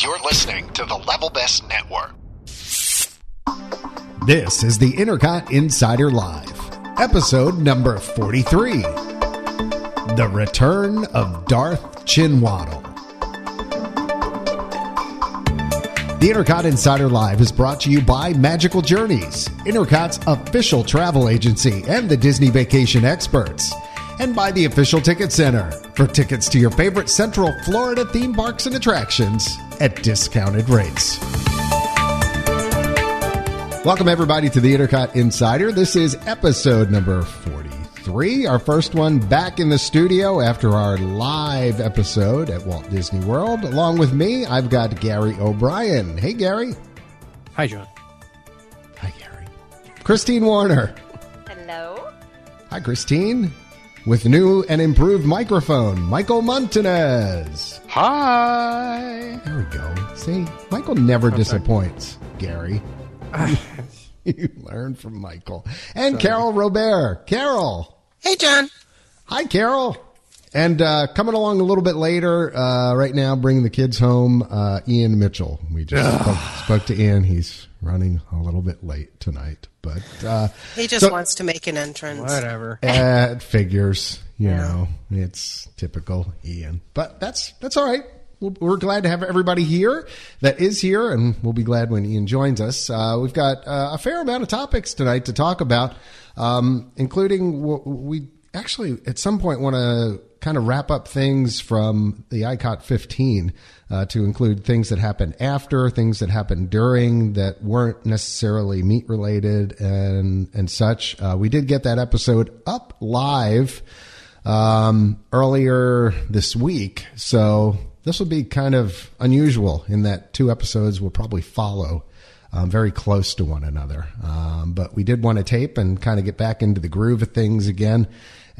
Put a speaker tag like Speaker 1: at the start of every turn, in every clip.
Speaker 1: You're listening to the Level Best Network.
Speaker 2: This is the Intercot Insider Live, episode number 43 The Return of Darth Chinwaddle. The Intercot Insider Live is brought to you by Magical Journeys, Intercot's official travel agency and the Disney vacation experts, and by the Official Ticket Center for tickets to your favorite Central Florida theme parks and attractions at discounted rates. Welcome, everybody, to the Intercot Insider. This is episode number 43, our first one back in the studio after our live episode at Walt Disney World. Along with me, I've got Gary O'Brien. Hey, Gary.
Speaker 3: Hi, John.
Speaker 2: Hi, Gary. Christine Warner.
Speaker 4: Hello.
Speaker 2: Hi, Christine. With new and improved microphone, Michael Montanez.
Speaker 3: Hi.
Speaker 2: There we go. See, Michael never disappoints, Gary. you learn from Michael. And Carol Robert. Carol.
Speaker 5: Hey, John.
Speaker 2: Hi, Carol. And uh, coming along a little bit later, uh, right now, bringing the kids home, uh, Ian Mitchell. We just spoke, spoke to Ian. He's running a little bit late tonight, but uh,
Speaker 5: He just
Speaker 2: So-
Speaker 5: wants to make an entrance.
Speaker 3: Whatever.
Speaker 2: eh, it figures, you know, it's typical Ian. But that's that's all right. We'll- We're glad to have everybody here that is here, and we'll be glad when Ian joins us. Uh, we've got uh, a fair amount of topics tonight to talk about, um, including w- we actually at some point want to kind of wrap up things from the ICOT 15 uh, to include things that happened after, things that happened during that weren't necessarily meat related and and such. Uh, we did get that episode up live um, earlier this week, so this will be kind of unusual in that two episodes will probably follow um, very close to one another. Um, but we did want to tape and kind of get back into the groove of things again.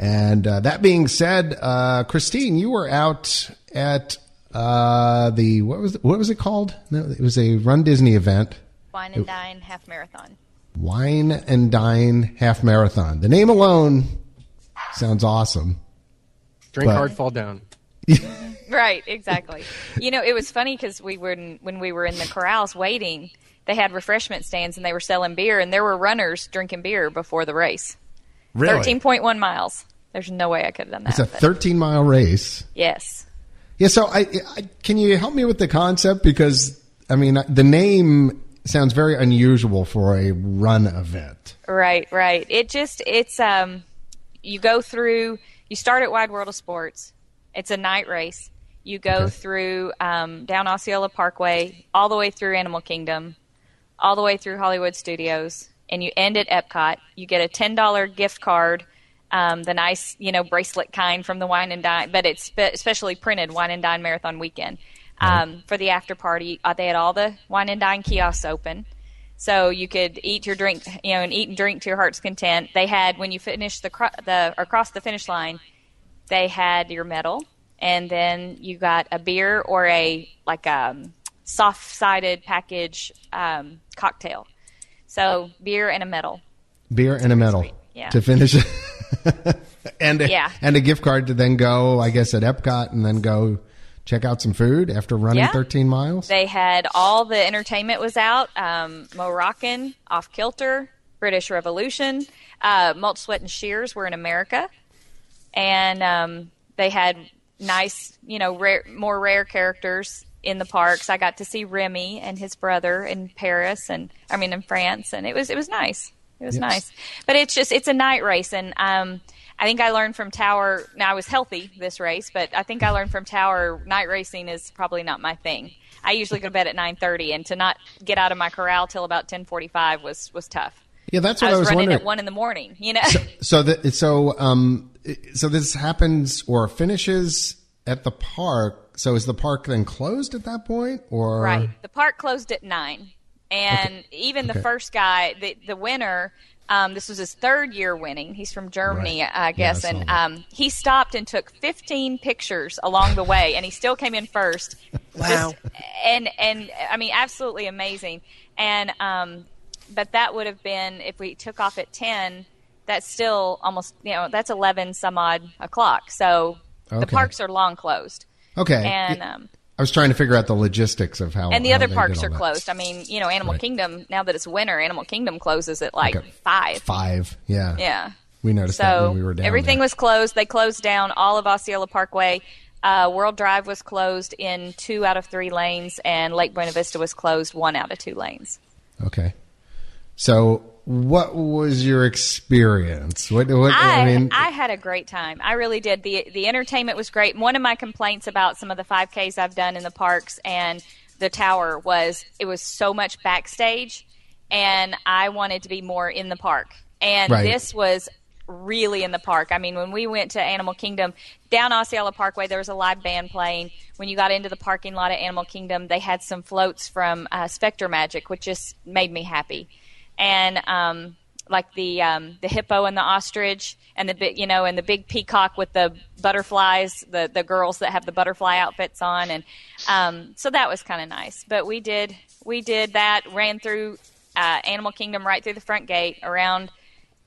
Speaker 2: And uh, that being said, uh, Christine, you were out at uh, the what was what was it called? No, it was a Run Disney event,
Speaker 4: Wine and Dine Half Marathon.
Speaker 2: Wine and Dine Half Marathon. The name alone sounds awesome.
Speaker 3: Drink
Speaker 2: but-
Speaker 3: hard, fall down.
Speaker 4: Right, exactly. you know, it was funny because we were in, when we were in the corrals waiting, they had refreshment stands and they were selling beer, and there were runners drinking beer before the race. Thirteen point one miles. There's no way I could have done that.
Speaker 2: It's a
Speaker 4: but-
Speaker 2: 13 mile race.
Speaker 4: yes.
Speaker 2: Yeah, so I, I can you help me with the concept because I mean the name sounds very unusual for a run event.
Speaker 4: Right, right. It just it's um you go through you start at Wide World of Sports. It's a night race. You go
Speaker 2: Okay.
Speaker 4: through um, down Osceola Parkway, all the way through Animal Kingdom, all the way through Hollywood Studios, and you end at Epcot. You get a ten dollar gift card, um, the nice you know bracelet kind from the Wine and Dine, but it's spe- specially printed Wine and Dine Marathon Weekend um, for the after party. Uh, they had all the Wine and Dine kiosks open. So you could eat your drink, you know, and eat and drink to your heart's content. They had when you finished the, cro- the or crossed the finish line, they had your medal, and then you got a beer or a like um, soft sided package um, cocktail. So beer and a medal.
Speaker 2: Beer and a medal
Speaker 4: Yeah.
Speaker 2: to finish, and a,
Speaker 4: Yeah.
Speaker 2: and a gift card to then go, I guess, at Epcot and then go check out some food after running
Speaker 4: Yeah.
Speaker 2: 13 miles.
Speaker 4: They had all the entertainment was out. Um, Moroccan, Off Kilter, British Revolution, uh, Malt Sweat and Shears were in America, and um, they had nice, you know, rare, more rare characters in the parks. I got to see Remy and his brother in Paris, and I mean in France, and it was it was nice. It was nice, but it's just it's a night race, and um, I think I learned from Tower. Now I was healthy this race, but I think I learned from Tower night racing is probably not my thing. I usually go to bed at nine thirty, and to not get out of my corral till about ten forty five was was tough.
Speaker 2: yeah, that's what
Speaker 4: I
Speaker 2: I
Speaker 4: was, running
Speaker 2: wondering.
Speaker 4: at one in the morning, you know.
Speaker 2: so that so um so this happens or finishes at the park. So is the park then closed at that point or
Speaker 4: Right. The park closed at nine, and even the
Speaker 2: Okay.
Speaker 4: first guy, the the winner, um, this was his third year winning. He's from Germany,
Speaker 2: Right.
Speaker 4: I guess,
Speaker 2: Yeah, I saw
Speaker 4: and
Speaker 2: that.
Speaker 4: um, he stopped and took fifteen pictures along the way, and he still came in first.
Speaker 5: Wow.
Speaker 4: and and I mean, absolutely amazing. And um, but that would have been if we took off at ten. That's still almost you know that's eleven some odd o'clock. So the
Speaker 2: Okay.
Speaker 4: parks are long closed,
Speaker 2: Okay.
Speaker 4: and um,
Speaker 2: I was trying to figure out the logistics of how.
Speaker 4: And the
Speaker 2: how
Speaker 4: other
Speaker 2: they did
Speaker 4: parks
Speaker 2: all
Speaker 4: are
Speaker 2: that.
Speaker 4: closed. I mean, you know, Animal
Speaker 2: Right.
Speaker 4: Kingdom, now that it's winter, Animal Kingdom closes at like
Speaker 2: Okay.
Speaker 4: five.
Speaker 2: Five. Yeah.
Speaker 4: Yeah.
Speaker 2: We noticed that
Speaker 4: So
Speaker 2: when we were down
Speaker 4: everything
Speaker 2: there.
Speaker 4: was closed. They closed down all of Osceola Parkway. Uh, World Drive was closed in two out of three lanes, and Lake Buena Vista was closed one out of two lanes.
Speaker 2: Okay. So, what was your experience? What, what I,
Speaker 4: I,
Speaker 2: mean,
Speaker 4: I had a great time. I really did. the The entertainment was great. One of my complaints about some of the 5Ks I've done in the parks and the tower was it was so much backstage, and I wanted to be more in the park. And
Speaker 2: Right.
Speaker 4: this was really in the park. I mean, when we went to Animal Kingdom down Osceola Parkway, there was a live band playing. When you got into the parking lot at Animal Kingdom, they had some floats from uh, Spectre Magic, which just made me happy. And um, like the um, the hippo and the ostrich and the big you know and the big peacock with the butterflies, the the girls that have the butterfly outfits on, and um, so that was kind of nice. But we did we did that, ran through uh, Animal Kingdom right through the front gate around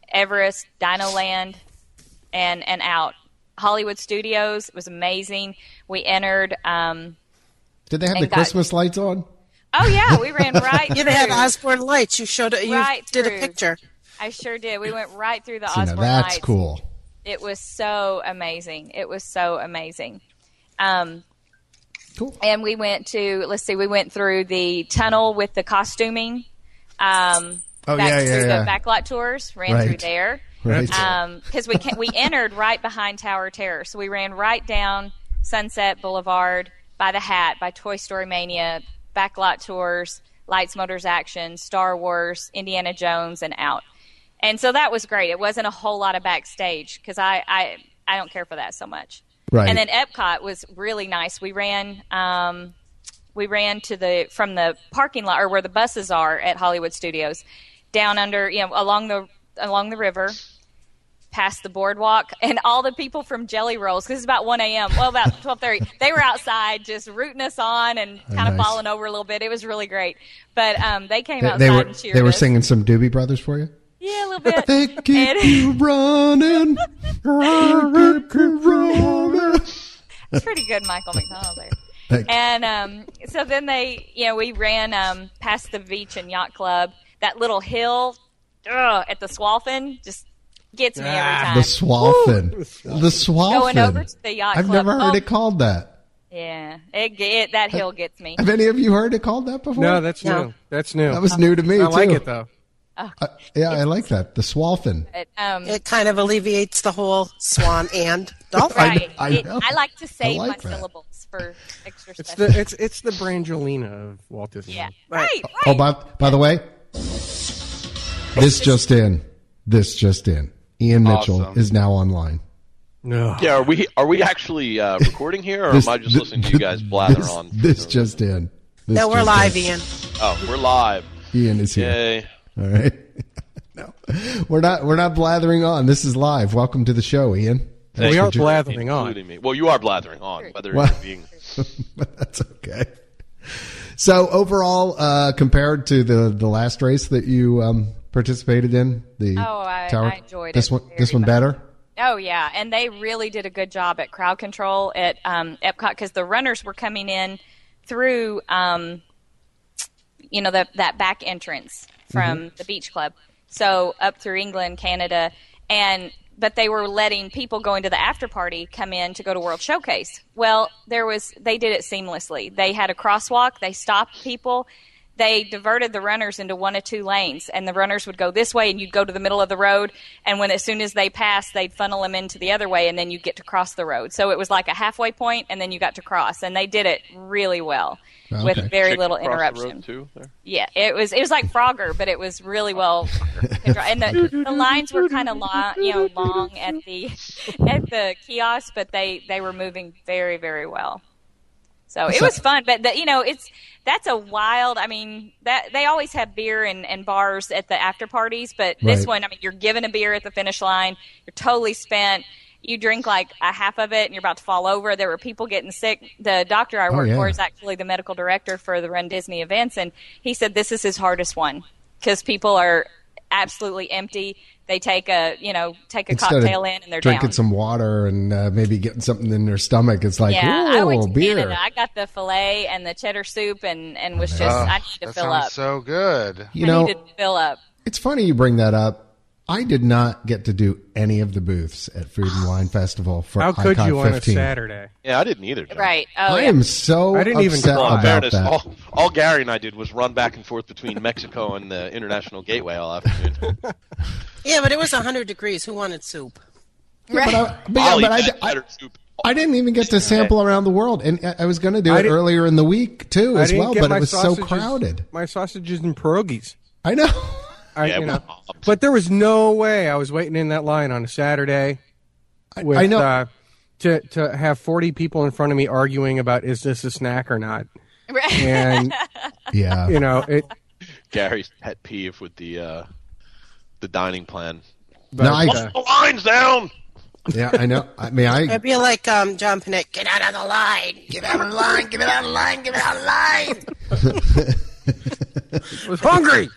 Speaker 4: Everest, Dino Land, and and out. Hollywood Studios was amazing. We entered. Um,
Speaker 2: did they have the
Speaker 4: and got-
Speaker 2: Christmas lights on?
Speaker 4: oh yeah, we ran right.
Speaker 5: Yeah, they had
Speaker 4: through.
Speaker 5: Osborne lights. You showed it. You
Speaker 4: Right
Speaker 5: did
Speaker 4: through.
Speaker 5: a picture.
Speaker 4: I sure did. We went right through the
Speaker 2: See, now
Speaker 4: Osborne
Speaker 2: that's
Speaker 4: lights.
Speaker 2: cool.
Speaker 4: It was so amazing. It was so amazing. Um,
Speaker 2: Cool.
Speaker 4: and we went to let's see, we went through the tunnel with the costuming. Um,
Speaker 2: Oh,
Speaker 4: back
Speaker 2: yeah, yeah,
Speaker 4: through
Speaker 2: yeah.
Speaker 4: the backlot tours, ran through
Speaker 2: Right.
Speaker 4: there.
Speaker 2: Right.
Speaker 4: Um, because we ca- we entered right behind Tower Terror, so we ran right down Sunset Boulevard by the Hat, by Toy Story Mania, Backlot Tours, Lights, Motors, Action, Star Wars, Indiana Jones, and out. And so that was great. It wasn't a whole lot of backstage because I, I I don't care for that so much.
Speaker 2: Right.
Speaker 4: And then Epcot was really nice. We ran um, we ran to the from the parking lot or where the buses are at Hollywood Studios, down under you know along the along the river, past the boardwalk, and all the people from Jelly Rolls because it's about one a.m. Well, about twelve thirty, they were outside just rooting us on and kind of
Speaker 2: Oh, nice.
Speaker 4: falling over a little bit. It was really great, but um, they came
Speaker 2: they,
Speaker 4: outside
Speaker 2: they were
Speaker 4: and cheered.
Speaker 2: they were
Speaker 4: us.
Speaker 2: singing some Doobie Brothers for you.
Speaker 4: yeah, a little bit.
Speaker 2: They keep
Speaker 4: And-
Speaker 2: you running, They keep you running.
Speaker 4: It's pretty good, Michael McDonald there.
Speaker 2: Thank you.
Speaker 4: And um, so then they, you know, we ran um, past the beach and yacht club. That little hill ugh, at the Swalfin just gets me every time.
Speaker 2: The Swalfin, the Swalfin.
Speaker 4: Going over to the yacht
Speaker 2: I've
Speaker 4: club.
Speaker 2: never heard
Speaker 4: Oh.
Speaker 2: it called that.
Speaker 4: yeah, it, ge- it, that hill gets me.
Speaker 2: Have any of you heard it called that before?
Speaker 3: No, that's
Speaker 5: No.
Speaker 3: new. That's new.
Speaker 2: that was new to me.
Speaker 3: I
Speaker 2: too.
Speaker 3: like it though.
Speaker 2: Uh, yeah, I like that. The Swalfin.
Speaker 4: But, um,
Speaker 5: It kind of alleviates the whole swan and dolphin.
Speaker 4: right.
Speaker 2: I
Speaker 4: It-
Speaker 2: know.
Speaker 4: I like to save
Speaker 2: like
Speaker 4: my
Speaker 2: that.
Speaker 4: syllables for extra
Speaker 3: It's
Speaker 4: stuff.
Speaker 3: the it's it's the Brangelina of Walt Disney.
Speaker 4: yeah,
Speaker 5: Right.
Speaker 4: right,
Speaker 2: Oh,
Speaker 4: right.
Speaker 2: by, by the way, this just in. This just in. Ian Mitchell
Speaker 6: Awesome.
Speaker 2: is now online.
Speaker 3: No.
Speaker 6: Yeah, are we are we actually uh, recording here, or
Speaker 2: This-
Speaker 6: am I just
Speaker 2: thi-
Speaker 6: listening to you guys blather
Speaker 2: this,
Speaker 6: on?
Speaker 2: This just in. This
Speaker 5: No, we're
Speaker 2: just
Speaker 5: live,
Speaker 2: in.
Speaker 5: Ian.
Speaker 6: Oh, we're live.
Speaker 2: Ian is here.
Speaker 6: Yay!
Speaker 2: All right. no, we're not. We're not blathering on. This is live. Welcome to the show, Ian.
Speaker 6: Thank
Speaker 3: We are
Speaker 6: you for
Speaker 3: blathering on.
Speaker 6: including me. Well, you are blathering on. Whether
Speaker 2: Well-
Speaker 6: you're being
Speaker 2: but that's okay. So overall, uh, compared to the the last race that you um, participated in, the
Speaker 4: Oh, I-
Speaker 2: tower,
Speaker 4: I enjoyed
Speaker 2: this
Speaker 4: it
Speaker 2: one. This
Speaker 4: very
Speaker 2: one
Speaker 4: much.
Speaker 2: better.
Speaker 4: Oh yeah, and they really did a good job at crowd control at um, Epcot because the runners were coming in through, um, you know, the, that back entrance from the beach club, so up through England, Canada, and but they were letting people going to the after party come in to go to World Showcase. Well, there was they did it seamlessly. They had a crosswalk. They stopped people. They diverted the runners into one of two lanes, and the runners would go this way, and you'd go to the middle of the road. And when as soon as they passed, they'd funnel them into the other way, and then you get to cross the road. So it was like a halfway point, and then you got to cross. And they did it really well with
Speaker 2: Okay.
Speaker 4: very
Speaker 6: Chick
Speaker 4: little
Speaker 6: across the road,
Speaker 4: interruption.
Speaker 6: too. There.
Speaker 4: Yeah, it was it was like Frogger, but it was really well controlled. And the, the lines were kind of long, you know, long at the at the kiosk, but they they were moving very very well. So it was fun, but the, you know, it's that's a wild. I mean, that they always have beer and, and bars at the after parties, but this
Speaker 2: Right.
Speaker 4: one, I mean, you're given a beer at the finish line, you're totally spent. You drink like a half of it, and you're about to fall over. There were people getting sick. The doctor I
Speaker 2: Oh,
Speaker 4: work for
Speaker 2: yeah.
Speaker 4: is actually the medical director for the Run Disney events, and he said this is his hardest one because people are absolutely empty. They take a you know take a
Speaker 2: Instead of
Speaker 4: cocktail in and they're
Speaker 2: drinking
Speaker 4: down.
Speaker 2: some water and uh, maybe getting something in their stomach. It's like,
Speaker 4: yeah, I went
Speaker 2: ooh,
Speaker 4: to
Speaker 2: beer. Oh,
Speaker 4: Canada. I got the fillet and the cheddar soup and and was just
Speaker 7: Ugh,
Speaker 4: I need to
Speaker 7: that
Speaker 4: fill
Speaker 7: sounds
Speaker 4: up.
Speaker 7: so good.
Speaker 2: you
Speaker 4: I
Speaker 2: know,
Speaker 4: need to fill up.
Speaker 2: It's funny you bring that up. I did not get to do any of the booths at Food and Wine Festival for
Speaker 3: How could
Speaker 2: ICON
Speaker 3: you on a
Speaker 2: 15.
Speaker 3: Saturday?
Speaker 6: Yeah, I didn't either. John.
Speaker 4: Right. Oh,
Speaker 2: I
Speaker 4: yeah.
Speaker 2: am so
Speaker 3: I didn't even
Speaker 2: upset
Speaker 3: try.
Speaker 6: Well, in
Speaker 2: about
Speaker 6: fairness,
Speaker 2: that.
Speaker 6: all, all Gary and I did was run back and forth between Mexico and the International Gateway all afternoon.
Speaker 5: Yeah, but it was 100 degrees. Who wanted soup?
Speaker 2: But, I, but, yeah,
Speaker 6: Ollie
Speaker 2: but I,
Speaker 6: had
Speaker 2: I-
Speaker 6: cheddar soup.
Speaker 2: I didn't even get to sample around the world, and I- I was going to do
Speaker 3: I
Speaker 2: it
Speaker 3: didn't-
Speaker 2: earlier in the week too,
Speaker 3: I
Speaker 2: as
Speaker 3: didn't
Speaker 2: well.
Speaker 3: get
Speaker 2: But
Speaker 3: my
Speaker 2: it was so
Speaker 3: sausages-
Speaker 2: crowded.
Speaker 3: My sausages and pierogies.
Speaker 2: I know.
Speaker 3: I,
Speaker 6: Yeah,
Speaker 3: you
Speaker 6: well,
Speaker 3: know, but there was no way I was waiting in that line on a Saturday with
Speaker 2: I know.
Speaker 3: Uh, to to have forty people in front of me arguing about is this a snack or not,
Speaker 4: Right.
Speaker 3: and
Speaker 2: Yeah,
Speaker 3: you know it.
Speaker 6: Gary's pet peeve with the uh, the dining plan.
Speaker 3: But,
Speaker 2: No, I-
Speaker 3: uh,
Speaker 6: The line's down.
Speaker 2: yeah, I know. I mean, I
Speaker 5: I'd be like um, John Panette, get out of the line. Get out of the line. Get out of the line. Get out of the line.
Speaker 3: was hungry.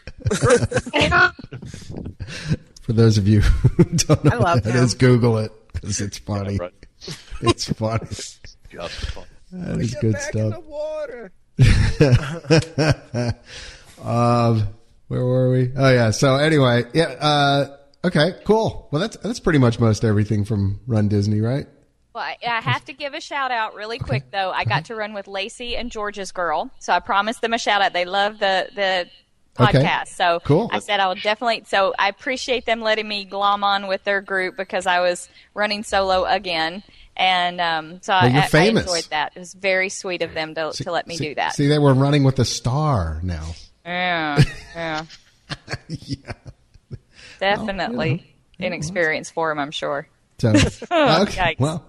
Speaker 2: for those of you who don't know,
Speaker 5: I
Speaker 2: what
Speaker 5: love
Speaker 2: that
Speaker 5: him.
Speaker 2: is, Google it because it's funny.
Speaker 6: Right.
Speaker 2: It's funny.
Speaker 6: Just fun.
Speaker 2: That is good stuff.
Speaker 3: water.
Speaker 2: Um, where were we? Oh yeah. So anyway, yeah. Uh, okay, cool. Well, that's that's pretty much most everything from Run Disney, right?
Speaker 4: Well, I, I have to give a shout out really quick though. I got to run with Lacey and George's girl, so I promised them a shout out. They love the the
Speaker 2: Okay.
Speaker 4: podcast, so
Speaker 2: Cool.
Speaker 4: I said I will definitely. So I appreciate them letting me glom on with their group because I was running solo again, and um, so I,
Speaker 2: you're
Speaker 4: I, I
Speaker 2: famous.
Speaker 4: enjoyed that. It was very sweet of them to, to let me
Speaker 2: see,
Speaker 4: do that.
Speaker 2: See, Oh, they were running with a star now.
Speaker 4: Yeah, yeah, definitely inexperienced for him, I'm sure.
Speaker 2: So okay,
Speaker 4: Oh, Yikes.
Speaker 2: well,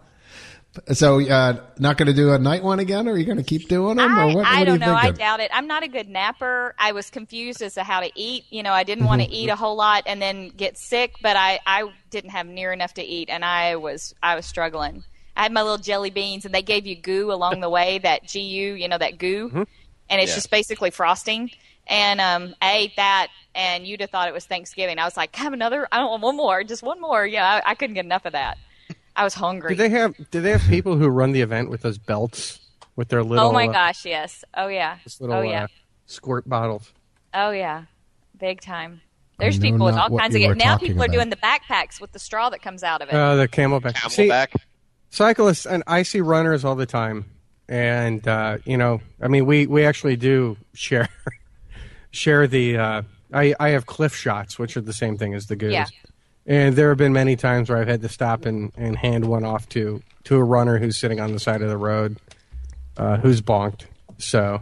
Speaker 2: so uh, not going to do a night one again, or are you going to keep doing them?
Speaker 4: I,
Speaker 2: or what,
Speaker 4: I
Speaker 2: what
Speaker 4: don't
Speaker 2: are you
Speaker 4: know. I
Speaker 2: Thinking?
Speaker 4: doubt it. I'm not a good napper. I was confused as to how to eat. You know, I didn't want to eat a whole lot and then get sick, but I, I didn't have near enough to eat, and I was I was struggling. I had my little jelly beans, and they gave you goo along the way. That gu, you know, that goo, and it's
Speaker 6: Yeah.
Speaker 4: just basically frosting. And um, I ate that, and you'd have thought it was Thanksgiving. I was like, have another. I don't want one more. Just one more. Yeah, I, I couldn't get enough of that. I was hungry.
Speaker 3: Do they have Do they have people who run the event with those belts with their little?
Speaker 4: oh my
Speaker 3: uh,
Speaker 4: gosh, yes. Oh yeah.
Speaker 3: those little
Speaker 4: oh yeah.
Speaker 3: uh, squirt bottles.
Speaker 4: Oh yeah, big time. There's
Speaker 2: know
Speaker 4: people with
Speaker 2: not
Speaker 4: all
Speaker 2: what
Speaker 4: kinds of
Speaker 2: you
Speaker 4: it.
Speaker 2: are
Speaker 4: Now
Speaker 2: talking
Speaker 4: people are
Speaker 2: about.
Speaker 4: doing the backpacks with the straw that comes out of it.
Speaker 3: Uh, the camelback. See,
Speaker 6: Camelback.
Speaker 3: cyclists and I see runners all the time, and uh, you know, I mean, we we actually do share share the. Uh, I I have cliff shots, which are the same thing as the goose.
Speaker 4: Yeah.
Speaker 3: And there have been many times where I've had to stop and, and hand one off to to a runner who's sitting on the side of the road, uh, who's bonked. So,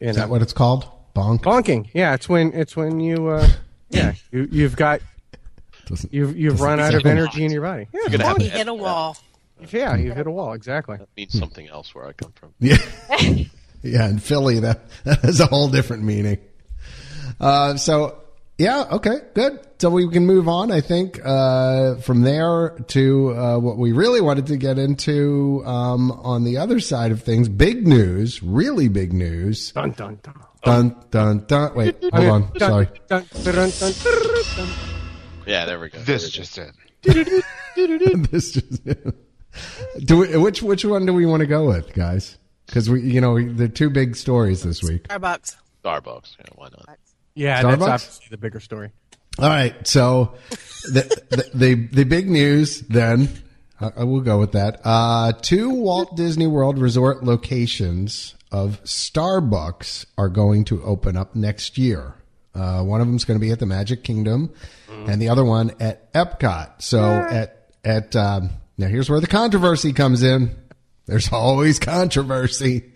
Speaker 3: you
Speaker 2: Is
Speaker 3: know,
Speaker 2: that what it's called? Bonk.
Speaker 4: Oh.
Speaker 3: bonking. Yeah, it's when it's when you uh, yeah you you've got
Speaker 2: Doesn't-
Speaker 3: you've you've run out of
Speaker 2: sound-
Speaker 3: energy in your body. Yeah,
Speaker 6: You're gonna have
Speaker 5: He
Speaker 6: to
Speaker 5: hit a
Speaker 6: edit
Speaker 5: wall.
Speaker 3: if- yeah, you've hit a wall exactly.
Speaker 6: That means something else where I come from.
Speaker 2: Yeah. yeah, in Philly, that, that has a whole different meaning. Uh, so, yeah, okay, good. So we can move on, I think, uh, from there to uh, what we really wanted to get into um, on the other side of things. Big news, really big news.
Speaker 3: Dun dun dun.
Speaker 2: Dun, dun, dun. Wait, hold on.
Speaker 3: Dun,
Speaker 2: Sorry.
Speaker 3: dun, dun, dun, dun, dun, dun.
Speaker 6: Yeah, there we go.
Speaker 7: This just it.
Speaker 2: this just, do we, which, which one do we want to go with, guys? Because we, you know, they're two big stories this week.
Speaker 5: Starbucks.
Speaker 6: Starbucks. Yeah, why not?
Speaker 3: Yeah,
Speaker 2: Starbucks?
Speaker 3: that's obviously the bigger story.
Speaker 2: All right. So the, the, the, the big news then, I, I will go with that. Uh, two Walt Disney World resort locations of Starbucks are going to open up next year. Uh, one of them's going to be at the Magic Kingdom and the other one at Epcot. So at, at, um, now here's where the controversy comes in. There's always controversy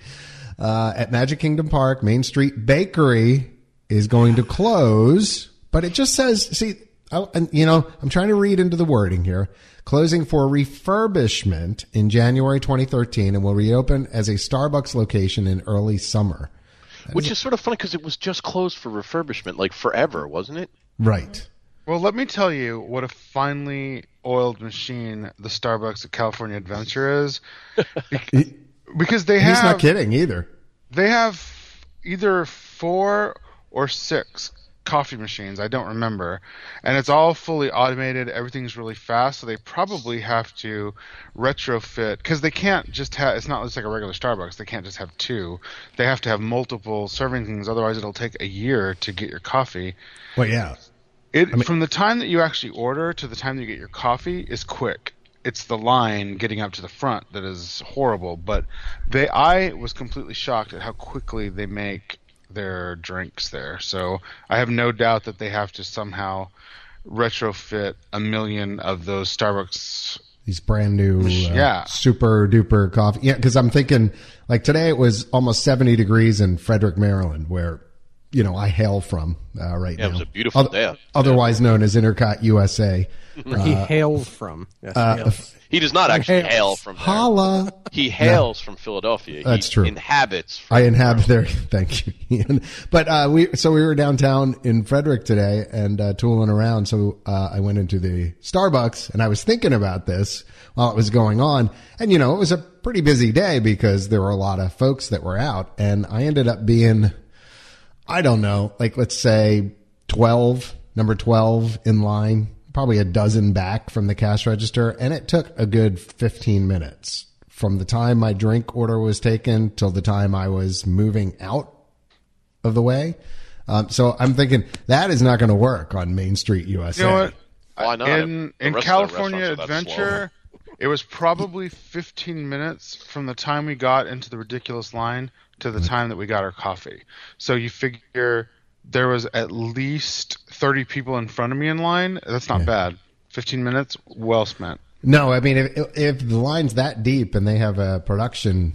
Speaker 2: uh, at Magic Kingdom Park, Main Street Bakery is going to close, but it just says, see, I, and, you know, I'm trying to read into the wording here. Closing for refurbishment in January 2013 and will reopen as a Starbucks location in early summer.
Speaker 6: Which is sort of funny because it was just closed for refurbishment like forever, wasn't it?
Speaker 2: Right.
Speaker 7: Well, let me tell you what a finely oiled machine the Starbucks at California Adventure is, Bec- because they
Speaker 2: He's not
Speaker 7: have
Speaker 2: kidding either.
Speaker 7: they have either four or six coffee machines. I don't remember. And it's all fully automated. Everything's really fast. So they probably have to retrofit because they can't just have. It's not just like a regular Starbucks. They can't just have two. They have to have multiple serving things. Otherwise, it'll take a year to get your coffee.
Speaker 2: Well, yeah.
Speaker 7: It from the time that you actually order to the time that you get your coffee is quick. It's the line getting up to the front that is horrible. But they, I was completely shocked at how quickly they make their drinks there. So I have no doubt that they have to somehow retrofit a million of those Starbucks.
Speaker 2: These brand new, uh,
Speaker 7: Yeah.
Speaker 2: super duper coffee. Yeah, because I'm thinking like today it was almost 70 degrees in Frederick, Maryland, where you know I hail from uh, right
Speaker 6: Yeah, it
Speaker 2: now.
Speaker 6: was a beautiful
Speaker 2: Oth-
Speaker 6: day.
Speaker 2: Otherwise known as Intercot USA.
Speaker 3: Where he
Speaker 2: Uh,
Speaker 3: hails from. Yes, hails.
Speaker 6: He does not actually
Speaker 3: hails.
Speaker 6: hail from there.
Speaker 2: Holla.
Speaker 6: He hails from Philadelphia.
Speaker 2: That's
Speaker 6: he
Speaker 2: true.
Speaker 6: Inhabits.
Speaker 2: I inhabit there. Thank you, Ian. But uh, we so we were downtown in Frederick today and uh, tooling around. So uh, I went into the Starbucks and I was thinking about this while it was going on. And you know, it was a pretty busy day because there were a lot of folks that were out. And I ended up being, I don't know, like let's say twelve, number twelve in line, probably a dozen back from the cash register, and it took a good fifteen minutes from the time my drink order was taken till the time I was moving out of the way. Um, so I'm thinking that is not going to work on Main Street USA.
Speaker 7: You know what?
Speaker 6: Why not?
Speaker 7: Uh, in
Speaker 6: The
Speaker 7: in
Speaker 6: rest of the restaurants
Speaker 7: California
Speaker 6: are that slow.
Speaker 7: Adventure, it was probably 15 minutes from the time we got into the ridiculous line to the time that we got our coffee. So you figure there was at least 30 people in front of me in line. That's not bad. 15 minutes, well spent.
Speaker 2: No, I mean if if the line's that deep and they have a production,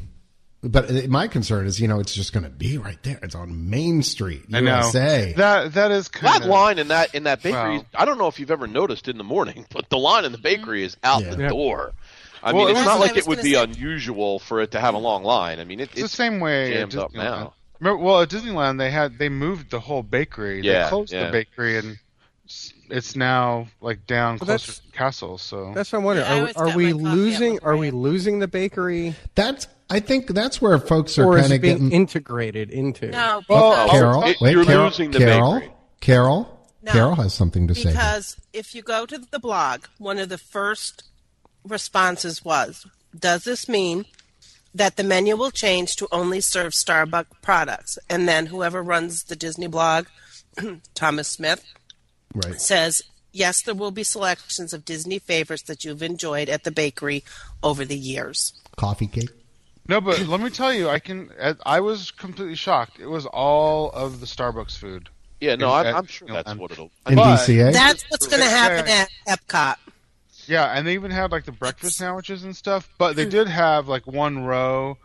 Speaker 2: but my concern is you know it's just going to be right there. It's on Main Street
Speaker 7: I know
Speaker 2: USA.
Speaker 7: that that is kind
Speaker 6: That
Speaker 7: of
Speaker 6: line in that in that bakery,
Speaker 7: Wow.
Speaker 6: I don't know if you've ever noticed in the morning, but the line in the bakery is out
Speaker 2: Yeah.
Speaker 6: the
Speaker 2: Yeah.
Speaker 6: door. I
Speaker 7: Well,
Speaker 6: mean,
Speaker 7: it
Speaker 6: it's
Speaker 7: was-
Speaker 6: not
Speaker 7: I
Speaker 6: like
Speaker 5: Mm-hmm. was
Speaker 6: it would
Speaker 5: gonna
Speaker 6: be
Speaker 5: say-
Speaker 6: unusual for it to have a long line. I mean, it,
Speaker 7: It's, the same way at
Speaker 6: jammed up
Speaker 7: Disneyland.
Speaker 6: now.
Speaker 7: Remember, well, at Disneyland they had they moved the whole bakery.
Speaker 6: Yeah,
Speaker 7: they closed
Speaker 6: yeah.
Speaker 7: the bakery and s- it's now like down
Speaker 3: Well,
Speaker 7: closer
Speaker 3: that's-
Speaker 7: to the castle. So
Speaker 3: That's what I'm wondering.
Speaker 5: Yeah, I
Speaker 3: Are-
Speaker 5: always
Speaker 3: are
Speaker 5: got
Speaker 3: we
Speaker 5: my coffee at
Speaker 3: losing?
Speaker 5: the
Speaker 3: Are we losing the bakery,
Speaker 2: That's I think that's where folks are
Speaker 3: or is
Speaker 2: kind
Speaker 3: it
Speaker 2: of
Speaker 3: being
Speaker 2: getting
Speaker 3: integrated into?
Speaker 5: No,
Speaker 7: Well,
Speaker 5: because,
Speaker 2: Carol.
Speaker 6: Oh, It-
Speaker 2: wait,
Speaker 6: you're
Speaker 2: Carol,
Speaker 6: losing the
Speaker 2: Carol,
Speaker 6: bakery.
Speaker 2: Carol,
Speaker 5: No.
Speaker 2: Carol has something to say.
Speaker 5: because if you go to the blog, one of the first responses was, "Does this mean that the menu will change to only serve Starbucks products?" And then whoever runs the Disney blog, Thomas Smith,
Speaker 2: Right.
Speaker 5: says, "Yes, there will be selections of Disney favorites that you've enjoyed at the bakery over the years."
Speaker 2: Coffee cake.
Speaker 7: no, but let me tell you, I can. I- I was completely shocked. It was all of the Starbucks food.
Speaker 6: yeah, no,
Speaker 7: in-
Speaker 6: I'm,
Speaker 7: at-
Speaker 6: I'm sure
Speaker 7: you know,
Speaker 6: that's
Speaker 7: I'm-
Speaker 6: what it'll.
Speaker 2: In
Speaker 7: But-
Speaker 2: DCA.
Speaker 5: That's what's going to happen
Speaker 7: Fair.
Speaker 5: at Epcot.
Speaker 7: Yeah, and they even had like the breakfast sandwiches and stuff, but they did have like one row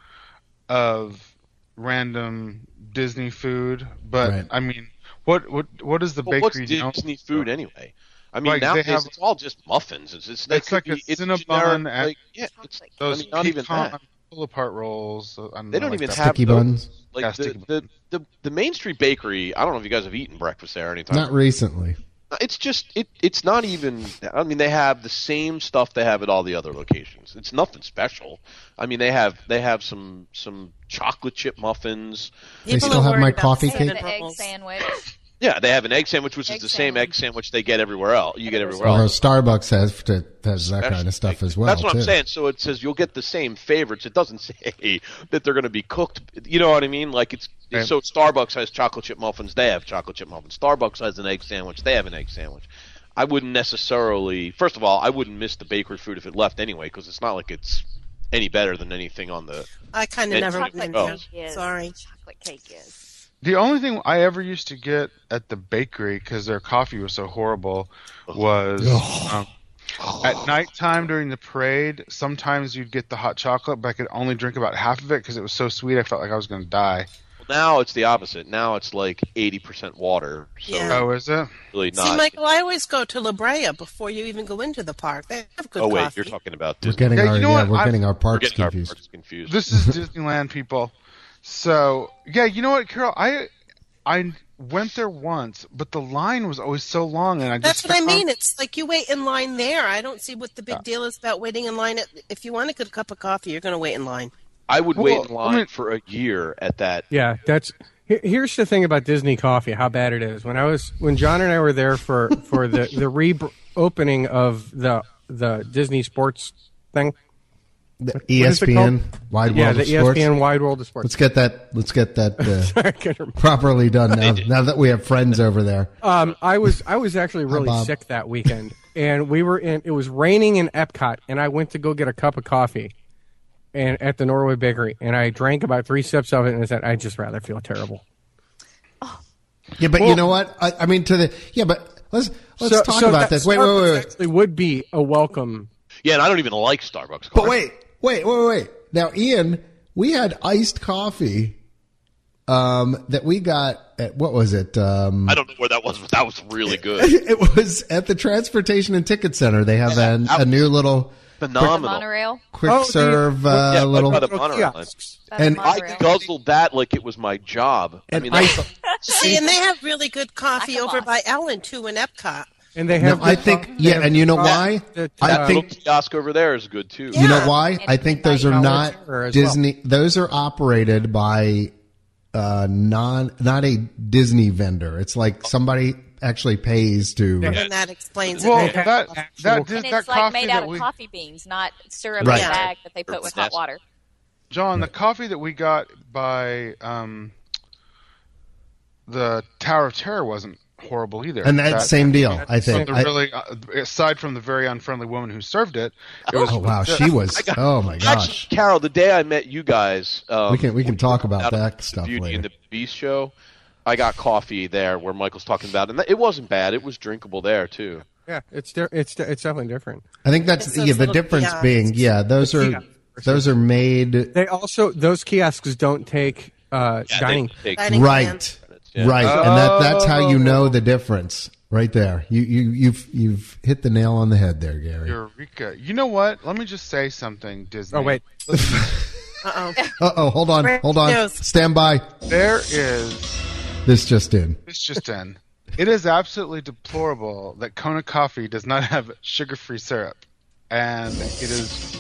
Speaker 7: of random Disney food. But
Speaker 2: Right.
Speaker 7: I mean, what what what is the
Speaker 6: Well, what's
Speaker 7: bakery known
Speaker 6: Disney food anyway? I mean,
Speaker 7: Like, they
Speaker 6: nowadays
Speaker 7: have-
Speaker 6: it's all just muffins. It's, it's, that
Speaker 7: It's
Speaker 6: could
Speaker 7: like a
Speaker 6: be- it's
Speaker 7: Cinnabon
Speaker 6: generic,
Speaker 7: and-
Speaker 6: like, yeah, it's,
Speaker 7: Those
Speaker 6: I mean, not even
Speaker 7: pecan
Speaker 6: that.
Speaker 7: pull apart rolls. uh, I
Speaker 6: They
Speaker 7: know,
Speaker 6: don't
Speaker 7: like
Speaker 6: even
Speaker 7: that.
Speaker 6: have
Speaker 2: Sticky
Speaker 6: those.
Speaker 2: buns.
Speaker 6: Like
Speaker 7: Yeah,
Speaker 6: the,
Speaker 7: sticky
Speaker 6: the, the, the Main Street Bakery, I don't know if you guys have eaten breakfast there anytime.
Speaker 2: Not recently.
Speaker 6: It's just it. It's not even. I mean, they have the same stuff they have at all the other locations. It's nothing special. I mean, they have they have some some chocolate chip muffins.
Speaker 2: They still have my coffee
Speaker 4: They have
Speaker 2: cake.
Speaker 4: an egg sandwich.
Speaker 6: Yeah, they have an egg sandwich, which is
Speaker 4: Egg
Speaker 6: the same egg
Speaker 4: sandwich.
Speaker 6: sandwich they get everywhere else. You get everywhere
Speaker 2: Although
Speaker 6: else.
Speaker 2: Starbucks has to, has that kind of stuff as well.
Speaker 6: That's what
Speaker 2: too.
Speaker 6: I'm saying. So it says you'll get the same favorites. It doesn't say that they're going to be cooked. You know what I mean? Like it's
Speaker 7: Right.
Speaker 6: so Starbucks has chocolate chip muffins. They have chocolate chip muffins. Starbucks has an egg sandwich. They have an egg sandwich. I wouldn't necessarily. First of all, I wouldn't miss the bakery food if it left anyway, because it's not like it's any better than anything on the.
Speaker 5: I kind of
Speaker 6: And
Speaker 5: never
Speaker 6: chocolate
Speaker 5: went
Speaker 6: cake
Speaker 5: there.
Speaker 4: is.
Speaker 5: Sorry.
Speaker 4: Chocolate cake is.
Speaker 7: The only thing I ever used to get at the bakery because their coffee was so horrible was um, at nighttime during the parade. Sometimes you'd get the hot chocolate, but I could only drink about half of it because it was so sweet. I felt like I was going to die.
Speaker 6: Now it's the opposite. Now it's like eighty percent water. So
Speaker 5: Yeah.
Speaker 7: Oh, is it?
Speaker 6: really not.
Speaker 5: See, Michael, I always go to La Brea before you even go into the park. They have good
Speaker 6: oh wait,
Speaker 5: coffee.
Speaker 6: you're talking about
Speaker 2: We're
Speaker 6: Disney.
Speaker 2: getting
Speaker 7: Yeah,
Speaker 2: our
Speaker 7: you know
Speaker 2: yeah,
Speaker 7: what?
Speaker 2: we're
Speaker 7: I-
Speaker 2: getting our
Speaker 6: We're
Speaker 2: parts
Speaker 6: getting our
Speaker 2: confused.
Speaker 6: parts confused.
Speaker 7: This is Disneyland, people. So yeah, you know what, Carol? I I went there once, but the line was always so long, and I
Speaker 5: That's
Speaker 7: just
Speaker 5: what I
Speaker 7: found-
Speaker 5: mean. It's like you wait in line there. I don't see what the big deal is about waiting in line. At, if you want a good cup of coffee, you're going to wait in line.
Speaker 6: I would
Speaker 7: Well,
Speaker 6: wait in
Speaker 7: I
Speaker 6: line
Speaker 7: mean-
Speaker 6: for a year at that
Speaker 3: Yeah, that's Here- Here's the thing about Disney coffee, how bad it is. When I was when John and I were there for for the the reopening of the the Disney Sports thing.
Speaker 2: The
Speaker 3: is it called?
Speaker 2: ESPN, Wide
Speaker 3: yeah,
Speaker 2: World
Speaker 3: the E
Speaker 2: of Sports.
Speaker 3: ESPN Wide World of
Speaker 2: Let's
Speaker 3: Sports.
Speaker 2: get that. Let's get that uh,
Speaker 3: I couldn't remember.
Speaker 2: properly done now. Now that we have friends over there,
Speaker 3: Um, I was I was actually really
Speaker 2: Bob.
Speaker 3: sick that weekend, and we were in. It was raining in Epcot, and I went to go get a cup of coffee, and at the Norway Bakery, and I drank about three sips of it, and I said, "I just rather feel terrible."
Speaker 2: yeah. But you know what? I, I mean, to the yeah. But let's let's
Speaker 3: So-
Speaker 2: talk
Speaker 3: so
Speaker 2: about
Speaker 3: that
Speaker 2: this. Wait, wait, wait,
Speaker 3: Starbucks
Speaker 2: wait.
Speaker 3: actually would be a welcome.
Speaker 6: Yeah, and I don't even like
Speaker 2: But
Speaker 6: Starbucks. coffee.
Speaker 2: wait, wait, wait, wait. Now, Ian, we had iced coffee um, that we got at what was it? Um,
Speaker 6: I don't know where that was, but that was really good.
Speaker 2: it was at the Transportation and Ticket Center. They have an, a new little
Speaker 4: The
Speaker 6: Phenomenal.
Speaker 4: monorail.
Speaker 2: quick
Speaker 3: Oh, the-
Speaker 2: serve uh,
Speaker 6: Yeah,
Speaker 2: little.
Speaker 6: I, got a
Speaker 3: Little
Speaker 6: monorail.
Speaker 3: kiosks.
Speaker 4: By the
Speaker 2: And I
Speaker 6: I
Speaker 4: monorail.
Speaker 6: guzzled that like it was my job. I
Speaker 2: And
Speaker 6: mean,
Speaker 2: I-
Speaker 6: that's-
Speaker 5: See, and they have really good coffee
Speaker 4: Like a
Speaker 5: over
Speaker 4: boss.
Speaker 5: by Ellen too in Epcot.
Speaker 3: And they
Speaker 2: No,
Speaker 3: have.
Speaker 2: I
Speaker 3: the-
Speaker 2: think
Speaker 3: they
Speaker 2: yeah,
Speaker 3: have
Speaker 2: and you know
Speaker 3: the-
Speaker 2: why?
Speaker 3: the-
Speaker 2: I
Speaker 3: uh,
Speaker 6: little
Speaker 2: think
Speaker 6: kiosk over there is good too.
Speaker 2: You
Speaker 5: Yeah.
Speaker 2: know why? I think those are
Speaker 4: Like
Speaker 2: not
Speaker 3: Howard as well.
Speaker 2: Disney. Those are operated by uh, non not a Disney vendor. It's like somebody actually pays to.
Speaker 5: And that explains
Speaker 7: Well,
Speaker 5: it.
Speaker 3: Yeah.
Speaker 7: that that
Speaker 3: Actual-
Speaker 7: that,
Speaker 4: And
Speaker 7: that
Speaker 4: it's like
Speaker 7: coffee
Speaker 4: made
Speaker 7: that
Speaker 4: out of
Speaker 7: we
Speaker 4: coffee beans, not syrup
Speaker 2: Right.
Speaker 4: in a bag that they put with hot
Speaker 6: That's-
Speaker 4: water.
Speaker 7: John, the coffee that we got by um, the Tower of Terror wasn't horrible either.
Speaker 2: And that same deal, I think.
Speaker 7: the
Speaker 2: I-
Speaker 7: really, uh, aside from the very unfriendly woman who served it, it was
Speaker 2: oh wow, she was. Oh my gosh,
Speaker 6: Actually, Carol, the day I met you guys, um,
Speaker 2: we can we can talk
Speaker 6: out
Speaker 2: about
Speaker 6: of
Speaker 2: that
Speaker 6: the
Speaker 2: stuff
Speaker 6: Beauty
Speaker 2: later.
Speaker 6: and the Beast show. I got coffee there where Michael's talking about, it, and it wasn't bad. It was drinkable there too.
Speaker 3: Yeah, it's di- it's di- it's definitely different.
Speaker 2: I think that's
Speaker 5: It's those
Speaker 2: yeah. The
Speaker 5: little
Speaker 2: difference
Speaker 5: kiosks.
Speaker 2: being yeah, those are
Speaker 3: kiosks.
Speaker 2: those are made
Speaker 3: They also those kiosks don't take uh,
Speaker 6: Yeah, they
Speaker 3: dining.
Speaker 6: take-
Speaker 5: Dining
Speaker 2: right,
Speaker 5: plans.
Speaker 6: Yeah. Oh.
Speaker 2: right, and that that's how you know the difference. Right there, you you you've you've hit the nail on the head there, Gary.
Speaker 7: Eureka. You know what? Let me just say something, Disney.
Speaker 3: Oh wait,
Speaker 2: Uh oh, hold on, hold on,
Speaker 5: Yes.
Speaker 2: stand by.
Speaker 7: There is.
Speaker 2: This just in.
Speaker 7: This just in. It is absolutely deplorable that Kona Coffee does not have sugar-free syrup, and it is.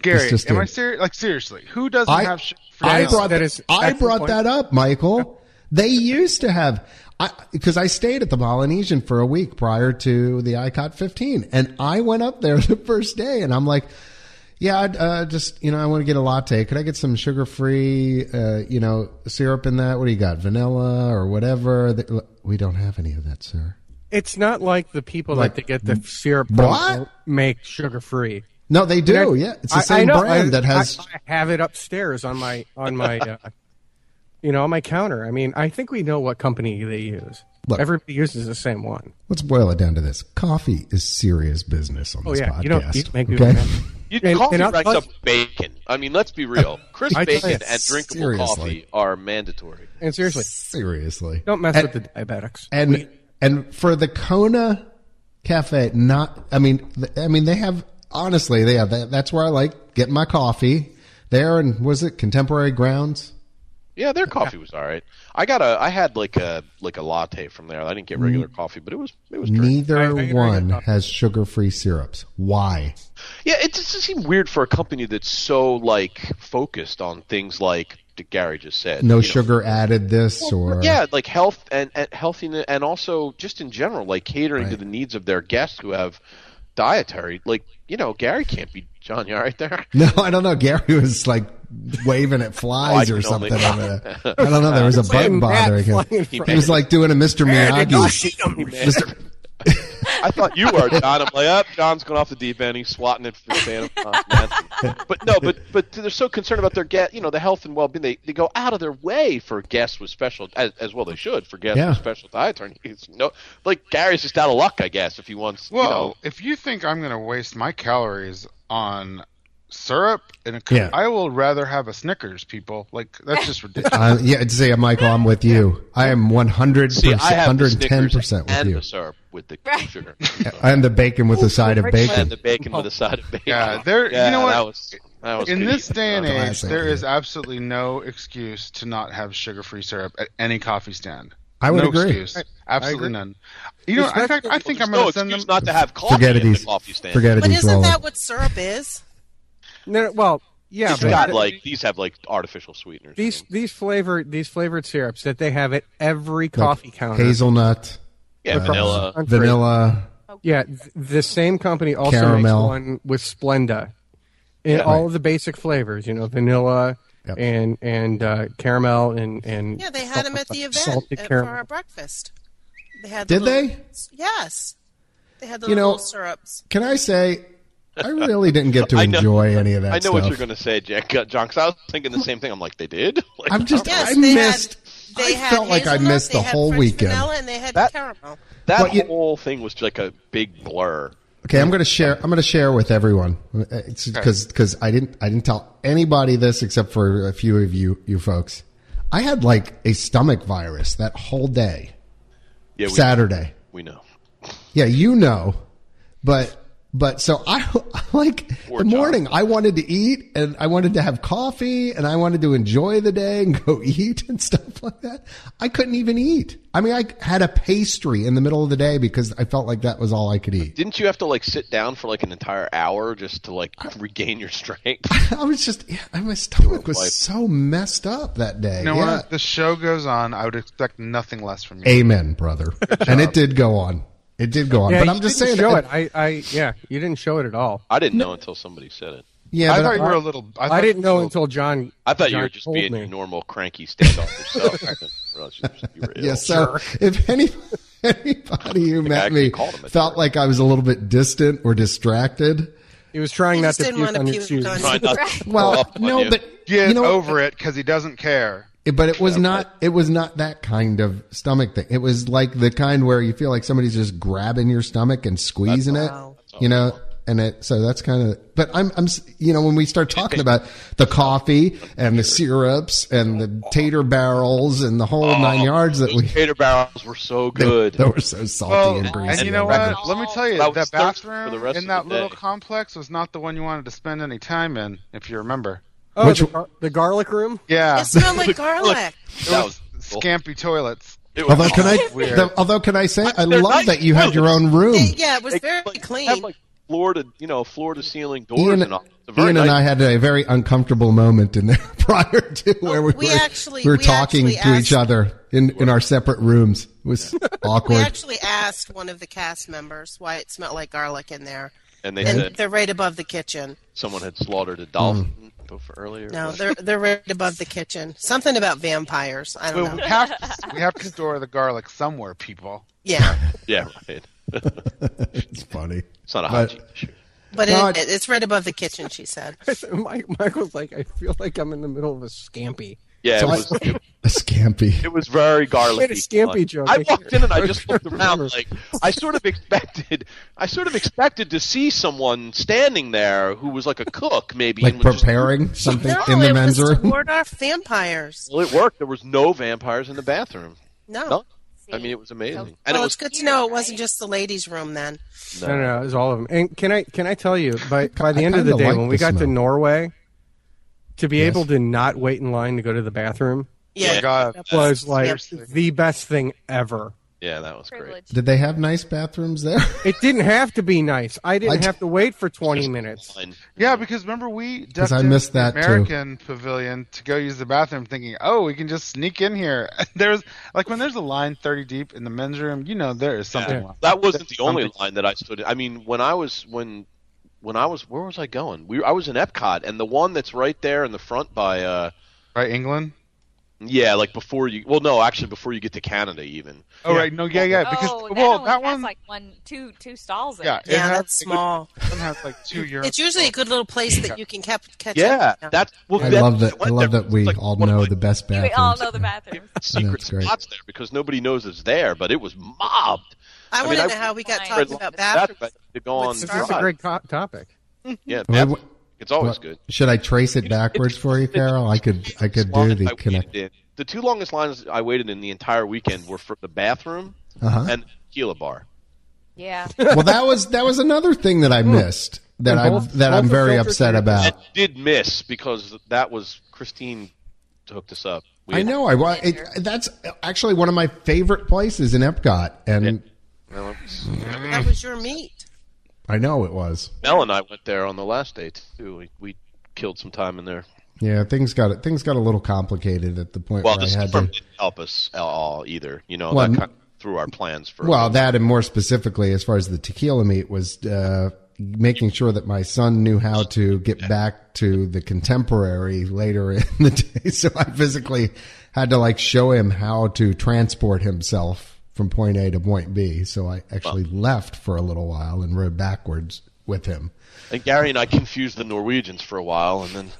Speaker 7: Gary,
Speaker 2: It's just
Speaker 7: am
Speaker 2: in.
Speaker 7: I serious? Like seriously, who doesn't
Speaker 2: I-
Speaker 7: have sugar-free
Speaker 2: I
Speaker 3: Yes,
Speaker 7: syrup?
Speaker 2: brought
Speaker 3: that
Speaker 2: that,
Speaker 3: is-
Speaker 2: I
Speaker 3: that's the
Speaker 2: brought
Speaker 3: point.
Speaker 2: that up, Michael. They used to have I because I stayed at the Polynesian for a week prior to the ICOT 15, and I went up there the first day, and I'm like, yeah, I'd, uh, just you know, I want to get a latte. Could I get some sugar free, uh, you know, syrup in that? What do you got, vanilla or whatever? They- "Look, We don't have any of that, sir.
Speaker 3: it's not like the people
Speaker 2: Like,
Speaker 3: that they get the syrup
Speaker 2: what?
Speaker 3: from make sugar free.
Speaker 2: No, they do. Yeah, it's the
Speaker 3: I- I
Speaker 2: same
Speaker 3: know.
Speaker 2: brand
Speaker 3: I-
Speaker 2: that has.
Speaker 3: I, I have it upstairs on my on my uh, you know on my counter. I mean, I think we know what company they use.
Speaker 2: Look.
Speaker 3: Everybody uses the same one.
Speaker 2: let's boil it down to this: coffee is serious business on
Speaker 3: Oh
Speaker 2: this
Speaker 3: yeah,
Speaker 2: podcast.
Speaker 3: you don't you make me
Speaker 2: okay?
Speaker 6: You,
Speaker 3: And-
Speaker 6: coffee
Speaker 3: and I'll
Speaker 6: ranks
Speaker 3: tell
Speaker 6: up with bacon. I mean, let's be real. Crisp
Speaker 3: I tell you,
Speaker 6: bacon and drinkable
Speaker 2: seriously.
Speaker 6: coffee are mandatory.
Speaker 3: And seriously,
Speaker 2: Seriously,
Speaker 3: don't mess
Speaker 2: And-
Speaker 3: with the diabetics.
Speaker 2: and and for the Kona Cafe, not I mean, th- I mean they have honestly they have that, that's where I like getting my coffee there and was it Contemporary Grounds?
Speaker 6: Yeah, their coffee was all right. I got a, I had like a like a latte from there. I didn't get regular
Speaker 2: Mm.
Speaker 6: coffee, but it was it was drink.
Speaker 2: Neither
Speaker 3: I- I agree
Speaker 2: one
Speaker 3: with that.
Speaker 2: has sugar-free syrups. Why?
Speaker 6: Yeah, it just seemed weird for a company that's so like focused on things like that Gary just said.
Speaker 2: No
Speaker 6: you know.
Speaker 2: sugar added this or
Speaker 6: Yeah, like health and, and healthiness, and also just in general, like catering to the needs of their guests who have dietary. Like you know, Gary can't be John. You all right there?
Speaker 2: No, I don't know. Gary was like waving at flies
Speaker 6: Oh, I
Speaker 2: or
Speaker 6: can only-
Speaker 2: something. over there. I don't know. There was a bug
Speaker 3: Fucking bat
Speaker 2: bothering him.
Speaker 3: flying
Speaker 2: He
Speaker 3: from-
Speaker 2: was like doing a Mr.
Speaker 6: Oh,
Speaker 2: Miyagi.
Speaker 6: Mr. I thought you were John. I'm like, up. John's going off the deep end. He's swatting it for Santa Claus, man. But no, but but they're so concerned about their guest, you know, the health and well being. They, they go out of their way for guests with special, as, as well they should for guests
Speaker 2: Yeah.
Speaker 6: with special dietary needs. No, like Gary's just out of luck, I guess, if he wants.
Speaker 7: Well,
Speaker 6: you know,
Speaker 7: if you think I'm going to waste my calories on syrup in a cup,
Speaker 2: Yeah.
Speaker 7: I will rather have a Snickers, people. Like that's just ridiculous.
Speaker 2: Uh, yeah, I'd say, Michael, I'm with you. I am 100,
Speaker 6: see, I have the
Speaker 2: 110%
Speaker 6: Snickers
Speaker 2: with
Speaker 6: and
Speaker 2: you.
Speaker 6: the syrup with the
Speaker 4: Right.
Speaker 6: sugar
Speaker 2: And the bacon with a side of
Speaker 6: and
Speaker 2: bacon.
Speaker 6: the bacon with a side of bacon.
Speaker 7: Yeah, there- you know what?
Speaker 6: That was, that was
Speaker 7: in
Speaker 6: good
Speaker 7: this
Speaker 6: eating,
Speaker 7: day and
Speaker 6: John.
Speaker 7: age,
Speaker 2: Classic,
Speaker 7: there is
Speaker 2: yeah.
Speaker 7: absolutely no excuse to not have sugar-free syrup at any coffee stand.
Speaker 2: I would
Speaker 7: no
Speaker 2: agree.
Speaker 7: Excuse. absolutely
Speaker 3: agree.
Speaker 7: none. You know, in fact, I think I'm
Speaker 6: no
Speaker 7: going to send them.
Speaker 6: excuse not to have coffee
Speaker 2: Forget
Speaker 6: at
Speaker 2: it,
Speaker 6: the
Speaker 2: he's-
Speaker 6: coffee stand.
Speaker 2: Forget it.
Speaker 5: But
Speaker 2: he's
Speaker 5: isn't
Speaker 2: rolling.
Speaker 5: that what syrup is?
Speaker 3: No, no, well, yeah,
Speaker 6: It's
Speaker 3: but
Speaker 6: got
Speaker 3: th-
Speaker 6: like these have like artificial sweeteners. in
Speaker 3: these
Speaker 6: them.
Speaker 3: these flavored these flavored syrups that they have at every coffee counter.
Speaker 2: hazelnut,
Speaker 6: yeah, vanilla.
Speaker 3: I'm free.
Speaker 2: vanilla.
Speaker 3: Yeah, th- the same company also
Speaker 2: Caramel.
Speaker 3: makes one with Splenda, in
Speaker 6: Yeah.
Speaker 3: all of the basic flavors. You know, vanilla
Speaker 2: Yep.
Speaker 3: and and uh, caramel and and
Speaker 5: Yeah, they had them at the event
Speaker 3: Salted
Speaker 5: uh, for
Speaker 3: caramel.
Speaker 5: our breakfast. They had
Speaker 2: Did
Speaker 5: the little-
Speaker 2: they?
Speaker 5: Yes, they had the
Speaker 2: You
Speaker 5: little
Speaker 2: know-
Speaker 5: syrups.
Speaker 2: Can I say, I really didn't get to
Speaker 6: I know-
Speaker 2: enjoy any of that.
Speaker 6: I know what
Speaker 2: stuff.
Speaker 6: you're going to say, Jack, uh, John, because I was thinking the same thing. I'm like, they did? Like,
Speaker 2: I'm just,
Speaker 5: Yes,
Speaker 2: I
Speaker 5: they
Speaker 2: missed.
Speaker 5: had. They
Speaker 2: I
Speaker 5: had
Speaker 2: felt like I
Speaker 5: hazelnut,
Speaker 2: missed
Speaker 5: they
Speaker 2: the
Speaker 5: had
Speaker 2: whole
Speaker 5: French
Speaker 2: weekend.
Speaker 5: Vanilla and they had
Speaker 6: That-
Speaker 5: caramel.
Speaker 6: that
Speaker 2: But you-
Speaker 6: whole thing was like a big blur.
Speaker 2: Okay, I'm going to share. I'm going to share with everyone because because I didn't I didn't tell anybody this except for a few of you you folks. I had like a stomach virus that whole day
Speaker 6: Yeah, we,
Speaker 2: Saturday.
Speaker 6: we know.
Speaker 2: Yeah, you know, but but so I like
Speaker 6: Poor
Speaker 2: the
Speaker 6: John.
Speaker 2: morning. I wanted to eat and I wanted to have coffee and I wanted to enjoy the day and go eat and stuff like that. I couldn't even eat. I mean, I had a pastry in the middle of the day because I felt like that was all I could eat.
Speaker 6: Didn't you have to like sit down for like an entire hour just to like regain your strength?
Speaker 2: I was just, yeah, my stomach
Speaker 6: like-
Speaker 2: was so messed up that day.
Speaker 7: You know
Speaker 2: yeah.
Speaker 7: what? The show goes on. I would expect nothing less from you.
Speaker 2: Amen, brother. and it did go on. It did go on.
Speaker 3: Yeah,
Speaker 2: but
Speaker 3: you
Speaker 2: I'm just
Speaker 3: didn't
Speaker 2: saying.
Speaker 3: show
Speaker 2: that-
Speaker 3: it. I, I yeah, you didn't show it at all.
Speaker 6: I didn't know until somebody said it.
Speaker 2: Yeah,
Speaker 7: I
Speaker 2: but
Speaker 7: thought you were a little. I, thought
Speaker 3: I didn't
Speaker 7: you were
Speaker 3: know
Speaker 7: a little-
Speaker 3: until John.
Speaker 6: I thought you
Speaker 3: John
Speaker 6: were just
Speaker 3: told
Speaker 6: being
Speaker 3: me.
Speaker 6: your normal cranky standoff yourself. I didn't realize you were- you were ill.
Speaker 2: Yeah, so if any, anybody who met
Speaker 6: actually
Speaker 2: me
Speaker 6: called him a
Speaker 2: felt
Speaker 6: jerk.
Speaker 2: like I was a little bit distant or distracted,
Speaker 3: He was trying
Speaker 5: He
Speaker 3: not
Speaker 5: just
Speaker 3: to
Speaker 5: didn't
Speaker 3: puke
Speaker 5: wanna
Speaker 3: on your
Speaker 5: puke
Speaker 3: shoes.
Speaker 5: on-
Speaker 6: Trying not to blow
Speaker 2: well,
Speaker 6: up on
Speaker 2: no,
Speaker 6: you.
Speaker 2: but
Speaker 7: Get
Speaker 2: you know,
Speaker 7: over it because he doesn't care.
Speaker 2: But it was not. It was not that kind of stomach thing. It was like the kind where you feel like somebody's just grabbing your stomach and squeezing it. You know, and it. So that's kind of. But I'm. I'm. s- You know, when we start talking about the coffee and the syrups and the tater barrels and the whole nine yards that
Speaker 6: Those
Speaker 2: we
Speaker 6: tater barrels were so good.
Speaker 2: that were so salty
Speaker 7: Well,
Speaker 2: and greasy.
Speaker 7: and you know
Speaker 2: regular.
Speaker 7: what? Let me tell you,
Speaker 6: I was
Speaker 7: that
Speaker 6: thirsty for the
Speaker 7: bathroom
Speaker 6: rest
Speaker 7: in
Speaker 6: of
Speaker 7: that
Speaker 6: the
Speaker 7: little
Speaker 6: day.
Speaker 7: complex was not the one you wanted to spend any time in, if you remember.
Speaker 3: Oh,
Speaker 2: Which-
Speaker 3: the, gar- the garlic room.
Speaker 7: Yeah,
Speaker 5: It smelled like garlic.
Speaker 6: that was
Speaker 7: scampy toilets.
Speaker 6: It was
Speaker 2: Although can I?
Speaker 7: Weird.
Speaker 2: the- although can I say I
Speaker 6: They're
Speaker 2: love
Speaker 6: nice
Speaker 2: that you had your own room.
Speaker 5: They- yeah, it was
Speaker 6: They,
Speaker 5: very
Speaker 6: like,
Speaker 5: clean. Mm-hmm.
Speaker 6: Have like floor to you know floor to ceiling doors
Speaker 2: Ian,
Speaker 6: and all. It's a very
Speaker 2: Ian and I
Speaker 6: nice-
Speaker 2: had a very uncomfortable moment in there prior to where we,
Speaker 5: we
Speaker 2: were,
Speaker 5: actually-
Speaker 2: we were
Speaker 5: we
Speaker 2: talking
Speaker 5: actually
Speaker 2: to each
Speaker 5: asked-
Speaker 2: other in, in our separate rooms. It was
Speaker 5: we
Speaker 2: awkward.
Speaker 5: actually asked one of the cast members why it smelled like garlic in there,
Speaker 6: and they
Speaker 5: and
Speaker 6: said
Speaker 5: they're right above the kitchen.
Speaker 6: someone had slaughtered a dolphin before earlier.
Speaker 5: Mm-hmm. No, they're they're right above the kitchen. Something about vampires. I
Speaker 7: But
Speaker 5: don't
Speaker 7: we
Speaker 5: know.
Speaker 7: have to, we have to store the garlic somewhere, people.
Speaker 5: Yeah,
Speaker 6: yeah, right.
Speaker 2: it's funny.
Speaker 6: It's not a
Speaker 2: But-
Speaker 6: hygiene issue.
Speaker 5: but
Speaker 2: No,
Speaker 5: it,
Speaker 2: it-
Speaker 5: it's right above the kitchen. She said.
Speaker 3: Mike, Michael's like, I feel like I'm in the middle of a scampy.
Speaker 6: Yeah,
Speaker 2: So
Speaker 6: it
Speaker 2: I-
Speaker 6: was it,
Speaker 2: A scampi.
Speaker 6: it was very garlicky.
Speaker 3: Made a scampi
Speaker 6: Like,
Speaker 3: joke.
Speaker 6: I walked in and I just looked around. Like I sort of expected, I sort of expected to see someone standing there who was like a cook, maybe
Speaker 2: Like
Speaker 6: and was just-
Speaker 2: preparing something
Speaker 5: No,
Speaker 2: in the
Speaker 5: it
Speaker 2: men's
Speaker 5: was to
Speaker 2: room.
Speaker 5: ward off vampires.
Speaker 6: well, it worked. There was no vampires in the bathroom.
Speaker 5: No.
Speaker 6: None. I mean, it was amazing, and
Speaker 5: well,
Speaker 6: it
Speaker 5: Oh. it's
Speaker 6: was
Speaker 5: good to know it wasn't just the ladies' room then.
Speaker 3: No, no, no, it was all of them. And can I can I tell you by by the end of the
Speaker 2: kinda
Speaker 3: day
Speaker 2: like
Speaker 3: when we
Speaker 2: the
Speaker 3: got to
Speaker 2: smell.
Speaker 3: Norway, to be
Speaker 2: Yes.
Speaker 3: able to not wait in line to go to the bathroom
Speaker 5: Yeah,
Speaker 6: Yeah.
Speaker 7: God,
Speaker 3: was like
Speaker 7: seriously.
Speaker 3: the best thing ever.
Speaker 6: yeah, that was great.
Speaker 4: privilege.
Speaker 2: Did they have nice bathrooms there?
Speaker 3: It didn't have to be nice. I didn't
Speaker 2: I-
Speaker 3: have to wait for twenty minutes.
Speaker 6: Fine.
Speaker 7: Yeah, because remember we
Speaker 2: 'Cause I
Speaker 7: ducked
Speaker 2: missed
Speaker 7: into the
Speaker 2: that, too.
Speaker 7: American Pavilion to go use the bathroom, thinking, "Oh, we can just sneak in here." There was like when there's a line thirty deep in the men's room, you know there is something.
Speaker 6: Yeah.
Speaker 7: wrong.
Speaker 6: That wasn't the only
Speaker 7: something-
Speaker 6: line that I stood. In. I mean, when I was when when I was where was I going? We I was in Epcot, and the one that's right there in the front by uh
Speaker 7: right? England.
Speaker 6: yeah, like before you. Well, no, actually before you get to Canada, even.
Speaker 7: Oh right, no, yeah, yeah, because
Speaker 4: oh, that
Speaker 7: well
Speaker 4: only has
Speaker 7: that one,
Speaker 4: like one, two, two stalls. In
Speaker 7: yeah,
Speaker 4: it.
Speaker 7: it
Speaker 5: Yeah,
Speaker 7: has-
Speaker 5: that's
Speaker 7: it
Speaker 5: small.
Speaker 7: would- It has like two years.
Speaker 5: It's usually a good little place that you can cap- catch.
Speaker 6: Yeah,
Speaker 5: up.
Speaker 6: that's well.
Speaker 2: I
Speaker 6: that-
Speaker 2: love that. I
Speaker 6: went
Speaker 2: love
Speaker 6: there.
Speaker 2: that we
Speaker 6: It's like
Speaker 2: all
Speaker 6: one of
Speaker 2: know
Speaker 6: my
Speaker 2: the best bathrooms.
Speaker 4: We all know the bathrooms.
Speaker 6: secret
Speaker 2: That's great.
Speaker 6: spots there because nobody knows it's there, but it was mobbed.
Speaker 5: I, want
Speaker 6: mean,
Speaker 5: to
Speaker 6: I-
Speaker 5: know how we got
Speaker 4: Fine.
Speaker 5: talking about bathrooms.
Speaker 6: That's to go on.
Speaker 5: With
Speaker 3: This
Speaker 5: Starbucks.
Speaker 3: is a great co- topic.
Speaker 6: Yeah,
Speaker 2: Well,
Speaker 6: bath-
Speaker 2: what-
Speaker 6: it's always
Speaker 2: what-
Speaker 6: good.
Speaker 2: Should I trace it backwards for you, Carol? I could. I could do
Speaker 6: longest I
Speaker 2: the
Speaker 6: waited
Speaker 2: connect.
Speaker 6: in- The two longest lines I waited in the entire weekend were for the bathroom
Speaker 2: Uh-huh.
Speaker 6: and Gila Bar.
Speaker 4: Yeah.
Speaker 2: Well, that was that was another thing that I
Speaker 6: Hmm.
Speaker 2: missed that
Speaker 3: And
Speaker 2: I
Speaker 3: both-
Speaker 2: that
Speaker 3: both
Speaker 2: I'm
Speaker 3: the
Speaker 2: very
Speaker 3: filters
Speaker 2: upset
Speaker 3: are-
Speaker 2: about.
Speaker 6: that did miss because that was Christine hooked us up. We
Speaker 2: I
Speaker 6: had-
Speaker 2: know. I wa- it, that's actually one of my favorite places in Epcot, and
Speaker 6: Mel and-
Speaker 5: That was your meat.
Speaker 2: I know it was.
Speaker 6: Mel and I went there on the last day too. We, we killed some time in there.
Speaker 2: Yeah, things got things got a little complicated at the point
Speaker 6: Well,
Speaker 2: where
Speaker 6: this
Speaker 2: I had
Speaker 6: firm
Speaker 2: to.
Speaker 6: didn't help us at all either. You know,
Speaker 2: Well,
Speaker 6: that
Speaker 2: n-
Speaker 6: kind of threw our plans for.
Speaker 2: Well, that and more specifically, as far as the tequila meat was uh, making sure that my son knew how to get back to the contemporary later in the day. So I physically had to like show him how to transport himself from point A to point B. So I actually left for a little while and rode backwards with him.
Speaker 6: and Gary and I confused the Norwegians for a while, and then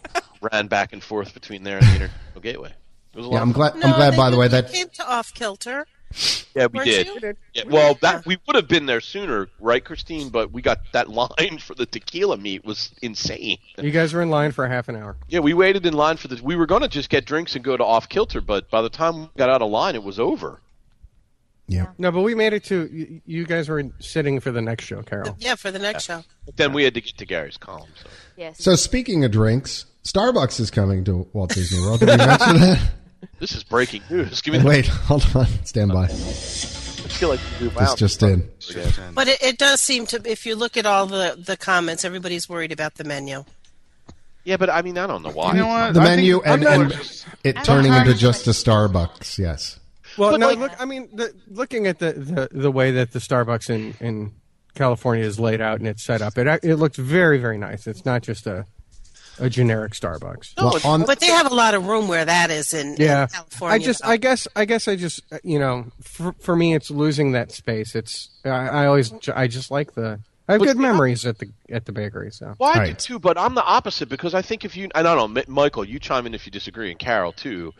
Speaker 6: ran back and forth between there and the International Gateway. It was a lot.
Speaker 2: Yeah, I'm
Speaker 6: of fun.
Speaker 2: glad.
Speaker 5: No,
Speaker 2: I'm glad.
Speaker 5: they
Speaker 2: By the
Speaker 5: took
Speaker 2: way,
Speaker 5: the
Speaker 2: that
Speaker 5: kid to off kilter.
Speaker 6: Yeah, we
Speaker 5: Weren't
Speaker 6: did.
Speaker 5: you? We did.
Speaker 6: Yeah, well,
Speaker 5: Yeah.
Speaker 6: that we would have been there sooner, right, Christine? But we got that line for the tequila meat was insane.
Speaker 3: You guys were in line for half an hour.
Speaker 6: Yeah, we waited in line for this. We were going to just get drinks and go to off kilter, but by the time we got out of line, it was over.
Speaker 2: yeah.
Speaker 3: No, but we made it to. You, you guys were sitting for the next show, Carol.
Speaker 5: Yeah, for the next show.
Speaker 6: But then we had to get to Gary's column. So.
Speaker 4: Yes.
Speaker 2: So speaking of drinks, Starbucks is coming to Walt Disney World. Did we mention that?
Speaker 6: This is breaking news. Give me that.
Speaker 2: Wait, hold on. Stand by. This
Speaker 6: I feel like we do out.
Speaker 2: just in.
Speaker 5: But it, it does seem to, if you look at all the, the comments, everybody's worried about the menu.
Speaker 6: Yeah, but I mean, I don't know why.
Speaker 7: You know what?
Speaker 2: The
Speaker 7: I
Speaker 2: menu
Speaker 7: think-
Speaker 2: and,
Speaker 7: I'm
Speaker 2: and
Speaker 7: not-
Speaker 2: it turning into
Speaker 7: Sometimes-
Speaker 2: just a Starbucks. Yes.
Speaker 3: Well,
Speaker 6: But,
Speaker 3: no,
Speaker 6: like-
Speaker 3: look. I mean, the, looking at the, the the way that the Starbucks in in California is laid out and it's set up, it ac- it looks very very nice. It's not just a a generic Starbucks.
Speaker 7: Oh,
Speaker 6: No,
Speaker 2: Well,
Speaker 6: it's-
Speaker 2: on
Speaker 5: But they have a lot of room where that is in, in
Speaker 3: Yeah,
Speaker 5: California.
Speaker 3: I just, I guess, I guess, I just, uh, you know, for, for me, it's losing that space. It's, I, I always, ju- I just like the, I have good memories at the at the bakery. So
Speaker 6: Well, I do
Speaker 2: Right.
Speaker 6: too, but I'm the opposite because I think if you and I don't know, Mi- Michael, you chime in if you disagree, and Carol too.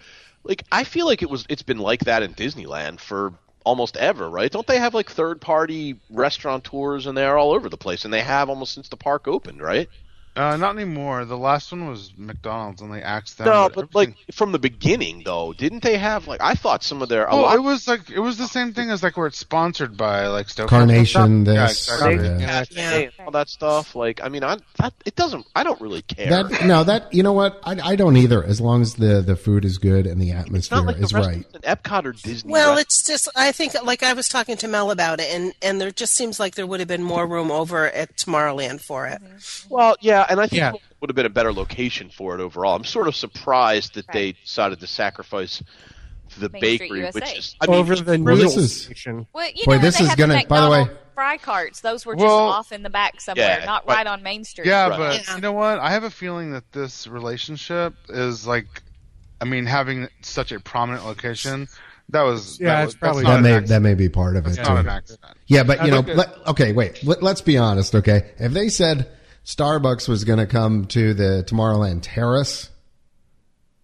Speaker 6: Like I feel like it was it's been like that in Disneyland for almost ever, right? Don't they have like third party restaurateurs and they're all over the place, and they have almost since the park opened, right?
Speaker 7: Uh, not anymore. The last one was McDonald's, and they axed them.
Speaker 2: Um,
Speaker 6: No, but like
Speaker 7: everything-
Speaker 6: from the beginning though, didn't they have like I thought some of their
Speaker 2: Oh,
Speaker 6: a
Speaker 7: well,
Speaker 6: lot-
Speaker 7: Oh, it was like it was the same thing as like where it's sponsored by like Stoke
Speaker 2: Carnation,
Speaker 7: Yeah,
Speaker 2: this,
Speaker 7: exactly.
Speaker 2: yeah.
Speaker 7: Yeah.
Speaker 5: Yeah.
Speaker 6: all that stuff. Like I mean, I that, it doesn't. I don't really care.
Speaker 2: that, no, that you know what? I, I don't either. As long as the the food is good and the
Speaker 6: it's
Speaker 2: atmosphere
Speaker 6: not like the
Speaker 2: is right.
Speaker 6: restaurants in Epcot or Disney.
Speaker 5: Well,
Speaker 6: right?
Speaker 5: it's just I think like I was talking to Mel about it, and and there just seems like there would have been more room over at Tomorrowland for it.
Speaker 6: Well, yeah, and I think
Speaker 3: Yeah.
Speaker 6: it would have been a better location for it overall. I'm sort of surprised that they decided to sacrifice the
Speaker 4: Main Street
Speaker 6: bakery,
Speaker 4: USA.
Speaker 6: which is I mean,
Speaker 3: over the
Speaker 2: Well,
Speaker 3: noodle
Speaker 2: this is-
Speaker 3: station.
Speaker 4: Well, you
Speaker 2: Boy,
Speaker 4: know,
Speaker 2: this
Speaker 4: they
Speaker 2: is
Speaker 4: had the
Speaker 2: gonna- by the way-
Speaker 4: McDonald's fry carts. Those were just
Speaker 7: Well-
Speaker 4: off in the back somewhere,
Speaker 6: Yeah,
Speaker 4: not
Speaker 6: but-
Speaker 4: right on Main Street.
Speaker 7: Yeah,
Speaker 6: Right.
Speaker 7: but
Speaker 5: Yeah.
Speaker 7: you know what? I have a feeling that this relationship is like, I mean, having such a prominent location, that was
Speaker 3: Yeah,
Speaker 7: that
Speaker 3: it's
Speaker 7: was,
Speaker 3: probably-
Speaker 7: that's
Speaker 2: That
Speaker 7: not an
Speaker 2: may
Speaker 7: accident.
Speaker 2: that may be part of it.
Speaker 7: Oh, That's not
Speaker 2: too.
Speaker 7: an accident.
Speaker 2: Yeah, but you know,
Speaker 7: think
Speaker 2: let, okay, wait. Let, let's be honest, okay? If they said Starbucks was going to come to the Tomorrowland Terrace,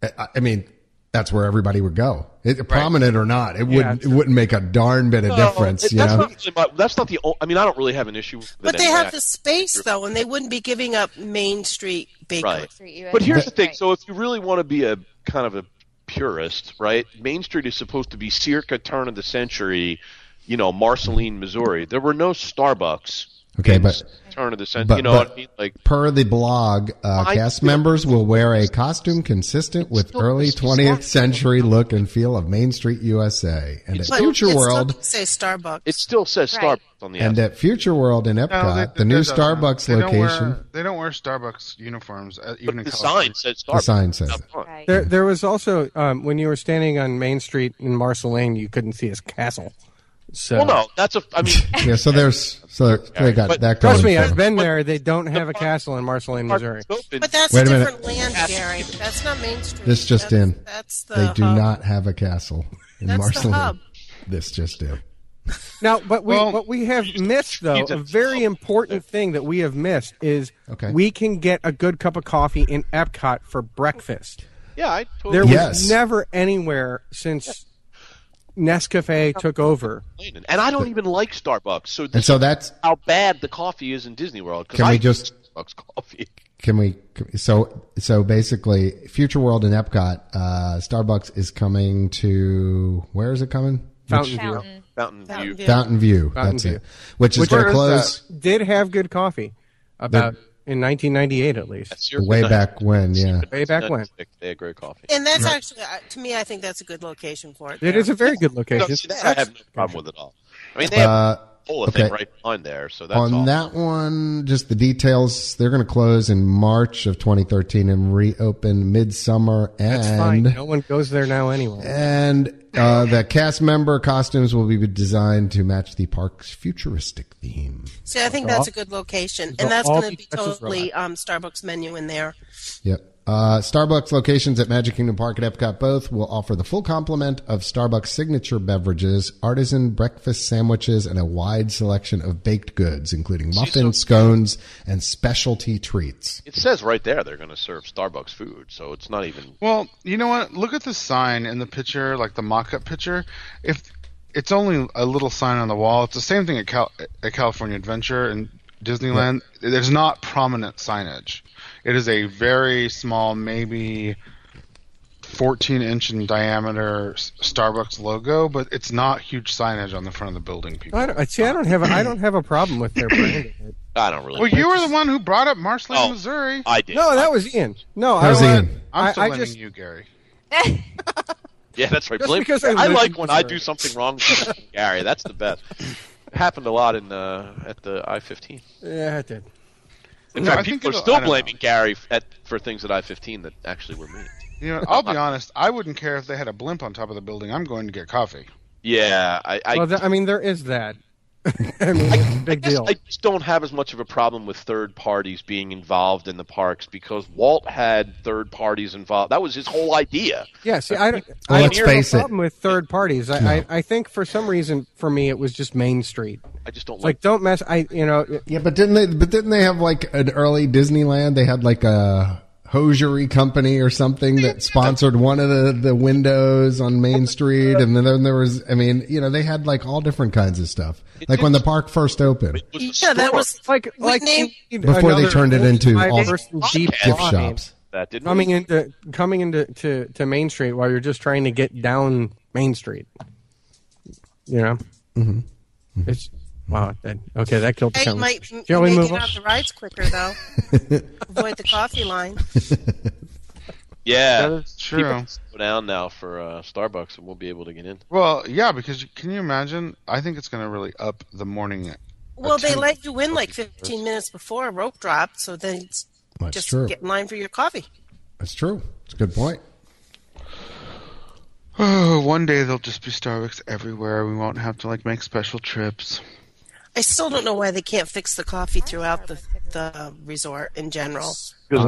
Speaker 2: I- I, I mean, that's where everybody would go, it, prominent or not. It wouldn't. It wouldn't make a darn bit of
Speaker 6: Well,
Speaker 2: difference.
Speaker 6: it-
Speaker 2: you
Speaker 6: that's
Speaker 2: know,
Speaker 6: not really my, that's not the. o- I mean, I don't really have an issue. With
Speaker 5: But
Speaker 6: it
Speaker 5: they
Speaker 6: anyway.
Speaker 5: have the space though, and they wouldn't be giving up Main Street Bakery.
Speaker 6: right.
Speaker 4: Street USA.
Speaker 6: But here's the thing.
Speaker 4: Right.
Speaker 6: So if you really want to be a kind of a purist, right? Main Street is supposed to be circa turn of the century, you know, Marceline, Missouri. There were no Starbucks.
Speaker 2: Okay,
Speaker 6: in
Speaker 2: but-
Speaker 6: turn of the century.
Speaker 2: but-
Speaker 6: You know
Speaker 2: but-
Speaker 6: what I mean? Like
Speaker 2: per the blog, uh,
Speaker 6: I-
Speaker 2: cast members will wear a costume consistent with
Speaker 6: still-
Speaker 2: early
Speaker 6: it's still-
Speaker 2: 20th century look and feel of Main Street USA, and at
Speaker 5: But
Speaker 2: Future
Speaker 5: it still
Speaker 2: World.
Speaker 5: doesn't say Starbucks.
Speaker 6: it still says
Speaker 4: Right.
Speaker 6: Starbucks on the
Speaker 2: And
Speaker 6: outside.
Speaker 2: at Future World in Epcot,
Speaker 7: No, they-
Speaker 2: the new
Speaker 7: that doesn't-
Speaker 2: Starbucks
Speaker 7: they don't wear-
Speaker 2: location,
Speaker 7: they don't wear Starbucks uniforms, uh, even in
Speaker 6: the sign
Speaker 7: California.
Speaker 6: says Starbucks.
Speaker 2: the sign says it.
Speaker 6: Come on.
Speaker 4: Right.
Speaker 3: There, there was also um, when you were standing on Main Street in Marceline, you couldn't see his castle. So
Speaker 6: Well, no, that's a. I mean,
Speaker 2: Yeah, so there's so they got
Speaker 6: But
Speaker 2: that.
Speaker 3: trust
Speaker 2: going
Speaker 3: me,
Speaker 2: for
Speaker 3: I've
Speaker 2: them.
Speaker 3: been there. They don't have a castle in Marceline, Missouri.
Speaker 6: Park's open.
Speaker 5: but that's
Speaker 2: Wait
Speaker 5: a
Speaker 2: a minute.
Speaker 5: different land, Gary. That's not Main Street.
Speaker 2: This just
Speaker 5: that's,
Speaker 2: in.
Speaker 5: That's the
Speaker 2: They do
Speaker 3: uh-huh.
Speaker 5: hub.
Speaker 2: not have a castle in
Speaker 5: That's the
Speaker 2: Marceline.
Speaker 5: hub.
Speaker 2: This just did.
Speaker 3: Now, but we
Speaker 7: Well-
Speaker 3: what we have missed though,
Speaker 6: He's a-
Speaker 3: a very important thing that we have missed is
Speaker 2: Okay.
Speaker 3: we can get a good cup of coffee in Epcot for breakfast.
Speaker 6: yeah, I
Speaker 3: There
Speaker 6: totally
Speaker 3: was
Speaker 2: Yes.
Speaker 3: never anywhere since Nescafe took over.
Speaker 6: complain. And I don't even like Starbucks, so
Speaker 2: And
Speaker 6: this
Speaker 2: so that's
Speaker 6: is how bad the coffee is in Disney World. 'cause
Speaker 2: Can we
Speaker 6: I hate
Speaker 2: just-
Speaker 6: Starbucks coffee?
Speaker 2: can we so so basically Future World in Epcot, uh, Starbucks is coming to where is it coming?
Speaker 3: Fountain View,
Speaker 4: Fountain.
Speaker 6: Mountain View.
Speaker 5: View.
Speaker 2: Fountain View.
Speaker 3: Fountain
Speaker 2: that's
Speaker 3: View.
Speaker 2: it. Which is
Speaker 3: which
Speaker 2: going to
Speaker 3: was,
Speaker 2: close
Speaker 3: uh, did have good coffee about in 1998 at least.
Speaker 6: That's your-
Speaker 2: way back when. Yeah.
Speaker 3: Way back when.
Speaker 6: They had great coffee.
Speaker 5: And that's actually, uh, to me, I think that's a good location for it.
Speaker 3: It
Speaker 5: there.
Speaker 3: is a very good
Speaker 6: No,
Speaker 3: location.
Speaker 6: see, that I have no problem with it all. I mean, they have
Speaker 2: Uh,
Speaker 6: Cola
Speaker 2: Okay.
Speaker 6: thing right behind there. So that's
Speaker 2: on
Speaker 6: all.
Speaker 2: that one, just the details. They're going to close in March of 2013 and reopen midsummer. And
Speaker 3: That's fine. No one goes there now anyway.
Speaker 2: and uh, the cast member costumes will be designed to match the park's futuristic theme.
Speaker 5: See, I think that's a good location, and that's
Speaker 3: all
Speaker 5: going to be
Speaker 3: be touches
Speaker 5: totally um, Starbucks menu in there.
Speaker 2: Yep. Uh, Starbucks locations at Magic Kingdom Park and Epcot both will offer the full complement of Starbucks signature beverages, artisan breakfast sandwiches, and a wide selection of baked goods, including muffins, scones, and specialty treats.
Speaker 6: It says right there they're going to serve Starbucks food, so it's not even.
Speaker 7: Well, you know what? Look at the sign in the picture, like the mock-up picture. If it's only a little sign on the wall, it's the same thing at, Cal- at California Adventure and Disneyland. There's not prominent signage. It is a very small, maybe 14 inch in diameter S- Starbucks logo, but it's not huge signage on the front of the building. People.
Speaker 3: I don't, see, I don't have a, I don't have a problem with their branding.
Speaker 6: I don't really.
Speaker 7: Well, you were the one who brought up Marshland,
Speaker 6: Oh.
Speaker 7: Missouri.
Speaker 6: I did.
Speaker 3: No, that was Ian. No,
Speaker 2: That was
Speaker 3: I,
Speaker 2: Ian.
Speaker 7: I'm
Speaker 3: I,
Speaker 7: still
Speaker 3: I
Speaker 7: blaming
Speaker 3: just
Speaker 7: you, Gary.
Speaker 6: yeah, that's right.
Speaker 3: Just
Speaker 6: Blame-
Speaker 3: because I
Speaker 6: I,
Speaker 3: live
Speaker 6: like
Speaker 3: in
Speaker 6: when I
Speaker 3: Missouri.
Speaker 6: do something wrong, to Gary. That's the best. It happened a lot in uh, at the I-15.
Speaker 3: yeah, I did.
Speaker 6: In
Speaker 7: No, I
Speaker 6: fact,
Speaker 7: think
Speaker 6: people are
Speaker 7: it'll-
Speaker 6: still
Speaker 7: I don't
Speaker 6: blaming Gary f- at, for things at I-15 that actually were me.
Speaker 7: You know, I'll be honest. I wouldn't care if they had a blimp on top of the building. I'm going to get coffee.
Speaker 6: Yeah, I. I
Speaker 3: Well, th- I mean, there is that. I mean, it's a big
Speaker 6: guess
Speaker 3: deal.
Speaker 6: I just don't have as much of a problem with third parties being involved in the parks because Walt had third parties involved. That was his whole idea.
Speaker 3: Yeah, see, I don't.
Speaker 2: Well,
Speaker 3: I
Speaker 2: let's
Speaker 3: don't have
Speaker 2: face
Speaker 3: a
Speaker 2: it.
Speaker 3: problem with third parties. I, I, I think for some reason, for me, it was just Main Street.
Speaker 6: I just don't
Speaker 3: It's
Speaker 6: like
Speaker 3: like, don't mess. I, you know,
Speaker 2: Yeah, but didn't they? But didn't they have like an early Disneyland? They had like a hosiery company or something that sponsored one of the, the windows on Main Street, and then there was. I mean, you know, they had like all different kinds of stuff. Like when the park first opened,
Speaker 6: It was the
Speaker 5: Yeah, that
Speaker 6: store
Speaker 5: was
Speaker 3: like, like
Speaker 5: named-
Speaker 3: you need
Speaker 2: Before they
Speaker 3: another
Speaker 2: turned it into all
Speaker 3: five-person Jeep
Speaker 2: gift
Speaker 3: line
Speaker 2: shops.
Speaker 6: that didn't
Speaker 3: coming into coming into to, to Main Street while you're just trying to get down Main Street. You know, mm-hmm. it's wow. That, okay, that killed the
Speaker 5: Hey, might
Speaker 3: conversation.
Speaker 5: m-
Speaker 3: Shall we
Speaker 5: make
Speaker 3: move
Speaker 5: it
Speaker 3: on?
Speaker 5: out the rides quicker though. Avoid the coffee line.
Speaker 6: Yeah,
Speaker 7: True.
Speaker 6: People can slow down now for uh, Starbucks, and we'll be able to get in.
Speaker 7: Well, yeah, because you, can you imagine? I think it's going to really up the morning.
Speaker 5: Well, they
Speaker 7: Attend-
Speaker 5: let you in like 15 minutes before a rope drop, so then it's
Speaker 2: That's
Speaker 5: just
Speaker 2: true.
Speaker 5: get in line for your coffee.
Speaker 2: That's true. It's a good point.
Speaker 7: Oh, one day there'll just be Starbucks everywhere. We won't have to like make special trips.
Speaker 5: I still don't know why they can't fix the coffee throughout the, the resort in general.
Speaker 6: Because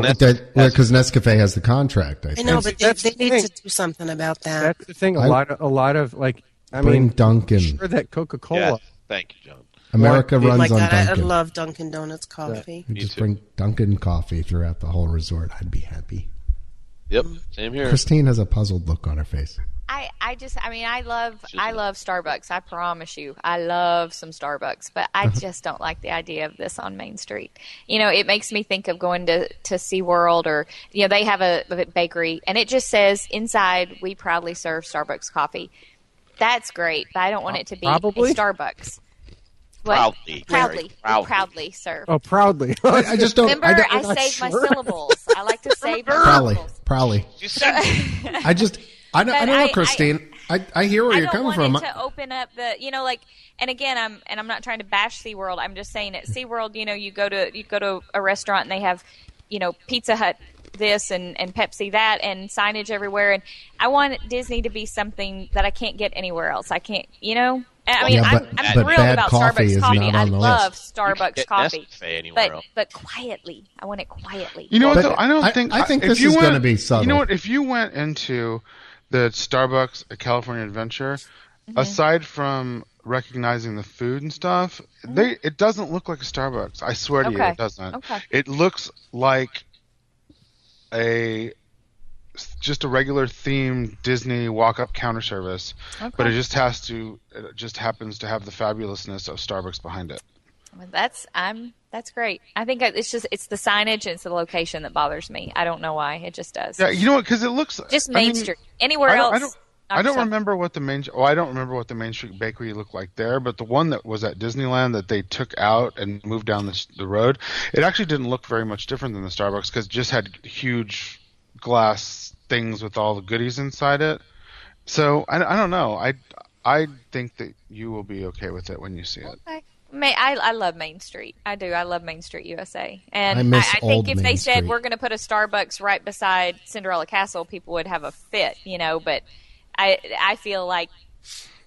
Speaker 2: Because Nescafe has the contract. I
Speaker 5: I
Speaker 2: think.
Speaker 5: know, but they,
Speaker 3: that's
Speaker 5: they
Speaker 3: the
Speaker 5: need
Speaker 3: thing.
Speaker 5: to do something about that.
Speaker 3: That's the thing. A
Speaker 2: I-
Speaker 3: lot of a lot of like. I
Speaker 2: Bring
Speaker 3: mean,
Speaker 2: Dunkin'.
Speaker 3: sure that Coca Cola.
Speaker 6: yeah, thank you, John.
Speaker 2: America
Speaker 5: Oh
Speaker 2: runs
Speaker 5: my
Speaker 2: on
Speaker 5: god, I, I
Speaker 2: Dunkin'.
Speaker 5: love Dunkin' Donuts coffee.
Speaker 2: We just
Speaker 6: too.
Speaker 2: bring Dunkin' coffee throughout the whole resort. I'd be happy.
Speaker 6: Yep,
Speaker 2: Mm-hmm.
Speaker 6: same here.
Speaker 2: Christine has a puzzled look on her face.
Speaker 4: I, I just I mean I love I love Starbucks. I promise you, I love some Starbucks, but I just don't like the idea of this on Main Street. You know, it makes me think of going to to SeaWorld or you know they have a, a bakery and it just says inside we proudly serve Starbucks coffee. That's great, but I don't want it to be
Speaker 3: Probably?
Speaker 4: a Starbucks. What?
Speaker 6: Proudly,
Speaker 4: proudly,
Speaker 6: Very
Speaker 4: We
Speaker 6: proudly.
Speaker 4: proudly serve.
Speaker 3: Oh, proudly.
Speaker 2: I, I just don't.
Speaker 4: Remember,
Speaker 2: I don't
Speaker 4: I,
Speaker 3: not
Speaker 4: saved my
Speaker 3: sure.
Speaker 4: syllables. I like to save my
Speaker 2: Prowly,
Speaker 4: syllables.
Speaker 2: prowly.
Speaker 6: You said
Speaker 2: I just, I don't, I
Speaker 4: But
Speaker 2: don't
Speaker 4: I-
Speaker 2: know, Christine. I, I, hear where
Speaker 4: I
Speaker 2: you're
Speaker 4: don't
Speaker 2: coming
Speaker 4: want
Speaker 2: from.
Speaker 4: it to open up the you know like and again I'm and I'm not trying to bash SeaWorld. I'm just saying at
Speaker 2: Mm.
Speaker 4: SeaWorld, you know, you go to you go to a restaurant and they have, you know, Pizza Hut this and, and Pepsi that and signage everywhere and I want Disney to be something that I can't get anywhere else. I can't you know I mean,
Speaker 2: Yeah,
Speaker 4: I'm,
Speaker 2: but-
Speaker 4: I'm
Speaker 2: but
Speaker 4: thrilled
Speaker 2: bad
Speaker 4: about
Speaker 2: coffee
Speaker 4: Starbucks
Speaker 2: is
Speaker 4: coffee.
Speaker 2: not
Speaker 4: I
Speaker 2: on the
Speaker 4: love
Speaker 6: get
Speaker 4: Starbucks coffee,
Speaker 6: Nescafe anywhere
Speaker 4: but
Speaker 6: else.
Speaker 4: but quietly. I want it quietly.
Speaker 7: You know
Speaker 2: But
Speaker 7: what? Though? I don't
Speaker 2: I-
Speaker 7: think.
Speaker 2: I think
Speaker 7: if
Speaker 2: this
Speaker 7: you
Speaker 2: is
Speaker 7: went-
Speaker 2: gonna be
Speaker 7: You
Speaker 2: subtle.
Speaker 7: know what? If you went into the Starbucks at California Adventure,
Speaker 4: Mm-hmm.
Speaker 7: aside from recognizing the food and stuff, they it doesn't look like a Starbucks. I swear to you,
Speaker 4: Mm-hmm. Okay.
Speaker 7: it doesn't.
Speaker 4: Okay.
Speaker 7: It looks like a just a regular themed Disney walk-up counter service, but it just has to it just happens to have the fabulousness of Starbucks behind it.
Speaker 4: Well, that's I'm that's great. I think it's just it's the signage and it's the location that bothers me. I don't know why it just does.
Speaker 7: Yeah, you know what? Because it looks
Speaker 4: Just
Speaker 7: I
Speaker 4: Main
Speaker 7: mean,
Speaker 4: Street. Anywhere else?
Speaker 7: I don't, I don't remember what the main. Well, I don't remember what the Main Street Bakery looked like there, but the one that was at Disneyland that they took out and moved down the, s- the road, it actually didn't look very much different than the Starbucks because it just had huge glass things with all the goodies inside it. So I, I don't know. I I think that you will be okay with it when you see it.
Speaker 4: Okay. May, I, I love Main Street. I do. I love Main Street USA.
Speaker 2: I
Speaker 4: And I,
Speaker 2: miss
Speaker 4: I, think
Speaker 2: old
Speaker 4: if they
Speaker 2: Main
Speaker 4: said
Speaker 2: Street.
Speaker 4: we're going to put a Starbucks right beside Cinderella Castle, people would have a fit, you know. But I I feel like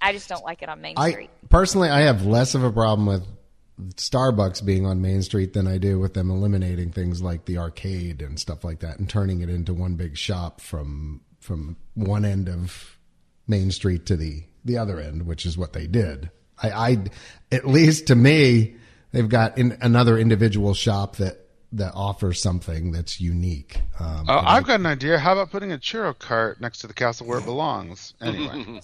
Speaker 4: I just don't like it on Main
Speaker 2: I
Speaker 4: Street.
Speaker 2: personally, I have less of a problem with Starbucks being on Main Street than I do with them eliminating things like the arcade and stuff like that and turning it into one big shop from from one end of Main Street to the the other end, which is what they did. I, I at least to me, they've got in another individual shop that that offers something that's unique. Um,
Speaker 7: Oh, I've got an idea. How about putting a churro cart next to the castle where it belongs? Anyway,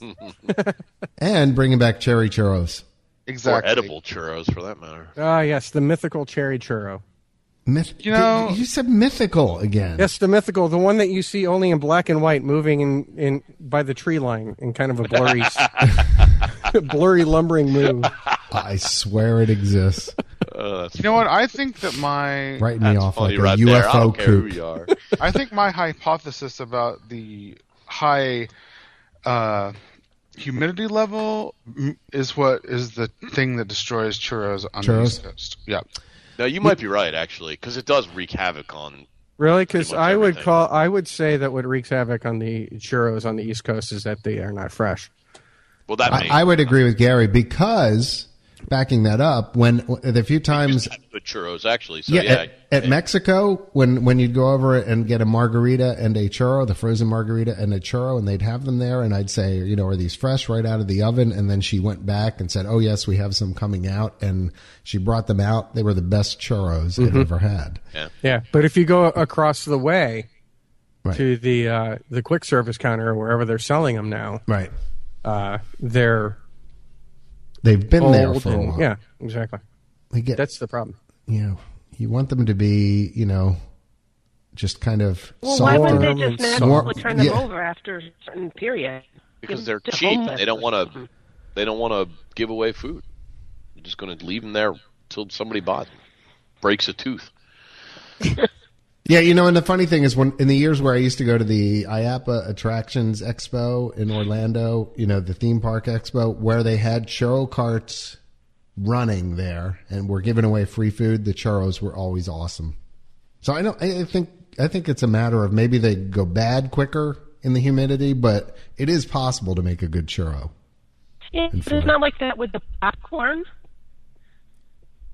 Speaker 2: and bringing back cherry churros.
Speaker 7: exactly.
Speaker 6: Or edible churros, for that matter.
Speaker 3: Ah, yes, the mythical cherry churro.
Speaker 2: Myth-
Speaker 7: You know-
Speaker 2: you said mythical again.
Speaker 3: Yes, the mythical, the one that you see only in black and white, moving in, in by the tree line in kind of a blurry, blurry lumbering move.
Speaker 2: I swear it exists.
Speaker 7: You know what? I think that my
Speaker 2: Right in the off like
Speaker 6: Funny
Speaker 2: a
Speaker 6: right
Speaker 2: UFO
Speaker 6: there. I don't care who
Speaker 2: kook.
Speaker 6: you are.
Speaker 7: I think my hypothesis about the high uh, humidity level m- is what is the thing that destroys churros on the
Speaker 2: Churros?
Speaker 7: East Coast. Yeah.
Speaker 6: No, you might be right actually, because it does wreak havoc on.
Speaker 3: Really? Because
Speaker 6: Pretty much
Speaker 3: I would
Speaker 6: everything.
Speaker 3: call, I would say that what wreaks havoc on the churros on the East Coast is that they are not fresh.
Speaker 6: Well, that
Speaker 2: I, I would agree with Gary because backing that up, when the few times
Speaker 6: good churros actually. So
Speaker 2: yeah,
Speaker 6: yeah,
Speaker 2: at, at Mexico, when when you'd go over and get a margarita and a churro, the frozen margarita and a churro, and they'd have them there, and I'd say, you know, are these fresh right out of the oven? And then she went back and said, oh yes, we have some coming out, and she brought them out. They were the best churros
Speaker 6: Mm-hmm.
Speaker 2: I've ever had.
Speaker 3: Yeah, but if you go across the way
Speaker 2: Right.
Speaker 3: to the uh, the quick service counter or wherever they're selling them now,
Speaker 2: Right.
Speaker 3: uh, they're
Speaker 2: They've been there
Speaker 3: old
Speaker 2: for a
Speaker 3: and
Speaker 2: while.
Speaker 3: yeah, exactly.
Speaker 2: They get-
Speaker 3: That's the problem.
Speaker 2: you know, you want them to be, you know, just kind of
Speaker 8: Well, why
Speaker 2: softer.
Speaker 8: wouldn't they
Speaker 3: Salt
Speaker 8: just
Speaker 3: and
Speaker 8: naturally
Speaker 2: salt.
Speaker 8: turn them
Speaker 2: Yeah.
Speaker 8: over after a certain period?
Speaker 6: because
Speaker 8: Give
Speaker 6: they're
Speaker 8: them to
Speaker 6: cheap.
Speaker 8: homeless
Speaker 6: They don't
Speaker 8: or
Speaker 6: want to.
Speaker 8: something.
Speaker 6: They don't want to give away food. They're just going to leave them there till somebody buys them. Breaks a tooth.
Speaker 2: Yeah, you know, and the funny thing is, when in the years where I used to go to the IAPA Attractions Expo in Orlando, you know, the theme park expo, where they had churro carts running there and were giving away free food, the churros were always awesome. So I don't, I I think, I think it's a matter of maybe they go bad quicker in the humidity, but it is possible to make a good churro.
Speaker 8: Yeah, but
Speaker 2: fun.
Speaker 8: it's not like that with the popcorn.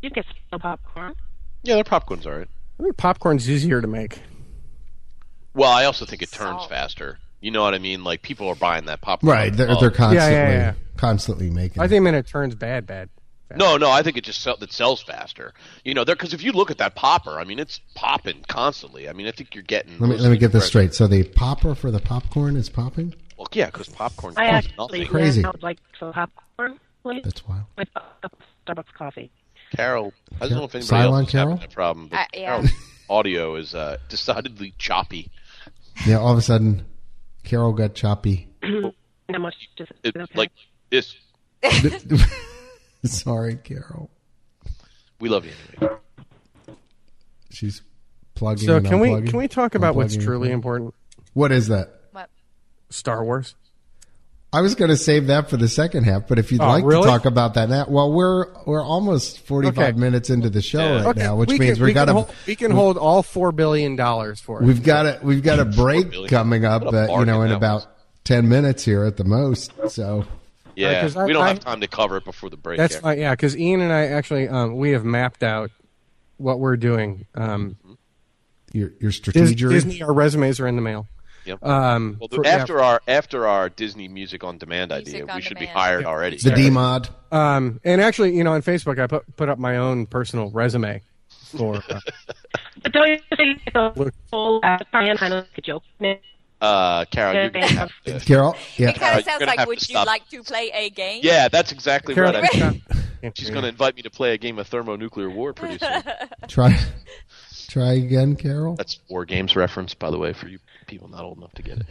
Speaker 8: You can sell popcorn.
Speaker 6: Yeah, their popcorn's all right.
Speaker 3: I think popcorn's easier to make.
Speaker 6: Well, I also think it turns
Speaker 4: Salt.
Speaker 6: faster. You know what I mean? Like people are buying that popcorn.
Speaker 2: They're,
Speaker 6: Oh,
Speaker 2: they're constantly,
Speaker 3: yeah, yeah.
Speaker 2: constantly making.
Speaker 3: I think when it turns bad, bad.
Speaker 6: No, no, I think it just sell, it sells faster. You know, because if you look at that popper, I mean, it's popping constantly. I mean, I think you're getting.
Speaker 2: let me,
Speaker 6: those
Speaker 2: let me get this
Speaker 6: fresh-
Speaker 2: straight. So the popper for the popcorn is popping?
Speaker 6: Well, yeah, because popcorn
Speaker 8: I
Speaker 6: costs nothing.
Speaker 8: actually
Speaker 2: Oh, Crazy.
Speaker 8: I would like some popcorn, please,
Speaker 2: That's wild.
Speaker 8: with a cup of Starbucks coffee.
Speaker 6: Carol, I don't know if anybody
Speaker 2: Cylon
Speaker 6: else is having
Speaker 2: Carol?
Speaker 6: that problem, but
Speaker 4: Uh, yeah.
Speaker 6: Carol's audio is uh, decidedly choppy.
Speaker 2: Yeah, all of a sudden, Carol got choppy.
Speaker 8: Not much. Just
Speaker 6: It's
Speaker 8: okay.
Speaker 6: like this.
Speaker 2: Sorry, Carol.
Speaker 6: We love you anyway.
Speaker 2: She's plugging.
Speaker 3: So
Speaker 2: and
Speaker 3: can we
Speaker 2: unplugging.
Speaker 3: can we talk about what's
Speaker 2: Unplugging and
Speaker 3: truly
Speaker 2: plugging.
Speaker 3: important?
Speaker 2: What is that?
Speaker 4: What?
Speaker 3: Star Wars.
Speaker 2: I was going to save that for the second half, but if you'd
Speaker 3: Oh,
Speaker 2: like
Speaker 3: really?
Speaker 2: to talk about that now, well, we're we're almost forty-five
Speaker 3: Okay.
Speaker 2: minutes into the show right now, which
Speaker 3: we
Speaker 2: means
Speaker 3: can,
Speaker 2: we
Speaker 3: we
Speaker 2: got
Speaker 3: can
Speaker 2: a
Speaker 3: hold, we can hold all four billion dollars for it.
Speaker 2: we've got a we've got a break
Speaker 6: billion.
Speaker 2: coming up
Speaker 6: What a
Speaker 2: that you know
Speaker 6: bargain
Speaker 2: in
Speaker 6: that
Speaker 2: about
Speaker 6: was.
Speaker 2: ten minutes here at the most. So
Speaker 6: Yeah,
Speaker 3: 'cause I-
Speaker 6: we don't
Speaker 3: I-
Speaker 6: have time to cover it before the break.
Speaker 3: That's
Speaker 6: Carol.
Speaker 3: fine, yeah, because Ian and I actually um, we have mapped out what we're doing. Um,
Speaker 6: Mm-hmm.
Speaker 2: your your
Speaker 3: Dis-
Speaker 2: strategy.
Speaker 3: Disney, our resumes are in the mail.
Speaker 6: Yep.
Speaker 3: Um,
Speaker 6: well,
Speaker 3: for-
Speaker 6: after our after our Disney Music on Demand
Speaker 4: Music
Speaker 6: idea,
Speaker 4: on
Speaker 6: we should be
Speaker 4: Demand.
Speaker 6: hired already.
Speaker 2: the D mod.
Speaker 3: yeah. um, and actually, you know, on Facebook, I put put up my own personal resume for. Uh,
Speaker 8: But don't you think the whole uh, Diane kind of like a joke? now?
Speaker 6: Uh, Carol, you're gonna have to-
Speaker 2: Carol, yeah,
Speaker 4: It kind
Speaker 6: You're
Speaker 4: of sounds
Speaker 6: gonna have
Speaker 4: like,
Speaker 6: to
Speaker 4: would you
Speaker 6: stop.
Speaker 4: like to play a game?
Speaker 6: Yeah, that's exactly
Speaker 3: Carol-
Speaker 6: right. I-
Speaker 3: Yeah,
Speaker 6: She's
Speaker 3: yeah.
Speaker 6: going to invite me to play a game of thermonuclear war pretty soon.
Speaker 2: try try again, Carol.
Speaker 6: That's War Games reference, by the way, for you people not old enough to get it.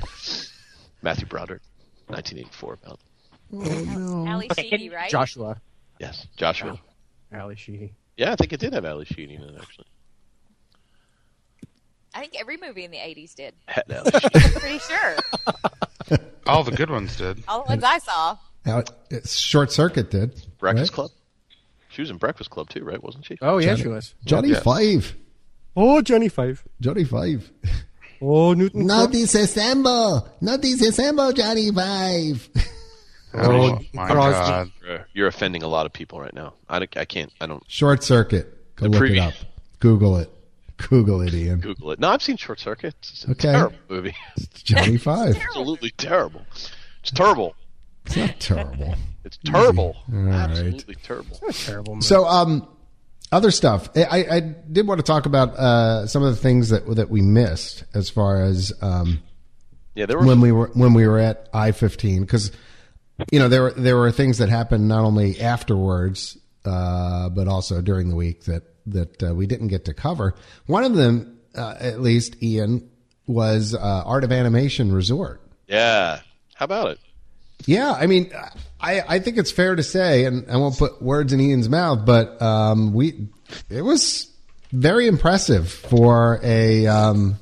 Speaker 6: Matthew Broderick, 1984. About
Speaker 4: Ally Sheedy, right?
Speaker 3: Joshua,
Speaker 6: yes, Joshua.
Speaker 3: Ali Sheehy.
Speaker 6: Yeah, I think it did have Ali Sheedy in it actually.
Speaker 4: I think every movie in the 80s did.
Speaker 6: Had Ali Sheedy.
Speaker 4: Pretty sure.
Speaker 7: All the good ones did.
Speaker 4: All the ones I saw.
Speaker 2: Now, it's short circuit did.
Speaker 6: Breakfast
Speaker 2: right?
Speaker 6: Club. She was in Breakfast Club too, right? Wasn't she?
Speaker 3: Oh yeah, she was.
Speaker 2: Johnny
Speaker 7: Yes.
Speaker 2: Five.
Speaker 3: Oh, Johnny Five.
Speaker 2: Johnny Five.
Speaker 3: Oh, Newton. Clark.
Speaker 2: disassemble. Not disassemble, Johnny Five.
Speaker 7: Oh, my
Speaker 3: Crosby.
Speaker 7: God.
Speaker 6: You're- You're offending a lot of people right now. I, don't- I can't. I don't
Speaker 2: Short circuit. Go look it
Speaker 6: preview.
Speaker 2: up. Google it. Google it, Ian.
Speaker 6: Google it. No, I've seen Short Circuit. It's a
Speaker 2: Okay.
Speaker 6: terrible movie.
Speaker 2: Johnny Five.
Speaker 6: Absolutely terrible. It's terrible.
Speaker 2: It's not terrible.
Speaker 6: It's terrible.
Speaker 2: right.
Speaker 6: Absolutely terrible.
Speaker 3: Terrible. movie.
Speaker 2: So, um, other stuff. I- I, I did want to talk about uh, some of the things that that we missed as far as um,
Speaker 6: Yeah, there were
Speaker 2: when we were when we were at I fifteen because you know there were there were things that happened not only afterwards uh, but also during the week that that uh, we didn't get to cover. One of them, uh, at least, Ian was uh, Art of Animation Resort.
Speaker 6: Yeah. How about it?
Speaker 2: Yeah, I mean, I, I think it's fair to say, and I won't put words in Ian's mouth, but um, we it was very impressive for a um,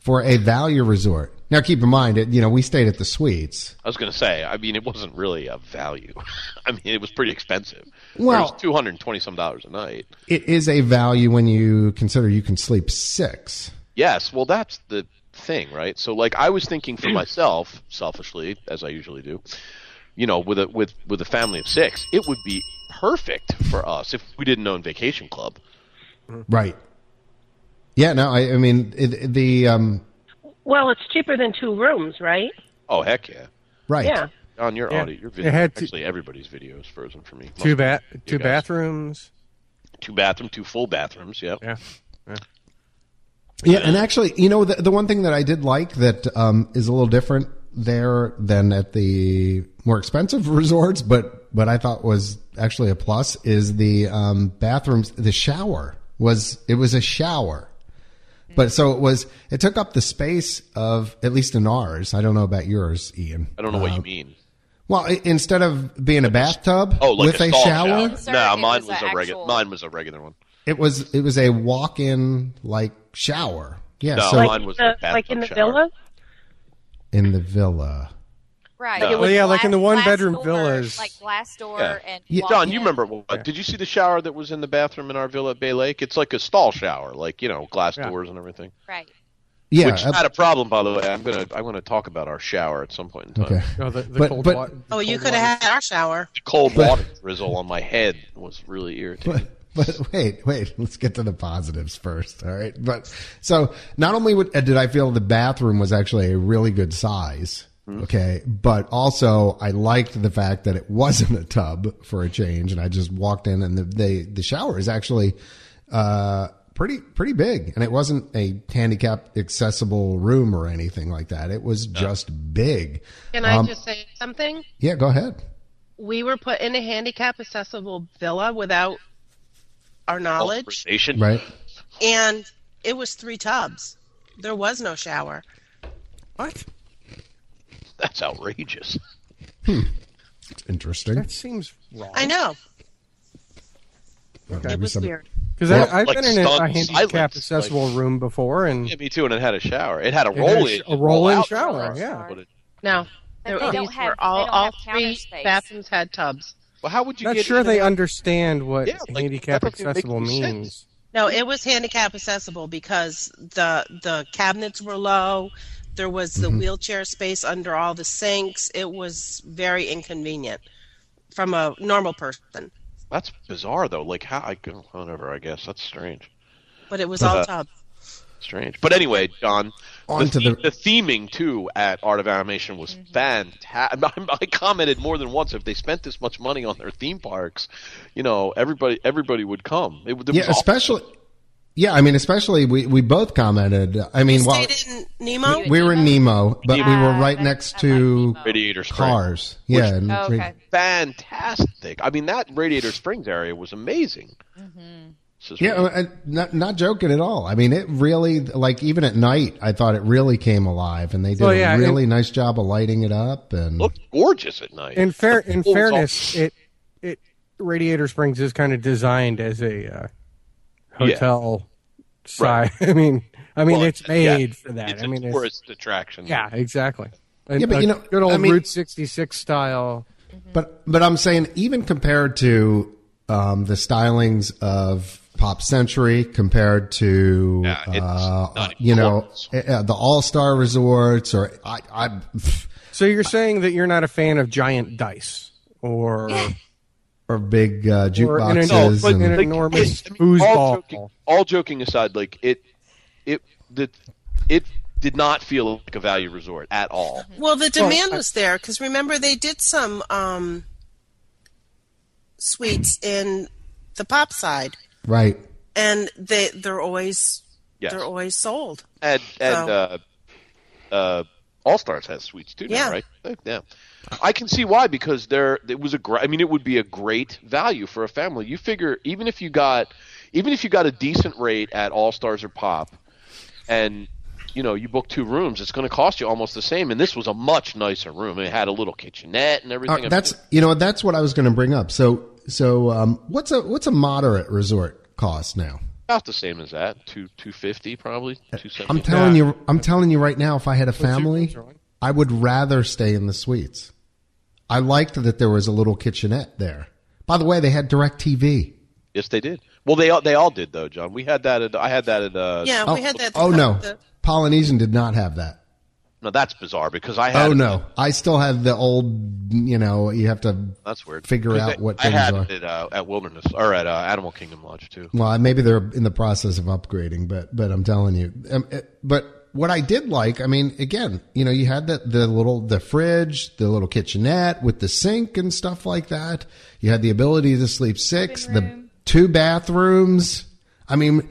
Speaker 2: for a value resort. Now, keep in mind, it, you know, we stayed at the Suites.
Speaker 6: I was going to say, I mean, it wasn't really a value. I mean, it was pretty expensive.
Speaker 2: Well-
Speaker 6: it was 220 some dollars a night.
Speaker 2: It is a value when you consider you can sleep six.
Speaker 6: Yes, well, that's the thing, right? So, like, I was thinking for myself, selfishly, as I usually do, you know, with a with with a family of six, it would be perfect for us if we didn't own Vacation Club.
Speaker 2: Right. Yeah. No. I, I mean, it, the um,
Speaker 8: Well, it's cheaper than two rooms, right?
Speaker 6: Oh heck yeah!
Speaker 2: right.
Speaker 8: Yeah.
Speaker 6: On your
Speaker 3: Yeah.
Speaker 6: audio, your
Speaker 3: It
Speaker 6: video,
Speaker 3: had to-
Speaker 6: actually, everybody's video is frozen for me.
Speaker 3: two
Speaker 6: Must-
Speaker 3: bat, two
Speaker 6: guys.
Speaker 3: bathrooms.
Speaker 6: two bathroom, two full bathrooms. Yeah,
Speaker 3: Yeah.
Speaker 2: Yeah, and actually, you know, the, the one thing that I did like that um, is a little different there than at the more expensive resorts, but but I thought was actually a plus is the um, bathrooms. The shower was it was a shower, but so it was it took up the space of at least in ours. I don't know about yours, Ian. Um,
Speaker 6: I don't know what you mean.
Speaker 2: Well, i- instead of being a bathtub
Speaker 6: Oh, like
Speaker 2: with a,
Speaker 6: stall
Speaker 2: shower,
Speaker 4: Sir,
Speaker 6: Nah,
Speaker 4: it
Speaker 6: mine
Speaker 4: was
Speaker 6: was,
Speaker 4: a
Speaker 6: a regular.
Speaker 4: actual-
Speaker 6: Mine was a regular one.
Speaker 2: it was it was a walk-in like shower. Yeah,
Speaker 6: No,
Speaker 2: so
Speaker 6: mine was
Speaker 8: The-
Speaker 6: a bathtub
Speaker 8: like in the
Speaker 6: shower.
Speaker 8: villa?
Speaker 2: in the villa.
Speaker 4: Right.
Speaker 6: No.
Speaker 4: It was
Speaker 3: Well, yeah, like in the
Speaker 4: glass-
Speaker 3: one-bedron
Speaker 4: glass
Speaker 3: villas.
Speaker 4: Door, like glass door
Speaker 6: Yeah.
Speaker 4: and
Speaker 2: Yeah.
Speaker 4: walk
Speaker 6: Don,
Speaker 4: in.
Speaker 6: you remember? What, Did you see the shower that was in the bathroom in our villa at Bay Lake? It's like a stall shower, like you know, glass
Speaker 3: Yeah.
Speaker 6: doors and everything.
Speaker 4: Right.
Speaker 2: Yeah,
Speaker 6: Which is
Speaker 2: uh,
Speaker 6: not a problem, by the way. I'm gonna I want to talk about our shower at some point in time.
Speaker 2: okay.
Speaker 3: No, Oh, the, the
Speaker 2: But-
Speaker 3: cold
Speaker 2: but-
Speaker 3: wa- the
Speaker 5: Oh, you
Speaker 3: cold
Speaker 5: could
Speaker 3: water.
Speaker 5: have had our shower.
Speaker 6: The cold water drizzle on my head was really irritating.
Speaker 2: But wait, wait, let's get to the positives first. All right. But so not only would, uh, did I feel the bathroom was actually a really good size. Okay. But also I liked the fact that it wasn't a tub for a change. And I just walked in and the, the, the shower is actually, uh, pretty, pretty big. And it wasn't a handicap accessible room or anything like that. It was just big.
Speaker 9: Can I
Speaker 2: Um,
Speaker 9: just say something?
Speaker 2: Yeah. Go ahead.
Speaker 9: We were put in a handicap accessible
Speaker 5: Villa without our knowledge.
Speaker 6: Authorization?
Speaker 2: Right.
Speaker 5: And it was three tubs. There was no shower.
Speaker 3: What?
Speaker 6: That's outrageous.
Speaker 2: It's interesting.
Speaker 3: That seems wrong.
Speaker 5: I know.
Speaker 2: Maybe
Speaker 5: It was
Speaker 2: some-
Speaker 5: weird.
Speaker 3: Because
Speaker 2: Well,
Speaker 3: I've
Speaker 6: like
Speaker 3: been in a,
Speaker 6: stunned
Speaker 3: a handicap
Speaker 6: silence,
Speaker 3: accessible room before, and
Speaker 6: Yeah, me too. And it had a shower. It had a
Speaker 3: it had
Speaker 6: roll
Speaker 3: a sh-
Speaker 6: in,
Speaker 3: a roll-in
Speaker 6: roll-out
Speaker 3: shower.
Speaker 4: shower.
Speaker 3: Yeah.
Speaker 6: But it-
Speaker 9: No. There,
Speaker 4: they don't
Speaker 9: these
Speaker 4: have-
Speaker 9: were all,
Speaker 4: they don't
Speaker 9: all
Speaker 4: have counter
Speaker 9: three
Speaker 4: space.
Speaker 9: bathrooms had tubs.
Speaker 6: Well, how would you
Speaker 3: Not
Speaker 6: get?
Speaker 3: sure
Speaker 6: in
Speaker 3: they
Speaker 6: and out?
Speaker 3: understand what
Speaker 6: Yeah, like,
Speaker 3: handicap
Speaker 6: that doesn't make
Speaker 3: accessible
Speaker 6: any sense.
Speaker 3: means.
Speaker 5: No, it was handicap accessible because the the cabinets were low. There was
Speaker 2: Mm-hmm.
Speaker 5: the wheelchair space under all the sinks. It was very inconvenient from a normal person,
Speaker 6: That's bizarre, though. Like how I go whatever. I guess that's strange.
Speaker 5: but it was all
Speaker 2: Uh-huh.
Speaker 6: Uh,
Speaker 5: tubs.
Speaker 6: Strange. But anyway, John,
Speaker 2: On
Speaker 6: the,
Speaker 2: to the-
Speaker 6: the theming too at Art of Animation was fantastic. I commented more than once if they spent this much money on their theme parks, you know, everybody everybody would come. It, would- it
Speaker 2: Yeah.
Speaker 6: was awesome.
Speaker 2: Especially. Yeah, I mean, especially we, we both commented. I mean, while,
Speaker 5: Stayed in Nemo.
Speaker 2: we were in Nemo, but we were
Speaker 4: Ah,
Speaker 2: right
Speaker 4: that-
Speaker 2: next
Speaker 4: I
Speaker 2: to
Speaker 4: like Nemo.
Speaker 6: Radiator Springs.
Speaker 2: cars. Yeah, and
Speaker 4: Oh,
Speaker 2: we-
Speaker 4: okay.
Speaker 6: Fantastic. I mean, that Radiator Springs area was amazing. This is
Speaker 2: yeah,
Speaker 6: really-
Speaker 3: uh,
Speaker 2: I- I- not not joking at all. I mean, it really like even at night, I thought it really came alive, and they did
Speaker 3: Well, yeah,
Speaker 2: a
Speaker 3: and-
Speaker 2: really nice job of lighting it up. And
Speaker 6: looked gorgeous at night.
Speaker 3: In fair, in
Speaker 6: pool's all-
Speaker 3: fairness, it it Radiator Springs is kind of designed as a uh, hotel side. I mean, I mean,
Speaker 6: Well,
Speaker 3: it's
Speaker 6: yeah,
Speaker 3: made for that.
Speaker 6: It's
Speaker 3: I
Speaker 6: a
Speaker 3: mean, it's,
Speaker 6: tourist attraction.
Speaker 3: yeah, exactly. And
Speaker 2: Yeah, but
Speaker 3: a
Speaker 2: you know,
Speaker 3: good old
Speaker 2: I mean-
Speaker 3: Route 66 style.
Speaker 2: but but I'm saying even compared to um, the stylings of Pop Century compared to
Speaker 6: Yeah, it's
Speaker 2: uh,
Speaker 6: not
Speaker 2: you know
Speaker 6: close.
Speaker 2: eh, eh, the All Star Resorts or I, I
Speaker 3: So you're saying that you're not a fan of giant dice or
Speaker 2: or big uh,
Speaker 3: or an,
Speaker 2: jukeboxes.
Speaker 3: enor-
Speaker 6: but-
Speaker 2: and-
Speaker 3: an
Speaker 6: Like,
Speaker 3: enormous
Speaker 6: it- I mean, all
Speaker 3: foosball.
Speaker 6: joking, all joking aside, like it, it, the, it did not feel like a value resort at all.
Speaker 5: Well, the demand was there because remember they did some um, suites in the pop side,
Speaker 2: right.
Speaker 5: and they they're always
Speaker 6: Yes,
Speaker 5: they're always sold.
Speaker 6: and and
Speaker 5: so-
Speaker 6: uh, uh, All Stars has suites too, now,
Speaker 5: Yeah.
Speaker 6: right? Yeah, I can see why because there it was a. Gr- I mean, it would be a great value for a family. You figure even if you got, even if you got a decent rate at All Stars or Pop, and you know you book two rooms, it's going to cost you almost the same. And this was a much nicer room. It had a little kitchenette and
Speaker 2: Uh,
Speaker 6: everything.
Speaker 2: that's you know that's what I was going to bring up. So so um, what's a what's a moderate resort cost now?
Speaker 6: about the same as that. Two two fifty probably. Two
Speaker 2: I'm
Speaker 6: seventy.
Speaker 2: telling you, I'm telling you right now. If I had a family, I would rather stay in the suites. I liked that there was a little kitchenette there. By the way, they had Direct TV.
Speaker 6: Yes, they did. Well, they all they all did though, John. We had that. At, I had that at. Uh,
Speaker 5: Yeah, we had that.
Speaker 2: Oh no,
Speaker 5: the-
Speaker 2: Polynesian did not have that.
Speaker 6: No, that's bizarre because I had.
Speaker 2: Oh
Speaker 6: it-
Speaker 2: no, I still have the old. You know, you have to.
Speaker 6: That's weird.
Speaker 2: Figure
Speaker 6: 'Cause
Speaker 2: out
Speaker 6: they-
Speaker 2: what
Speaker 6: I
Speaker 2: things
Speaker 6: had
Speaker 2: are.
Speaker 6: it at, uh, at Wilderness or at uh, Animal Kingdom Lodge too.
Speaker 2: Well, maybe they're in the process of upgrading, but but I'm telling you. Um, it- but what I did like, I mean, again, you know, you had the the little the fridge, the little kitchenette with the sink and stuff like that. You had the ability to sleep six, the two bathrooms. I mean,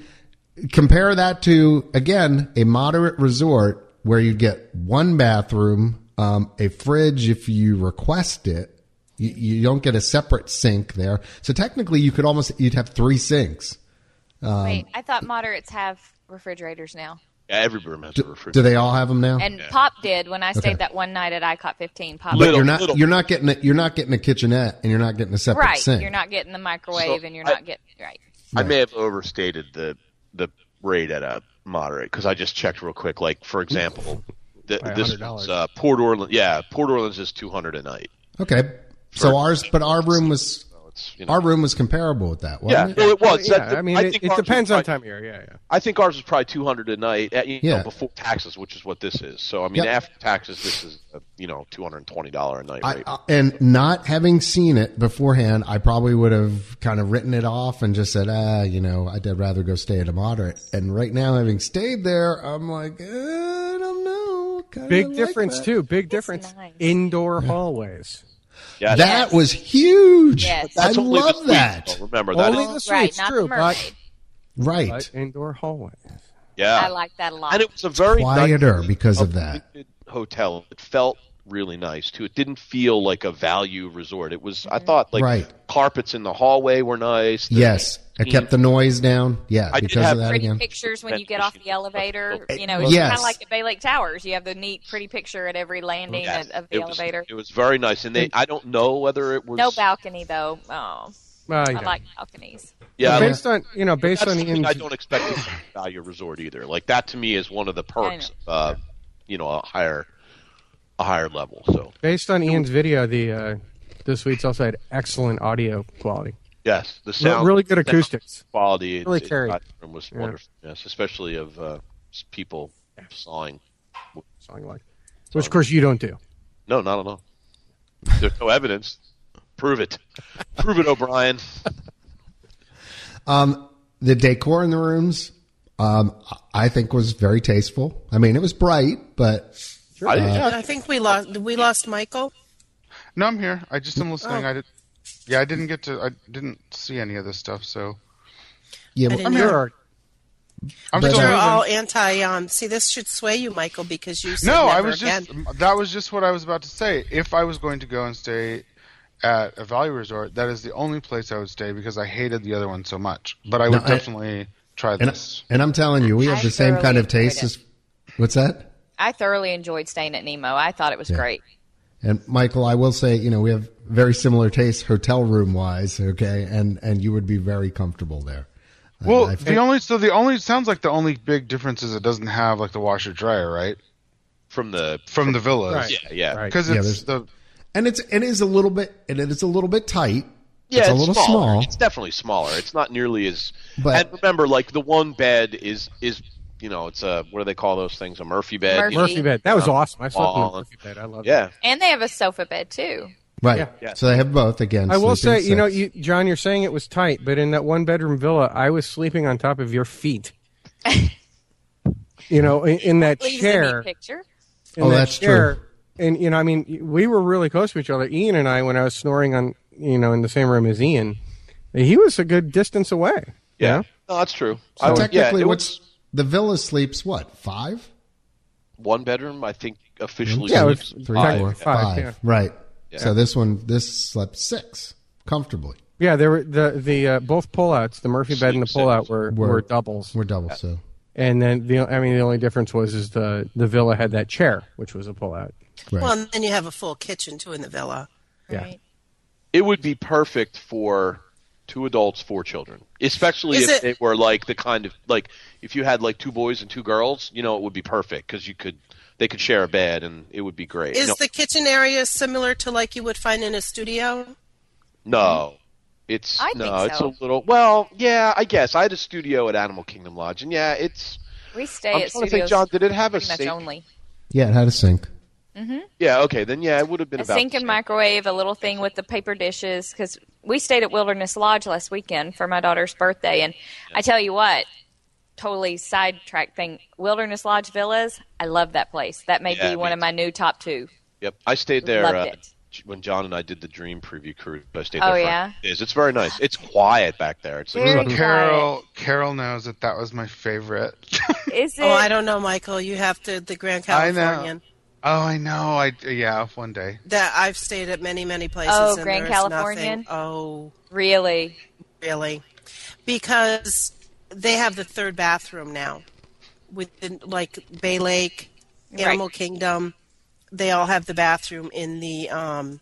Speaker 2: compare that to again a moderate resort where you get one bathroom, um, a fridge if you request it. You, you don't get a separate sink there, so technically you could almost you'd have three sinks.
Speaker 3: Um,
Speaker 4: Wait, I thought moderates have refrigerators now.
Speaker 6: Yeah, every room has a
Speaker 2: Do
Speaker 6: refrigerator.
Speaker 2: they all have them now?
Speaker 4: And Pop did when I stayed
Speaker 2: Okay.
Speaker 4: that one night at ICOT 15. Pop
Speaker 2: but
Speaker 6: Little-
Speaker 2: you're not
Speaker 6: little-
Speaker 2: you're not getting a, you're not getting a kitchenette and you're not getting a separate
Speaker 4: right.
Speaker 2: sink.
Speaker 4: You're not getting the microwave,
Speaker 6: So
Speaker 4: and you're
Speaker 6: I-
Speaker 4: not getting right.
Speaker 6: I may have overstated the the rate at a moderate because I just checked real quick. Like for example, the,
Speaker 3: By
Speaker 6: this
Speaker 3: $100.
Speaker 6: was uh, Port Orleans. Yeah, Port Orleans is two hundred a night.
Speaker 2: Okay, so ours, but our room was
Speaker 6: So it's you know.
Speaker 2: our room was comparable with that,
Speaker 6: yeah,
Speaker 2: wasn't it?
Speaker 6: well, it was.
Speaker 3: Yeah,
Speaker 6: That-
Speaker 3: I mean, it,
Speaker 6: think
Speaker 3: it
Speaker 6: ours was
Speaker 3: depends on
Speaker 6: probably-
Speaker 3: time of year. Yeah, yeah.
Speaker 6: I think ours was probably two hundred a night, at, you
Speaker 2: Yeah.
Speaker 6: know, before taxes, which is what this is. So I mean,
Speaker 2: Yep.
Speaker 6: after taxes, this is uh, you know two hundred and twenty dollar a night
Speaker 2: I,
Speaker 6: rate.
Speaker 2: I, and not having seen it beforehand, I probably would have kind of written it off and just said, ah, you know, I'd rather go stay at a moderate. And right now, having stayed there, I'm like, eh, I don't know. Kinda
Speaker 3: Big
Speaker 2: like
Speaker 3: difference
Speaker 2: that.
Speaker 3: too. Big difference.
Speaker 4: nice.
Speaker 3: Indoor hallways.
Speaker 6: yeah,
Speaker 2: That was huge.
Speaker 4: Yes. But
Speaker 2: I
Speaker 6: that's only the
Speaker 2: love
Speaker 6: suites,
Speaker 2: that.
Speaker 6: though. Remember that?
Speaker 3: Only
Speaker 6: is-
Speaker 3: the suites,
Speaker 4: right, not
Speaker 3: true.
Speaker 4: the
Speaker 3: but-
Speaker 4: mermaid.
Speaker 2: Right.
Speaker 3: but indoor hallways.
Speaker 6: yeah,
Speaker 4: I like that a lot.
Speaker 6: and it was a very
Speaker 2: Quieter
Speaker 6: nice,
Speaker 2: because of that.
Speaker 6: updated hotel. It felt really nice too. It didn't feel like a value resort. It was.
Speaker 4: Mm-hmm.
Speaker 6: I thought like
Speaker 2: Right.
Speaker 6: carpets in the hallway were nice. The-
Speaker 2: Yes. I kept the noise down. Yeah.
Speaker 6: Mm-hmm. I did
Speaker 2: because
Speaker 6: have
Speaker 2: of that
Speaker 4: pretty
Speaker 2: again.
Speaker 4: pictures when you get off the elevator. You know,
Speaker 2: Uh,
Speaker 4: it's kind
Speaker 2: yes.
Speaker 4: of like at Bay Lake Towers. You have the neat, pretty picture at every landing
Speaker 6: yes,
Speaker 4: of, of the
Speaker 6: it was-
Speaker 4: elevator.
Speaker 6: it was very nice, and they. I don't know whether it was
Speaker 4: no balcony though. Oh,
Speaker 3: Well, you know.
Speaker 4: I like balconies.
Speaker 6: Yeah, like-
Speaker 3: based on you know, based
Speaker 6: That's
Speaker 3: on the
Speaker 6: something
Speaker 3: in-
Speaker 6: I don't expect it from a value resort either. Like that to me is one of the perks,
Speaker 4: know.
Speaker 6: of, uh, you know, a higher, a higher level. So
Speaker 3: based on Ian's video, the uh, the suites also had excellent audio quality.
Speaker 6: yes, the sound,
Speaker 3: really good
Speaker 6: sound
Speaker 3: acoustics.
Speaker 6: quality,
Speaker 3: Really
Speaker 6: in-
Speaker 3: carried.
Speaker 6: in the room was wonderful. Yes, especially of uh, s- people sawing.
Speaker 3: Something like, which of course you don't do.
Speaker 6: No, not at all. There's no evidence. Prove it. Prove it, O'Brien.
Speaker 2: the decor in the rooms, um, I think was very tasteful. I mean, it was bright, but
Speaker 6: I didn't-
Speaker 5: I think we lost we lost Michael.
Speaker 7: No, I'm here. I just am listening. I did. Yeah, I didn't get to. I didn't see any of this stuff, so
Speaker 2: yeah,
Speaker 5: I
Speaker 2: well,
Speaker 5: didn't
Speaker 3: There
Speaker 5: know.
Speaker 3: are
Speaker 7: I'm
Speaker 2: But-
Speaker 7: still.
Speaker 5: You're
Speaker 2: Sure,
Speaker 7: moving.
Speaker 5: all anti. Um, see, this should sway you, Michael, because you. Said
Speaker 7: No,
Speaker 5: never
Speaker 7: I was
Speaker 5: again.
Speaker 7: just that was just what I was about to say. If I was going to go and stay at a value resort, that is the only place I would stay because I hated the other one so much. But I would
Speaker 2: I-
Speaker 7: definitely try
Speaker 2: and,
Speaker 7: this.
Speaker 2: and I'm telling you, we have
Speaker 4: I
Speaker 2: the same kind
Speaker 4: thoroughly
Speaker 2: of taste
Speaker 4: enjoyed
Speaker 2: as what's that?
Speaker 4: I thoroughly enjoyed staying at Nemo. I thought it was great.
Speaker 2: And Michael, I will say, you know, we have very similar tastes hotel room wise. Okay. And, and you would be very comfortable there. And
Speaker 7: well,
Speaker 2: I-
Speaker 7: the only so the only it sounds like the only big difference is it doesn't have like the washer dryer, right?
Speaker 6: From the
Speaker 7: From the villas,
Speaker 3: Right.
Speaker 6: yeah, yeah.
Speaker 3: Right.
Speaker 7: Because
Speaker 2: Yeah,
Speaker 7: it's the
Speaker 2: and it's, it is a little bit, and it is a little bit tight.
Speaker 6: Yeah,
Speaker 2: It's
Speaker 6: it's,
Speaker 2: a little
Speaker 6: smaller.
Speaker 2: small.
Speaker 6: It's definitely smaller. It's not nearly as.
Speaker 2: But-
Speaker 6: and remember, like the one bed is is you know it's a what do they call those things? A Murphy bed.
Speaker 4: Murphy.
Speaker 3: Murphy bed. That was
Speaker 6: Yeah.
Speaker 3: awesome. I slept in a
Speaker 6: Well,
Speaker 3: Murphy bed. I love
Speaker 6: Yeah,
Speaker 4: And they have a sofa bed too.
Speaker 2: Right.
Speaker 3: Yeah.
Speaker 6: Yeah.
Speaker 2: So they have both again.
Speaker 3: I will say,
Speaker 2: sleeping
Speaker 3: you know,
Speaker 2: six.
Speaker 3: you, John, you're saying it was tight, but in that one bedroom villa, I was sleeping on top of your feet. you know, in, in that
Speaker 4: Please
Speaker 3: chair.
Speaker 4: picture.
Speaker 3: in
Speaker 2: Oh,
Speaker 3: that
Speaker 2: that's
Speaker 3: chair.
Speaker 2: true.
Speaker 3: And you know, I mean, we were really close to each other. Ian and I, when I was snoring on, you know, in the same room as Ian, he was a good distance away.
Speaker 6: yeah. No, that's true.
Speaker 2: So
Speaker 6: I would-
Speaker 2: technically,
Speaker 6: yeah, it
Speaker 2: what's the villa sleeps what five?
Speaker 6: was one bedroom? I think officially.
Speaker 3: Yeah, it was
Speaker 6: sleeps
Speaker 2: Three,
Speaker 6: five.
Speaker 2: four,
Speaker 3: Five,
Speaker 2: five.
Speaker 3: yeah.
Speaker 2: Right. So this one, this slept six comfortably.
Speaker 3: Yeah, there were the the uh, both pullouts, the Murphy bed and the
Speaker 6: Sleep
Speaker 3: pullout were,
Speaker 2: Were-
Speaker 3: were doubles,
Speaker 2: We're double. So
Speaker 3: and then the I mean the only difference was is the the villa had that chair which was a pullout.
Speaker 2: right.
Speaker 5: Well, and then you have a full kitchen too in the villa.
Speaker 3: Yeah.
Speaker 4: Right.
Speaker 6: It would be perfect for two adults, four children, especially
Speaker 5: Is
Speaker 6: if
Speaker 5: it-
Speaker 6: they were like the kind of like if you had like two boys and two girls. You know, it would be perfect because you could they could share a bed and it would be great.
Speaker 5: Is
Speaker 6: no,
Speaker 5: the kitchen area similar to like you would find in a studio?
Speaker 6: No. It's
Speaker 4: I
Speaker 6: no,
Speaker 4: think
Speaker 6: it's
Speaker 4: so.
Speaker 6: a little. Well, yeah, I guess I had a studio at Animal Kingdom Lodge, and yeah, it's.
Speaker 4: We stay
Speaker 6: I'm
Speaker 4: at
Speaker 6: trying to
Speaker 4: studios
Speaker 6: think, John, did it have a
Speaker 4: pretty much
Speaker 6: sink?
Speaker 4: only.
Speaker 2: yeah, it had a sink.
Speaker 6: Yeah, okay, then yeah, it would have been
Speaker 4: A
Speaker 6: about
Speaker 4: sink
Speaker 6: the
Speaker 4: and
Speaker 6: same.
Speaker 4: microwave, a little thing with the paper dishes. Because we stayed at Wilderness Lodge last weekend for my daughter's birthday, and I tell you what, totally sidetrack thing. Wilderness Lodge villas, I love that place. That may
Speaker 6: Yeah,
Speaker 4: be
Speaker 6: me
Speaker 4: one of
Speaker 6: too.
Speaker 4: my new top two.
Speaker 6: Yep, I stayed there
Speaker 4: Loved
Speaker 6: uh,
Speaker 4: it.
Speaker 6: j- when John and I did the Dream Preview cruise. I stayed
Speaker 4: Oh,
Speaker 6: there. for-
Speaker 4: yeah? Mm-hmm.
Speaker 6: it is. It's very nice. It's quiet back there. It's like,
Speaker 4: Very
Speaker 7: Carol, Carol knows that that was my favorite.
Speaker 4: quiet. Is it?
Speaker 5: Oh, I don't know, Michael. You have to the Grand
Speaker 7: I know.
Speaker 5: Californian.
Speaker 7: oh, I know. I yeah, one day.
Speaker 5: That I've stayed at many, many places.
Speaker 4: Oh,
Speaker 5: and
Speaker 4: Grand
Speaker 5: there is nothing-
Speaker 4: Californian?
Speaker 5: Oh,
Speaker 4: really?
Speaker 5: really? Because they have the third bathroom now, within like Bay Lake, Animal Kingdom. They all have the bathroom in the um,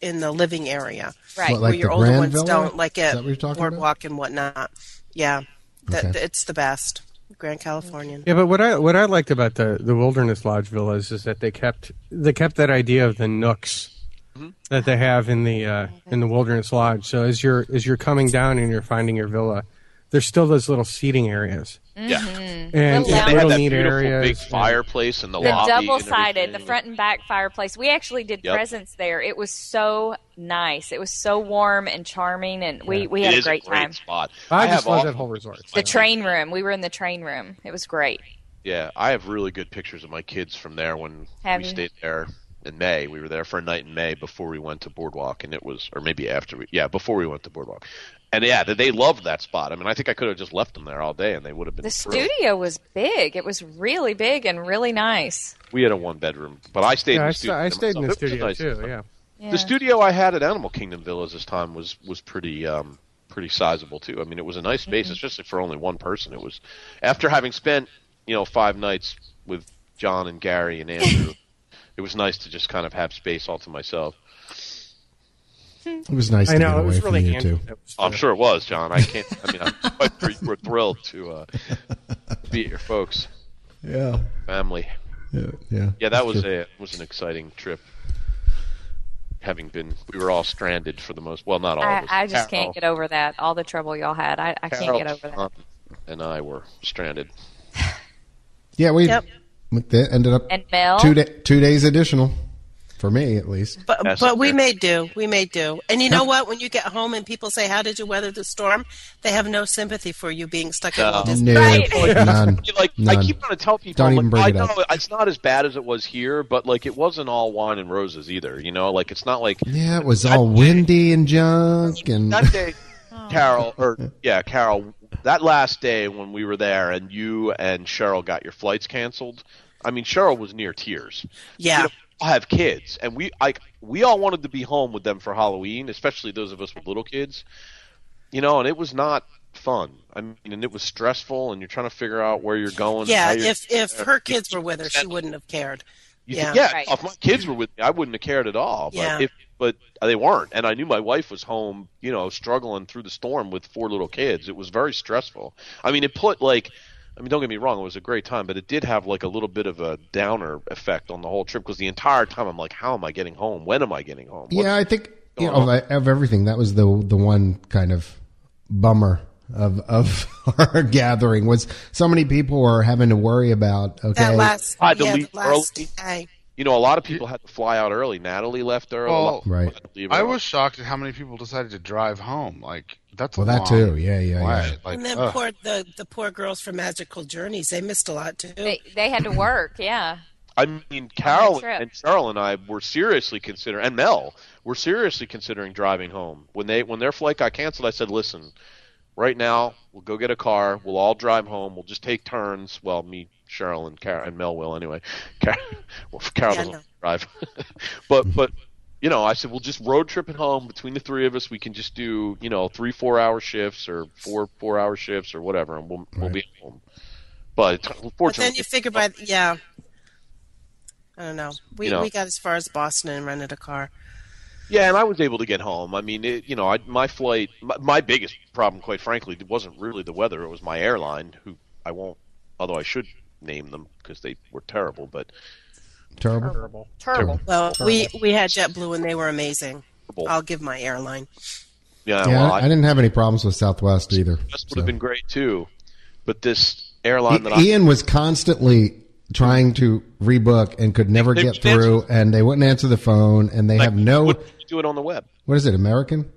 Speaker 5: in the living area.
Speaker 4: Right.
Speaker 2: What, like
Speaker 5: where your
Speaker 2: the
Speaker 5: older
Speaker 2: Grand
Speaker 5: ones
Speaker 2: Villa?
Speaker 5: don't, like
Speaker 2: Is
Speaker 5: at
Speaker 2: that what you're talking about?
Speaker 5: Boardwalk and whatnot. Yeah, that,
Speaker 2: Okay.
Speaker 5: it's the best. Grand Californian.
Speaker 3: Yeah, but what I what I liked about the the Wilderness Lodge villas is that they kept they kept that idea of the nooks
Speaker 6: Mm-hmm.
Speaker 3: that they have in the uh, in the Wilderness Lodge. So as you're as you're coming down and you're finding your villa, there's still those little seating areas and
Speaker 6: yeah,
Speaker 4: Little
Speaker 6: they
Speaker 4: lounge.
Speaker 3: little,
Speaker 6: Mm-hmm. had that
Speaker 3: neat
Speaker 6: beautiful
Speaker 3: areas.
Speaker 6: big
Speaker 3: and-
Speaker 6: fireplace in the,
Speaker 4: the
Speaker 6: lobby. and
Speaker 4: double sided, the
Speaker 6: everything.
Speaker 4: front and back fireplace. We actually did
Speaker 6: Yep.
Speaker 4: presents there. It was so nice. It was so warm and charming, and we, we
Speaker 6: It
Speaker 4: had a
Speaker 6: is
Speaker 4: great, time.
Speaker 6: spot.
Speaker 3: I just
Speaker 6: have
Speaker 3: love
Speaker 6: all-
Speaker 3: that whole resort.
Speaker 4: The train room. We were in the train room. It was great.
Speaker 6: Yeah, I have really good pictures of my kids from there when
Speaker 4: Have
Speaker 6: we
Speaker 4: you?
Speaker 6: stayed there in May. We were there for a night in May before we went to Boardwalk, and it was, or maybe after we, yeah, before we went to Boardwalk. And yeah, they- they loved that spot. I mean, I think I could have just left them there all day, and they would have been.
Speaker 4: The
Speaker 6: thrilled.
Speaker 4: studio was big. It was really big and really nice.
Speaker 6: We had a one bedroom, but I stayed.
Speaker 3: Yeah,
Speaker 6: in
Speaker 3: I,
Speaker 6: the
Speaker 3: sta-
Speaker 6: studio
Speaker 3: I stayed in the
Speaker 6: myself. It was
Speaker 3: studio
Speaker 6: nice.
Speaker 3: too. Yeah,
Speaker 4: Yeah.
Speaker 6: The studio I had at Animal Kingdom Villas this time was was pretty um, pretty sizable too. I mean, it was a nice
Speaker 4: Mm-hmm.
Speaker 6: space, especially for only one person. It was after having spent you know five nights with John and Gary and Andrew. it was nice to just kind of have space all to myself.
Speaker 2: It was nice
Speaker 3: I
Speaker 2: to
Speaker 3: know
Speaker 2: get
Speaker 3: it was
Speaker 2: away
Speaker 3: really
Speaker 2: from you
Speaker 3: handy.
Speaker 2: two.
Speaker 3: That was
Speaker 6: I'm
Speaker 3: the-
Speaker 6: sure it was John. I can't. I mean, I'm quite sure you were thrilled to uh, be at your folks'
Speaker 2: Yeah.
Speaker 6: family.
Speaker 2: Yeah. Yeah.
Speaker 6: Yeah, that was
Speaker 2: Sure.
Speaker 6: a was an exciting trip. Having been, we were all stranded for the most. Well, not all. of
Speaker 4: I,
Speaker 6: us.
Speaker 4: I just
Speaker 6: Carol-
Speaker 4: can't get over that. All the trouble y'all had. I, I can't
Speaker 6: Carol,
Speaker 4: get over that.
Speaker 6: John, And I were stranded.
Speaker 2: Yeah. We
Speaker 5: Yep.
Speaker 2: that ended up
Speaker 4: And Mel?
Speaker 2: two da- two days additional for me at least.
Speaker 5: But
Speaker 6: That's
Speaker 5: but we
Speaker 6: fair.
Speaker 5: may do. We may do. And you know what? When you get home and people say, "How did you weather the storm?" They have no sympathy for you being stuck in
Speaker 6: No.
Speaker 5: Walt Disney.
Speaker 2: No,
Speaker 4: Right.
Speaker 2: none.
Speaker 6: You, Like I
Speaker 2: None.
Speaker 6: keep trying to tell people,
Speaker 2: Don't
Speaker 6: like,
Speaker 2: even bring
Speaker 6: I
Speaker 2: it
Speaker 6: know
Speaker 2: up.
Speaker 6: it's not as bad as it was here, but like it wasn't all wine and roses either. You know, like it's not like
Speaker 2: Yeah, it was all windy and junk and
Speaker 6: that day,
Speaker 4: Oh.
Speaker 6: Carol or yeah, Carol. That last day when we were there, and you and Cheryl got your flights canceled. I mean, Cheryl was near tears.
Speaker 5: Yeah.
Speaker 6: you know, I have kids, and we like we all wanted to be home with them for Halloween, especially those of us with little kids. You know, and it was not fun. I mean, and it was stressful, and you're trying to figure out where you're going.
Speaker 5: Yeah,
Speaker 6: how you're-
Speaker 5: if if her kids were with her, she wouldn't have cared.
Speaker 6: you
Speaker 5: yeah.
Speaker 6: think, yeah,
Speaker 4: Right.
Speaker 6: if my kids were with me, I wouldn't have cared at all. But
Speaker 5: Yeah.
Speaker 6: if but they weren't, and I knew my wife was home, you know, struggling through the storm with four little kids. It was very stressful. I mean, it put like. I mean, don't get me wrong; it was a great time, but it did have like a little bit of a downer effect on the whole trip because the entire time I'm like, "How am I getting home? When am I getting home?" What- Oh,
Speaker 2: Yeah, I think you know, of, of everything. That was the the one kind of bummer of of our gathering was so many people were having to worry about. Okay,
Speaker 5: That last,
Speaker 6: I had to
Speaker 5: yeah,
Speaker 6: leave
Speaker 5: the last
Speaker 6: early.
Speaker 5: day.
Speaker 6: You know, a lot of people had to fly out early. Natalie left early.
Speaker 7: Well,
Speaker 6: A lot of people
Speaker 2: Right.
Speaker 6: had to leave
Speaker 7: Oh, I
Speaker 6: early.
Speaker 7: was shocked at how many people decided to drive home. Like that's a
Speaker 2: well, that
Speaker 7: long
Speaker 2: too. Yeah, yeah, yeah.
Speaker 7: way. Like, uh.
Speaker 5: and then
Speaker 7: ugh.
Speaker 5: poor the, the poor girls from Magical Journeys, they missed a lot too.
Speaker 4: They, they had to work, yeah.
Speaker 6: I mean, Carol
Speaker 4: trip.
Speaker 6: and Cheryl and I were seriously considering, and Mel were seriously considering driving home when they when their flight got canceled. I said, "Listen, right now we'll go get a car. We'll all drive home. We'll just take turns. Well, me, Cheryl, and Carol, and Mel will anyway. Car- well, Carol
Speaker 5: Yeah,
Speaker 6: doesn't
Speaker 5: no.
Speaker 6: drive, but but you know, I said we'll just road trip it home between the three of us. We can just do you know three four hour shifts or four four hour shifts or whatever, and we'll we'll be home. But
Speaker 5: but
Speaker 6: fortunately,
Speaker 5: then you figure by the- yeah. I don't know. We
Speaker 6: You know.
Speaker 5: we got as far as Boston and rented a car.
Speaker 6: Yeah, and I was able to get home. I mean, it, you know, I, my flight, my, my biggest problem, quite frankly, wasn't really the weather. It was my airline, who I won't, although I should name them because they were terrible. But
Speaker 2: Terrible.
Speaker 4: Terrible.
Speaker 5: Well, we we had JetBlue and they were amazing.
Speaker 6: Terrible.
Speaker 5: I'll give my airline.
Speaker 2: Yeah,
Speaker 6: yeah, well,
Speaker 2: I,
Speaker 6: I,
Speaker 2: I didn't have any problems with Southwest either.
Speaker 6: this would
Speaker 2: so.
Speaker 6: have been great too. But this airline that I,
Speaker 2: Ian was constantly trying to rebook and could never
Speaker 6: They
Speaker 2: get
Speaker 6: wouldn't
Speaker 2: through, and they wouldn't answer the phone, and they
Speaker 6: like,
Speaker 2: have no.
Speaker 6: would you do it on the web.
Speaker 2: What is it? American?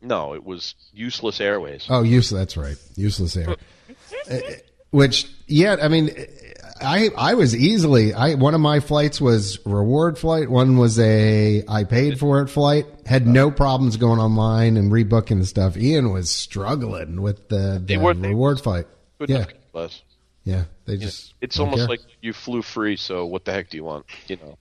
Speaker 6: No, it was useless airways.
Speaker 2: Oh, useless. That's right. Useless air. Uh, Which, yeah, I mean, I I was easily. I one of my flights was reward flight. One was a I paid for it flight. Had no problems going online and rebooking the stuff. Ian was struggling with the, the
Speaker 6: were- they-
Speaker 2: reward flight.
Speaker 6: Couldn't
Speaker 2: Yeah,
Speaker 6: have cared less.
Speaker 2: yeah. They just.
Speaker 6: It's
Speaker 2: don't
Speaker 6: almost
Speaker 2: care.
Speaker 6: like you flew free, so what the heck do you want? You know.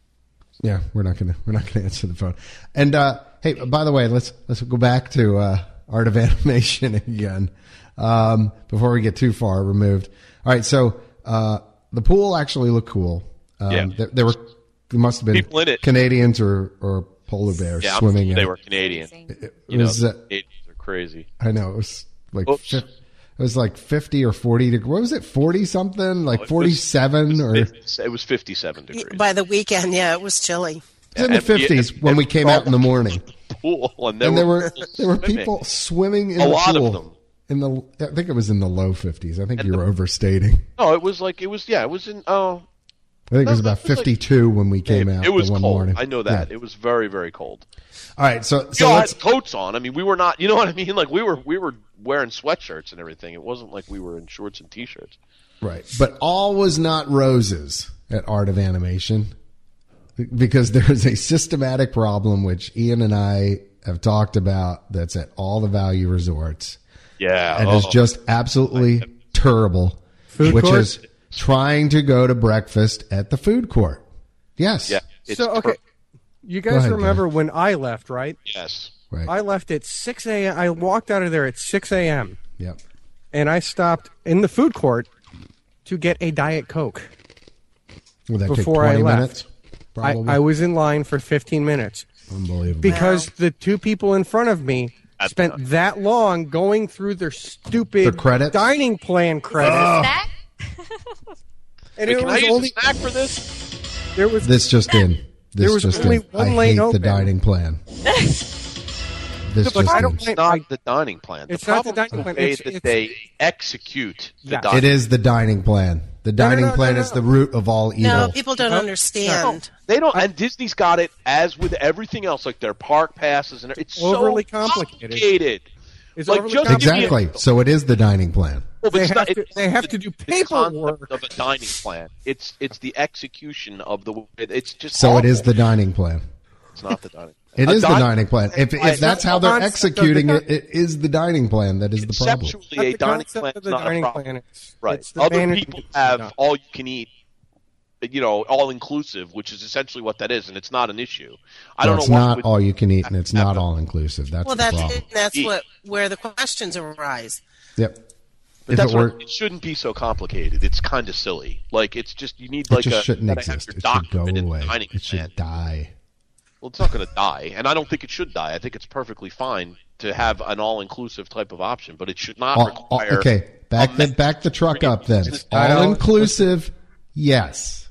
Speaker 2: Yeah, we're not gonna we're not gonna answer the phone. And uh, hey, by the way, let's let's go back to uh, art of animation again um, before we get too far removed. All right, so uh, the pool actually looked cool. Um,
Speaker 6: Yeah.
Speaker 2: there, there were there must have been
Speaker 6: People in it.
Speaker 2: Canadians or or polar bears
Speaker 6: Yeah, I'm
Speaker 2: swimming.
Speaker 6: sure
Speaker 2: in
Speaker 6: they
Speaker 2: it.
Speaker 6: were Canadian.
Speaker 4: Amazing.
Speaker 2: It
Speaker 6: You know,
Speaker 2: was, uh,
Speaker 6: Canadians are crazy.
Speaker 2: I know it was like
Speaker 6: Oops.
Speaker 2: fif- it was like fifty or forty. deg- What was it? Forty something? Like
Speaker 6: Oh, was-
Speaker 2: forty seven or
Speaker 6: It, it was 57 degrees.
Speaker 5: By the weekend, yeah, it was chilly.
Speaker 2: it was in the
Speaker 6: and we-
Speaker 2: fifties when
Speaker 6: and
Speaker 2: we
Speaker 6: we
Speaker 2: came
Speaker 6: all-
Speaker 2: out in the morning.
Speaker 6: pool, and there,
Speaker 2: and there were
Speaker 6: people
Speaker 2: there were
Speaker 6: swimming.
Speaker 2: people swimming in
Speaker 6: A
Speaker 2: the
Speaker 6: lot of
Speaker 2: pool.
Speaker 6: them.
Speaker 2: In the, I think it was in the low fifties. I think you were overstating.
Speaker 6: No, it was like it was. Yeah, it was in. Oh,
Speaker 2: I think it was
Speaker 6: No,
Speaker 2: about
Speaker 6: it was like-
Speaker 2: fifty-two when we came out.
Speaker 6: it was
Speaker 2: the one
Speaker 6: cold.
Speaker 2: morning.
Speaker 6: I know that it was very very cold.
Speaker 2: All right, so
Speaker 6: We
Speaker 2: so
Speaker 6: all
Speaker 2: let's,
Speaker 6: had coats on. I mean, we were not. You know what I mean? Like we were we were wearing sweatshirts and everything. It wasn't like we were in shorts and t-shirts.
Speaker 2: right, but all was not roses at Art of Animation because there is a systematic problem which Ian and I have talked about that's at all the value resorts
Speaker 6: Yeah, Oh,
Speaker 2: and is just absolutely terrible,
Speaker 3: Food
Speaker 2: which
Speaker 3: court?
Speaker 2: is trying to go to breakfast at the food court. Yes.
Speaker 6: yeah. It's
Speaker 3: so okay,
Speaker 6: per-
Speaker 3: you
Speaker 2: Go
Speaker 3: guys
Speaker 2: ahead,
Speaker 3: remember when I left, right?
Speaker 6: yes.
Speaker 2: Right.
Speaker 3: I left at six a.m. I walked out of there at six a.m.
Speaker 2: Yep.
Speaker 3: and I stopped in the food court to get a diet coke.
Speaker 2: Well, that took
Speaker 3: before I
Speaker 2: 20
Speaker 3: left.
Speaker 2: minutes,
Speaker 3: I,
Speaker 2: probably.
Speaker 3: I was in line for 15 minutes
Speaker 2: Unbelievable.
Speaker 3: because the two people in front of me spent that long going through
Speaker 2: Their
Speaker 3: their stupid
Speaker 2: credits?
Speaker 3: dining plan
Speaker 6: Uh,
Speaker 3: credits.
Speaker 4: Snack?
Speaker 3: and
Speaker 6: Wait,
Speaker 3: it
Speaker 6: can I
Speaker 3: was
Speaker 6: use
Speaker 3: only
Speaker 6: a snack for this?
Speaker 3: there was
Speaker 2: this just in. This
Speaker 3: There was
Speaker 2: just
Speaker 3: only
Speaker 2: in.
Speaker 3: one
Speaker 2: I
Speaker 3: lane
Speaker 2: hate the
Speaker 3: open.
Speaker 2: dining plan. this
Speaker 3: Look,
Speaker 2: just
Speaker 3: I
Speaker 2: in.
Speaker 3: don't mind.
Speaker 6: It's not
Speaker 3: I-
Speaker 6: the dining plan.
Speaker 3: It's
Speaker 6: the
Speaker 3: not the
Speaker 6: problem
Speaker 3: dining
Speaker 6: is
Speaker 3: plan.
Speaker 6: The way
Speaker 3: It's-
Speaker 6: that
Speaker 3: it's-
Speaker 6: they execute the
Speaker 3: Yes.
Speaker 6: dining.
Speaker 2: It is the dining plan. The
Speaker 3: no,
Speaker 2: dining
Speaker 3: no,
Speaker 2: plan
Speaker 3: no,
Speaker 2: is
Speaker 3: no.
Speaker 2: the root of all evil.
Speaker 5: No, people don't
Speaker 3: No. Oh.
Speaker 5: understand.
Speaker 6: They don't, and Disney's got it as with everything else, like their park passes and it's
Speaker 3: Overly
Speaker 6: so
Speaker 3: complicated.
Speaker 6: complicated.
Speaker 3: It's
Speaker 6: like
Speaker 3: overly
Speaker 6: just give me a-
Speaker 2: exactly. So it is the dining plan.
Speaker 6: Well, but
Speaker 3: They
Speaker 6: it's
Speaker 3: have
Speaker 6: not-
Speaker 3: to-
Speaker 6: it's
Speaker 3: they have
Speaker 6: the-
Speaker 3: to do
Speaker 6: the concept
Speaker 3: paperwork.
Speaker 6: of a dining plan. It's it's the execution of the. It's just
Speaker 2: So it is
Speaker 6: awful.
Speaker 2: the dining plan.
Speaker 6: It's not the dining.
Speaker 2: It
Speaker 6: A
Speaker 2: is the
Speaker 6: din-
Speaker 2: dining plan. If, if
Speaker 6: It's
Speaker 2: that's
Speaker 3: not
Speaker 2: how
Speaker 3: the
Speaker 2: they're
Speaker 3: concept of the
Speaker 2: executing it,
Speaker 3: dining-
Speaker 2: it is the dining plan that is the problem.
Speaker 6: Conceptually, a
Speaker 3: the
Speaker 6: dining
Speaker 3: concept
Speaker 6: plan
Speaker 3: of
Speaker 6: is
Speaker 3: the
Speaker 6: not a
Speaker 3: dining
Speaker 6: problem.
Speaker 3: plan is-
Speaker 6: Right.
Speaker 3: it's the
Speaker 6: Other
Speaker 3: management
Speaker 6: people
Speaker 3: that's
Speaker 6: have
Speaker 3: not.
Speaker 6: all you can eat, you know, all inclusive, which is essentially what that is, and it's not an issue. I
Speaker 2: No,
Speaker 6: don't
Speaker 2: it's
Speaker 6: know
Speaker 2: not
Speaker 6: what
Speaker 2: all you can eat, and it's not all inclusive. That's
Speaker 5: Well,
Speaker 2: the
Speaker 5: that's
Speaker 2: problem.
Speaker 5: that's what where the questions arise.
Speaker 2: Yep.
Speaker 6: But
Speaker 2: if
Speaker 6: that's
Speaker 2: it
Speaker 6: what-
Speaker 2: were,
Speaker 6: it shouldn't be so complicated. It's kind of silly. Like it's just you need
Speaker 2: it
Speaker 6: like
Speaker 2: just
Speaker 6: a
Speaker 2: shouldn't
Speaker 6: gotta have
Speaker 2: exist.
Speaker 6: your
Speaker 2: It should go
Speaker 6: document in the
Speaker 2: away.
Speaker 6: dining
Speaker 2: It
Speaker 6: plan.
Speaker 2: should die.
Speaker 6: Well, it's not going to die, and I don't think it should die. I think it's perfectly fine to have an all-inclusive type of option, but it should not
Speaker 2: All- all-
Speaker 6: require.
Speaker 2: Oh, okay, back the
Speaker 6: Amendment.
Speaker 2: back the truck up then.
Speaker 3: I
Speaker 2: All
Speaker 3: don't-
Speaker 2: inclusive, yes.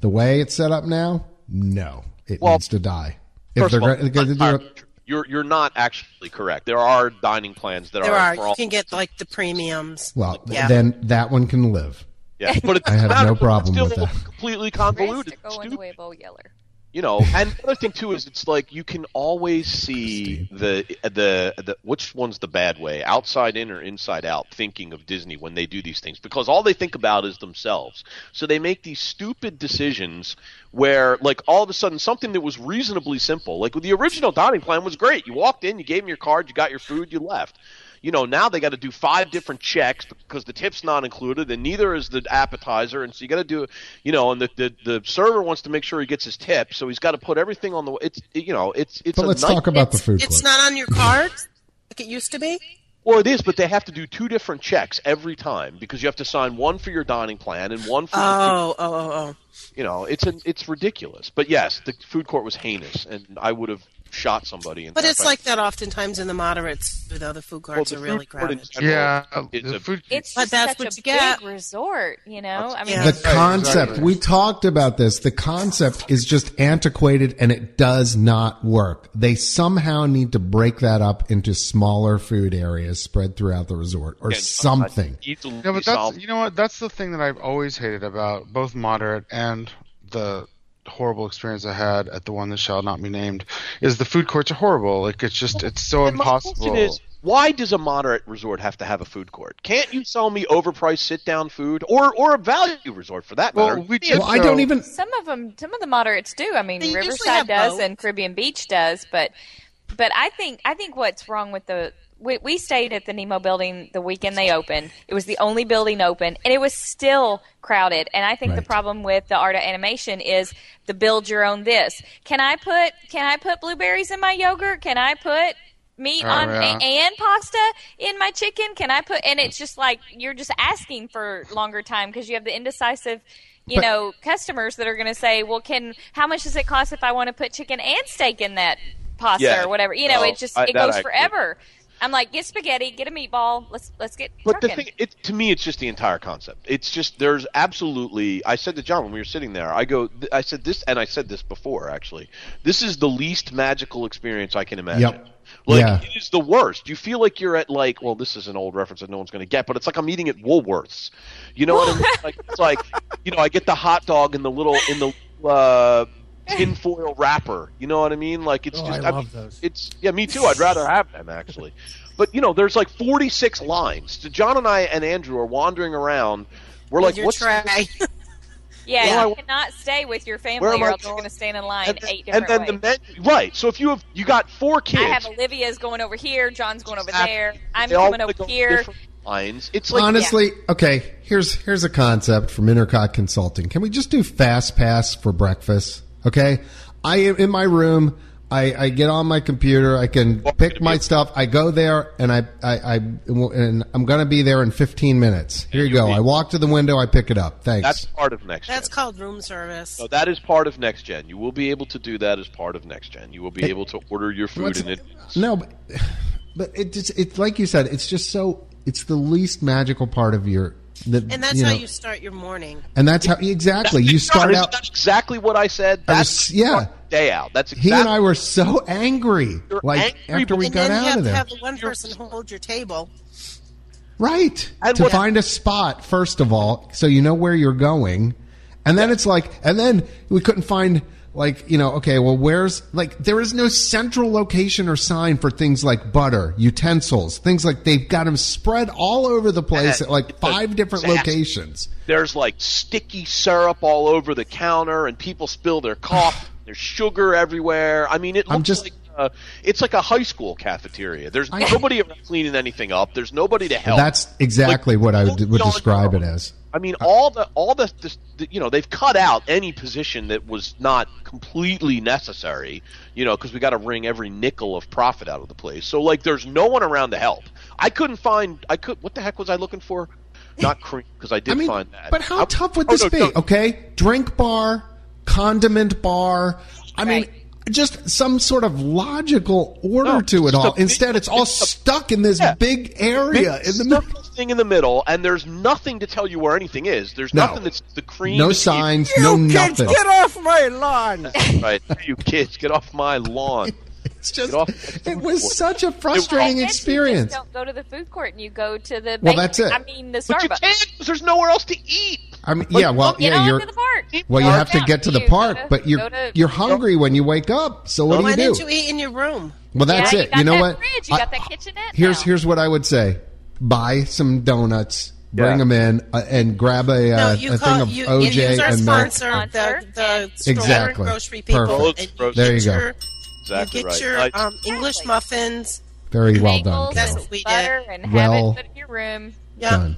Speaker 2: The way it's set up now, no, it
Speaker 6: Well,
Speaker 2: needs to die. If
Speaker 6: First
Speaker 2: they're
Speaker 6: of all,
Speaker 2: going to do
Speaker 6: it's not
Speaker 2: it,
Speaker 6: You're you're not actually correct. There are dining plans that
Speaker 5: There
Speaker 6: are,
Speaker 5: are.
Speaker 6: for
Speaker 5: You
Speaker 6: all-
Speaker 5: can get like the premiums.
Speaker 2: Well, th-
Speaker 5: Yeah.
Speaker 2: then that one can live.
Speaker 6: yeah, but it's
Speaker 2: I have
Speaker 6: not-
Speaker 2: no
Speaker 6: it's
Speaker 2: problem
Speaker 6: still
Speaker 2: with that.
Speaker 6: Completely
Speaker 4: Raised
Speaker 6: convoluted,
Speaker 4: to go in the
Speaker 6: stupid.
Speaker 4: way of old Yeller.
Speaker 6: you know and the other thing too is it's like you can always see the, the the which one's the bad way outside in or inside out thinking of disney when they do these things because all they think about is themselves so they make these stupid decisions where like all of a sudden something that was reasonably simple like the original dining plan was great you walked in you gave them your card you got your food you left you know now they got to do five different checks because the tip's not included and neither is the appetizer and so you got to do you know and the, the the server wants to make sure he gets his tip so he's got to put everything on the it's you know it's it's
Speaker 2: But
Speaker 6: a
Speaker 2: let's
Speaker 6: night-
Speaker 2: talk about the food
Speaker 5: It's
Speaker 2: court.
Speaker 5: not on your card like it used to be.
Speaker 6: well it is but they have to do two different checks every time because you have to sign one for your dining plan and one for your,
Speaker 5: Oh, oh, oh, oh.
Speaker 6: you know it's an, it's ridiculous but yes the food court was heinous and I would have shot somebody in
Speaker 5: But
Speaker 6: fact,
Speaker 5: it's
Speaker 6: I-
Speaker 5: like that oftentimes in the moderates, though the food
Speaker 6: well,
Speaker 5: carts
Speaker 6: the
Speaker 5: are
Speaker 6: food
Speaker 5: really
Speaker 6: court in
Speaker 5: crowded.
Speaker 6: general
Speaker 7: Yeah,
Speaker 6: is
Speaker 7: the
Speaker 6: a-
Speaker 7: food.
Speaker 4: It's
Speaker 5: But
Speaker 4: just
Speaker 5: that's
Speaker 4: such
Speaker 5: what
Speaker 4: a
Speaker 5: you get.
Speaker 4: big resort, you know. I mean,
Speaker 5: Yeah.
Speaker 2: The
Speaker 4: it's-
Speaker 7: Right,
Speaker 2: concept,
Speaker 7: exactly.
Speaker 2: we talked about this. The concept is just antiquated and it does not work. They somehow need to break that up into smaller food areas spread throughout the resort or
Speaker 6: Yeah,
Speaker 2: something.
Speaker 6: easily
Speaker 7: No, but that's
Speaker 6: solved.
Speaker 7: you know what that's the thing that I've always hated about both moderate and the horrible experience I had at the one that shall not be named is the food courts are horrible. Like it's just it's so
Speaker 6: And my
Speaker 7: impossible.
Speaker 6: question is, why does a moderate resort have to have a food court? Can't you sell me overpriced sit-down food or or a value resort for that matter?
Speaker 7: well, we just
Speaker 2: Well, I don't
Speaker 7: know-
Speaker 2: even.
Speaker 4: some of them, some of the moderates do. I mean,
Speaker 5: They usually
Speaker 4: Riverside
Speaker 5: have
Speaker 4: does
Speaker 5: both.
Speaker 4: and Caribbean Beach does, but but I think I think what's wrong with the we, we stayed at the Nemo building the weekend they opened. It was the only building open, and it was still crowded. And I think the
Speaker 2: Right.
Speaker 4: problem with the art of animation is the build your own this. Can I put can I put blueberries in my yogurt? Can I put meat
Speaker 7: Oh,
Speaker 4: on
Speaker 7: yeah.
Speaker 4: a- and pasta in my chicken? Can I put? And it's just like you're just asking for longer time because you have the indecisive, you
Speaker 2: But-
Speaker 4: know, customers that are going to say, "Well, can how much does it cost if I want to put chicken and steak in that pasta
Speaker 6: Yeah.
Speaker 4: or whatever?" You know,
Speaker 6: No,
Speaker 4: it just
Speaker 6: I-
Speaker 4: it
Speaker 6: that I
Speaker 4: goes
Speaker 6: agree.
Speaker 4: forever. I'm like, get spaghetti, get a meatball. Let's let's get.
Speaker 6: But the
Speaker 4: trucking.
Speaker 6: thing, it, to me, it's just the entire concept. It's just there's absolutely. I said to John when we were sitting there, I go, th- I said this, and I said this before actually. This is the least magical experience I can imagine.
Speaker 2: Yep.
Speaker 6: Like
Speaker 2: Yeah.
Speaker 6: it is the worst. You feel like you're at like, well, this is an old reference that no one's going to get, but it's like I'm eating at Woolworths. You know what I mean? Like it's like, you know, I get the hot dog in the little in the uh, tinfoil wrapper. You know what I mean? Like it's
Speaker 3: Oh,
Speaker 6: just
Speaker 3: I
Speaker 6: mean,
Speaker 3: love those.
Speaker 6: it's yeah, me too. I'd rather have them actually. But you know, there's like 46 lines. So John and I and Andrew are wandering around. We're
Speaker 5: With
Speaker 6: like,
Speaker 5: your
Speaker 6: what's
Speaker 5: tray.
Speaker 4: yeah,
Speaker 6: Well,
Speaker 4: you
Speaker 6: I-
Speaker 4: cannot stay with your
Speaker 6: Where
Speaker 4: family,
Speaker 6: am
Speaker 4: or
Speaker 6: I
Speaker 4: else you're
Speaker 6: going?
Speaker 4: going to stand in line
Speaker 6: and then,
Speaker 4: eight
Speaker 6: and
Speaker 4: different
Speaker 6: then
Speaker 4: ways.
Speaker 6: the men, right? So if you have you got four kids,
Speaker 4: I have Olivia's going over here. John's going over
Speaker 6: Exactly.
Speaker 4: there. I'm
Speaker 6: they all
Speaker 4: coming
Speaker 6: wanna
Speaker 4: over
Speaker 6: go
Speaker 4: here.
Speaker 6: different Lines. It's like
Speaker 2: honestly, okay, here's here's a concept from Intercot Consulting. Can we just do fast pass for breakfast? Okay? I am in my room, I, I get on my computer, I can pick my stuff, I go there and I, I, I and I'm gonna be there in fifteen minutes. Here you go. I walk to the window, I pick it up. Thanks.
Speaker 6: that's part of next.
Speaker 5: That's
Speaker 6: gen.
Speaker 5: called room service.
Speaker 6: So that is part of next gen. You will be able to do that as part of next gen. You will be able to order your food
Speaker 2: What's-
Speaker 6: in it.
Speaker 2: No, but, but it just it's like you said, it's just so it's the least magical part of your the,
Speaker 5: And that's
Speaker 2: you
Speaker 5: how
Speaker 2: know,
Speaker 5: you start your morning.
Speaker 2: and that's how exactly you start out
Speaker 6: That's exactly what I said.
Speaker 2: I
Speaker 6: That's
Speaker 2: was- yeah.
Speaker 6: day out. That's
Speaker 2: He
Speaker 6: exactly.
Speaker 2: and I were so angry,
Speaker 6: You're
Speaker 2: like
Speaker 6: angry,
Speaker 2: after we
Speaker 5: and
Speaker 2: got
Speaker 5: then you
Speaker 2: out
Speaker 5: have
Speaker 2: of
Speaker 5: to
Speaker 2: there,
Speaker 5: have the one person hold your table.
Speaker 2: right?
Speaker 6: And
Speaker 2: to
Speaker 6: what-
Speaker 2: find a spot first of all, so you know where you're going, and then it's like, and then we couldn't find like you know, okay, well, where's like there is no central location or sign for things like butter, utensils, things like they've got them spread all over the place at like
Speaker 6: It's a
Speaker 2: five different
Speaker 6: disaster.
Speaker 2: locations.
Speaker 6: There's like sticky syrup all over the counter, and people spill their coffee. There's sugar everywhere. I mean, it
Speaker 2: I'm
Speaker 6: looks
Speaker 2: just-
Speaker 6: like uh, it's like a high school cafeteria. There's nobody around cleaning anything up. There's nobody to help.
Speaker 2: That's exactly
Speaker 6: Like,
Speaker 2: what I would, would
Speaker 6: on
Speaker 2: describe
Speaker 6: your
Speaker 2: it as.
Speaker 6: I mean, all the all the, this- the you know they've cut out any position that was not completely necessary. You know, because we got to wring every nickel of profit out of the place. So like, there's no one around to help. I couldn't find. I could. What the heck was I looking for? Not cream because I did
Speaker 2: I mean,
Speaker 6: find that.
Speaker 2: but how
Speaker 6: I-
Speaker 2: tough would
Speaker 6: oh,
Speaker 2: this
Speaker 6: no,
Speaker 2: be?
Speaker 6: no.
Speaker 2: Okay, drink bar, condiment bar. I
Speaker 4: Right.
Speaker 2: mean, just some sort of logical order
Speaker 6: No,
Speaker 2: to it
Speaker 6: just
Speaker 2: all.
Speaker 6: a big-
Speaker 2: Instead, it's all
Speaker 6: just a-
Speaker 2: stuck in this
Speaker 6: Yeah.
Speaker 2: big area
Speaker 6: Big
Speaker 2: in the middle.
Speaker 6: circle thing in the middle, and there's nothing to tell you where anything is. There's
Speaker 2: No.
Speaker 6: nothing that's the cream.
Speaker 2: No
Speaker 6: is the-
Speaker 2: signs, no nothing.
Speaker 3: off my lawn!
Speaker 6: Right, you kids, get off my lawn.
Speaker 2: It's just
Speaker 6: off the
Speaker 2: it
Speaker 6: food
Speaker 2: was
Speaker 6: court.
Speaker 2: such a frustrating
Speaker 4: I guess You
Speaker 2: experience.
Speaker 4: just don't go to the food court and you go to the.
Speaker 2: Well,
Speaker 4: bank-
Speaker 2: that's it.
Speaker 4: I mean, the
Speaker 6: But you
Speaker 4: Starbucks.
Speaker 6: can't. 'cause There's nowhere else to eat.
Speaker 2: I mean, yeah, well,
Speaker 4: Get
Speaker 2: yeah,
Speaker 4: on
Speaker 2: you're
Speaker 4: to the park.
Speaker 2: well, you
Speaker 4: Go
Speaker 2: have to
Speaker 4: down
Speaker 2: get to the
Speaker 4: you.
Speaker 2: park,
Speaker 4: Go to-
Speaker 2: but
Speaker 4: go
Speaker 2: you're
Speaker 4: to-
Speaker 2: you're hungry when you wake up. So what
Speaker 5: Why
Speaker 2: do you
Speaker 5: didn't
Speaker 2: do?
Speaker 5: you eat in your room?
Speaker 2: Well, that's
Speaker 4: Yeah, you
Speaker 2: it.
Speaker 4: got
Speaker 2: You, know
Speaker 4: that
Speaker 2: what?
Speaker 4: fridge, you
Speaker 2: I-
Speaker 4: got that kitchenette
Speaker 2: Here's
Speaker 4: now.
Speaker 2: here's what I would say: buy some donuts, bring
Speaker 6: Yeah.
Speaker 2: them in, uh, and grab a,
Speaker 5: No,
Speaker 2: uh,
Speaker 5: you
Speaker 2: a
Speaker 5: call
Speaker 2: thing of
Speaker 5: you, you
Speaker 2: OJ
Speaker 5: use our
Speaker 2: and milk.
Speaker 5: sponsor,
Speaker 4: Sponsor.
Speaker 5: the, the store
Speaker 2: Exactly.
Speaker 5: and grocery people.
Speaker 2: Perfect.
Speaker 5: and
Speaker 6: Grocery.
Speaker 2: There you
Speaker 5: get
Speaker 2: go.
Speaker 5: Your,
Speaker 6: Exactly
Speaker 5: you get
Speaker 6: right.
Speaker 5: your
Speaker 6: I-
Speaker 5: um, English
Speaker 4: Exactly.
Speaker 5: muffins.
Speaker 2: Very well done.
Speaker 4: Bagels
Speaker 5: That's
Speaker 2: Carol.
Speaker 5: what we did.
Speaker 4: butter and
Speaker 2: Well
Speaker 4: have it put in your room.
Speaker 5: Yeah.
Speaker 2: Done.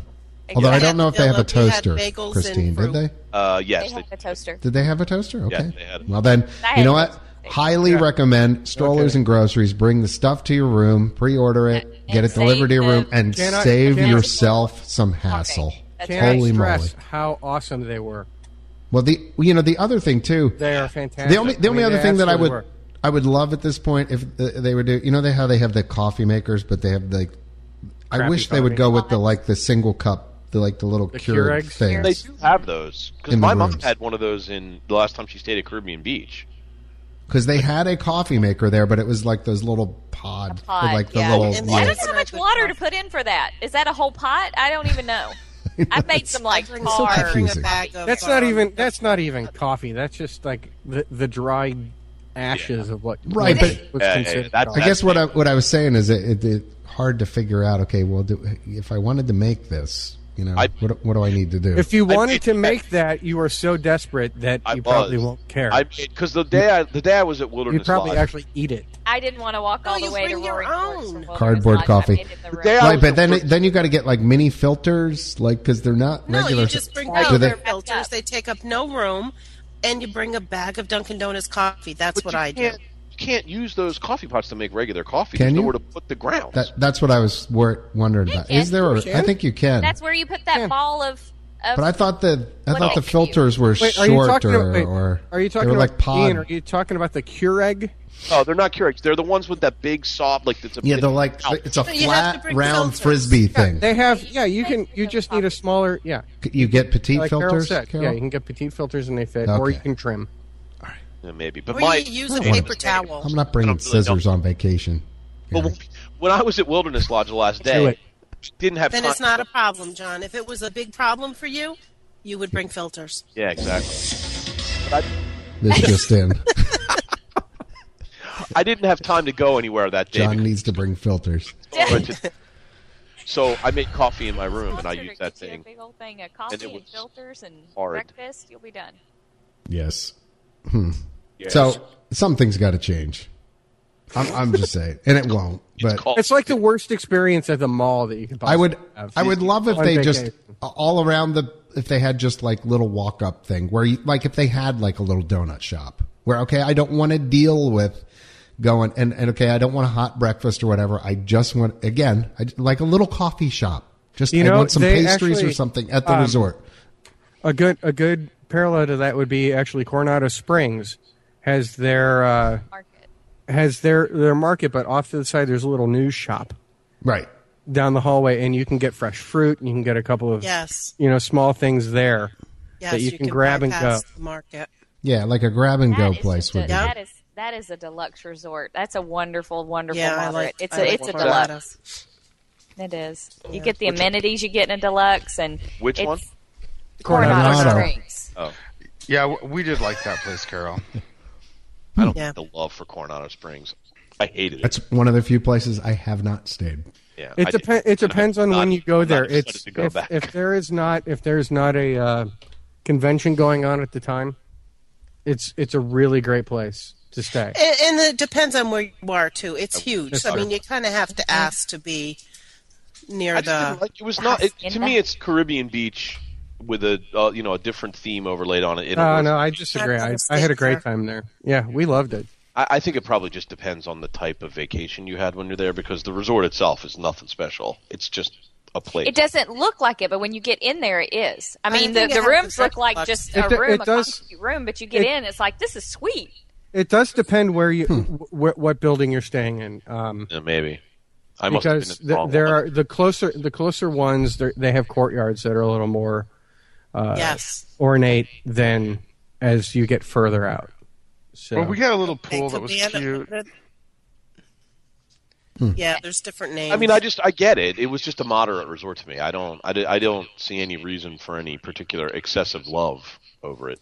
Speaker 2: Although I
Speaker 5: Exactly.
Speaker 2: don't know if they have a
Speaker 5: We had
Speaker 2: toaster,
Speaker 5: bagels and
Speaker 2: Christine. Did
Speaker 5: fruit.
Speaker 2: they?
Speaker 6: Uh,
Speaker 4: They
Speaker 6: yes,
Speaker 4: have
Speaker 6: they-
Speaker 4: a toaster.
Speaker 2: Did they have a toaster? Okay.
Speaker 6: they had it.
Speaker 2: Well, then,
Speaker 4: I
Speaker 2: you know
Speaker 4: had
Speaker 2: what? Highly recommend strollers and groceries. Bring the stuff to your room, pre-order it, get it
Speaker 4: save
Speaker 2: delivered to your room,
Speaker 4: the-
Speaker 2: and
Speaker 3: Can I-
Speaker 2: save
Speaker 3: can I-
Speaker 2: yourself some hassle.
Speaker 4: That's
Speaker 3: Can
Speaker 2: Holy
Speaker 3: I stress
Speaker 2: moly!
Speaker 3: how awesome they were?
Speaker 2: Well, the you know the other thing too.
Speaker 3: They are fantastic.
Speaker 2: The only the
Speaker 3: I
Speaker 2: only
Speaker 3: mean,
Speaker 2: other
Speaker 3: they
Speaker 2: thing that I
Speaker 3: absolutely
Speaker 2: would
Speaker 3: were.
Speaker 2: I would love at this point if uh, they would do you know they how they have the coffee makers but they have the I
Speaker 3: Crappy
Speaker 2: wish they would
Speaker 3: coffee.
Speaker 2: go with the like the single cup the like the little Keurig,
Speaker 3: Keurigs?
Speaker 2: things.
Speaker 6: They do have those because
Speaker 2: In the
Speaker 6: my mom
Speaker 2: rooms.
Speaker 6: had one of those in the last time she stayed at Caribbean Beach.
Speaker 2: because they had a coffee maker there, but it was like those little pod,
Speaker 4: pod,
Speaker 2: with, like the
Speaker 4: yeah.
Speaker 2: little.
Speaker 5: And
Speaker 4: I
Speaker 2: yeah.
Speaker 4: don't know how much water to put in for that. Is that a whole pot? I don't even know. I've made some like
Speaker 5: Bring
Speaker 2: so
Speaker 5: a-
Speaker 4: tar.
Speaker 5: bring a
Speaker 2: confusing.
Speaker 5: bag of,
Speaker 3: That's not
Speaker 5: um,
Speaker 3: even. That's not even coffee. That's just like the the dried ashes of what.
Speaker 2: Right,
Speaker 3: what's-
Speaker 2: but-
Speaker 3: what's
Speaker 6: Yeah, yeah,
Speaker 3: considered
Speaker 6: yeah, that's-
Speaker 3: coffee.
Speaker 2: I guess what I what I was saying is it, it, it hard to figure out. Okay, well, do, if I wanted to make this, you know,
Speaker 6: I-
Speaker 2: what what do I need to do?
Speaker 3: If you
Speaker 6: I
Speaker 3: wanted
Speaker 6: did
Speaker 3: to
Speaker 6: that.
Speaker 3: make that, you are so desperate that
Speaker 6: I
Speaker 3: you probably
Speaker 6: was.
Speaker 3: won't care.
Speaker 6: I because the day I, the day I was at
Speaker 3: You'd
Speaker 6: Wilderness
Speaker 3: probably
Speaker 6: Lodge,
Speaker 3: actually eat it.
Speaker 4: I didn't want to walk
Speaker 5: No,
Speaker 4: all the
Speaker 5: you
Speaker 4: way to
Speaker 5: bring your
Speaker 4: Roaring Forks
Speaker 5: own.
Speaker 4: or
Speaker 2: Cardboard
Speaker 4: Wilderness Lodge. I
Speaker 2: coffee.
Speaker 4: made it in the room.
Speaker 6: They are-
Speaker 2: right, but then then you got to get like mini filters, like because they're not
Speaker 5: No,
Speaker 2: regular.
Speaker 5: you just bring
Speaker 2: Do
Speaker 5: out
Speaker 2: they-
Speaker 5: your filters.
Speaker 4: up.
Speaker 5: They take up no room, and you bring a bag of Dunkin' Donuts coffee. That's what
Speaker 6: but you
Speaker 5: I do.
Speaker 6: can't- You can't use those coffee pots to make regular coffee.
Speaker 2: Can
Speaker 6: There's
Speaker 2: you?
Speaker 6: nowhere to put the grounds.
Speaker 2: that, that's what I was wor- wondering about. Is there? A, I think you can.
Speaker 4: That's where you put that ball of. of
Speaker 2: But I thought the I
Speaker 4: What
Speaker 2: thought the
Speaker 4: they-
Speaker 2: filters were
Speaker 3: Wait, are you
Speaker 2: short
Speaker 3: talking
Speaker 2: or,
Speaker 3: about? wait,
Speaker 2: or
Speaker 3: are you
Speaker 2: they were
Speaker 3: talking about
Speaker 2: like pod?
Speaker 3: Ian, are you talking about the Keurig?
Speaker 6: no, Oh, they're not Keurigs. They're the ones with that big soft like that's a
Speaker 2: yeah,
Speaker 6: big-
Speaker 2: they're like
Speaker 6: Ouch.
Speaker 2: it's a
Speaker 5: you have to
Speaker 2: flat
Speaker 5: bring
Speaker 2: round
Speaker 5: filters.
Speaker 2: frisbee thing.
Speaker 3: They have. Yeah, you can. You just need a smaller. Yeah,
Speaker 2: You get petite
Speaker 3: like Carol
Speaker 2: filters.
Speaker 3: said. Yeah, you can get petite filters and they fit, or
Speaker 2: Okay.
Speaker 3: you can trim.
Speaker 6: Yeah, maybe. But
Speaker 5: Or
Speaker 6: my
Speaker 5: you use a
Speaker 2: I wanna-
Speaker 5: paper towel.
Speaker 2: I'm not bringing
Speaker 6: I don't really
Speaker 2: scissors on vacation.
Speaker 6: but when- when I was at Wilderness Lodge the last
Speaker 3: Do
Speaker 6: day,
Speaker 3: it.
Speaker 6: didn't have
Speaker 5: Then
Speaker 6: time.
Speaker 5: it's not a problem, John. If it was a big problem for you, you would bring filters.
Speaker 6: yeah, exactly.
Speaker 2: This just in.
Speaker 6: I didn't have time to go anywhere that day.
Speaker 2: John needs to bring filters.
Speaker 6: because I went to- so I made coffee in my room and I
Speaker 4: Sponsored,
Speaker 6: used that
Speaker 4: get you
Speaker 6: thing.
Speaker 4: A big old thing of coffee and,
Speaker 6: it was
Speaker 4: filters and
Speaker 6: hard.
Speaker 4: breakfast. You'll be done.
Speaker 2: Yes.
Speaker 6: Yeah.
Speaker 2: So something's got to change. I'm, I'm just saying, and it won't. But
Speaker 6: Call-
Speaker 3: It's like the worst experience at the mall that you could.
Speaker 2: I
Speaker 3: Possibly
Speaker 2: would,
Speaker 3: Have.
Speaker 2: I would love if
Speaker 3: Uh, On
Speaker 2: they just
Speaker 3: vacation.
Speaker 2: all around the if they had just like little walk up thing where you like if they had like a little donut shop where okay I don't want to deal with going and and okay I don't want a hot breakfast or whatever I just want again I, like a little coffee shop just
Speaker 3: You
Speaker 2: I
Speaker 3: know,
Speaker 2: want some
Speaker 3: they
Speaker 2: pastries or
Speaker 3: actually,
Speaker 2: something at the
Speaker 3: um,
Speaker 2: resort
Speaker 3: A good a good parallel to that would be actually Coronado Springs has their uh,
Speaker 4: Market.
Speaker 3: has their their market, but off to the side there's a little news shop
Speaker 2: right
Speaker 3: down the hallway, and you can get fresh fruit. And you can get a couple
Speaker 6: Hmm.
Speaker 3: of
Speaker 5: Yes.
Speaker 3: you know small things there
Speaker 5: Yes,
Speaker 3: that you, can, grab and go.
Speaker 5: bypass The market.
Speaker 2: yeah like a grab and go
Speaker 4: That is
Speaker 2: place
Speaker 4: just a-
Speaker 2: would be
Speaker 5: Yeah.
Speaker 4: That is that is a deluxe resort. That's a wonderful, wonderful
Speaker 5: Yeah,
Speaker 4: moderate.
Speaker 5: I like.
Speaker 4: it's a
Speaker 5: I like
Speaker 4: it's a
Speaker 5: Colorado.
Speaker 4: deluxe. It is. You get the amenities you get in a deluxe, and
Speaker 6: Which
Speaker 4: it's
Speaker 6: one?
Speaker 4: Coronado,
Speaker 2: Coronado.
Speaker 4: Springs.
Speaker 6: Oh,
Speaker 7: Yeah, w- we did like that place, Carol.
Speaker 6: I don't
Speaker 5: Yeah.
Speaker 6: get the love for Coronado Springs. I hated it.
Speaker 2: that's one of the few places I have not stayed
Speaker 6: yeah,
Speaker 3: It
Speaker 6: I
Speaker 3: depends.
Speaker 6: did.
Speaker 3: It depends on when
Speaker 6: not-
Speaker 3: you go
Speaker 6: I'm not
Speaker 3: there.
Speaker 6: excited
Speaker 3: It's
Speaker 6: to go
Speaker 3: if,
Speaker 6: back.
Speaker 3: if there is not if there is not a uh, convention going on at the time, it's it's a really great place to stay.
Speaker 5: And, and it depends on where you are too. It's huge. I
Speaker 6: true.
Speaker 5: mean, you kind of have to ask to be near
Speaker 6: I just didn't
Speaker 5: the.
Speaker 6: like- it was not it, to
Speaker 4: Hacienda.
Speaker 6: me. It's Caribbean Beach with a uh, you know a different theme overlaid on it. It
Speaker 3: No,
Speaker 6: was-
Speaker 3: Uh, no, I disagree. I, I had a great time there. Yeah, we loved it.
Speaker 6: I, I think it probably just depends on the type of vacation you had when you're there because the resort itself is nothing special. It's just a place.
Speaker 4: It doesn't look like it, but when you get in there, it is. I mean, the,
Speaker 5: think it
Speaker 4: the
Speaker 5: has
Speaker 4: rooms
Speaker 5: the
Speaker 4: look like
Speaker 5: deluxe.
Speaker 4: just
Speaker 3: It
Speaker 4: a
Speaker 3: do-
Speaker 4: room,
Speaker 3: it
Speaker 4: a
Speaker 3: does-
Speaker 4: concrete room, but you get
Speaker 3: it-
Speaker 4: in, it's like this is sweet.
Speaker 3: It does depend where you
Speaker 2: Hmm.
Speaker 3: wh- wh- what building you're staying in. Um,
Speaker 6: Yeah, maybe. I must have been
Speaker 3: because
Speaker 6: in the
Speaker 3: th-
Speaker 6: wrong
Speaker 3: there
Speaker 6: one.
Speaker 3: are the closer the closer ones they're- they have courtyards that are a little more
Speaker 5: yes.
Speaker 3: ornate than as you get further out. So
Speaker 7: Well, we had a little pool that was
Speaker 5: Cabana-
Speaker 7: cute.
Speaker 5: the- Yeah, there's different names.
Speaker 6: I mean, I just I get it. It was just a moderate resort to me. I don't I, di- I don't see any reason for any particular excessive love over it.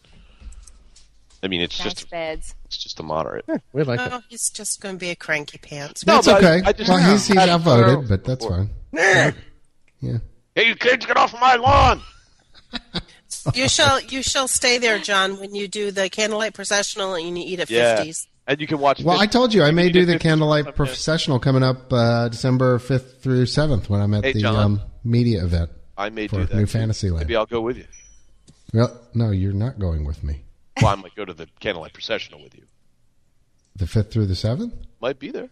Speaker 6: I mean, it's
Speaker 4: nice
Speaker 6: just
Speaker 4: beds.
Speaker 6: it's just a moderate.
Speaker 3: We like that.
Speaker 5: Oh, he's just going to be a cranky pants.
Speaker 6: No,
Speaker 2: That's
Speaker 6: but I-
Speaker 2: okay.
Speaker 6: I just-
Speaker 2: well, he's, he's
Speaker 6: I-
Speaker 2: outvoted, but that's fine. Yeah.
Speaker 6: Hey, you kids, get off my lawn!
Speaker 5: You shall you shall stay there, John, when you do the candlelight processional and you eat at
Speaker 6: Yeah,
Speaker 5: fifties.
Speaker 6: and you can watch.
Speaker 2: Well,
Speaker 6: Fifth-
Speaker 2: I told you I may
Speaker 6: you
Speaker 2: do
Speaker 6: did
Speaker 2: the
Speaker 6: fifth-
Speaker 2: Candlelight Processional coming up uh, December 5th through 7th when I'm at
Speaker 6: Hey,
Speaker 2: the
Speaker 6: John.
Speaker 2: um, media event.
Speaker 6: I may
Speaker 2: for
Speaker 6: do that.
Speaker 2: New
Speaker 6: too.
Speaker 2: Fantasyland.
Speaker 6: Maybe I'll go with you.
Speaker 2: Well, no, you're not going with me.
Speaker 6: Well, I might go to the candlelight processional with you.
Speaker 2: The 5th through the 7th?
Speaker 6: Might be there.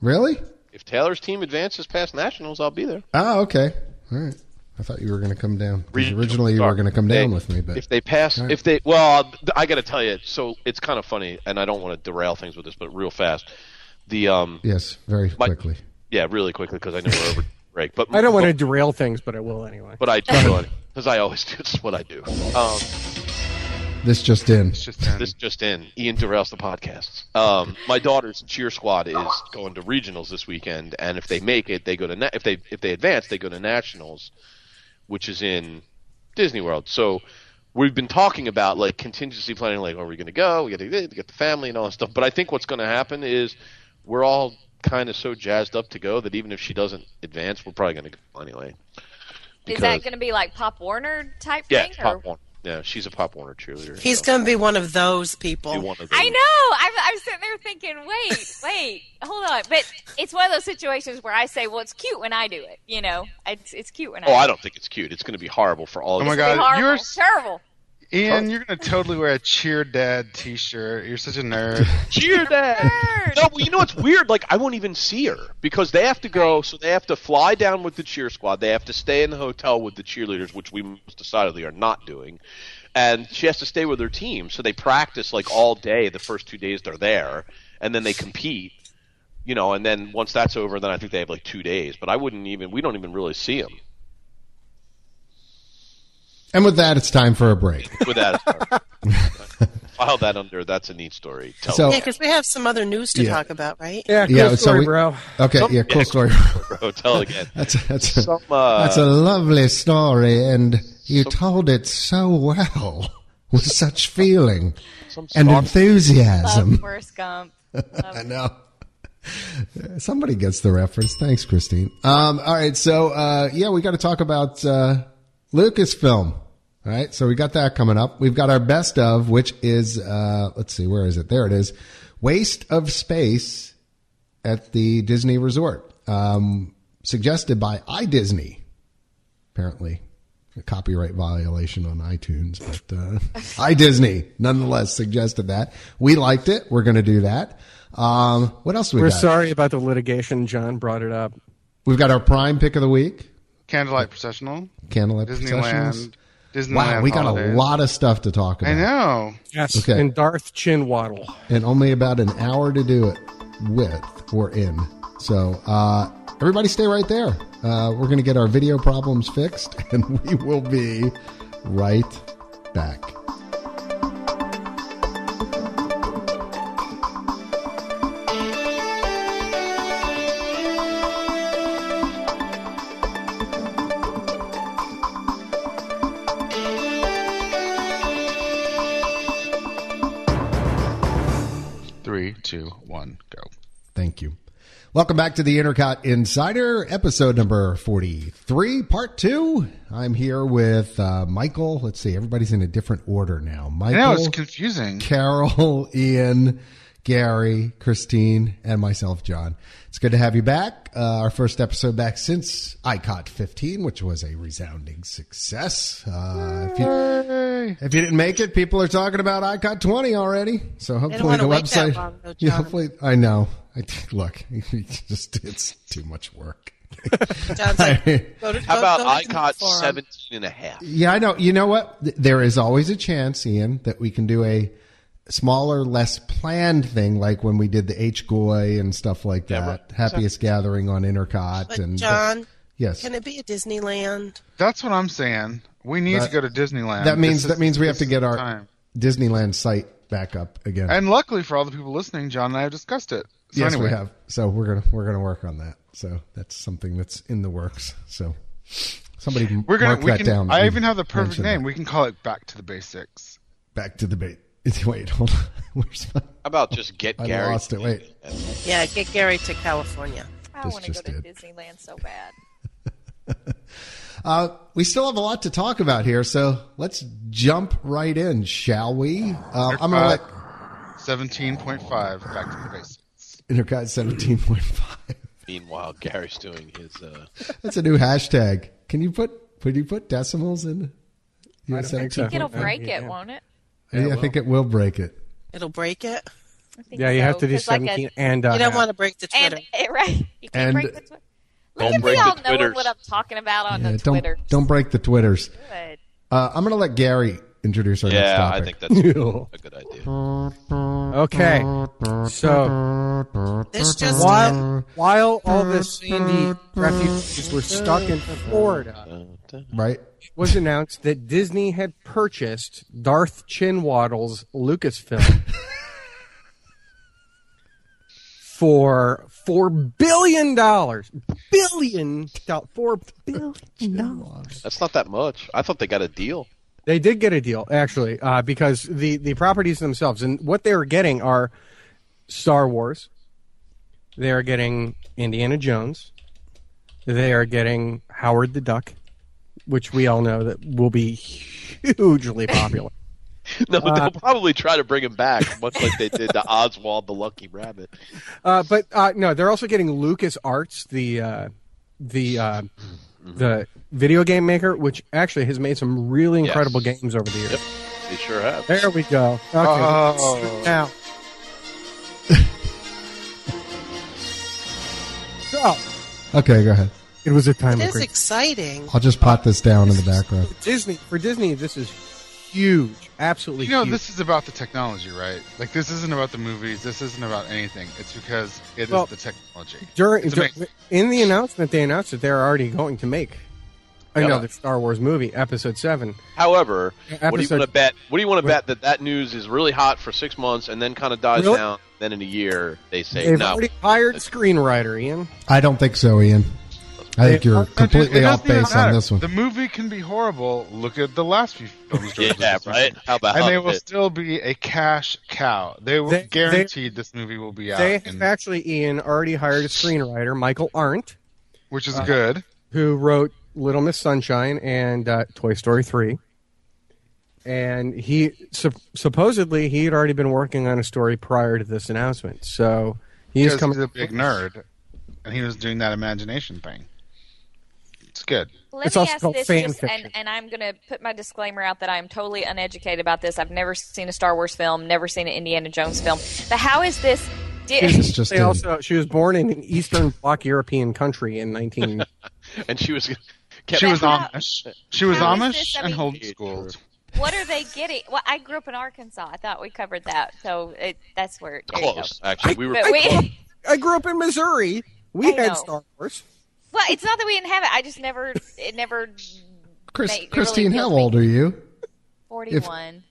Speaker 2: Really?
Speaker 6: If Taylor's team advances past nationals, I'll be there.
Speaker 2: Oh, okay. All right. I thought you were going to come down. 'Cause
Speaker 6: Regional.
Speaker 2: Originally, you were
Speaker 6: Sorry.
Speaker 2: going to come down
Speaker 6: They-
Speaker 2: with me, but
Speaker 6: if they pass,
Speaker 2: All right.
Speaker 6: if they, well, I got to tell you, so it's kind of funny, and I don't want to derail things with this, but real fast, the um,
Speaker 2: yes, very
Speaker 6: My-
Speaker 2: quickly.
Speaker 6: yeah, really quickly because I know we're over break, but
Speaker 3: I don't want to derail things, but I will anyway.
Speaker 6: but I do because I always do. It's what I do. Um,
Speaker 2: This just in.
Speaker 7: It's just um,
Speaker 6: this just in: Ian derails the podcast. Um, my daughter's cheer squad is going to regionals this weekend, and if they make it, they go to na- if they if they advance, they go to nationals, which is in Disney World. So we've been talking about like contingency planning, like where are we going to go? We got to get the family and all that stuff. But I think what's going to happen is we're all kind of so jazzed up to go that even if she doesn't advance, we're probably going to go anyway.
Speaker 4: Is
Speaker 6: Because-
Speaker 4: that going to be like Pop Warner type
Speaker 6: Yeah,
Speaker 4: thing?
Speaker 6: it's
Speaker 4: or-
Speaker 6: Pop Warner. Yeah, she's a Pop Warner cheerleader.
Speaker 5: He's
Speaker 6: so
Speaker 5: going to be one of those
Speaker 6: be
Speaker 5: people.
Speaker 6: one of
Speaker 4: I
Speaker 6: those.
Speaker 4: know. I'm, I'm sitting there thinking, wait, wait, hold on. But it's one of those situations where I say, well, it's cute when I do it. You know, it's, it's cute when I.
Speaker 6: Oh, I
Speaker 4: do
Speaker 6: don't think it's cute. It's going to be horrible for all of
Speaker 7: Oh
Speaker 6: us.
Speaker 7: my
Speaker 4: it. It's
Speaker 7: God,
Speaker 4: horrible.
Speaker 7: you're-
Speaker 4: It's terrible.
Speaker 7: Ian, you're gonna totally wear a cheer dad T-shirt. You're such a nerd.
Speaker 6: cheer that.
Speaker 4: Nerd.
Speaker 6: No, well, you know what's weird? Like, I won't even see her because they have to go. So they have to fly down with the cheer squad. They have to stay in the hotel with the cheerleaders, which we most decidedly are not doing. And she has to stay with her team. So they practice like all day the first two days they're there, and then they compete. You know, and then once that's over, then I think they have like two days. But I wouldn't even. We don't even really see them
Speaker 2: And with that, it's time for a break.
Speaker 6: with that. File that under. That's a neat story. Tell
Speaker 2: So,
Speaker 5: Yeah, because we have some other news to
Speaker 2: Yeah.
Speaker 5: talk about, right?
Speaker 3: Yeah, cool
Speaker 2: yeah, so
Speaker 3: story,
Speaker 2: we-
Speaker 3: bro.
Speaker 2: okay, yeah, cool story.
Speaker 6: it, bro. Tell again.
Speaker 2: that's a, that's a,
Speaker 6: Some, uh,
Speaker 2: that's a lovely story, and you told it so well with such feeling
Speaker 6: Some
Speaker 2: and
Speaker 6: star-
Speaker 4: Love
Speaker 2: enthusiasm.
Speaker 4: Forrest Gump.
Speaker 2: I know. Somebody gets the reference. Thanks, Christine. Um, all right, so uh, yeah, we got to talk about uh, Lucasfilm. All right, so we got that coming up. We've got our best of, which is uh, let's see, where is it? There it is. Waste of space at the Disney Resort, um, suggested by iDisney. Apparently, a copyright violation on iTunes, but uh, iDisney nonetheless suggested that. We liked it. We're going to do that. Um, what else do we
Speaker 3: We're
Speaker 2: got?
Speaker 3: sorry about the litigation. John brought it up.
Speaker 2: We've got our prime pick of the week,
Speaker 7: Candlelight processional,
Speaker 2: Candlelight Processions.
Speaker 7: Disneyland, Disneyland.
Speaker 2: Wow, we got
Speaker 7: holidays.
Speaker 2: a lot of stuff to talk about.
Speaker 7: I know.
Speaker 3: Yes,
Speaker 2: Okay.
Speaker 3: and Darth Chinwaddle.
Speaker 2: and only about an hour to do it with or in. So, uh, everybody stay right there. Uh, we're going to get our video problems fixed, and we will be right back.
Speaker 7: Three, two, one, go.
Speaker 2: Thank you. Welcome back to the Intercot Insider, episode number 43, part two. I'm here with uh, Michael. Let's see, everybody's in a different order now.
Speaker 7: I
Speaker 2: Michael,
Speaker 7: know it's confusing.
Speaker 2: Carol, Ian, Gary, Christine, and myself, John. It's good to have you back. Uh, our first episode back since ICOT 15, which was a resounding success. Uh, if, you, if you didn't make it, people are talking about ICOT 20 already. So hopefully
Speaker 5: wanna
Speaker 2: the
Speaker 5: wait that
Speaker 2: website.
Speaker 5: long, though,
Speaker 2: yeah,
Speaker 5: John.
Speaker 2: hopefully I know. I, look, it's just it's too much work.
Speaker 5: John's like, go to,
Speaker 6: How
Speaker 5: go-
Speaker 6: about
Speaker 5: go to the
Speaker 6: ICOT
Speaker 5: forum.
Speaker 6: 17 and a half?
Speaker 2: Yeah, I know. You know what? Th- There is always a chance, Ian, that we can do a smaller, less planned thing, like when we did the H Goy and stuff like that. Happiest gathering on Intercot
Speaker 5: But
Speaker 2: and
Speaker 5: John,
Speaker 2: yes,
Speaker 5: can it be a Disneyland?
Speaker 7: That's what I'm saying. We need
Speaker 2: That-
Speaker 7: to go to Disneyland.
Speaker 2: that means
Speaker 7: This
Speaker 2: that
Speaker 7: is-
Speaker 2: means we have
Speaker 7: this
Speaker 2: to
Speaker 7: is
Speaker 2: get
Speaker 7: the
Speaker 2: our
Speaker 7: time.
Speaker 2: Disneyland site back up again.
Speaker 7: And luckily for all the people listening, John and I have discussed it. So
Speaker 2: yes,
Speaker 7: anyway,
Speaker 2: we have. So we're gonna we're gonna work on that. So that's something that's in the works. So somebody
Speaker 7: We're gonna.
Speaker 2: mark
Speaker 7: we
Speaker 2: that
Speaker 7: can,
Speaker 2: down.
Speaker 7: I
Speaker 2: We
Speaker 7: even have the perfect
Speaker 2: mentioned
Speaker 7: name.
Speaker 2: that.
Speaker 7: We can call it "Back to the Basics."
Speaker 2: Back to the bait. Wait, hold on. Where's my,
Speaker 6: How about just get
Speaker 2: I
Speaker 6: Gary?
Speaker 2: lost it. Wait,
Speaker 5: Yeah, get Gary to California.
Speaker 4: I
Speaker 2: This
Speaker 4: want to go
Speaker 2: just
Speaker 4: to
Speaker 2: did.
Speaker 4: Disneyland so bad.
Speaker 2: we still have a lot to talk about here. So let's jump right in, shall we? Uh, I'm gonna let
Speaker 7: Seventeen point five. Back to the Basics.
Speaker 2: Intercut 17.5.
Speaker 6: Meanwhile, Gary's doing his. Uh,
Speaker 2: That's a new hashtag. Can you put could you put decimals in?
Speaker 3: I don't think so.
Speaker 4: It'll
Speaker 3: Yeah,
Speaker 4: break
Speaker 3: yeah.
Speaker 4: it, won't it?
Speaker 2: Yeah, I think it will break it.
Speaker 5: It'll break it.
Speaker 4: I think
Speaker 3: Yeah, you have
Speaker 4: so,
Speaker 3: to do
Speaker 4: 'cause like a-
Speaker 3: 17 and uh,
Speaker 5: You don't
Speaker 3: half.
Speaker 5: want to break the Twitter.
Speaker 4: and it, right, you can
Speaker 2: And-
Speaker 4: break the Twitter. Look
Speaker 6: Don't
Speaker 4: at me
Speaker 6: break the
Speaker 4: all knowing
Speaker 6: Twitters.
Speaker 4: what I'm talking about on
Speaker 2: Yeah,
Speaker 4: the
Speaker 2: don't
Speaker 4: Twitter.
Speaker 2: don't break the twitters.
Speaker 4: Good.
Speaker 2: Uh, I'm gonna let Gary introduce our next
Speaker 6: yeah, I
Speaker 2: topic.
Speaker 6: think that's a good idea.
Speaker 3: Okay. So
Speaker 5: This just
Speaker 3: while, while all the Sandy refugees were stuck in Florida,
Speaker 2: right.
Speaker 3: it was announced that Disney had purchased Darth Chinwaddle's Lucasfilm for four billion dollars. Billion dollars. Four billion dollars.
Speaker 6: That's not that much. I thought they got a deal.
Speaker 3: They did get a deal, actually, uh, because the, the properties themselves and what they are getting are Star Wars. They are getting Indiana Jones. They are getting Howard the Duck, which we all know that will be hugely popular.
Speaker 6: No, they'll probably try to bring him back, much like they did to Oswald the Lucky Rabbit.
Speaker 3: uh, but uh, no, they're also getting Lucas Arts, the uh, the uh, the video game maker, which actually has made some really
Speaker 6: Yes.
Speaker 3: incredible games over the years.
Speaker 6: Yep, they sure have.
Speaker 3: There we go. Okay.
Speaker 7: Oh.
Speaker 3: Now. so,
Speaker 2: Okay, go ahead.
Speaker 3: it was a time of
Speaker 5: is
Speaker 3: great.
Speaker 5: exciting.
Speaker 2: I'll just pot this down in the background.
Speaker 3: Disney for Disney. This is huge, absolutely
Speaker 7: You know,
Speaker 3: huge.
Speaker 7: this is about the technology, right? Like, this isn't about the movies. This isn't about anything. It's because it is
Speaker 3: Well,
Speaker 7: the technology.
Speaker 3: during,
Speaker 7: It's
Speaker 3: dur-
Speaker 7: amazing.
Speaker 3: in the announcement they announced that they're already going to make another Star Wars movie, Episode Seven.
Speaker 6: However, what do you
Speaker 3: Episode-
Speaker 6: want to bet? What do you want to bet that that news is really hot for six months and then kind of dies
Speaker 3: Really?
Speaker 6: down? Then in a year, they say
Speaker 3: They've
Speaker 6: no.
Speaker 3: already hired screenwriter Ian.
Speaker 2: I don't think so, Ian. I think you're
Speaker 7: No, dude, it
Speaker 2: completely
Speaker 7: doesn't
Speaker 2: off
Speaker 7: even
Speaker 2: base on
Speaker 7: matter.
Speaker 2: this one.
Speaker 7: The movie can be horrible. Look at the last few films. George
Speaker 6: yeah,
Speaker 7: Lucas
Speaker 6: right.
Speaker 7: made.
Speaker 6: How about
Speaker 7: And
Speaker 6: how
Speaker 7: they
Speaker 6: it
Speaker 7: will
Speaker 6: is?
Speaker 7: still be a cash cow. They were
Speaker 3: They- they-
Speaker 7: guaranteed this movie will be out,
Speaker 3: They have
Speaker 7: in-
Speaker 3: actually Ian already hired a screenwriter, Michael Arndt.
Speaker 7: which
Speaker 3: uh,
Speaker 7: is good.
Speaker 3: who wrote Little Miss Sunshine and uh, Toy Story 3. And he sup- supposedly he had already been working on a story prior to this announcement. So he is
Speaker 7: Because
Speaker 3: coming
Speaker 7: he's a big nerd, and he was doing that imagination thing. It's good.
Speaker 4: Let
Speaker 3: It's
Speaker 4: me
Speaker 3: also
Speaker 4: ask
Speaker 3: called
Speaker 4: this,
Speaker 3: fan
Speaker 4: just,
Speaker 3: fiction.
Speaker 4: and, and I'm going to put my disclaimer out that I'm totally uneducated about this. I've never seen a Star Wars film, never seen an Indiana Jones film. But how is this?
Speaker 2: This
Speaker 4: Di-
Speaker 2: just
Speaker 3: They
Speaker 2: in.
Speaker 3: also she was born in an Eastern Bloc European country in 19.
Speaker 6: And she was kept
Speaker 7: She was
Speaker 4: how-
Speaker 7: Amish. She was
Speaker 4: how is
Speaker 7: Amish
Speaker 4: this- I
Speaker 7: and
Speaker 4: mean-
Speaker 7: homeschooled.
Speaker 4: what are they getting? Well, I grew up in Arkansas. I thought we covered that, so it, that's where there you go.
Speaker 6: close. Actually, we were.
Speaker 4: But we,
Speaker 3: I grew up in Missouri. We
Speaker 4: I
Speaker 3: had
Speaker 4: know.
Speaker 3: Star Wars.
Speaker 4: well, it's not that we didn't have it. I just never, it never.
Speaker 2: Chris,
Speaker 4: made- it really
Speaker 2: Christine, how
Speaker 4: appealed to me.
Speaker 2: old are you?
Speaker 4: Forty-one.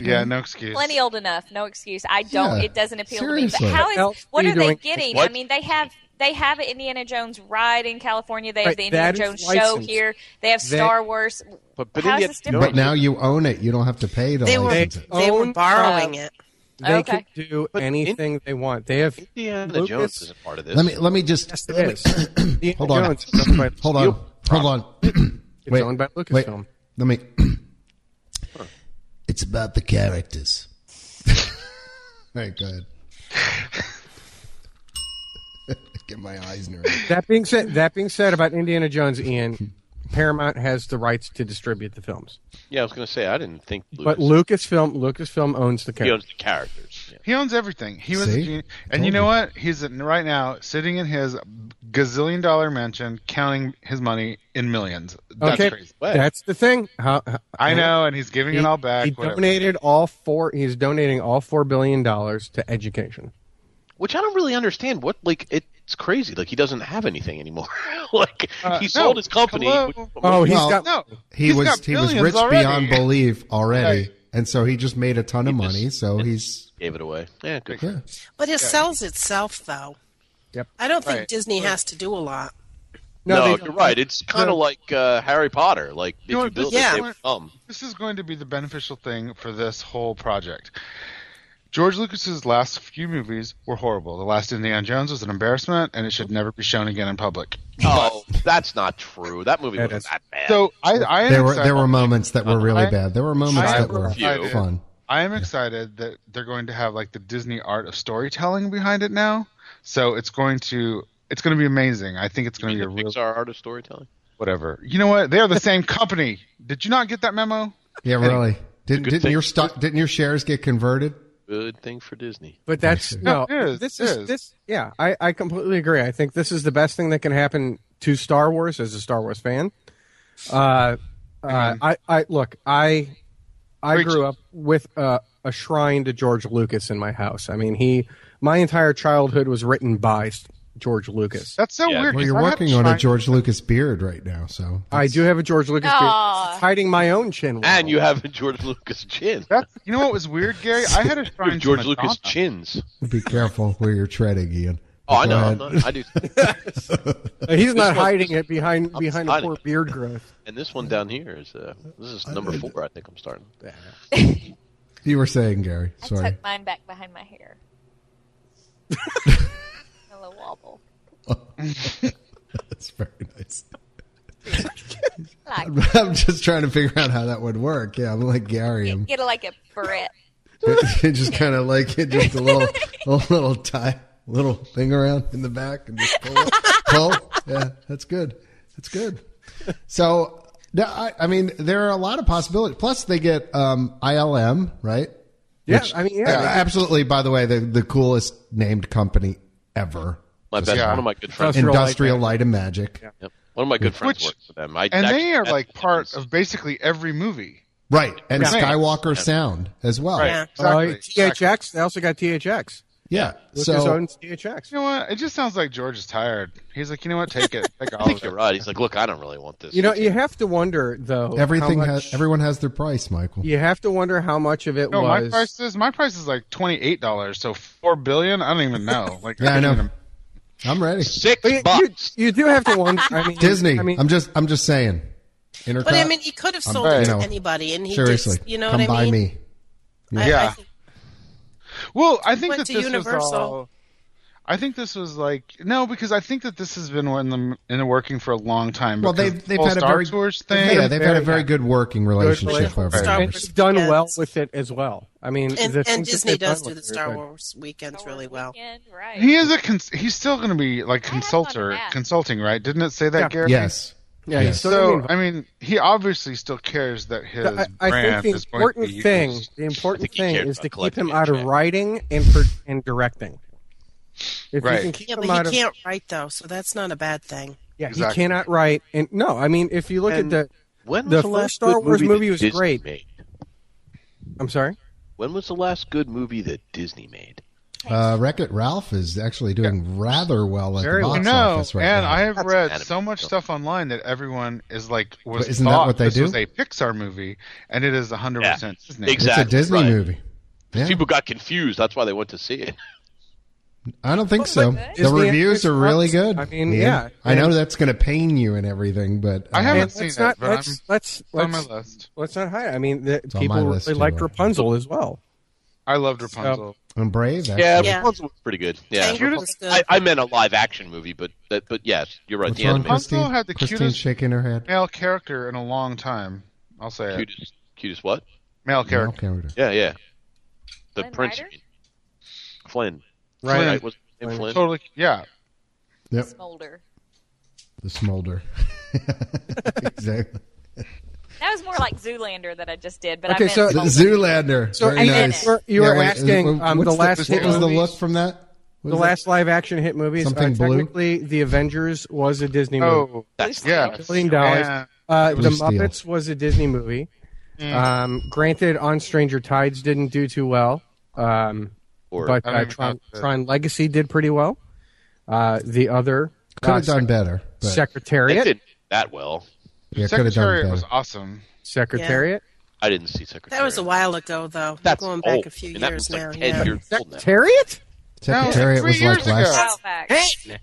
Speaker 7: Yeah, no excuse.
Speaker 4: plenty old enough. No excuse. I don't.
Speaker 2: Yeah.
Speaker 4: it doesn't appeal to
Speaker 2: Seriously.
Speaker 4: me. But how
Speaker 3: Else
Speaker 4: is what
Speaker 3: you
Speaker 4: are they
Speaker 3: doing-
Speaker 4: getting?
Speaker 6: What?
Speaker 4: I mean, they have they have an Indiana Jones ride in California. They have
Speaker 3: Right,
Speaker 4: the
Speaker 3: that
Speaker 4: Indiana
Speaker 3: is
Speaker 4: Jones show
Speaker 3: licensed.
Speaker 4: here. They have
Speaker 3: They-
Speaker 4: Star Wars.
Speaker 6: But, but
Speaker 4: How
Speaker 6: then
Speaker 4: is
Speaker 6: yet,
Speaker 4: this
Speaker 6: no,
Speaker 4: different?
Speaker 2: But now you own it. You don't have to pay to
Speaker 5: They were-
Speaker 2: license it.
Speaker 5: They were
Speaker 3: Own-
Speaker 5: borrowing it.
Speaker 3: They
Speaker 4: Okay.
Speaker 3: can do
Speaker 6: But in-
Speaker 3: anything they want. They have
Speaker 6: Indiana
Speaker 3: Lucas-
Speaker 6: Jones isn't part of this.
Speaker 2: Let me let me just
Speaker 3: Yes,
Speaker 2: let
Speaker 3: it
Speaker 2: me-
Speaker 3: is. Indiana
Speaker 2: Hold on.
Speaker 3: Jones is owned by-
Speaker 2: hold on, hold on.
Speaker 3: It's owned by Lucasfilm.
Speaker 2: Let me. It's about the characters. All right, go ahead. Get my eyes in nervous.
Speaker 3: That being said, that being said about Indiana Jones, Ian, Paramount has the rights to distribute the films,
Speaker 6: Yeah, I was going to say I didn't think. Lucas
Speaker 3: but Lucasfilm, Lucasfilm owns the
Speaker 6: he
Speaker 3: character.
Speaker 6: owns the characters. Yeah.
Speaker 7: He owns everything. He was a
Speaker 2: See?
Speaker 7: genius. And you know what? He's in- right now sitting in his gazillion dollar mansion counting his money in millions. That's
Speaker 3: okay,
Speaker 7: crazy.
Speaker 3: that's the thing. How, how-
Speaker 7: I know, and he's giving
Speaker 3: He,
Speaker 7: it all back.
Speaker 3: he
Speaker 7: whatever.
Speaker 3: donated all four. He's donating all four billion dollars to education.
Speaker 6: Which I don't really understand. What like it's crazy. Like he doesn't have anything anymore. like
Speaker 7: Uh,
Speaker 6: he
Speaker 7: no.
Speaker 6: sold his company.
Speaker 7: Hello?
Speaker 6: which-
Speaker 3: Oh, he's
Speaker 2: Well,
Speaker 3: got
Speaker 7: No,
Speaker 2: He
Speaker 7: he's
Speaker 2: was
Speaker 7: got
Speaker 2: he was
Speaker 7: billions
Speaker 2: rich
Speaker 7: already.
Speaker 2: beyond belief already,
Speaker 7: Right.
Speaker 2: and so he just made a ton of
Speaker 6: He just-
Speaker 2: money. So he's
Speaker 6: Gave it away. Yeah, good.
Speaker 2: yeah.
Speaker 5: But it sells itself, though.
Speaker 3: Yep.
Speaker 5: I don't think
Speaker 7: Right.
Speaker 5: Disney has to do a lot.
Speaker 6: No,
Speaker 3: they-
Speaker 6: you're right. It's kind of
Speaker 3: No.
Speaker 6: like uh, Harry Potter. Like if
Speaker 7: You know
Speaker 6: you
Speaker 7: what,
Speaker 6: build
Speaker 5: yeah.
Speaker 6: it, they will come.
Speaker 7: This is going to be the beneficial thing for this whole project. George Lucas's last few movies were horrible. The last Indiana Jones was an embarrassment, and it should never be shown again in public.
Speaker 6: Oh, that's not true. That movie
Speaker 3: It
Speaker 6: wasn't
Speaker 3: is.
Speaker 6: that bad.
Speaker 7: So I, I am
Speaker 2: there were
Speaker 7: excited.
Speaker 2: there were moments that were really
Speaker 7: I-
Speaker 2: bad. There were moments
Speaker 7: I
Speaker 2: that were
Speaker 6: review.
Speaker 2: fun.
Speaker 7: I am excited that they're going to have like the Disney art of storytelling behind it now. So it's going to it's going to be amazing. I think it's
Speaker 6: I
Speaker 7: going
Speaker 6: mean,
Speaker 7: to
Speaker 6: the
Speaker 7: be a real
Speaker 6: Pixar art of storytelling.
Speaker 7: whatever. You know what? They are the same company. Did you not get that memo?
Speaker 2: Yeah, really. Didn't
Speaker 6: good
Speaker 2: didn't
Speaker 6: thing.
Speaker 2: your stock didn't your shares get converted?
Speaker 6: Good thing for Disney.
Speaker 3: But that's no.
Speaker 7: it is,
Speaker 3: this
Speaker 7: it
Speaker 3: is,
Speaker 7: is.
Speaker 3: this. Yeah, I, I completely agree. I think this is the best thing that can happen to Star Wars as a Star Wars fan. Uh, uh, I, I look. I I
Speaker 7: Preach.
Speaker 3: grew up with uh, a shrine to George Lucas in my house. I mean, he my entire childhood was written by S- George Lucas.
Speaker 7: That's so
Speaker 6: Yeah.
Speaker 7: weird.
Speaker 2: Well,
Speaker 7: 'cause
Speaker 2: you're
Speaker 7: I had
Speaker 2: working on a
Speaker 7: shrine-
Speaker 2: George Lucas beard right now, so
Speaker 3: I do have a George Lucas beard.
Speaker 4: Aw.
Speaker 3: It's hiding my own chin. wrinkle.
Speaker 6: And you have a George Lucas chin.
Speaker 7: That's you know what was weird, Gary? I had a
Speaker 6: You
Speaker 7: shrine
Speaker 6: have George
Speaker 7: to
Speaker 6: Lucas
Speaker 7: Madonna.
Speaker 6: chins.
Speaker 2: be careful where you're treading, Ian.
Speaker 6: Oh, I
Speaker 2: Go
Speaker 6: know. I'm
Speaker 2: ahead.
Speaker 6: not, I do.
Speaker 3: Uh, He's not
Speaker 6: This one-
Speaker 3: hiding it behind
Speaker 6: I'm
Speaker 3: behind a
Speaker 6: hiding
Speaker 3: poor
Speaker 6: it.
Speaker 3: beard growth.
Speaker 6: And this one down here is uh, this is number four. I think I'm starting.
Speaker 2: You were saying, Gary.
Speaker 4: I
Speaker 2: Sorry.
Speaker 4: tuck mine back behind my hair. a little wobble.
Speaker 2: That's very nice.
Speaker 4: Like,
Speaker 2: I'm just trying to figure out how that would work. Yeah, I'm like Gary. I'm
Speaker 4: get a, like a barrette.
Speaker 2: just kind of like it, just a little, a little tie, little thing around in the back, and just pull. It. pull. Yeah, that's good. That's good. So, no, I, I mean, there are a lot of possibilities. Plus, they get um, ILM, right?
Speaker 3: Yeah, I mean, yeah.
Speaker 2: Uh, absolutely. By the way, the the coolest named company ever,
Speaker 6: My best,
Speaker 7: Yeah.
Speaker 6: one of my good friends.
Speaker 3: Industrial Light
Speaker 2: Industrial Light and Magic.
Speaker 6: Yep. One of my good friends
Speaker 7: Which-
Speaker 6: works for them. I
Speaker 7: And
Speaker 6: actually
Speaker 7: they are
Speaker 6: met
Speaker 7: like
Speaker 6: them
Speaker 7: part
Speaker 6: once.
Speaker 7: of basically every movie.
Speaker 2: Right, and
Speaker 7: Yeah.
Speaker 2: Skywalker Sound as well.
Speaker 7: Right.
Speaker 5: Yeah.
Speaker 7: Exactly.
Speaker 3: Uh,
Speaker 7: exactly.
Speaker 3: THX. They also got THX.
Speaker 2: Yeah.
Speaker 3: Lucas
Speaker 2: so
Speaker 3: owns THX.
Speaker 7: You know what? It just sounds like George is tired. He's like, you know what? Take it. Take all
Speaker 6: I think
Speaker 7: of
Speaker 6: you're
Speaker 7: it.
Speaker 6: right. He's like, look, I don't really want this.
Speaker 3: You know, you have to wonder though.
Speaker 2: everything
Speaker 3: how much-
Speaker 2: has everyone has their price, Michael.
Speaker 3: You have to wonder how much of it
Speaker 7: No, my
Speaker 3: was.
Speaker 7: price is my price is like twenty eight dollars. So four billion. I don't even know. Like
Speaker 2: Yeah, I
Speaker 7: couldn't
Speaker 2: know.
Speaker 7: even-
Speaker 2: I'm ready.
Speaker 6: six
Speaker 3: But you, you,
Speaker 6: bucks.
Speaker 3: you do have to wonder. I mean,
Speaker 2: Disney.
Speaker 3: I
Speaker 2: I
Speaker 3: mean,
Speaker 2: am just I'm just saying. Intercom.
Speaker 5: But I mean, he could have sold
Speaker 7: right.
Speaker 5: it to
Speaker 2: You know,
Speaker 5: anybody, and he
Speaker 2: seriously,
Speaker 5: just, you know
Speaker 2: come
Speaker 5: what I
Speaker 2: buy
Speaker 5: mean?
Speaker 2: me.
Speaker 5: I- I
Speaker 7: Yeah.
Speaker 5: think-
Speaker 7: Well, I think
Speaker 5: Went
Speaker 7: that
Speaker 5: to
Speaker 7: this was
Speaker 5: Universal.
Speaker 7: all. I think this was like no, because I think that this has been in the in the working for a long time.
Speaker 2: Well,
Speaker 7: because
Speaker 2: they've
Speaker 7: the
Speaker 2: they've
Speaker 7: whole
Speaker 2: had a
Speaker 7: Star
Speaker 2: very
Speaker 7: Tours
Speaker 2: yeah,
Speaker 7: thing.
Speaker 2: they've had a very good working relationship
Speaker 3: relationship.
Speaker 2: over
Speaker 5: Star
Speaker 2: the
Speaker 3: and
Speaker 5: Wars
Speaker 2: years.
Speaker 3: it's done
Speaker 5: weekends.
Speaker 3: well with it as well. I mean,
Speaker 5: And,
Speaker 3: the things
Speaker 5: and
Speaker 3: that
Speaker 5: Disney
Speaker 3: they've done
Speaker 5: does do
Speaker 3: with
Speaker 5: the
Speaker 3: it are
Speaker 5: Star
Speaker 3: good.
Speaker 5: Wars weekends
Speaker 4: Star
Speaker 5: really
Speaker 4: Wars
Speaker 5: well.
Speaker 4: weekend, right.
Speaker 7: He is a cons- he's still going to be
Speaker 4: I have
Speaker 7: like
Speaker 4: fun with
Speaker 7: consultor
Speaker 4: that.
Speaker 7: consulting, right? Didn't it say that,
Speaker 3: Yeah.
Speaker 7: Gary?
Speaker 2: Yes.
Speaker 3: Yeah,
Speaker 2: Yes.
Speaker 3: he's still
Speaker 7: So
Speaker 3: involved.
Speaker 7: I mean, he obviously still cares that his
Speaker 3: I, I
Speaker 7: brand
Speaker 3: think
Speaker 7: is
Speaker 3: the
Speaker 7: going to
Speaker 3: important
Speaker 7: be
Speaker 3: thing,
Speaker 7: used.
Speaker 3: the
Speaker 6: I
Speaker 3: important
Speaker 6: think he
Speaker 3: thing
Speaker 6: cared
Speaker 3: is
Speaker 6: about
Speaker 3: to keep
Speaker 6: collecting
Speaker 3: him out of
Speaker 6: it.
Speaker 3: writing and pro- and directing. If
Speaker 7: Right.
Speaker 3: you can keep
Speaker 5: Yeah,
Speaker 3: him
Speaker 5: but
Speaker 3: out
Speaker 5: he
Speaker 3: of
Speaker 5: can't write though, so that's not a bad thing.
Speaker 3: yeah,
Speaker 7: Exactly.
Speaker 3: he cannot write. And no, I mean, if you look
Speaker 6: And-
Speaker 3: at
Speaker 6: When was
Speaker 3: the
Speaker 6: the,
Speaker 3: first
Speaker 6: last
Speaker 3: Star
Speaker 6: good
Speaker 3: Wars
Speaker 6: movie
Speaker 3: movie
Speaker 6: that
Speaker 3: was
Speaker 6: Disney
Speaker 3: great.
Speaker 6: Made?
Speaker 3: the, I'm sorry.
Speaker 6: When was the last good movie that Disney made?
Speaker 2: Uh, Wreck It Ralph is actually doing rather well at
Speaker 3: Very
Speaker 2: the
Speaker 3: well.
Speaker 7: I
Speaker 2: box
Speaker 7: know,
Speaker 2: office right
Speaker 7: and
Speaker 2: now.
Speaker 7: I have
Speaker 6: That's
Speaker 7: read
Speaker 6: anatomy.
Speaker 7: so much stuff online that everyone is like was
Speaker 2: But isn't that
Speaker 7: thought
Speaker 2: what they
Speaker 7: this
Speaker 2: do?
Speaker 7: was a Pixar movie, and it is hundred percent
Speaker 6: Yeah.
Speaker 7: Disney.
Speaker 2: it's
Speaker 6: Exactly.
Speaker 2: a Disney
Speaker 6: right.
Speaker 2: movie. Yeah.
Speaker 6: People got confused. That's why they went to see it.
Speaker 2: I don't
Speaker 5: Oh,
Speaker 2: think so. The
Speaker 3: Disney
Speaker 2: reviews
Speaker 3: Animated
Speaker 2: are really
Speaker 3: Films.
Speaker 2: good.
Speaker 3: I mean,
Speaker 2: Ian.
Speaker 3: yeah.
Speaker 2: I know that's going to pain you and everything, but
Speaker 7: I
Speaker 2: uh,
Speaker 7: haven't
Speaker 3: And
Speaker 7: seen
Speaker 3: let's not
Speaker 7: that, but I'm-
Speaker 3: let's let's
Speaker 7: It's on my
Speaker 3: let's-
Speaker 7: list.
Speaker 3: Let's not hide. I mean, the,
Speaker 2: on
Speaker 3: people
Speaker 2: my
Speaker 3: really
Speaker 2: list, too,
Speaker 3: liked
Speaker 2: though.
Speaker 3: Rapunzel as well.
Speaker 7: I loved Rapunzel.
Speaker 2: I'm brave. Actually.
Speaker 6: Yeah,
Speaker 5: Yeah.
Speaker 6: Rapunzel was pretty good. Yeah,
Speaker 5: Tangled was good.
Speaker 6: I, I meant a live action movie, but that, but yes, you're right.
Speaker 2: What's
Speaker 6: the
Speaker 2: wrong,
Speaker 6: anime
Speaker 7: Chris?
Speaker 2: Christine?
Speaker 7: Rapunzel had the
Speaker 2: Christine's
Speaker 7: cutest-
Speaker 2: shaking her head.
Speaker 7: Male character in a long time. I'll say it.
Speaker 6: cutest cutest what?
Speaker 7: Male character.
Speaker 2: Okay, we're done.
Speaker 6: Yeah, yeah. The
Speaker 4: Flynn
Speaker 6: prince.
Speaker 4: Rider?
Speaker 6: Flynn.
Speaker 7: Right.
Speaker 6: Right. Was his name Flynn?
Speaker 7: Totally. Yeah.
Speaker 2: Yep.
Speaker 4: Smolder.
Speaker 2: The smolder. exactly.
Speaker 4: That was more like Zoolander that I just did, but
Speaker 3: Okay,
Speaker 4: I meant
Speaker 3: so-
Speaker 2: The
Speaker 4: Smolder.
Speaker 2: Zoolander.
Speaker 3: So
Speaker 2: Very
Speaker 3: you,
Speaker 2: nice.
Speaker 3: were, you were
Speaker 2: Yeah, wait,
Speaker 3: asking
Speaker 2: wait,
Speaker 3: um,
Speaker 2: what's
Speaker 3: the last
Speaker 2: What
Speaker 3: hit
Speaker 2: was the
Speaker 3: movie-
Speaker 2: look from that? What
Speaker 3: the
Speaker 2: was
Speaker 3: last live action hit movies.
Speaker 2: Something
Speaker 3: uh,
Speaker 2: blue?
Speaker 3: Technically, The Avengers was a Disney movie.
Speaker 7: Oh,
Speaker 6: That's
Speaker 7: yeah.
Speaker 3: Billion dollars.
Speaker 7: Yeah. Mm.
Speaker 3: Uh, the
Speaker 2: Blue Steel.
Speaker 3: Muppets was a Disney movie. Um, granted, On Stranger Tides didn't do too well, um,
Speaker 6: Or
Speaker 3: but
Speaker 7: I don't
Speaker 3: uh,
Speaker 7: even
Speaker 3: Tron,
Speaker 7: know that.
Speaker 3: Tron Legacy did pretty well. Uh, the other
Speaker 2: Could
Speaker 3: uh,
Speaker 2: have done better. But
Speaker 6: it
Speaker 3: Secretariat.
Speaker 6: didn't do that well.
Speaker 2: yeah, could have done
Speaker 7: Secretariat
Speaker 2: better.
Speaker 7: was awesome.
Speaker 3: Secretariat.
Speaker 6: I didn't see Secretariat.
Speaker 5: That was a while ago, though.
Speaker 6: That's
Speaker 5: going back
Speaker 6: old.
Speaker 5: a few
Speaker 6: and that
Speaker 5: years
Speaker 6: was like
Speaker 5: now.
Speaker 6: 10
Speaker 5: yeah.
Speaker 6: years old now.
Speaker 3: Harriet?
Speaker 2: Secretariat
Speaker 7: three
Speaker 2: was like
Speaker 7: years ago.
Speaker 2: last.
Speaker 4: While back.
Speaker 5: Hey,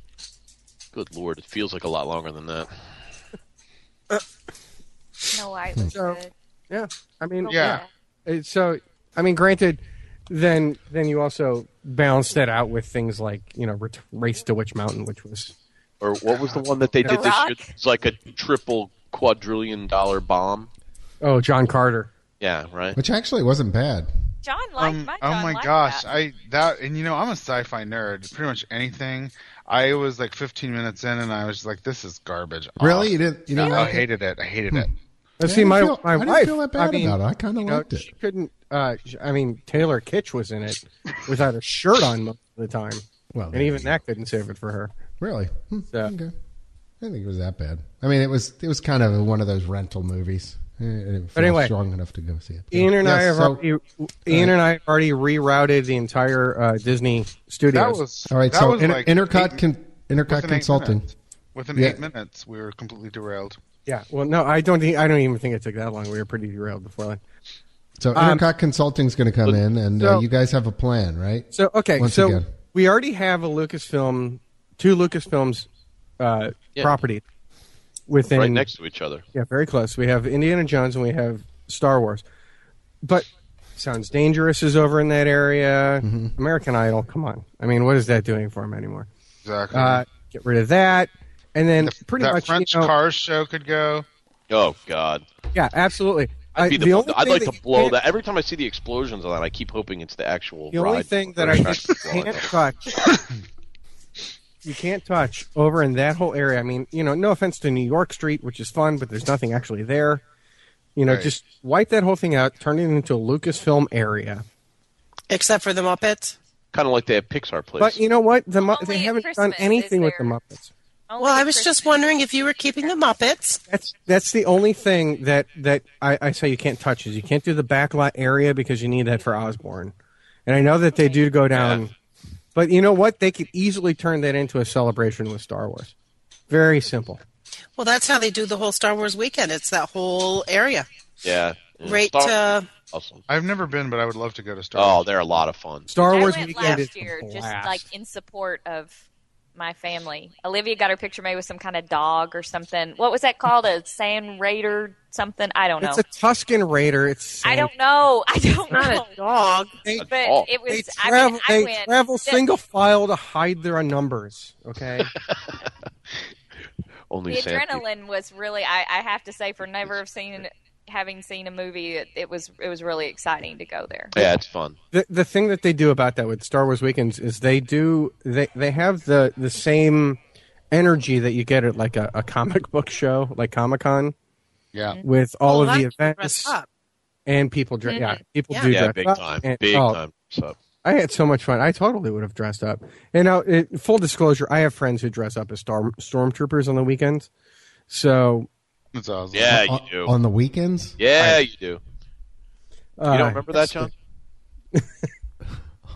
Speaker 6: Good lord, it feels like a lot longer than that.
Speaker 4: No, I
Speaker 2: Hmm.
Speaker 4: was
Speaker 3: So-
Speaker 4: good.
Speaker 3: Yeah. I mean,
Speaker 4: Oh,
Speaker 7: Yeah.
Speaker 3: Uh, so I mean, granted, then then you also balanced that out with things like you know ret- Race to Witch Mountain, which was
Speaker 6: Or what was the one that they
Speaker 4: The
Speaker 6: did this
Speaker 4: Rock?
Speaker 6: year? It's like a triple quadrillion dollar bomb.
Speaker 3: oh John Carter.
Speaker 6: Yeah, right.
Speaker 2: Which actually wasn't bad.
Speaker 4: John liked
Speaker 7: Um,
Speaker 4: my
Speaker 7: oh
Speaker 4: John
Speaker 7: my
Speaker 4: liked
Speaker 7: gosh,
Speaker 4: that.
Speaker 7: I that and you know I'm a sci-fi nerd. Pretty much anything. I was like 15 minutes in, and I was like, "This is garbage."
Speaker 3: Oh,
Speaker 2: Really,
Speaker 7: Awful.
Speaker 2: you didn't? You didn't
Speaker 7: I
Speaker 2: like it? Hmm.
Speaker 7: hated it. I hated
Speaker 3: Now,
Speaker 7: it.
Speaker 2: I
Speaker 3: see,
Speaker 2: didn't
Speaker 3: my
Speaker 2: feel-
Speaker 3: my
Speaker 2: I didn't
Speaker 3: wife.
Speaker 2: feel that bad
Speaker 3: I mean,
Speaker 2: about it. I kind of
Speaker 3: you know,
Speaker 2: liked it.
Speaker 3: She couldn't. Uh, sh- I mean, Taylor Kitsch was in it without a shirt on most of the time,
Speaker 2: Well,
Speaker 3: and even that couldn't save it for her.
Speaker 2: really, Hmm,
Speaker 3: Yeah.
Speaker 2: okay. I didn't think it was that bad. I mean, it was it was kind of one of those rental movies. Eh, I didn't feel
Speaker 3: anyway,
Speaker 2: strong enough to go see it.
Speaker 3: Ian and
Speaker 2: Yeah,
Speaker 3: I have
Speaker 2: so-
Speaker 3: already, Ian and I have already rerouted the entire uh, Disney studios.
Speaker 7: That was
Speaker 2: all right.
Speaker 7: That
Speaker 2: So
Speaker 7: was
Speaker 2: inter-
Speaker 7: like
Speaker 2: intercot
Speaker 7: eight-
Speaker 2: con- intercot
Speaker 7: within eight
Speaker 2: consulting.
Speaker 7: minutes. Within
Speaker 2: Yeah.
Speaker 7: eight minutes, we were completely derailed.
Speaker 3: yeah. Well, no, I don't. e- I don't even think it took that long. We were pretty derailed before that.
Speaker 2: So
Speaker 3: Um,
Speaker 2: intercot consulting's going to come in, and uh,
Speaker 3: so-
Speaker 2: you guys have a plan, right?
Speaker 3: So okay,
Speaker 2: Once
Speaker 3: so
Speaker 2: again.
Speaker 3: we already have a Lucasfilm, two Lucasfilms uh,
Speaker 6: Yeah.
Speaker 3: property within
Speaker 6: right next to each other.
Speaker 3: Yeah, very close. We have Indiana Jones and we have Star Wars, but Sounds Dangerous is over in that area.
Speaker 2: Mm-hmm.
Speaker 3: American Idol, come on. I mean, what is that doing for him anymore?
Speaker 7: Exactly.
Speaker 3: Uh, get rid of that, and then
Speaker 7: The-
Speaker 3: pretty
Speaker 7: that
Speaker 3: much
Speaker 7: French
Speaker 3: you know-
Speaker 7: Cars show could go.
Speaker 6: Oh God,
Speaker 3: Yeah, absolutely. I,
Speaker 6: I'd, be the,
Speaker 3: the only
Speaker 6: I'd
Speaker 3: thing
Speaker 6: like
Speaker 3: that
Speaker 6: to
Speaker 3: you
Speaker 6: blow
Speaker 3: can't-
Speaker 6: that. Every time I see the explosions on that, I keep hoping it's the actual.
Speaker 3: The only
Speaker 6: ride
Speaker 3: thing
Speaker 6: or
Speaker 3: that I
Speaker 6: track
Speaker 3: just
Speaker 6: that's blowing
Speaker 3: can't
Speaker 6: up.
Speaker 3: touch, you can't touch over in that whole area. I mean, you know, no offense to New York Street, which is fun, but there's nothing actually there. You know,
Speaker 7: Right.
Speaker 3: just wipe that whole thing out, turn it into a Lucasfilm area.
Speaker 5: Except for the Muppets.
Speaker 6: Kind of like they have Pixar place.
Speaker 3: But you know what? The Mu- they
Speaker 4: Only at
Speaker 3: haven't done
Speaker 4: Christmas is
Speaker 3: anything with the
Speaker 4: there-
Speaker 3: Muppets.
Speaker 4: Only
Speaker 5: Well, I
Speaker 4: at
Speaker 5: was
Speaker 4: Oh, Christmas.
Speaker 5: just wondering if you were keeping the Muppets.
Speaker 3: That's that's the only thing that that I, I say you can't touch is you can't do the backlot area because you need that for Osborne, and I know that they do go down, but you know what? They could easily turn that into a celebration with Star Wars. Very simple.
Speaker 5: Well, that's how they do the whole Star Wars weekend. It's that whole area.
Speaker 6: yeah, yeah.
Speaker 5: Right,
Speaker 6: Mm. Star-
Speaker 5: uh,
Speaker 6: awesome.
Speaker 7: I've never been, but I would love to go to Star.
Speaker 6: Oh,
Speaker 7: Wars.
Speaker 6: they're a lot of fun.
Speaker 3: Star Wars
Speaker 4: I went
Speaker 3: weekend is
Speaker 4: last
Speaker 3: a
Speaker 4: year just
Speaker 3: blast.
Speaker 4: like in support of my family. Olivia got her picture made with some kind of dog or something. What was that called? A sand raider something? I don't know.
Speaker 3: it's a Tuscan Raider. It's
Speaker 4: I don't know. I don't
Speaker 5: Not
Speaker 4: know.
Speaker 5: a dog.
Speaker 3: They,
Speaker 4: But
Speaker 6: dog.
Speaker 4: it was.
Speaker 3: they
Speaker 4: I
Speaker 3: travel,
Speaker 4: mean, I
Speaker 3: they
Speaker 4: went.
Speaker 3: travel
Speaker 4: the-
Speaker 3: single file to hide their numbers. Okay,
Speaker 6: Only
Speaker 4: The
Speaker 6: Sam people.
Speaker 4: adrenaline was really. I, I have to say, for never have seen, having seen a movie, it, it was it was really exciting to go there.
Speaker 6: Yeah, it's fun.
Speaker 3: the the thing that they do about that with Star Wars weekends is they do they they have the the same energy that you get at like a, a comic book show like Comic Con
Speaker 7: yeah.
Speaker 3: with all
Speaker 5: Well, a
Speaker 3: of
Speaker 5: lot
Speaker 3: the
Speaker 5: people dress
Speaker 3: events
Speaker 5: up. Mm-hmm.
Speaker 3: and people dress. Yeah, people
Speaker 5: Yeah.
Speaker 3: do
Speaker 6: Yeah,
Speaker 3: dress
Speaker 6: big
Speaker 3: up
Speaker 6: time.
Speaker 3: and-
Speaker 6: Big
Speaker 3: oh,
Speaker 6: time. So
Speaker 3: I had so much fun. I totally would have dressed up. And now, it, full disclosure, I have friends who dress up as storm, stormtroopers on the weekends. So,
Speaker 7: That's awesome.
Speaker 6: yeah, you
Speaker 2: On-
Speaker 6: do.
Speaker 2: on the weekends.
Speaker 6: yeah, you do.
Speaker 3: uh,
Speaker 6: You don't remember that,
Speaker 3: that's-
Speaker 6: John?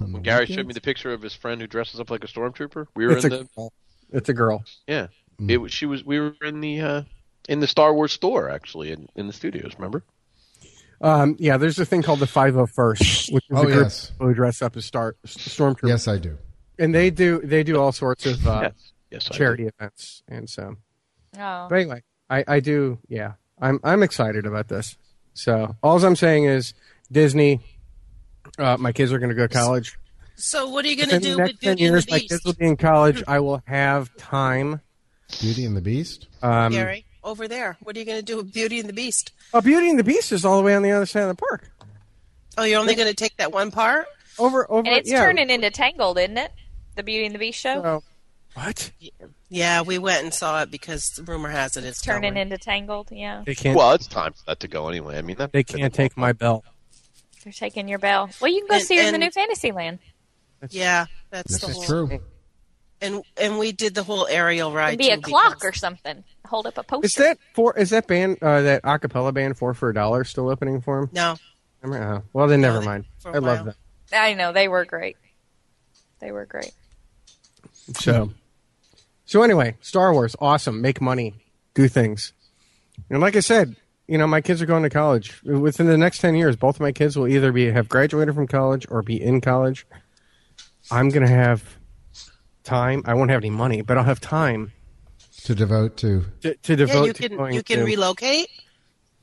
Speaker 2: On the
Speaker 6: When Gary
Speaker 2: weekends?
Speaker 6: showed me the picture of his friend who dresses up like a stormtrooper, we were
Speaker 3: It's
Speaker 6: in
Speaker 3: a Mm.
Speaker 6: the
Speaker 3: girl. It's a girl.
Speaker 6: yeah. It was she was we were in the uh, in the Star Wars store actually in, in the studios. Remember?
Speaker 3: Um, yeah, there's a thing called the 501st, which is
Speaker 2: Oh,
Speaker 3: a group
Speaker 2: yes.
Speaker 3: of people who dress up as star stormtroopers.
Speaker 2: Yes, I do.
Speaker 3: and they do they do all sorts of uh,
Speaker 6: yes. Yes. I did.
Speaker 3: charity events, and so.
Speaker 4: Oh.
Speaker 3: But anyway, I, I do. Yeah, I'm I'm excited about this. So all I'm saying is Disney. Uh, my kids are going to go to college.
Speaker 5: So what are you going to
Speaker 3: In the
Speaker 5: do
Speaker 3: next
Speaker 5: with
Speaker 3: ten
Speaker 5: Beauty and the
Speaker 3: years, my kids
Speaker 5: Beast,
Speaker 3: will be in college. I will have time.
Speaker 2: Beauty and the Beast.
Speaker 3: Um,
Speaker 5: Gary? Over there. What are you going to do with Beauty and the Beast?
Speaker 3: oh, Beauty and the Beast is all the way on the other side of the park.
Speaker 5: Oh, you're only going to take that one part?
Speaker 3: Over, over.
Speaker 4: And it's
Speaker 3: yeah.
Speaker 4: turning into Tangled, isn't it? The Beauty and the Beast show.
Speaker 3: So- what?
Speaker 5: Yeah, we went and saw it because rumor has it it's
Speaker 4: turning
Speaker 5: going.
Speaker 4: into Tangled. Yeah,
Speaker 3: They can't.
Speaker 6: Well, it's time for that to go anyway. I mean, that,
Speaker 3: they can't take my bell.
Speaker 4: they're taking your bell. Well, you can go
Speaker 5: And-
Speaker 4: see her in the
Speaker 5: and-
Speaker 4: new Fantasyland.
Speaker 5: Yeah, that's
Speaker 2: This
Speaker 5: the whole.
Speaker 2: is true.
Speaker 5: And and we did the whole aerial
Speaker 4: It'd
Speaker 5: ride.
Speaker 4: be a
Speaker 5: too,
Speaker 4: clock
Speaker 5: because-
Speaker 4: or something. Hold up a poster.
Speaker 3: Is that for? Is that band? Uh, that acapella band Four for a Dollar still opening for him?
Speaker 5: No,
Speaker 3: Uh, well, then never
Speaker 5: they-
Speaker 3: mind.
Speaker 5: for a
Speaker 3: I love
Speaker 5: while.
Speaker 3: them.
Speaker 4: I know they were great. They were great.
Speaker 3: So, so anyway, Star Wars, awesome. Make money, do things, and like I said, you know, my kids are going to college. Within the next 10 years, both of my kids will either be have graduated from college or be in college. I'm going to have time. I won't have any money, but I'll have time
Speaker 2: to devote to
Speaker 3: to, to
Speaker 5: Yeah,
Speaker 3: devote
Speaker 5: you
Speaker 3: to
Speaker 5: can
Speaker 3: going
Speaker 5: you can
Speaker 3: to-
Speaker 5: relocate.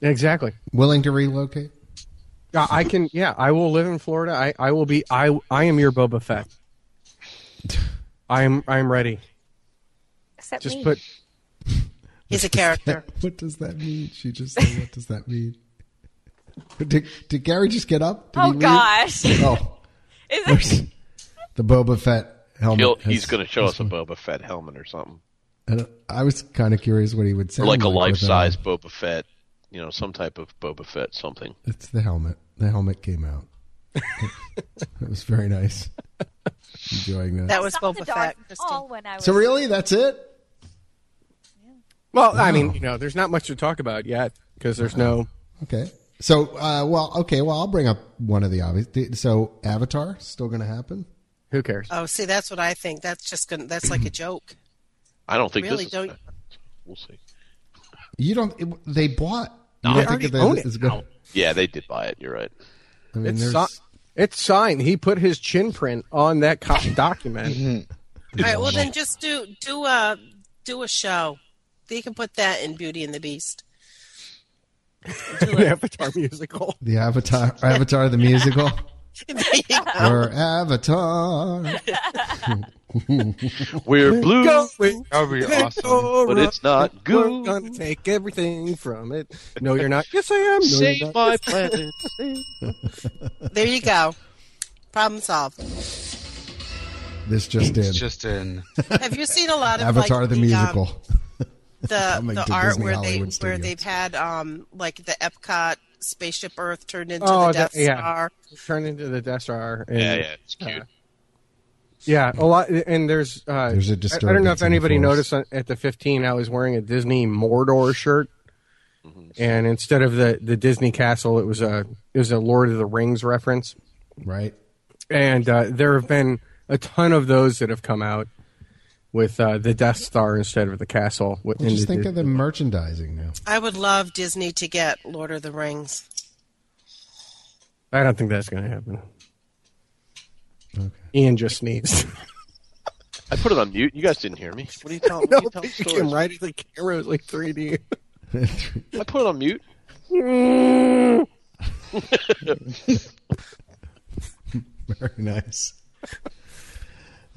Speaker 3: Exactly.
Speaker 2: willing to relocate.
Speaker 3: I I can. Yeah, I will live in Florida. I, I will be. I I am your Boba Fett. I am. I am ready.
Speaker 4: Except
Speaker 3: Just
Speaker 4: me.
Speaker 3: put.
Speaker 5: He's a character.
Speaker 2: What does that mean? She just said, "What does that mean?" Did, did Gary just get up? Did he
Speaker 4: oh
Speaker 2: leave?
Speaker 4: gosh. Is
Speaker 2: Oh,
Speaker 4: it-
Speaker 2: there's the Boba Fett helmet.
Speaker 6: He'll,
Speaker 2: has-
Speaker 6: he's going to show us a Boba Fett helmet or something,
Speaker 2: I don't- I was kind of curious what he would say.
Speaker 6: or like a life-size Boba Fett. You know, some type of Boba Fett something.
Speaker 2: It's the helmet. The helmet came out. it was very nice. Enjoying that.
Speaker 5: That was
Speaker 4: Stop the
Speaker 5: Boba
Speaker 4: dog
Speaker 5: Fett.
Speaker 4: from
Speaker 5: Christine.
Speaker 4: all when I was
Speaker 2: so really, that's it.
Speaker 3: Well, I mean, you know, there's not much to talk about yet because there's no.
Speaker 2: Okay. So, uh, well, okay. Well, I'll bring up one of the obvious. the- So, Avatar still going to happen?
Speaker 3: Who cares?
Speaker 5: Oh, see, that's what I think. That's just gonna. That's like a joke.
Speaker 6: I don't think
Speaker 5: Really
Speaker 6: this. Is
Speaker 5: don't-
Speaker 6: We'll see.
Speaker 2: You don't. it- they bought.
Speaker 6: No,
Speaker 2: you
Speaker 6: they
Speaker 2: don't
Speaker 3: already
Speaker 2: that
Speaker 3: own it
Speaker 2: it's gonna-
Speaker 3: now.
Speaker 6: Yeah, they did buy it. You're right.
Speaker 2: I mean,
Speaker 3: It's,
Speaker 2: there's.
Speaker 3: si- it's signed. He put his chin print on that co-
Speaker 2: Mhm.
Speaker 3: document.
Speaker 5: All right. Well, then just do do a do a show. You can put that in Beauty and the Beast.
Speaker 3: the Avatar musical.
Speaker 2: The Avatar, Avatar the musical, or Avatar.
Speaker 6: We're blue,
Speaker 3: with
Speaker 7: That would be awesome.
Speaker 6: but it's not
Speaker 3: We're
Speaker 6: goo.
Speaker 3: gonna take everything from it. No, you're not. Yes, I am. No, you're
Speaker 6: Save
Speaker 3: not.
Speaker 6: my planet.
Speaker 5: There you go. Problem solved.
Speaker 2: This just
Speaker 7: It's
Speaker 2: did.
Speaker 7: just in.
Speaker 5: Have you seen a lot of
Speaker 2: Avatar
Speaker 5: like,
Speaker 2: the
Speaker 5: um,
Speaker 2: musical.
Speaker 5: the
Speaker 2: Coming
Speaker 5: the
Speaker 2: to
Speaker 5: art
Speaker 2: Disney
Speaker 5: where they
Speaker 2: Hollywood
Speaker 5: where
Speaker 2: Studios.
Speaker 5: they've had um like the Epcot spaceship Earth turned into
Speaker 3: Oh,
Speaker 5: the
Speaker 3: that-
Speaker 5: Death
Speaker 3: yeah.
Speaker 5: Star.
Speaker 3: Turn into the Death Star. and-
Speaker 6: Yeah, yeah, it's cute.
Speaker 3: Yeah, a lot, and there's uh,
Speaker 2: There's a
Speaker 3: I, I don't know
Speaker 2: disturbance
Speaker 3: if
Speaker 2: in the
Speaker 3: anybody
Speaker 2: force.
Speaker 3: noticed on, at the 15, I was wearing a Disney Mordor shirt, and instead of the the Disney castle, it was a it was a Lord of the Rings reference,
Speaker 2: right?
Speaker 3: and uh, there have been a ton of those that have come out with uh, the Death Star instead of the castle. With,
Speaker 2: Well,
Speaker 3: in
Speaker 2: just
Speaker 3: the
Speaker 2: think of the
Speaker 3: Disney-
Speaker 2: merchandising now.
Speaker 5: I would love Disney to get Lord of the Rings.
Speaker 3: I don't think that's going to happen.
Speaker 2: Okay.
Speaker 3: Ian just sneezed.
Speaker 6: I put it on mute. You guys didn't hear me. What are you telling?
Speaker 3: no,
Speaker 6: what are you telling
Speaker 3: you came
Speaker 6: stories?
Speaker 3: right at the camera. It was like 3D.
Speaker 6: I put it on mute.
Speaker 2: Very nice.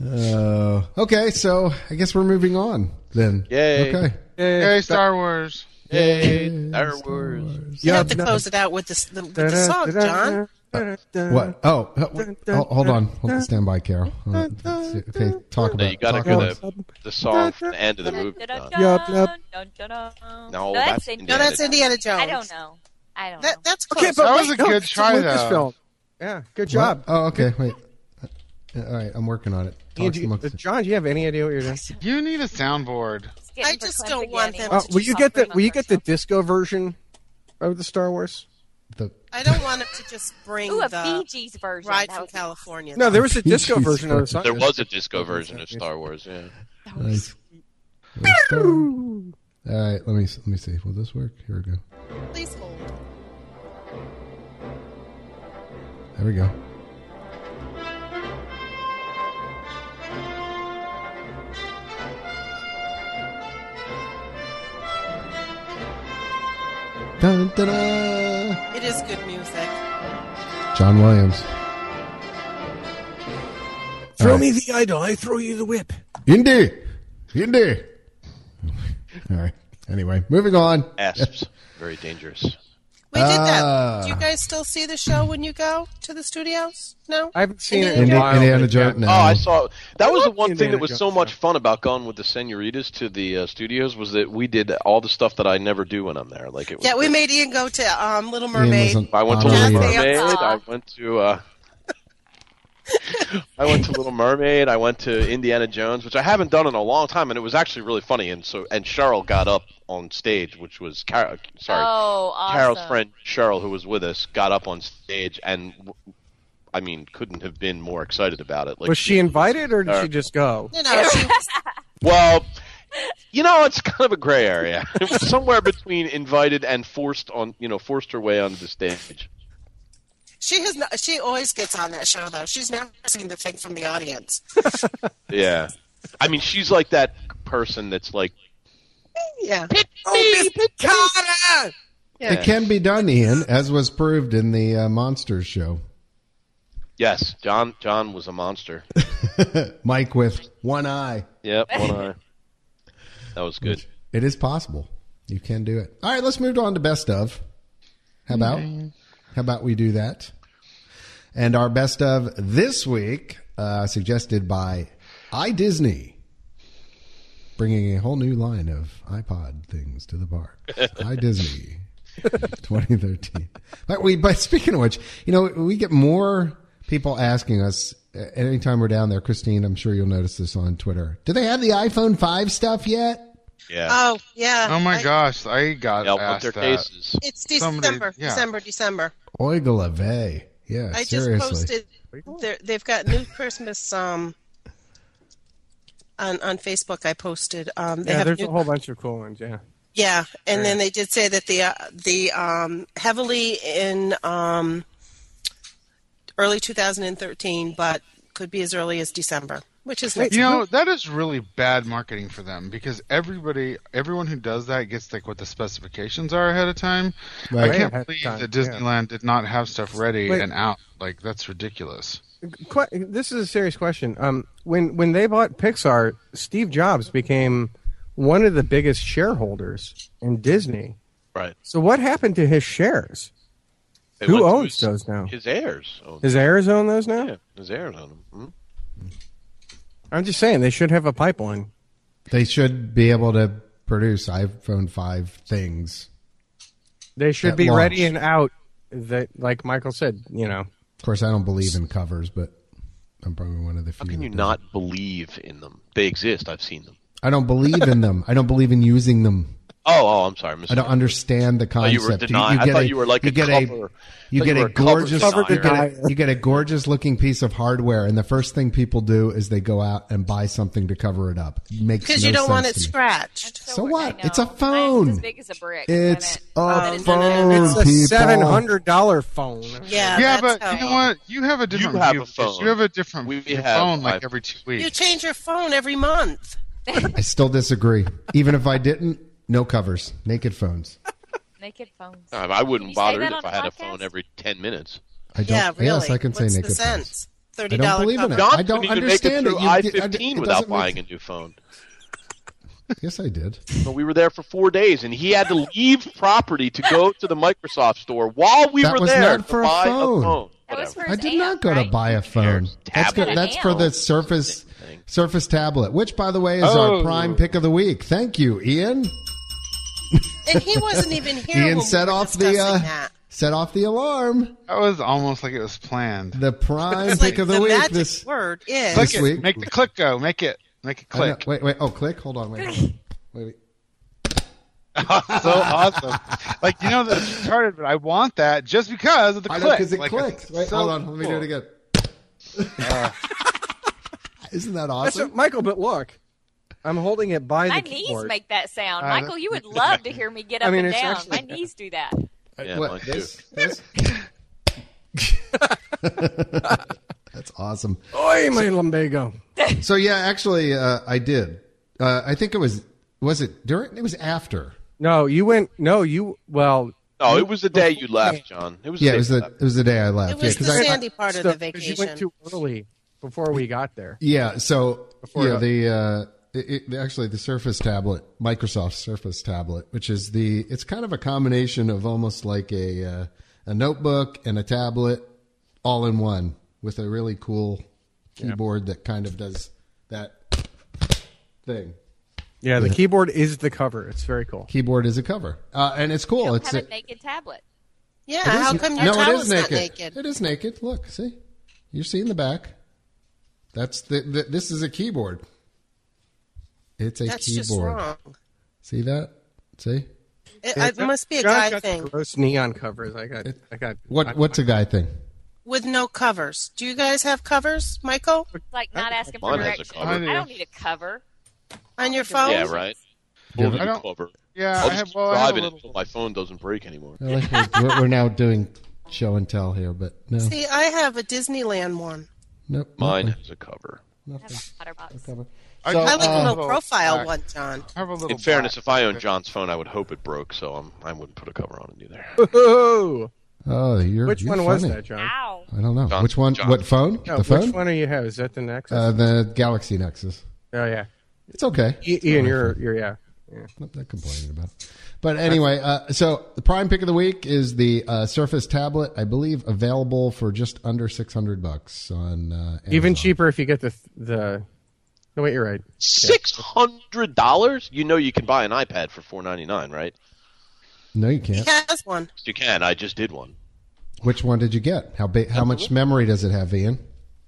Speaker 2: Uh, okay, so I guess we're moving on then.
Speaker 6: Yay.
Speaker 2: Okay.
Speaker 7: Hey, Star Wars.
Speaker 6: Hey, Star Wars.
Speaker 5: You
Speaker 3: Yeah,
Speaker 5: have to
Speaker 3: no.
Speaker 5: close it out with this the, with the song, John.
Speaker 2: What? Oh, uh, wait, oh, hold on. Hold on. Stand by, Carol. Uh, let's see. Okay, talk about.
Speaker 6: No, you gotta
Speaker 2: talk
Speaker 6: go
Speaker 2: about-
Speaker 6: to the song from the end of the movie. Uh, Don.
Speaker 3: Yup, yup.
Speaker 4: Dun, dun, dun, dun.
Speaker 6: No, that's
Speaker 4: Indiana
Speaker 5: No, that's
Speaker 6: Yeah.
Speaker 5: Indiana Jones.
Speaker 4: I don't know. I don't
Speaker 5: That,
Speaker 4: know.
Speaker 5: that's close.
Speaker 3: Okay, but
Speaker 7: That
Speaker 3: wait,
Speaker 7: was a
Speaker 3: no,
Speaker 7: good
Speaker 3: it's
Speaker 7: try, though.
Speaker 3: Lucasfilm. Yeah, good
Speaker 2: What?
Speaker 3: job.
Speaker 2: Oh, okay. Wait. Uh, All right, I'm working on it.
Speaker 3: Ian,
Speaker 2: Talk
Speaker 3: do
Speaker 2: to
Speaker 3: you-
Speaker 2: amongst-
Speaker 3: John, do you have any idea what you're doing?
Speaker 7: You need a soundboard.
Speaker 4: It's getting
Speaker 5: I just
Speaker 4: verklempt
Speaker 5: don't
Speaker 4: again,
Speaker 5: want them
Speaker 4: Ian.
Speaker 3: Uh,
Speaker 5: to
Speaker 3: will
Speaker 5: just
Speaker 3: you get the
Speaker 4: operate on
Speaker 3: Will you get the
Speaker 4: herself.
Speaker 3: disco version of the Star Wars?
Speaker 2: the,
Speaker 5: I don't want it to just bring
Speaker 4: Ooh, a
Speaker 5: the
Speaker 4: Fiji's version.
Speaker 5: ride
Speaker 4: That
Speaker 5: from
Speaker 4: would be-
Speaker 5: California.
Speaker 3: No, there was a disco
Speaker 2: Jeez.
Speaker 3: version of the song.
Speaker 6: There was a disco version of Star Wars. Yeah.
Speaker 2: nice. Let's go. All right, let me let me see. Will this work? Here we go.
Speaker 5: Please hold.
Speaker 2: There we go. Dun, dun, dun.
Speaker 5: It is good music.
Speaker 2: John Williams.
Speaker 3: Throw
Speaker 2: All right.
Speaker 3: me the idol, I throw you the whip.
Speaker 2: Indy. Indy. All right. Anyway, moving on.
Speaker 6: Asps. Very dangerous.
Speaker 5: We did
Speaker 2: Ah.
Speaker 5: that. Do you guys still see the show when you go to the studios? No.
Speaker 3: I haven't seen it in
Speaker 2: Indi-
Speaker 3: a while.
Speaker 2: Indiana
Speaker 3: but
Speaker 2: Jones.
Speaker 3: yeah.
Speaker 2: now.
Speaker 6: Oh, I saw. That was the one thing
Speaker 3: Indiana
Speaker 6: that was so
Speaker 3: Jones,
Speaker 6: much
Speaker 3: yeah.
Speaker 6: fun about going with the senoritas to the uh, studios was that we did all the stuff that I never do when I'm there. Like it was.
Speaker 5: Yeah, we made Ian go to um, Little
Speaker 2: Ian was
Speaker 5: Mermaid.
Speaker 2: an
Speaker 6: I went to
Speaker 2: honorary-
Speaker 6: Little
Speaker 5: Jazz
Speaker 6: Mermaid.
Speaker 5: dance.
Speaker 6: I went to. Uh, I went to Little Mermaid. I went to Indiana Jones, which I haven't done in a long time, and it was actually really funny. And so, and Cheryl got up on stage, which was Car- sorry,
Speaker 4: Oh, awesome.
Speaker 6: Carol's friend Cheryl, who was with us, got up on stage and, w- I mean, couldn't have been more excited about it. Like,
Speaker 3: Was she invited or did
Speaker 6: Uh,
Speaker 3: she just go?
Speaker 5: You know, she,
Speaker 6: Well, you know, it's kind of a gray area. It was somewhere between invited and forced on, you know, forced her way onto the stage.
Speaker 5: She has not, she always gets on that show though. She's never seen the thing from the audience.
Speaker 6: Yeah. I mean, she's like that person that's like,
Speaker 5: Yeah.
Speaker 6: "Me,
Speaker 5: Carter!
Speaker 2: It can be done, Ian, as was proved in the uh, Monsters show.
Speaker 6: Yes, John. John was a monster.
Speaker 2: Mike with one eye.
Speaker 6: Yep, one eye. That was good.
Speaker 2: It is possible. You can do it. All right, let's move on to best of. How about? How about we do that? And our best of this week, uh, suggested by iDisney, bringing a whole new line of iPod things to the bar. iDisney. 2013. But we, but speaking of which, you know, we get more people asking us uh, anytime we're down there. Christine, I'm sure you'll notice this on Twitter. Do they have the iPhone 5 stuff yet?
Speaker 6: Yeah.
Speaker 5: Oh yeah.
Speaker 7: Oh my
Speaker 5: I-
Speaker 7: gosh, I got
Speaker 6: yeah, with
Speaker 7: asked
Speaker 6: their
Speaker 7: that.
Speaker 6: cases.
Speaker 5: It's
Speaker 7: Somebody-
Speaker 5: December,
Speaker 7: yeah.
Speaker 5: December, December.
Speaker 2: Oigalave. Yeah,
Speaker 5: I
Speaker 2: seriously.
Speaker 5: just posted. they're- They've got new Christmas um on on Facebook. I posted. Um, they
Speaker 3: yeah,
Speaker 5: have
Speaker 3: there's
Speaker 5: new,
Speaker 3: a whole bunch of cool ones. Yeah.
Speaker 5: yeah, and then they did say that the uh, the um heavily in um early 2013, but could be as early as December, which is nice.
Speaker 7: You know, that is really bad marketing for them because everybody, everyone who does that gets like what the specifications are ahead of time.
Speaker 2: Right.
Speaker 7: I
Speaker 3: Way
Speaker 7: can't
Speaker 3: ahead of
Speaker 7: believe
Speaker 3: time,
Speaker 7: that
Speaker 3: yeah.
Speaker 7: Disneyland did not have stuff ready
Speaker 3: Wait.
Speaker 7: and out. Like that's ridiculous.
Speaker 3: Que- this is a serious question. Um, when when they bought Pixar, Steve Jobs became one of the biggest shareholders in Disney.
Speaker 6: Right.
Speaker 3: So what happened to his shares?
Speaker 6: They
Speaker 3: Who
Speaker 6: went to
Speaker 3: owns
Speaker 6: his-
Speaker 3: those now?
Speaker 6: His heirs. Own
Speaker 3: Is heirs own those now?
Speaker 6: yeah, his heirs own them. Mhm.
Speaker 3: I'm just saying they should have a pipeline.
Speaker 2: They should be able to produce iPhone 5 things.
Speaker 3: They should
Speaker 2: At
Speaker 3: be
Speaker 2: launch.
Speaker 3: ready and out. That, like Michael said, you know,
Speaker 2: Of course, I don't believe in covers, but I'm probably one of the few.
Speaker 6: How can
Speaker 2: that
Speaker 6: you
Speaker 2: does.
Speaker 6: not believe in them? They exist. I've seen them.
Speaker 2: I don't believe in them. I don't believe in using them.
Speaker 6: Oh, oh, I'm sorry. I'm
Speaker 2: I don't understand the
Speaker 6: thought
Speaker 2: concept.
Speaker 6: you were denying. I
Speaker 2: get
Speaker 6: thought
Speaker 2: a-
Speaker 6: you were like
Speaker 2: you
Speaker 6: a
Speaker 2: get
Speaker 6: cover.
Speaker 2: a you
Speaker 6: I thought
Speaker 2: get
Speaker 6: you were
Speaker 2: a
Speaker 6: a cover
Speaker 2: gorgeous
Speaker 6: designer.
Speaker 2: you get
Speaker 3: Cover
Speaker 2: a, you get a gorgeous looking piece of hardware, and the first thing people do is they go out and buy something to cover it up. It makes
Speaker 5: Because
Speaker 2: no
Speaker 5: you don't want it
Speaker 2: sense to me.
Speaker 5: scratched.
Speaker 2: So what?
Speaker 4: I
Speaker 2: It's a
Speaker 4: know. Mine's
Speaker 2: phone.
Speaker 4: as big as a brick.
Speaker 2: It's
Speaker 4: isn't it?
Speaker 2: a
Speaker 4: But it's not-
Speaker 2: phone.
Speaker 3: it's a
Speaker 2: people.
Speaker 3: seven hundred dollar phone.
Speaker 5: Yeah,
Speaker 7: yeah,
Speaker 5: that's
Speaker 7: but
Speaker 5: how-
Speaker 7: you know what? You have a different
Speaker 6: have a
Speaker 7: view
Speaker 6: phone.
Speaker 7: because You have a different
Speaker 6: We
Speaker 7: view
Speaker 6: have
Speaker 7: phone like
Speaker 6: iPhone.
Speaker 7: every two
Speaker 5: You
Speaker 7: weeks.
Speaker 5: change your phone every month.
Speaker 2: I still disagree. Even if I didn't, no covers, naked phones.
Speaker 4: Naked phones.
Speaker 6: I, I
Speaker 4: Can
Speaker 6: wouldn't
Speaker 4: you
Speaker 6: bother
Speaker 4: say that
Speaker 6: either
Speaker 4: on
Speaker 6: if I had
Speaker 4: a
Speaker 6: a phone
Speaker 4: podcast?
Speaker 6: every ten minutes.
Speaker 2: I don't.
Speaker 5: Yeah, really.
Speaker 2: Yes, I can
Speaker 5: What's
Speaker 2: say naked
Speaker 5: the
Speaker 2: phones.
Speaker 5: sense? Thirty
Speaker 2: I don't
Speaker 5: dollar
Speaker 2: believe in
Speaker 5: cover.
Speaker 2: it.
Speaker 6: John
Speaker 2: I don't
Speaker 6: couldn't even make it
Speaker 2: understand it.
Speaker 6: through
Speaker 2: You-
Speaker 6: I
Speaker 2: it- it
Speaker 6: fifteen
Speaker 2: doesn't
Speaker 6: without
Speaker 2: make-
Speaker 6: buying a new phone.
Speaker 2: Yes, I did.
Speaker 6: But we were there for four days, and he had to leave property to go to the Microsoft store while we
Speaker 2: That
Speaker 6: were
Speaker 2: was
Speaker 6: there
Speaker 2: not
Speaker 6: to
Speaker 2: for a
Speaker 6: buy
Speaker 2: phone.
Speaker 6: a phone.
Speaker 4: That was
Speaker 6: Whatever.
Speaker 4: for
Speaker 2: I
Speaker 4: his
Speaker 2: did
Speaker 4: aunt,
Speaker 2: not go to
Speaker 4: right?
Speaker 2: buy a phone.
Speaker 6: There's
Speaker 2: That's good.
Speaker 6: tablet.
Speaker 2: That's for the
Speaker 4: An
Speaker 2: Surface
Speaker 6: thing.
Speaker 2: Surface tablet, which, by the way, is our prime pick of the week. Thank you, Ian.
Speaker 5: And he wasn't even here.
Speaker 2: Ian
Speaker 5: when we
Speaker 2: set
Speaker 5: were
Speaker 2: off the
Speaker 5: discussing
Speaker 2: uh,
Speaker 5: that.
Speaker 2: set off the alarm.
Speaker 7: That was almost like it was planned.
Speaker 2: The prime
Speaker 5: It's like
Speaker 2: pick of the, week.
Speaker 5: magic
Speaker 2: This
Speaker 5: word is
Speaker 7: Click
Speaker 2: This
Speaker 7: it.
Speaker 2: week-
Speaker 7: Make the click go. Make it. Make it
Speaker 2: I know-
Speaker 7: click.
Speaker 2: Wait, wait. Oh, click. Hold on. Wait. Hold on. Wait, wait.
Speaker 7: so awesome. Like you know that's retarded, but I want that just because of the
Speaker 2: I know
Speaker 7: click.
Speaker 2: because it
Speaker 7: Like,
Speaker 2: clicks.
Speaker 7: it's
Speaker 2: Wait,
Speaker 7: so
Speaker 2: hold on. Let me do
Speaker 7: cool.
Speaker 2: it again. Isn't that
Speaker 3: That's
Speaker 2: awesome?
Speaker 3: what- Michael, but look, I'm holding it by the
Speaker 4: My knees
Speaker 3: keyboard.
Speaker 4: make that sound.
Speaker 7: Uh,
Speaker 4: Michael, you would love to hear me get up
Speaker 3: I mean,
Speaker 4: and
Speaker 3: it's
Speaker 4: down.
Speaker 3: actually-
Speaker 4: My knees do that.
Speaker 6: Yeah,
Speaker 2: What,
Speaker 6: mine too.
Speaker 2: this? This? That's awesome.
Speaker 3: Oy, my lumbago.
Speaker 2: So yeah, actually, uh, I did. Uh, I think it was was it during? It was after.
Speaker 3: No, you went. No, you. Well,
Speaker 6: No, it was the day you left, John. It was
Speaker 2: Yeah, it
Speaker 6: the day
Speaker 2: was
Speaker 6: you
Speaker 2: the
Speaker 6: left.
Speaker 2: it was the day I
Speaker 5: It
Speaker 2: left. Yeah,
Speaker 5: was the
Speaker 2: 'cause I-
Speaker 5: sandy part of the
Speaker 3: stuff, 'cause You
Speaker 5: vacation.
Speaker 3: went too early before we got there.
Speaker 2: yeah. So
Speaker 3: Before
Speaker 2: yeah,
Speaker 3: that.
Speaker 2: the uh, it, it, actually the Surface tablet, Microsoft Surface tablet, which is the it's kind of a combination of almost like a uh, a notebook and a tablet all in one with a really cool keyboard that kind of does that thing.
Speaker 3: Yeah, the keyboard is the cover. It's very cool.
Speaker 2: Keyboard is a cover, uh, and it's cool.
Speaker 4: You don't
Speaker 2: it's
Speaker 4: have
Speaker 2: a-
Speaker 4: a naked tablet.
Speaker 5: Yeah,
Speaker 2: It
Speaker 5: how
Speaker 2: is-
Speaker 5: come your
Speaker 2: no, it
Speaker 5: towel
Speaker 2: is
Speaker 5: is
Speaker 2: naked.
Speaker 5: not naked?
Speaker 2: It is naked. Look, see, you're seeing the back. That's the, the this is a keyboard. It's a
Speaker 5: That's just
Speaker 2: keyboard.
Speaker 5: wrong.
Speaker 2: See that? See
Speaker 5: It, it must be a
Speaker 3: John's
Speaker 5: guy
Speaker 3: got
Speaker 5: thing
Speaker 3: Gross neon covers. I got. I got. I-
Speaker 2: what? What's a guy thing?
Speaker 5: with no covers. Do you guys have covers, Michael,
Speaker 4: It's like not asking for
Speaker 6: Mine has a
Speaker 4: directions.
Speaker 6: cover.
Speaker 4: I don't need a cover.
Speaker 5: on your phone?
Speaker 6: Yeah, right.
Speaker 7: Well,
Speaker 6: Give
Speaker 7: I
Speaker 6: you
Speaker 7: don't-
Speaker 6: cover.
Speaker 7: Yeah,
Speaker 6: I'll
Speaker 7: I have.
Speaker 6: just
Speaker 7: Well, I have
Speaker 6: drive
Speaker 7: a
Speaker 6: it
Speaker 7: little.
Speaker 6: until my phone doesn't break anymore.
Speaker 2: I like we're, we're- we're now doing show and tell here, but no,
Speaker 5: See, I have a Disneyland one.
Speaker 2: nope,
Speaker 6: Mine
Speaker 2: nothing,
Speaker 6: has a cover.
Speaker 2: nothing.
Speaker 4: Otterbox.
Speaker 2: Cover.
Speaker 7: I
Speaker 2: So,
Speaker 7: just-
Speaker 5: I like
Speaker 2: uh,
Speaker 5: a
Speaker 7: Oh,
Speaker 5: low profile
Speaker 7: back.
Speaker 5: one, John.
Speaker 7: I have a little.
Speaker 6: In fairness,
Speaker 7: black.
Speaker 6: if I owned John's phone, I would hope it broke, so I'm, I wouldn't put a cover on it either.
Speaker 3: Ooh,
Speaker 2: oh, you're
Speaker 3: which
Speaker 2: you're
Speaker 3: one was
Speaker 2: funny.
Speaker 3: that, John?
Speaker 4: Ow.
Speaker 2: I don't know
Speaker 6: John-
Speaker 2: which one.
Speaker 6: John.
Speaker 2: What phone?
Speaker 3: No,
Speaker 2: the phone.
Speaker 3: Which one do you have? Is that the next?
Speaker 2: Uh, the Galaxy Nexus.
Speaker 3: oh yeah,
Speaker 2: It's okay.
Speaker 3: I- Ian, you're you're yeah.
Speaker 2: not that complaining about. it. But anyway, uh, so the prime pick of the week is the uh, Surface tablet, I believe, available for just under six hundred bucks on uh,
Speaker 3: Even
Speaker 2: Amazon.
Speaker 3: cheaper if you get the the. No, wait, you're right.
Speaker 6: Six hundred dollars? You know you can buy an iPad for four ninety nine, right?
Speaker 2: No, you
Speaker 5: He
Speaker 2: can't.
Speaker 5: has one.
Speaker 6: You can. I just did one.
Speaker 2: Which one did you get? How big? How much memory does it have, Ian?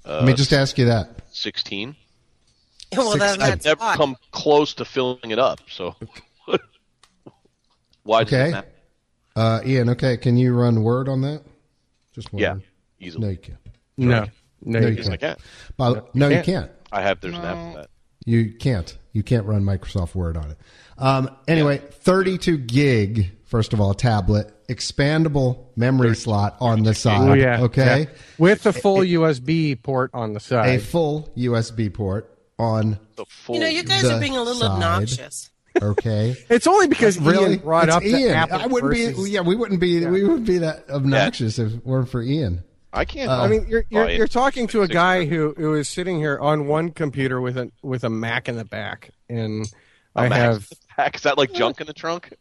Speaker 6: Uh,
Speaker 2: Let me just ask you that.
Speaker 6: Sixteen.
Speaker 5: Well,
Speaker 2: Six-
Speaker 5: then
Speaker 2: I've
Speaker 5: that's
Speaker 6: Never
Speaker 5: why.
Speaker 6: come close to filling it up. So why? does it
Speaker 2: Okay.
Speaker 6: matter?
Speaker 2: Uh, Ian, okay, can you run Word on that? Just one.
Speaker 6: Yeah.
Speaker 2: word. No,
Speaker 6: Easily.
Speaker 2: you can't.
Speaker 3: No, no,
Speaker 2: No,
Speaker 3: you
Speaker 2: you
Speaker 6: Yes, I
Speaker 2: can't.
Speaker 6: can.
Speaker 2: But- no, you
Speaker 3: can't.
Speaker 2: can't.
Speaker 6: I have. There's an app for that.
Speaker 2: You can't. You can't run Microsoft Word on it. Um, anyway, 32 gig, first of all, tablet, expandable memory slot on the side.
Speaker 3: Oh yeah.
Speaker 2: Okay.
Speaker 3: yeah. With the full USB port on the
Speaker 2: A
Speaker 3: side.
Speaker 2: full USB port on,
Speaker 6: The full.
Speaker 5: You know, you guys
Speaker 2: The
Speaker 5: are being a little
Speaker 2: side.
Speaker 5: obnoxious.
Speaker 2: okay.
Speaker 3: it's only because
Speaker 2: really?
Speaker 3: Ian brought
Speaker 2: It's
Speaker 3: up the
Speaker 2: Ian.
Speaker 3: Apple
Speaker 2: I wouldn't
Speaker 3: versus-
Speaker 2: be, yeah, we wouldn't be, we wouldn't be that obnoxious if it weren't for Ian.
Speaker 6: I can't.
Speaker 2: Um,
Speaker 3: I mean, you're you're,
Speaker 6: buy it.
Speaker 3: you're talking to a
Speaker 6: Six
Speaker 3: guy
Speaker 6: hundred.
Speaker 3: who, who is sitting here on one computer with a with a Mac in the back, and I
Speaker 6: Max-
Speaker 3: have
Speaker 6: Max, Is that like junk in the trunk?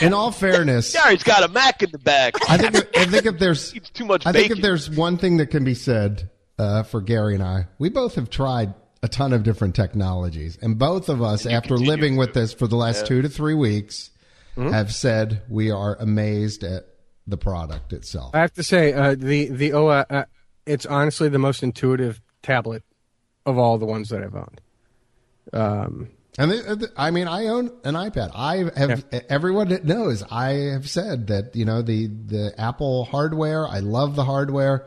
Speaker 2: In all fairness,
Speaker 6: Yeah, he's got a Mac in the back.
Speaker 2: I think, I think if there's,
Speaker 6: It's too much
Speaker 2: I think if
Speaker 6: bacon.
Speaker 2: there's one thing that can be said uh, for Gary and I, we both have tried a ton of different technologies, and both of us, after
Speaker 6: continue
Speaker 2: living
Speaker 6: to. Mm-hmm.
Speaker 2: with this for the last two to three weeks, have said we are amazed at the product itself.
Speaker 3: I have to say uh, the the oh uh, it's honestly the most intuitive tablet of all the ones that I've owned.
Speaker 2: And the- the- I mean, I own an iPad. I have everyone that knows. I have said that you know the the Apple hardware. I love the hardware.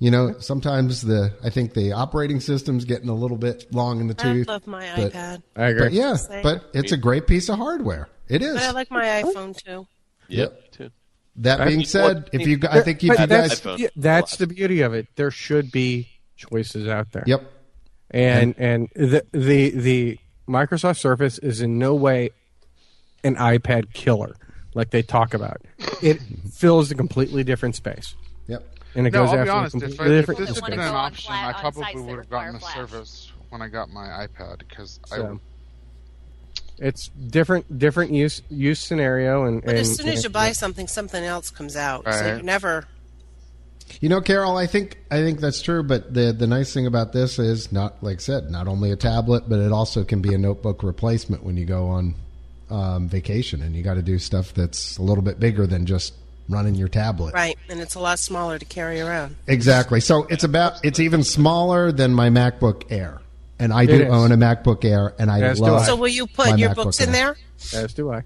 Speaker 2: You know, sometimes the I think the operating system's getting a little bit long in the
Speaker 5: I
Speaker 2: tooth.
Speaker 5: love my
Speaker 2: but-
Speaker 5: iPad.
Speaker 3: I agree.
Speaker 2: But yeah,
Speaker 5: Same.
Speaker 2: but it's a great piece of hardware. It is.
Speaker 5: But I like my
Speaker 2: Oh.
Speaker 5: iPhone too.
Speaker 6: Yep. too.
Speaker 2: That being
Speaker 6: mean,
Speaker 2: said,
Speaker 6: what-
Speaker 2: if you, I think if
Speaker 3: But
Speaker 2: you guys,
Speaker 3: that's,
Speaker 6: iPhone.
Speaker 3: yeah, that's the beauty of it. There should be choices out there.
Speaker 2: yep,
Speaker 3: and and the the the Microsoft Surface is in no way an iPad killer like they talk about. It fills a completely different space,
Speaker 2: yep.
Speaker 3: and it
Speaker 7: No,
Speaker 3: goes
Speaker 7: I'll
Speaker 3: after
Speaker 7: be
Speaker 3: a
Speaker 7: honest. If, I,
Speaker 3: completely
Speaker 7: if
Speaker 3: different
Speaker 7: this
Speaker 4: Just
Speaker 7: had been
Speaker 4: wanna
Speaker 7: an
Speaker 4: go on
Speaker 7: option,
Speaker 4: flat-
Speaker 7: I
Speaker 4: on
Speaker 7: probably
Speaker 4: sites that
Speaker 7: would have
Speaker 4: require
Speaker 7: gotten the
Speaker 4: flash.
Speaker 7: service when I got my iPad because
Speaker 3: So. It's different different use use scenario, and,
Speaker 5: But
Speaker 3: and
Speaker 5: as soon as you buy something, something else comes out. So
Speaker 7: Right.
Speaker 5: you never.
Speaker 2: You know, Carol, I think I think that's true. But the the nice thing about this is not like I said, not only a tablet, but it also can be a notebook replacement when you go on um, vacation and you got to do stuff that's a little bit bigger than just running your tablet.
Speaker 5: Right. And it's a lot smaller to carry around.
Speaker 2: Exactly. So it's about it's even smaller than my MacBook Air, and I do
Speaker 3: is.
Speaker 2: own a MacBook Air, and I
Speaker 3: Yes, do
Speaker 2: love
Speaker 3: I.
Speaker 5: So will you put
Speaker 2: My
Speaker 5: your
Speaker 2: MacBook
Speaker 5: books in
Speaker 2: Air.
Speaker 5: there?
Speaker 3: as do I.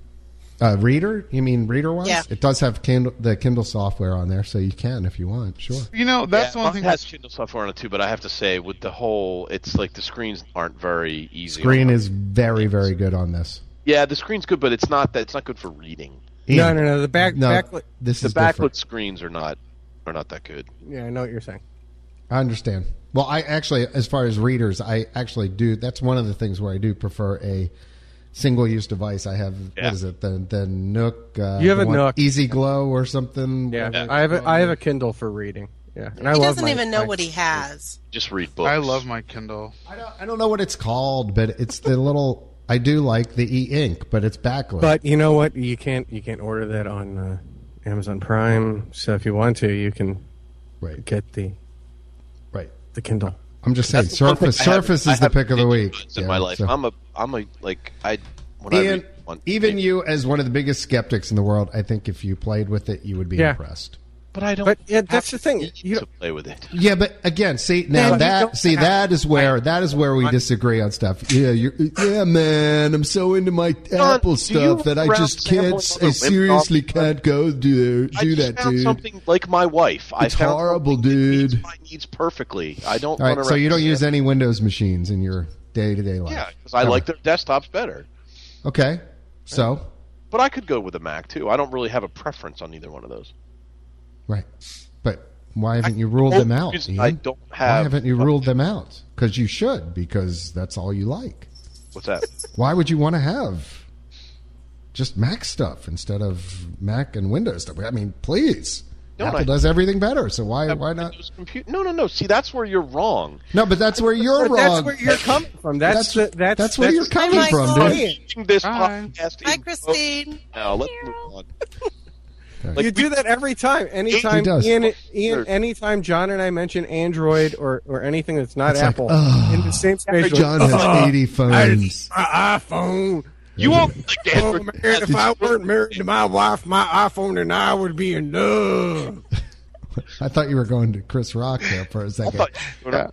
Speaker 2: Uh, reader? You mean reader wise?
Speaker 5: Yeah.
Speaker 2: It does have Kindle, the Kindle software on there, so you can if you want. Sure.
Speaker 7: you know that's the
Speaker 6: yeah,
Speaker 7: one
Speaker 6: mine
Speaker 7: thing.
Speaker 6: has
Speaker 7: That's,
Speaker 6: Kindle software on it too, but I have to say, with the whole, it's like the screens aren't very easy.
Speaker 2: Green is very very good on this.
Speaker 6: Yeah, the screen's good, but it's not that. It's not good for reading.
Speaker 3: No,
Speaker 2: Ian,
Speaker 3: no, no. The back
Speaker 2: no,
Speaker 3: backlit.
Speaker 2: This
Speaker 6: The
Speaker 2: is
Speaker 6: backlit
Speaker 2: different.
Speaker 6: screens are not are not that good.
Speaker 3: Yeah, I know what you're saying.
Speaker 2: I understand. Well, I actually, as far as readers, I actually do. That's one of the things where I do prefer a single-use device. I have
Speaker 6: Yeah.
Speaker 2: what is it? The the Nook. Uh,
Speaker 3: You have
Speaker 2: the
Speaker 3: a Nook.
Speaker 2: Easy Glow or something.
Speaker 3: Yeah,
Speaker 2: whatever.
Speaker 3: I have a, I have a Kindle for reading. Yeah, and I
Speaker 5: He
Speaker 3: love
Speaker 5: doesn't
Speaker 3: my-
Speaker 5: even know
Speaker 3: my-
Speaker 5: what he has.
Speaker 6: Just read books.
Speaker 7: I love my Kindle.
Speaker 2: I don't, I don't know what it's called, but it's the little. I do like the e-ink, but it's backlit.
Speaker 3: But you know what? You can't you can't order that on uh, Amazon Prime. So if you want to, you can
Speaker 2: right,
Speaker 3: get the
Speaker 2: right.
Speaker 3: the Kindle.
Speaker 2: I'm just saying, surface.
Speaker 6: I haven't-
Speaker 2: Surface
Speaker 6: I
Speaker 2: is the
Speaker 6: haven't
Speaker 2: pick of the
Speaker 6: read
Speaker 2: week
Speaker 6: books in
Speaker 2: Yeah,
Speaker 6: my life.
Speaker 2: so-
Speaker 6: I'm a I'm a like I when I
Speaker 2: Ian,
Speaker 6: read one,
Speaker 2: even you, as one of the biggest skeptics in the world, I think if you played with it, you would be
Speaker 3: Yeah.
Speaker 2: impressed.
Speaker 6: but I don't.
Speaker 3: But yeah, that's the thing.
Speaker 6: need
Speaker 3: You
Speaker 6: to play with it.
Speaker 2: Yeah, but again, see now
Speaker 3: Man, you
Speaker 2: that
Speaker 3: don't
Speaker 2: see
Speaker 3: have-
Speaker 2: that is where that is where we disagree on stuff. Yeah, you're, yeah, man, I'm so into my Apple
Speaker 6: do you
Speaker 2: stuff that I
Speaker 6: round
Speaker 2: just
Speaker 6: sample
Speaker 2: can't.
Speaker 6: other
Speaker 2: I
Speaker 6: women
Speaker 2: seriously
Speaker 6: off?
Speaker 2: can't go do
Speaker 6: I
Speaker 2: do
Speaker 6: just
Speaker 2: that,
Speaker 6: found
Speaker 2: dude.
Speaker 6: something like my wife. I
Speaker 2: It's
Speaker 6: found
Speaker 2: horrible,
Speaker 6: something that meets
Speaker 2: dude.
Speaker 6: My needs perfectly. I don't
Speaker 2: All
Speaker 6: want
Speaker 2: right,
Speaker 6: to.
Speaker 2: so you don't use any Windows machines in your day to day life.
Speaker 6: Yeah, because I like their desktops better.
Speaker 2: Okay. So,
Speaker 6: But I could go with a Mac too. I don't really have a preference on either one of those.
Speaker 2: right. But why haven't you ruled them out? Ian?
Speaker 6: I don't
Speaker 2: why
Speaker 6: have.
Speaker 2: haven't you ruled them out? Because you should, because that's all you like.
Speaker 6: What's that?
Speaker 2: Why would you want to have just Mac stuff instead of Mac and Windows stuff? I mean, please.
Speaker 6: No,
Speaker 2: Apple
Speaker 6: I-
Speaker 2: does everything better, so why why not?
Speaker 6: Windows computer? No, no, no. See, that's where you're wrong.
Speaker 2: No, but that's where you're
Speaker 3: But
Speaker 2: wrong.
Speaker 3: that's where you're coming from. That's
Speaker 2: That's-
Speaker 3: the, that's
Speaker 2: that's where you're coming
Speaker 5: Hi,
Speaker 2: from,
Speaker 5: Michael.
Speaker 2: dude.
Speaker 6: This
Speaker 7: Hi.
Speaker 6: podcast
Speaker 5: Hi,
Speaker 6: is-
Speaker 5: Christine.
Speaker 6: Now let's move on.
Speaker 2: Like,
Speaker 3: you do that every time. Anytime
Speaker 2: does.
Speaker 3: Ian, Ian,
Speaker 6: Sure.
Speaker 3: anytime John and I mention Android or, or anything that's not
Speaker 2: It's like,
Speaker 3: Apple
Speaker 2: "Ugh."
Speaker 3: in the same space, you're
Speaker 2: John
Speaker 3: like,
Speaker 2: has
Speaker 3: "Ugh,
Speaker 2: 80
Speaker 3: Uh, I
Speaker 2: phones.
Speaker 3: just- my iPhone.
Speaker 6: You won't like the
Speaker 3: Oh, man, if I weren't married to my wife, my iPhone and I would be in love.
Speaker 2: I thought you were going to Chris Rock there for a second.
Speaker 6: Yeah.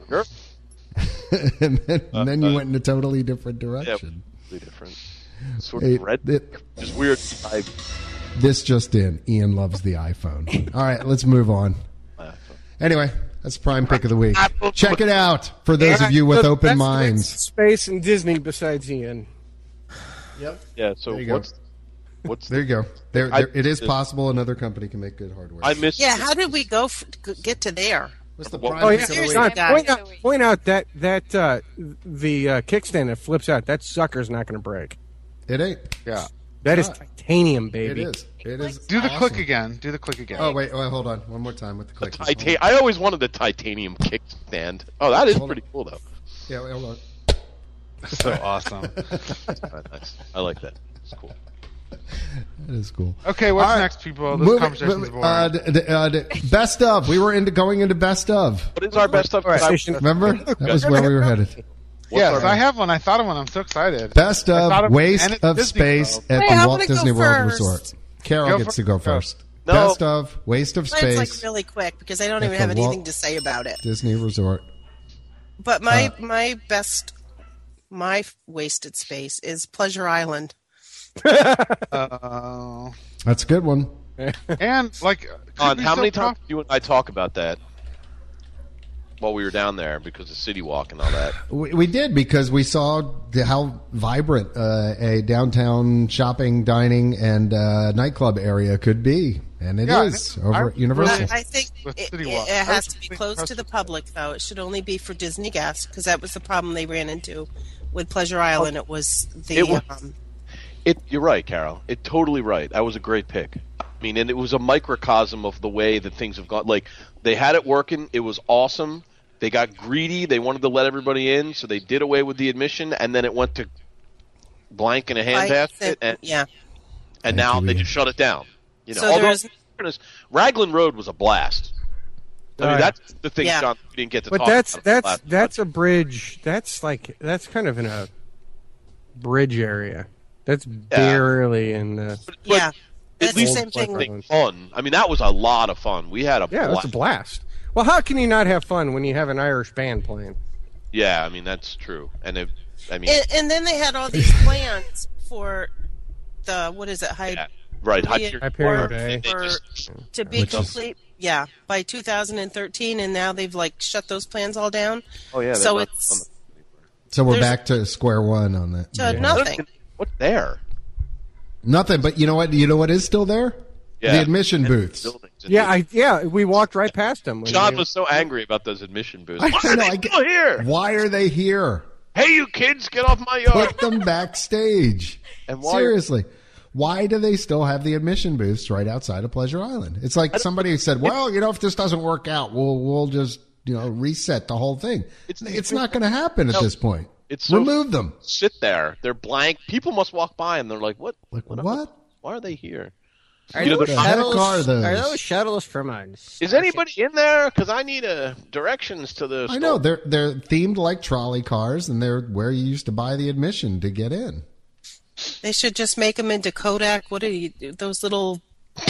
Speaker 2: and then,
Speaker 3: Uh,
Speaker 2: and then you went in a totally different direction.
Speaker 6: Completely different. Sort
Speaker 2: It-
Speaker 6: of red.
Speaker 2: it-
Speaker 6: Just weird. I,
Speaker 2: This just in. Ian loves the iPhone. All right, let's move on. Anyway, that's Prime Pick of the Week. Check it out for those of you with
Speaker 3: The
Speaker 2: open
Speaker 3: best
Speaker 2: minds.
Speaker 3: Space and Disney besides Ian.
Speaker 6: yeah. So
Speaker 2: you go.
Speaker 6: what's what's
Speaker 2: There you go. There,
Speaker 6: I-
Speaker 2: there, it is possible another company can make good hardware.
Speaker 6: I missed?
Speaker 5: Yeah, how did we go f- get to there?
Speaker 2: What's the
Speaker 6: Well,
Speaker 2: Prime
Speaker 3: Oh yeah,
Speaker 2: Pick of the
Speaker 5: Here's
Speaker 2: Week?
Speaker 3: John,
Speaker 5: guys.
Speaker 3: point out, point out that that uh, the uh, kickstand that flips out that sucker's not going to break.
Speaker 2: It ain't.
Speaker 7: Yeah.
Speaker 3: That is titanium,
Speaker 2: It
Speaker 3: baby.
Speaker 2: is. It is.
Speaker 7: Do the
Speaker 2: awesome.
Speaker 7: click again. Do the click again.
Speaker 2: Oh wait, wait, hold on. One more time with the click.
Speaker 6: Titan- I always wanted the titanium kickstand. Oh, that is pretty cool though.
Speaker 2: Yeah, wait, hold on.
Speaker 7: so awesome.
Speaker 6: Nice. I like that. It's cool.
Speaker 2: That is cool.
Speaker 7: Okay, what's
Speaker 2: All right.
Speaker 7: next, people? This
Speaker 2: Moving-
Speaker 7: conversation's
Speaker 2: moving-
Speaker 7: boring.
Speaker 2: uh, d- d- uh, d- best of. We were into going into best of.
Speaker 6: What is our best stuff? Because I-
Speaker 3: Station-
Speaker 2: Remember that was where we were headed.
Speaker 6: what's
Speaker 7: yes,
Speaker 6: our-
Speaker 7: I have one. I thought of one. I'm so excited.
Speaker 2: Best
Speaker 7: I thought
Speaker 2: of
Speaker 7: of-
Speaker 2: waste
Speaker 7: and it's
Speaker 2: of
Speaker 7: Disney
Speaker 2: space
Speaker 7: World.
Speaker 2: at
Speaker 5: Wait,
Speaker 2: the
Speaker 5: I
Speaker 2: Walt
Speaker 5: wanna go
Speaker 2: Disney World
Speaker 5: first.
Speaker 2: Resort. Carol
Speaker 7: Go
Speaker 2: gets
Speaker 7: first.
Speaker 2: to go
Speaker 7: Go.
Speaker 2: first.
Speaker 6: No.
Speaker 2: Best of waste of
Speaker 5: Mine's
Speaker 2: space
Speaker 5: like really quick because I don't
Speaker 2: At
Speaker 5: even
Speaker 2: the
Speaker 5: have anything
Speaker 2: Walt-
Speaker 5: to say about it.
Speaker 2: Disney Resort.
Speaker 5: But my my best my wasted space is Pleasure Island.
Speaker 7: Uh,
Speaker 2: That's a good one.
Speaker 7: and like, uh,
Speaker 6: on
Speaker 7: could be
Speaker 6: how
Speaker 7: so
Speaker 6: many
Speaker 7: prof-
Speaker 6: times did you and I talk about that while we were down there because of City Walk and all that?
Speaker 2: We, we did because we saw the, how vibrant uh, a downtown shopping, dining, and uh, nightclub area could be, and it is
Speaker 7: Yeah, I-
Speaker 2: over
Speaker 7: I-
Speaker 2: at Universal.
Speaker 5: But I think
Speaker 7: With
Speaker 5: it,
Speaker 7: City
Speaker 5: it-
Speaker 7: Walk.
Speaker 5: it
Speaker 7: I
Speaker 5: has
Speaker 7: was
Speaker 5: to be
Speaker 7: really
Speaker 5: closed to
Speaker 7: impressed
Speaker 5: the
Speaker 7: with
Speaker 5: public, though. It should only be for Disney guests because that was the problem they ran into with Pleasure Island. It was the
Speaker 6: It was-
Speaker 5: um,
Speaker 6: It, you're right, Carol. It totally right. That was a great pick. I mean, and it was a microcosm of the way that things have gone. Like they had it working. It was awesome. They got greedy. They wanted to let everybody in, so they did away with the admission, and then it went to blank in a
Speaker 5: I
Speaker 6: handbasket,
Speaker 5: think-
Speaker 6: and,
Speaker 5: yeah.
Speaker 6: and now
Speaker 2: you,
Speaker 6: they
Speaker 2: Ian.
Speaker 6: just shut it down. You know,
Speaker 5: So
Speaker 6: although
Speaker 5: there's-
Speaker 6: in fairness, Raglan Road was a blast. I mean,
Speaker 3: Right.
Speaker 6: that's the thing,
Speaker 5: Yeah.
Speaker 6: John. We didn't get to
Speaker 3: But
Speaker 6: talk
Speaker 3: that's
Speaker 6: about
Speaker 3: that's
Speaker 6: last-
Speaker 3: that's a bridge. That's like that's kind of in a bridge area. That's barely in the.
Speaker 6: But-
Speaker 5: yeah. That's the
Speaker 6: least
Speaker 5: same thing.
Speaker 3: Pleasure
Speaker 5: with-
Speaker 3: Island.
Speaker 6: fun. I mean, that was a lot of fun. We had a
Speaker 3: Yeah,
Speaker 6: blast.
Speaker 3: that's a blast. Well, how can you not have fun when you have an Irish band playing?
Speaker 6: Yeah, I mean that's true. And if I mean,
Speaker 5: And, and then they had all these plans for the what is it? Hyde.
Speaker 6: yeah, right? Hyperion-
Speaker 3: Hyperion
Speaker 5: or-
Speaker 3: Bay.
Speaker 6: they
Speaker 5: or
Speaker 6: just-
Speaker 5: to be
Speaker 2: Which is-
Speaker 5: complete, yeah, by 2013, and now they've like shut those plans all down.
Speaker 6: oh yeah.
Speaker 5: so
Speaker 6: they're
Speaker 5: it's-
Speaker 6: on
Speaker 2: So we're
Speaker 5: There's-
Speaker 2: back to square one on that.
Speaker 5: To
Speaker 2: Yeah.
Speaker 6: the-
Speaker 5: nothing.
Speaker 6: What's there?
Speaker 2: Nothing, but you know what? You know what is still there?
Speaker 6: Yeah.
Speaker 2: The admission booths.
Speaker 6: Buildings and
Speaker 3: Yeah,
Speaker 6: they-
Speaker 3: I yeah, we walked right past them. when
Speaker 6: John
Speaker 3: they-
Speaker 6: was so angry about those admission booths.
Speaker 2: I
Speaker 6: Why
Speaker 2: know,
Speaker 6: are they
Speaker 2: I get-
Speaker 6: still here?
Speaker 2: Why are they here?
Speaker 6: Hey, you kids, get off my yard!
Speaker 2: Put them backstage.
Speaker 6: And why-
Speaker 2: Seriously. Why do they still have the admission booths right outside of Pleasure Island? It's like somebody said, "Well, you know, if this doesn't work out, we'll we'll just you know reset the whole thing." It's,
Speaker 6: It's-
Speaker 2: not going to happen at
Speaker 6: No.
Speaker 2: this point.
Speaker 6: It's so-
Speaker 2: remove them.
Speaker 6: Sit there. They're blank. People must walk by and they're like, "What?
Speaker 2: Like what?
Speaker 6: Why are they here?
Speaker 3: Are
Speaker 6: You know,
Speaker 3: those
Speaker 6: they're-
Speaker 2: How are those?
Speaker 3: shuttles from us?
Speaker 6: Is anybody in there? Because I need uh directions to the."
Speaker 2: I
Speaker 6: store."
Speaker 2: know they're they're themed like trolley cars, and they're where you used to buy the admission to get in.
Speaker 5: They should just make them into Kodak. What are you? Those little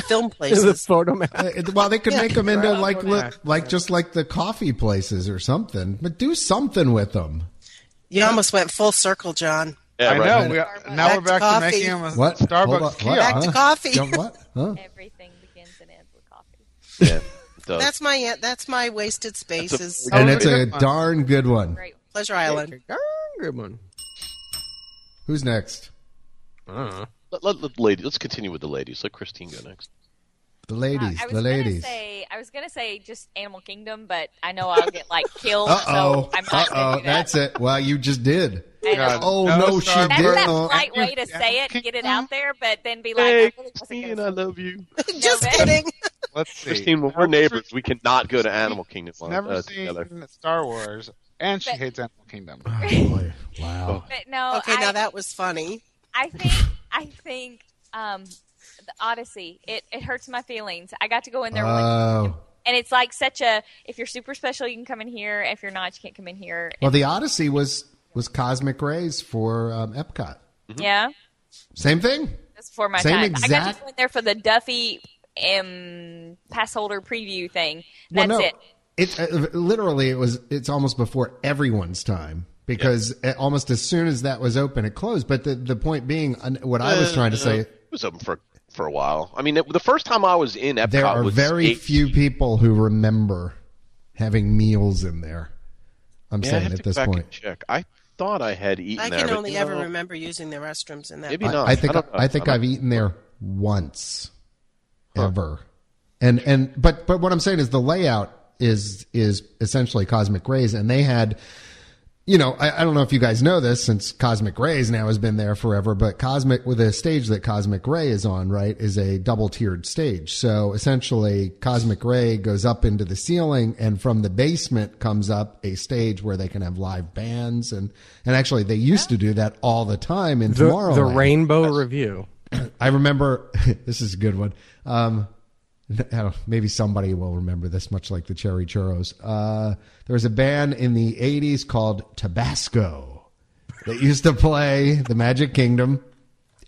Speaker 5: film
Speaker 3: the
Speaker 5: places.
Speaker 3: photo map?
Speaker 2: Uh, it- well, they could
Speaker 5: Yeah.
Speaker 2: make them into
Speaker 3: Right.
Speaker 2: like li- like just like the coffee places or something, but do something with them.
Speaker 5: You almost went full circle, John.
Speaker 6: Yeah,
Speaker 7: I
Speaker 6: right.
Speaker 7: know. We are, now
Speaker 5: Back
Speaker 7: we're
Speaker 5: to
Speaker 7: back to
Speaker 5: coffee.
Speaker 7: making him a
Speaker 2: What Hold on.
Speaker 7: Starbucks
Speaker 2: What?
Speaker 7: kiosk.
Speaker 5: Back to
Speaker 2: Huh?
Speaker 5: coffee.
Speaker 2: Yeah, what? Huh?
Speaker 4: Everything begins and ends with coffee.
Speaker 6: Yeah, it does.
Speaker 5: That's my that's my wasted space is
Speaker 2: And
Speaker 7: Oh,
Speaker 2: it's
Speaker 7: it's a
Speaker 2: a
Speaker 7: good one.
Speaker 2: darn good one.
Speaker 4: Great.
Speaker 5: Pleasure Island.
Speaker 3: good one.
Speaker 2: Who's next?
Speaker 6: Let, let, let lady, let's continue with the ladies. Let Christine go next.
Speaker 2: The ladies.
Speaker 4: Uh, I was
Speaker 2: the
Speaker 4: gonna
Speaker 2: ladies.
Speaker 4: say I was gonna say just Animal Kingdom, but I know I'll get like killed.
Speaker 2: Uh
Speaker 4: so
Speaker 2: oh.
Speaker 4: I'm
Speaker 2: Uh
Speaker 4: not
Speaker 2: oh.
Speaker 4: gonna do that.
Speaker 2: That's it. Well, you just did.
Speaker 4: I know.
Speaker 7: God.
Speaker 2: Oh
Speaker 7: No,
Speaker 2: no, she
Speaker 7: sorry.
Speaker 2: did
Speaker 4: That's that
Speaker 2: not.
Speaker 4: polite way to say it, get it out there, but then be like, "Oh, I really wasn't
Speaker 6: Christine,
Speaker 4: gonna
Speaker 6: I love you.
Speaker 5: Just
Speaker 4: No, man.
Speaker 5: kidding.
Speaker 7: Let's see.
Speaker 6: Christine, when we're neighbors, we cannot go to Animal Kingdom
Speaker 7: She's never
Speaker 6: uh,
Speaker 7: seen
Speaker 6: together.
Speaker 7: Star Wars, and she
Speaker 4: But-
Speaker 7: hates Animal Kingdom.
Speaker 2: Oh, boy. Wow.
Speaker 4: But no,
Speaker 5: Okay,
Speaker 4: I,
Speaker 5: now that was funny.
Speaker 4: I think I think um, the Odyssey. It it hurts my feelings. I got to go in there, once,
Speaker 2: Oh.
Speaker 4: and it's like such a. If you're super special, you can come in here. If you're not, you can't come in here.
Speaker 2: Well, the Odyssey was was cosmic rays for um, Epcot.
Speaker 4: Yeah,
Speaker 2: Same thing.
Speaker 4: that's before my
Speaker 2: Same
Speaker 4: time. I got
Speaker 2: exact-
Speaker 4: to go in there for the Duffy um, pass holder preview thing.
Speaker 2: Well,
Speaker 4: That's
Speaker 2: no,
Speaker 4: it.
Speaker 2: It uh, literally it was. It's almost before everyone's time because uh almost as soon as that was open, it closed. But the the point being, uh, what I was trying to say,
Speaker 6: It was open for for a while. I mean, it, the first time I was in Epcot,
Speaker 2: there are
Speaker 6: was
Speaker 2: very
Speaker 6: 18.
Speaker 2: few people who remember having meals in there. I'm
Speaker 6: Yeah, I
Speaker 2: saying
Speaker 6: have
Speaker 2: at
Speaker 6: to
Speaker 2: this
Speaker 6: go back
Speaker 2: point.
Speaker 6: and check. I thought I had eaten
Speaker 5: I
Speaker 6: there.
Speaker 5: can
Speaker 6: but,
Speaker 5: only
Speaker 6: you
Speaker 5: ever
Speaker 6: know,
Speaker 5: remember using the restrooms in that.
Speaker 6: Maybe
Speaker 5: park.
Speaker 6: not.
Speaker 2: I think I,
Speaker 6: don't know.
Speaker 2: think
Speaker 6: don't-
Speaker 2: I've eaten there once ever. And and but but what I'm saying is the layout is is essentially cosmic rays and they had you know, I, I don't know if you guys know this since Cosmic Rays now has been there forever, but Cosmic with a stage that Cosmic Ray is on, right, is a double tiered stage. So essentially Cosmic Ray goes up into the ceiling and from the basement comes up a stage where they can have live bands and, and actually they used to do that all the time in
Speaker 3: The,
Speaker 2: Tomorrowland.
Speaker 3: the Rainbow Review.
Speaker 2: I remember this is a good one. Um, th- I don't- maybe somebody will remember this, much like the cherry churros. Uh, there was a band in the '80s called Tabasco that used to play the Magic Kingdom,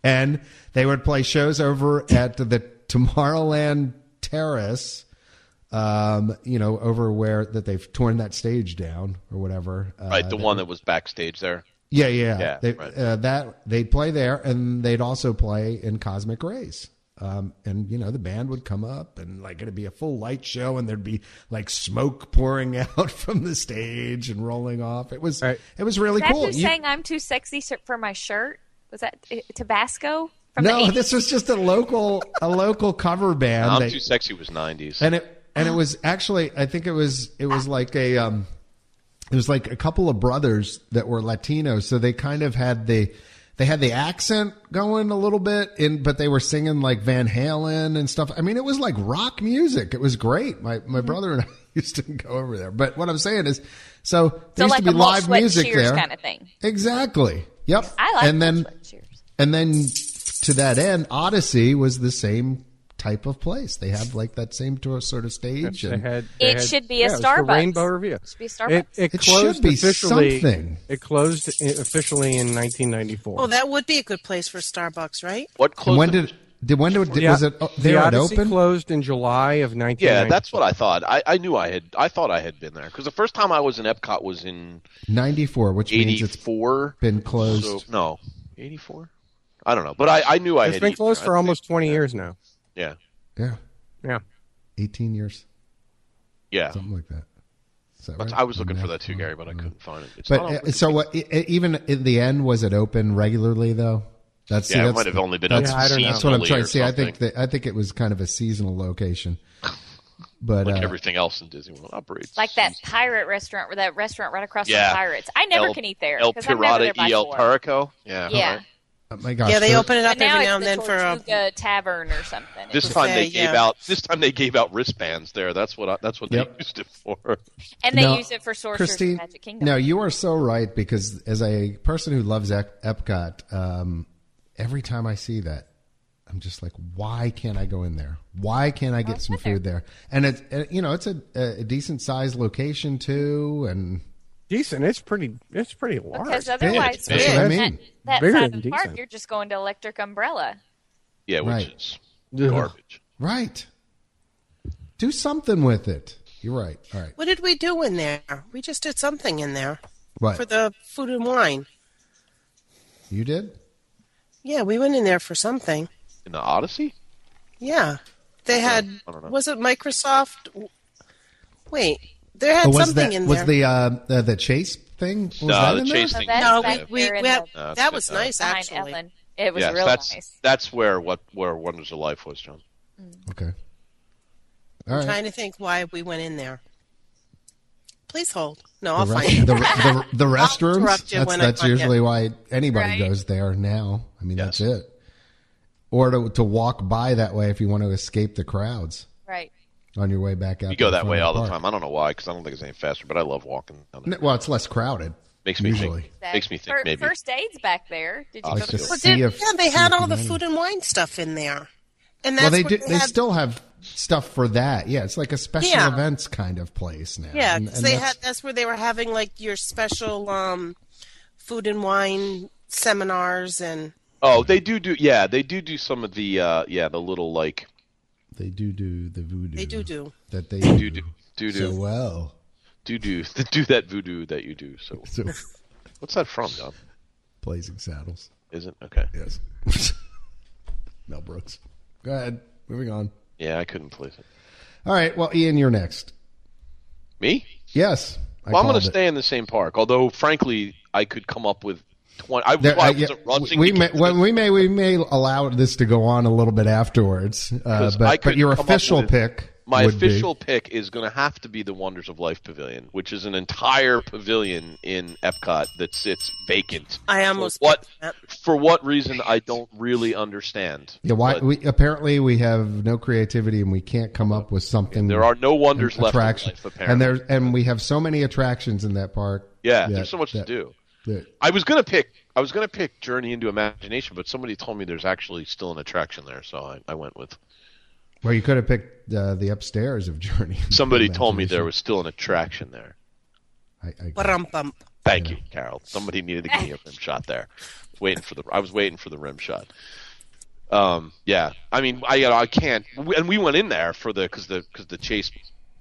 Speaker 2: and they would play shows over at the Tomorrowland Terrace. Um, you know, over where that they've torn that stage down or whatever. Uh,
Speaker 6: Right, the one that was backstage there.
Speaker 2: yeah, yeah.
Speaker 6: Yeah,
Speaker 2: they,
Speaker 6: right.
Speaker 2: uh, that they'd play there, and they'd also play in Cosmic Rays. Um, and you know the band would come up, and like it'd be a full light show, and there'd be like smoke pouring out from the stage and rolling off. It was
Speaker 3: Right.
Speaker 2: it was really
Speaker 4: Is that
Speaker 2: cool.
Speaker 4: who
Speaker 2: You-
Speaker 4: sang "I'm Too Sexy Sir- for My Shirt"? Was that uh, Tabasco from the
Speaker 2: no,
Speaker 4: 80s?
Speaker 2: this was just a local a local cover band.
Speaker 6: I'm
Speaker 2: that-
Speaker 6: too sexy was '90s.
Speaker 2: and it and it was actually I think it was it was like a um it was like a couple of brothers that were Latinos, so they kind of had the they had the accent going a little bit, in but they were singing like Van Halen and stuff. I mean, it was like rock music. It was great. My my brother and I used to go over there. But what I'm saying is, so there used
Speaker 4: so like
Speaker 2: to be
Speaker 4: a Malt
Speaker 2: live
Speaker 4: Sweat
Speaker 2: music
Speaker 4: Cheers
Speaker 2: there,
Speaker 4: kind of thing.
Speaker 2: exactly. Yep.
Speaker 4: I like
Speaker 2: and
Speaker 4: Malt
Speaker 2: then
Speaker 4: Sweat Cheers.
Speaker 2: and then to that end, Odyssey was the same type of place. They have like that same tour sort of stage.
Speaker 3: They
Speaker 2: and-
Speaker 3: had-
Speaker 4: It
Speaker 3: they had-
Speaker 4: should be a
Speaker 3: yeah, it was The
Speaker 4: Starbucks.
Speaker 3: Rainbow Review. It
Speaker 4: should be a Starbucks.
Speaker 3: It,
Speaker 2: It should
Speaker 3: closed
Speaker 2: be
Speaker 3: officially,
Speaker 2: something.
Speaker 3: It closed i- officially in 1994.
Speaker 5: Well, Oh, that would be a good place for Starbucks, right?
Speaker 6: what
Speaker 2: And
Speaker 6: closed?
Speaker 2: when
Speaker 6: the-
Speaker 2: did, did when did,
Speaker 3: Yeah,
Speaker 2: was it oh, there
Speaker 3: the
Speaker 2: it
Speaker 3: Odyssey
Speaker 2: open?
Speaker 3: closed in July of 1994.
Speaker 6: yeah, that's what I thought. I, I knew I had. I thought I had been there because the first time I was in Epcot was in
Speaker 2: 94, which means it's
Speaker 6: '84.
Speaker 2: been closed.
Speaker 6: So, no, '84. I don't know, but I, I knew I
Speaker 3: It's
Speaker 6: had
Speaker 3: been
Speaker 6: eaten
Speaker 3: closed
Speaker 6: there.
Speaker 3: for
Speaker 6: I
Speaker 3: almost
Speaker 6: think-
Speaker 3: 20 years now.
Speaker 6: Yeah,
Speaker 2: yeah,
Speaker 3: Yeah.
Speaker 2: 18 years,
Speaker 6: yeah.
Speaker 2: something like that. Is that right?
Speaker 6: I was looking
Speaker 2: Math
Speaker 6: for that too,
Speaker 2: wrong.
Speaker 6: Gary, but I couldn't find it. It's
Speaker 2: But
Speaker 6: not
Speaker 2: uh, so what? i- i- even in the end, was it open regularly though? That's see,
Speaker 6: yeah, it
Speaker 2: that's
Speaker 6: might have only been
Speaker 2: that's-
Speaker 6: open
Speaker 3: Yeah, I don't know.
Speaker 2: that's what I'm
Speaker 6: seasonally
Speaker 2: trying
Speaker 6: or
Speaker 2: to say. I think
Speaker 6: something.
Speaker 2: that I think it was kind of a seasonal location, but
Speaker 6: like
Speaker 2: uh,
Speaker 6: everything else in Disney World operates.
Speaker 4: like that pirate restaurant or that restaurant right across
Speaker 6: Yeah.
Speaker 4: from Pirates. I never
Speaker 6: El-
Speaker 4: can eat there
Speaker 6: El
Speaker 4: because I'm never there
Speaker 6: Pirata, E
Speaker 4: by
Speaker 6: El
Speaker 4: four.
Speaker 6: Perico. Yeah.
Speaker 4: Yeah,
Speaker 6: right.
Speaker 2: oh my gosh,
Speaker 5: Yeah, they
Speaker 2: there-
Speaker 5: open it up
Speaker 4: but now
Speaker 5: every
Speaker 4: it's
Speaker 5: now and
Speaker 4: the
Speaker 5: then for um, a.
Speaker 4: Tortuga Tavern or something.
Speaker 6: This
Speaker 4: It's-
Speaker 6: time they
Speaker 5: Okay,
Speaker 6: gave
Speaker 5: yeah.
Speaker 6: out. This time they gave out wristbands there. That's what. I, that's what
Speaker 2: Yep.
Speaker 6: they used it for.
Speaker 4: and they
Speaker 2: No,
Speaker 4: use it for Sorcerer's
Speaker 2: Christine,
Speaker 4: Magic Kingdom.
Speaker 2: No, you are so right because as a person who loves Ep- Epcot, um, every time I see that, I'm just like, why can't I go in there? Why can't I get some food there? And it's uh, you know it's a, a decent sized location too, and
Speaker 3: Decent. It's pretty It's pretty large.
Speaker 4: because otherwise,
Speaker 2: That's
Speaker 6: big.
Speaker 2: what I
Speaker 4: that-
Speaker 2: mean.
Speaker 4: that,
Speaker 3: Bigger
Speaker 4: side
Speaker 3: than
Speaker 4: of the park,
Speaker 3: decent.
Speaker 4: you're just going to Electric Umbrella.
Speaker 6: Yeah, which
Speaker 2: Right.
Speaker 6: is
Speaker 3: Ugh.
Speaker 6: garbage.
Speaker 2: Right. Do something with it. You're right. All right.
Speaker 5: What did we do in there? We just did something in there for
Speaker 2: What
Speaker 5: the food and wine.
Speaker 2: you did?
Speaker 5: Yeah, we went in there for something.
Speaker 6: In the Odyssey,
Speaker 5: Yeah, they had.
Speaker 6: I don't know.
Speaker 5: Was it Microsoft? Wait, they had
Speaker 2: was
Speaker 5: something
Speaker 2: that
Speaker 5: in
Speaker 2: was
Speaker 5: there.
Speaker 2: the uh, the, the chase thing? Was
Speaker 6: No,
Speaker 2: that
Speaker 6: the
Speaker 2: in there?
Speaker 6: chase thing.
Speaker 4: that's
Speaker 5: No,
Speaker 4: back
Speaker 5: we, we,
Speaker 4: there in
Speaker 5: we had,
Speaker 4: the-
Speaker 6: Uh,
Speaker 5: that was
Speaker 6: uh,
Speaker 5: nice
Speaker 4: behind
Speaker 5: actually.
Speaker 4: Ellen. It was
Speaker 6: yes,
Speaker 4: real
Speaker 6: that's
Speaker 4: nice.
Speaker 6: that's where what where Wonders of Life was, John.
Speaker 2: Okay. All
Speaker 5: I'm
Speaker 2: right.
Speaker 5: trying to think why we went in there. Please hold. No, I'll
Speaker 2: The,
Speaker 5: find
Speaker 2: rest,
Speaker 5: it.
Speaker 2: the, the, the restrooms.
Speaker 5: interrupt you
Speaker 2: That's,
Speaker 5: when I
Speaker 2: that's
Speaker 5: find it.
Speaker 2: usually why anybody
Speaker 4: Right.
Speaker 2: goes there now. I mean,
Speaker 6: Yes.
Speaker 2: that's it. Or to, to walk by that way if you want to escape the crowds
Speaker 4: Right.
Speaker 2: on your way back out.
Speaker 6: You
Speaker 2: to
Speaker 6: go
Speaker 2: the
Speaker 6: that
Speaker 2: front
Speaker 6: way
Speaker 2: of
Speaker 6: all the
Speaker 2: park.
Speaker 6: time. I don't know why, because I don't think it's any faster. But I love walking. Down there.
Speaker 2: N- Well, it's less crowded.
Speaker 6: makes me
Speaker 2: usually.
Speaker 6: think. Makes me think
Speaker 4: Fir-
Speaker 6: maybe.
Speaker 4: First aid's back there. Did you
Speaker 6: Oh,
Speaker 4: go
Speaker 2: Like
Speaker 6: it's
Speaker 4: to
Speaker 2: to
Speaker 6: But
Speaker 4: first
Speaker 2: see
Speaker 4: aid?
Speaker 2: if
Speaker 5: Yeah, they
Speaker 2: see
Speaker 5: had
Speaker 2: if
Speaker 5: all the
Speaker 2: you
Speaker 5: food and wine stuff in there, and that's
Speaker 2: Well, they
Speaker 5: what
Speaker 2: do.
Speaker 5: they,
Speaker 2: They
Speaker 5: had-
Speaker 2: still have stuff for that. Yeah, it's like a special
Speaker 5: Yeah.
Speaker 2: events kind of place now.
Speaker 5: Yeah,
Speaker 2: And-
Speaker 5: 'cause
Speaker 2: and
Speaker 5: they
Speaker 2: that's-
Speaker 5: had that's where they were having like your special um, food and wine seminars and
Speaker 6: Oh, they do do. Yeah, they do do some of the. Uh, yeah, the little like
Speaker 2: They do do the voodoo.
Speaker 5: they do do.
Speaker 2: that. They do
Speaker 6: do do do
Speaker 2: so
Speaker 6: do
Speaker 2: well.
Speaker 6: do do do that voodoo that you do. So
Speaker 2: So
Speaker 6: what's that from, John?
Speaker 2: blazing saddles.
Speaker 6: Isn't okay.
Speaker 2: Yes. Mel Brooks. Go ahead. Moving on.
Speaker 6: Yeah, I couldn't place it.
Speaker 2: All right. Well, Ian, you're next.
Speaker 6: Me?
Speaker 2: Yes. I
Speaker 6: Well, I'm going
Speaker 2: called
Speaker 6: to
Speaker 2: it.
Speaker 6: stay in the same park. Although, frankly, I could come up with twenty. I,
Speaker 2: There-
Speaker 6: well, I
Speaker 2: I- yeah,
Speaker 6: wasn't rushing.
Speaker 2: we may,
Speaker 6: because
Speaker 2: well, we may we may allow this to go on a little bit afterwards, uh,
Speaker 6: 'Cause I
Speaker 2: but but
Speaker 6: could
Speaker 2: your
Speaker 6: come up
Speaker 2: official
Speaker 6: with-
Speaker 2: pick,
Speaker 6: my
Speaker 2: would be-
Speaker 6: official pick is going to have to be the Wonders of Life Pavilion, which is an entire pavilion in Epcot that sits vacant.
Speaker 5: I almost
Speaker 6: for what
Speaker 5: picked that.
Speaker 6: for what reason I don't really understand.
Speaker 2: Yeah, why
Speaker 6: But
Speaker 2: we apparently we have no creativity and we can't come up with something.
Speaker 6: there are no
Speaker 2: an
Speaker 6: wonders left in
Speaker 2: attraction.
Speaker 6: life, apparently.
Speaker 2: and there's and we have so many attractions in that park.
Speaker 6: yeah,
Speaker 2: that-
Speaker 6: there's so much
Speaker 2: that-
Speaker 6: to do.
Speaker 2: that-
Speaker 6: I was gonna pick I was gonna pick Journey into Imagination, but somebody told me there's actually still an attraction there, so I, I went with
Speaker 2: well, you could have picked uh, the upstairs of Journey.
Speaker 6: somebody told me there was still an attraction there.
Speaker 2: I, I,
Speaker 5: Brum bump.
Speaker 6: Thank you, Carol. Somebody needed to give me a rim shot there. Waiting for the, I was waiting for the rim shot. Um, yeah, I mean, I, I can't. we- And we went in there for the because the because the chase,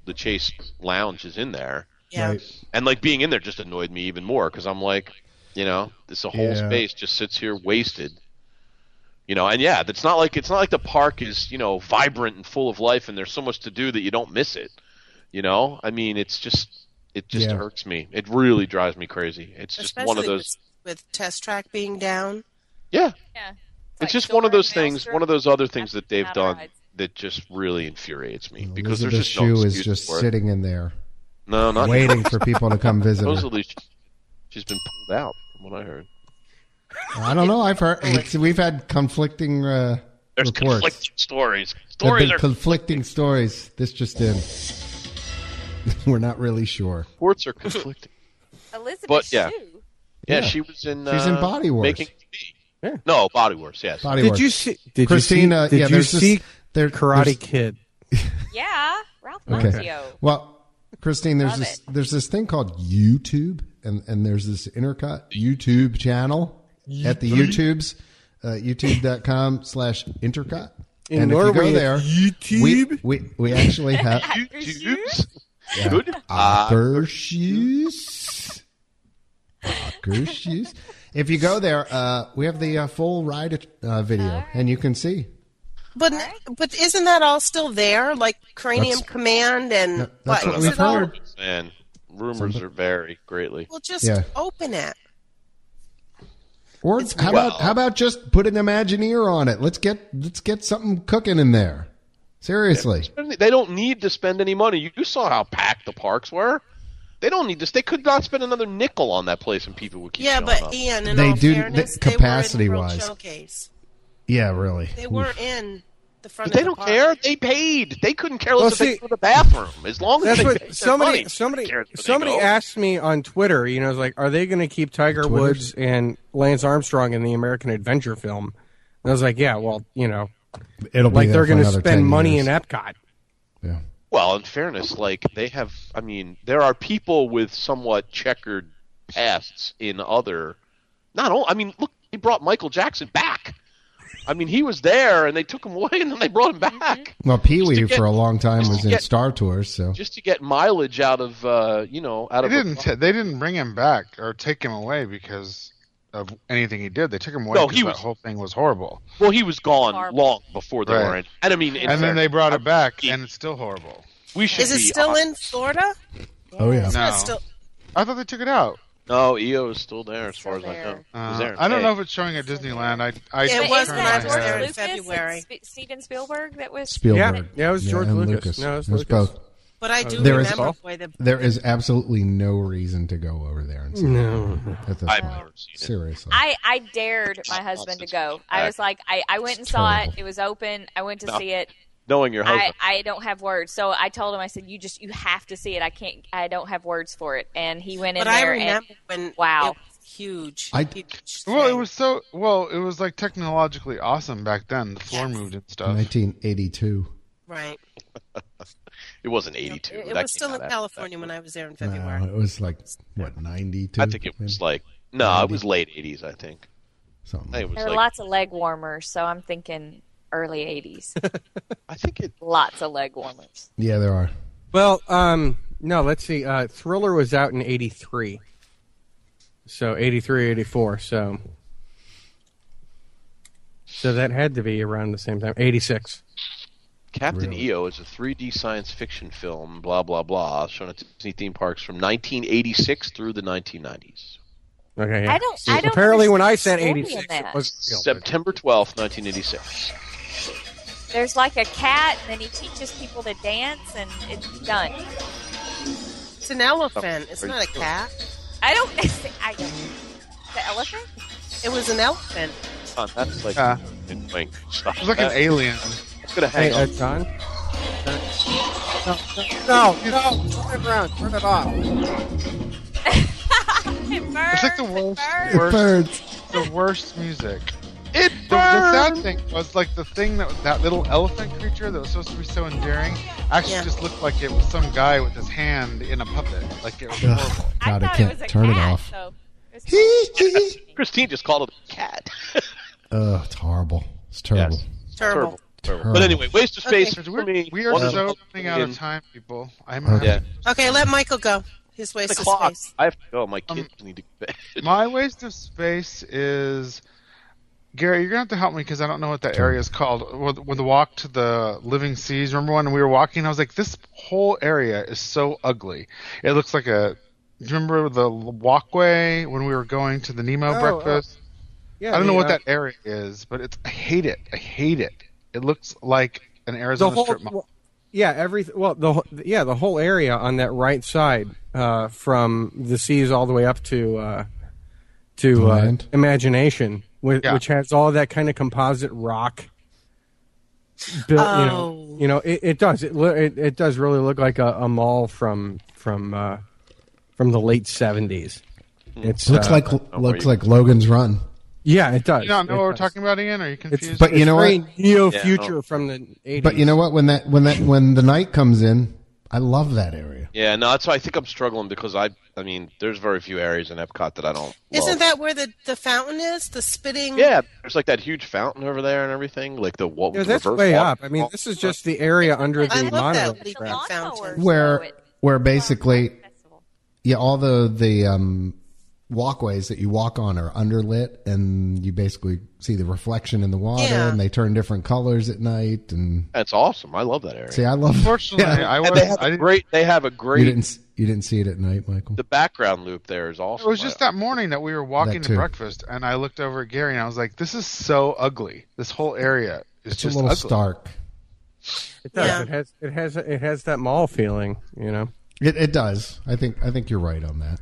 Speaker 6: the chase lounge is in there,
Speaker 5: Yeah,
Speaker 2: Right.
Speaker 6: and like being in there just annoyed me even more because I'm like, you know, this whole
Speaker 2: Yeah.
Speaker 6: space just sits here wasted. You know, and yeah, it's not like it's not like the park is you know vibrant and full of life, and there's so much to do that you don't miss it. You know, I mean, it's just it just
Speaker 2: Yeah.
Speaker 6: hurts me. It really drives me crazy. It's just
Speaker 5: especially
Speaker 6: one of those.
Speaker 5: with, with test track being down.
Speaker 6: Yeah,
Speaker 4: Yeah.
Speaker 6: it's
Speaker 4: Like
Speaker 6: just one of
Speaker 4: Dora
Speaker 6: those
Speaker 4: and
Speaker 6: things.
Speaker 4: Maelstrom.
Speaker 6: One of those other things that they've
Speaker 4: Not a
Speaker 6: done
Speaker 4: ride.
Speaker 6: that just really infuriates me because
Speaker 2: Elizabeth
Speaker 6: there's just
Speaker 2: Shue
Speaker 6: no
Speaker 2: is
Speaker 6: excuse
Speaker 2: just
Speaker 6: for it.
Speaker 2: sitting in there
Speaker 6: No, not
Speaker 2: waiting for people to come visit. her.
Speaker 6: supposedly. she- She's been pulled out from what I heard.
Speaker 2: I don't know. I've heard it's, we've had conflicting uh,
Speaker 6: There's
Speaker 2: reports.
Speaker 6: conflicting stories.
Speaker 2: There've
Speaker 6: Stories
Speaker 2: been
Speaker 6: are
Speaker 2: conflicting stories. This just in. We're not really sure.
Speaker 6: reports are conflicting.
Speaker 4: Elizabeth
Speaker 6: But, yeah.
Speaker 4: Shue.
Speaker 6: yeah,
Speaker 2: Yeah.
Speaker 6: she was in.
Speaker 2: She's in
Speaker 6: uh,
Speaker 2: Body Wars.
Speaker 6: Making TV.
Speaker 3: Yeah.
Speaker 6: No, Body Wars. Yes.
Speaker 2: Body
Speaker 3: Did
Speaker 2: work.
Speaker 3: you see? Did
Speaker 2: Christina?
Speaker 3: You see, did
Speaker 2: yeah,
Speaker 3: you
Speaker 2: there's
Speaker 3: see
Speaker 2: this, there,
Speaker 3: Karate
Speaker 2: there's-
Speaker 3: Kid?
Speaker 4: Yeah. Ralph
Speaker 2: Okay.
Speaker 4: Macchio.
Speaker 2: Well, Christine, there's
Speaker 4: Love
Speaker 2: this
Speaker 4: it.
Speaker 2: there's this thing called YouTube, and and there's this intercut YouTube channel at the YouTubes, uh, youtube.com slash intercut.
Speaker 3: In
Speaker 2: and if
Speaker 3: Norway,
Speaker 2: you go there,
Speaker 3: YouTube?
Speaker 2: we we, we actually have
Speaker 6: YouTube's
Speaker 2: yeah,
Speaker 6: good.
Speaker 2: Ocker shoes. Ocker shoes. If you go there, uh, we have the uh, full ride uh, video, and you can see.
Speaker 5: But but isn't that all still there? Like Cranium
Speaker 2: That's-
Speaker 5: Command and
Speaker 2: No, that's what
Speaker 5: Is
Speaker 2: we've
Speaker 5: it all-
Speaker 2: heard.
Speaker 6: and rumors are vary greatly.
Speaker 5: Well, just
Speaker 2: Yeah.
Speaker 5: open it.
Speaker 2: Or how
Speaker 6: well-
Speaker 2: about how about just put an Imagineer on it? Let's get let's get something cooking in there. Seriously,
Speaker 6: They don't need to spend any money. You saw how packed the parks were. They don't need this. They could not spend another nickel on that place, and people would keep.
Speaker 5: Yeah,
Speaker 6: showing
Speaker 5: but
Speaker 6: up.
Speaker 5: Ian, in
Speaker 2: They
Speaker 5: all
Speaker 2: do- the-
Speaker 5: fairness, they were in the
Speaker 2: capacity-wise.
Speaker 5: World showcase.
Speaker 2: yeah, really.
Speaker 5: They were in the front.
Speaker 6: But they
Speaker 5: of the
Speaker 6: don't
Speaker 5: park.
Speaker 6: care. They paid. They couldn't care less
Speaker 3: Well,
Speaker 6: if
Speaker 3: see-
Speaker 6: they go to the bathroom. As long as
Speaker 3: That's
Speaker 6: they
Speaker 3: what
Speaker 6: paid
Speaker 3: somebody
Speaker 6: their money.
Speaker 3: somebody
Speaker 6: Who cares where they
Speaker 3: somebody
Speaker 6: go?
Speaker 3: asked me on Twitter. You know, it's like, are they going to keep Tiger Woods and Lance Armstrong in the American Adventure film? And I was like, yeah, well, you know,
Speaker 2: It'll
Speaker 3: like
Speaker 2: be
Speaker 3: they're
Speaker 2: going to
Speaker 3: spend money in Epcot.
Speaker 2: Yeah.
Speaker 6: Well, in fairness, like they have. I mean, there are people with somewhat checkered pasts in other. Not all. I mean, look, they brought Michael Jackson back. I mean, he was there, and they took him away, and then they brought him
Speaker 4: Mm-hmm.
Speaker 6: back.
Speaker 2: Well, Pee
Speaker 6: Just
Speaker 2: Wee
Speaker 6: to get-
Speaker 2: for a long time
Speaker 6: just
Speaker 2: was
Speaker 6: to
Speaker 2: in
Speaker 6: get-
Speaker 2: Star Tours, so
Speaker 6: just to get mileage out of uh, you know out
Speaker 7: They
Speaker 6: of
Speaker 7: didn't. T- they didn't bring him back or take him away because of anything he did. They took him away
Speaker 6: No,
Speaker 7: because
Speaker 6: he
Speaker 7: that
Speaker 6: was-
Speaker 7: whole thing was horrible.
Speaker 6: well he was gone
Speaker 4: Horrible.
Speaker 6: long before they
Speaker 7: Right.
Speaker 6: were in and I mean in
Speaker 7: And then
Speaker 6: fairness,
Speaker 7: they brought it back,
Speaker 6: Yeah.
Speaker 7: and it's still horrible.
Speaker 6: we should
Speaker 5: Is it
Speaker 6: be
Speaker 5: still
Speaker 6: honest.
Speaker 5: in Florida?
Speaker 2: oh yeah.
Speaker 5: It's
Speaker 7: No.
Speaker 5: still,
Speaker 7: I thought they took it out.
Speaker 6: No, EO is still there as
Speaker 4: Still
Speaker 6: far as I know.
Speaker 4: there.
Speaker 7: Uh,
Speaker 6: He's there in
Speaker 7: I don't know if
Speaker 6: May.
Speaker 7: it's showing at Disneyland. I I
Speaker 5: It
Speaker 4: But
Speaker 7: turned
Speaker 5: was
Speaker 4: isn't
Speaker 5: when
Speaker 7: my
Speaker 5: I
Speaker 4: that
Speaker 5: was there
Speaker 4: George
Speaker 5: in
Speaker 7: head.
Speaker 4: Lucas
Speaker 5: February.
Speaker 4: and Sp- Steven Spielberg that was
Speaker 2: Spielberg.
Speaker 3: Yeah, it was George
Speaker 2: and
Speaker 3: Lucas. No, it was Lucas.
Speaker 2: both.
Speaker 5: But I do
Speaker 2: There is-
Speaker 5: remember boy the
Speaker 2: There is absolutely no reason to go over there and see.
Speaker 3: No.
Speaker 2: At the
Speaker 6: I've never seen it.
Speaker 2: seriously.
Speaker 4: I, I dared my husband to go. I was like, I, I went and saw it. It was open. I went to
Speaker 6: No.
Speaker 4: see it.
Speaker 6: Knowing your
Speaker 4: I,
Speaker 6: husband,
Speaker 4: I don't have words. So I told him, I said, you just, you have to see it. I can't, I don't have words for it. And he went in
Speaker 5: But I
Speaker 4: there
Speaker 5: remember
Speaker 4: and
Speaker 5: when
Speaker 4: Wow.
Speaker 5: it was huge.
Speaker 2: I-
Speaker 5: huge
Speaker 7: Well, it
Speaker 5: thing.
Speaker 7: was so well. It was like technologically awesome back then. The floor moved and stuff.
Speaker 2: 1982.
Speaker 5: right.
Speaker 6: it wasn't '82.
Speaker 5: It,
Speaker 6: but
Speaker 5: it
Speaker 6: that
Speaker 5: was
Speaker 6: came
Speaker 5: still
Speaker 6: out
Speaker 5: in
Speaker 6: after
Speaker 5: California when I was there in
Speaker 2: No,
Speaker 5: February.
Speaker 2: Uh, it was like what 92.
Speaker 6: that. I think it was like no, it was late '80s. I think.
Speaker 2: something.
Speaker 6: I think it was
Speaker 4: there were
Speaker 6: like
Speaker 4: lots of leg warmers. So I'm thinking early 80s.
Speaker 6: I think it.
Speaker 4: lots of leg warmers.
Speaker 2: Yeah, there are.
Speaker 3: Well, um, no, let's see. Uh, Thriller was out in 83. So 83, 84. So so that had to be around the same time. 86.
Speaker 6: Captain
Speaker 2: Really?
Speaker 6: EO is a 3D science fiction film, blah blah blah, shown at Disney theme parks from 1986 through the 1990s.
Speaker 3: Okay. yeah.
Speaker 4: I don't- I don't
Speaker 3: apparently, when I
Speaker 4: understand
Speaker 3: said
Speaker 4: the story in
Speaker 3: 86, it
Speaker 4: that.
Speaker 3: was real.
Speaker 6: September 12th, 1986.
Speaker 4: There's like a cat, and then he teaches people to dance, and it's done.
Speaker 5: It's an elephant. It's not a cat.
Speaker 4: I don't. I don't. The elephant?
Speaker 5: It was an elephant.
Speaker 6: Son, that's like
Speaker 7: Yeah.
Speaker 6: in wing. Stop
Speaker 7: It Ah. was like an
Speaker 6: that.
Speaker 7: alien.
Speaker 6: It's gonna
Speaker 3: Hey,
Speaker 6: hang
Speaker 3: uh,
Speaker 6: on.
Speaker 3: John?
Speaker 7: No, no.
Speaker 3: turn it off.
Speaker 4: It burns.
Speaker 7: It's like the
Speaker 4: it
Speaker 7: worst,
Speaker 4: burns.
Speaker 2: It
Speaker 7: worst
Speaker 2: burns.
Speaker 7: the worst music.
Speaker 6: It
Speaker 7: The, the sad thing was like the thing that that little elephant creature that was supposed to be so endearing actually
Speaker 5: Yeah.
Speaker 7: just looked like it was some guy with his hand in a puppet. Like it was horrible.
Speaker 4: I
Speaker 2: God, I,
Speaker 4: thought it
Speaker 2: can't
Speaker 4: was a
Speaker 2: turn
Speaker 4: cat,
Speaker 2: it off.
Speaker 4: So it's
Speaker 2: Hee, hee.
Speaker 7: uh,
Speaker 6: Christine just called it a cat.
Speaker 2: Ugh, it's horrible. It's terrible.
Speaker 5: Terrible.
Speaker 6: Terrible. But anyway, Waste of Space
Speaker 5: Okay.
Speaker 6: for
Speaker 7: We're,
Speaker 6: me.
Speaker 7: we are
Speaker 6: one of
Speaker 7: so
Speaker 6: the-
Speaker 7: running out of
Speaker 6: in-
Speaker 7: time, people. I'm
Speaker 2: Okay.
Speaker 7: yeah.
Speaker 5: Okay, let Michael go. His
Speaker 6: The
Speaker 5: waste of
Speaker 6: clock.
Speaker 5: space.
Speaker 6: I have to go. My
Speaker 7: Um,
Speaker 6: kids need to get bed.
Speaker 7: My waste of space is Gary. You're gonna have to help me because I don't know what that area is called. With, with the walk to the Living Seas, remember when we were walking? I was like, this whole area is so ugly. It looks like a. Do you remember the walkway when we were going to the Nemo
Speaker 3: Oh,
Speaker 7: breakfast?
Speaker 3: Yeah,
Speaker 7: I don't know
Speaker 3: the,
Speaker 7: what
Speaker 3: uh,
Speaker 7: that area is, but it's. I hate it. I hate it. It looks like an
Speaker 3: the
Speaker 7: Arizona
Speaker 3: whole
Speaker 7: strip mall.
Speaker 3: well, yeah every well the whole- yeah the whole area on that right side uh, from the seas all the way up to uh, to uh,
Speaker 2: Land.
Speaker 3: imagination which,
Speaker 7: Yeah.
Speaker 3: which has all that kind of composite rock built you know
Speaker 5: Oh.
Speaker 3: you know it, it does it, lo- it it does really look like a, a mall from from uh, from the late 70s it's
Speaker 2: Looks
Speaker 3: uh,
Speaker 2: like looks like Logan's Run.
Speaker 3: yeah it does
Speaker 7: You don't know
Speaker 3: It
Speaker 7: what we're
Speaker 3: does.
Speaker 7: talking about, Ian? Are you confused?
Speaker 2: but you know
Speaker 3: Very
Speaker 2: what?
Speaker 3: neo
Speaker 6: Yeah,
Speaker 3: future
Speaker 6: no.
Speaker 3: from the 80s
Speaker 2: But you know what? When that when that when the night comes in, I love that area.
Speaker 6: Yeah, no, that's why I think I'm struggling because I, I mean, there's very few areas in Epcot that I don't. love.
Speaker 5: Isn't that where the, the fountain is? The spitting?
Speaker 6: Yeah, there's like that huge fountain over there and everything. Like the what?
Speaker 3: Yeah,
Speaker 6: the
Speaker 3: that's
Speaker 6: reverse
Speaker 3: way
Speaker 6: water-
Speaker 3: up. I mean, this is just the area under
Speaker 5: I
Speaker 3: the
Speaker 5: love that
Speaker 3: monorail
Speaker 5: leaf
Speaker 3: track.
Speaker 5: on
Speaker 4: Lawnmowers
Speaker 2: Where-
Speaker 4: show at
Speaker 2: where basically-
Speaker 4: Farm Festival.
Speaker 2: Yeah, all the the um, walkways that you walk on are underlit, and you basically see the reflection in the water,
Speaker 5: Yeah.
Speaker 2: and they turn different colors at night. And
Speaker 6: That's awesome. I love that area.
Speaker 2: see, I love.
Speaker 7: Unfortunately,
Speaker 2: Yeah.
Speaker 7: I was.
Speaker 6: and they have
Speaker 7: I
Speaker 6: a
Speaker 7: didn't
Speaker 6: great. They have a
Speaker 2: you
Speaker 6: great.
Speaker 2: didn't s- you didn't see it at night, Michael.
Speaker 6: the background loop there is awesome. Uh,
Speaker 7: It was just that morning that we were walking to
Speaker 2: too.
Speaker 7: breakfast, and I looked over at Gary and I was like, "This is so ugly. This whole area is
Speaker 2: it's a
Speaker 7: just
Speaker 2: little
Speaker 7: ugly."
Speaker 2: stark.
Speaker 3: It does.
Speaker 5: Yeah.
Speaker 3: It has. It has. It has that mall feeling. You know.
Speaker 2: It, it does. I think I think you're right on that.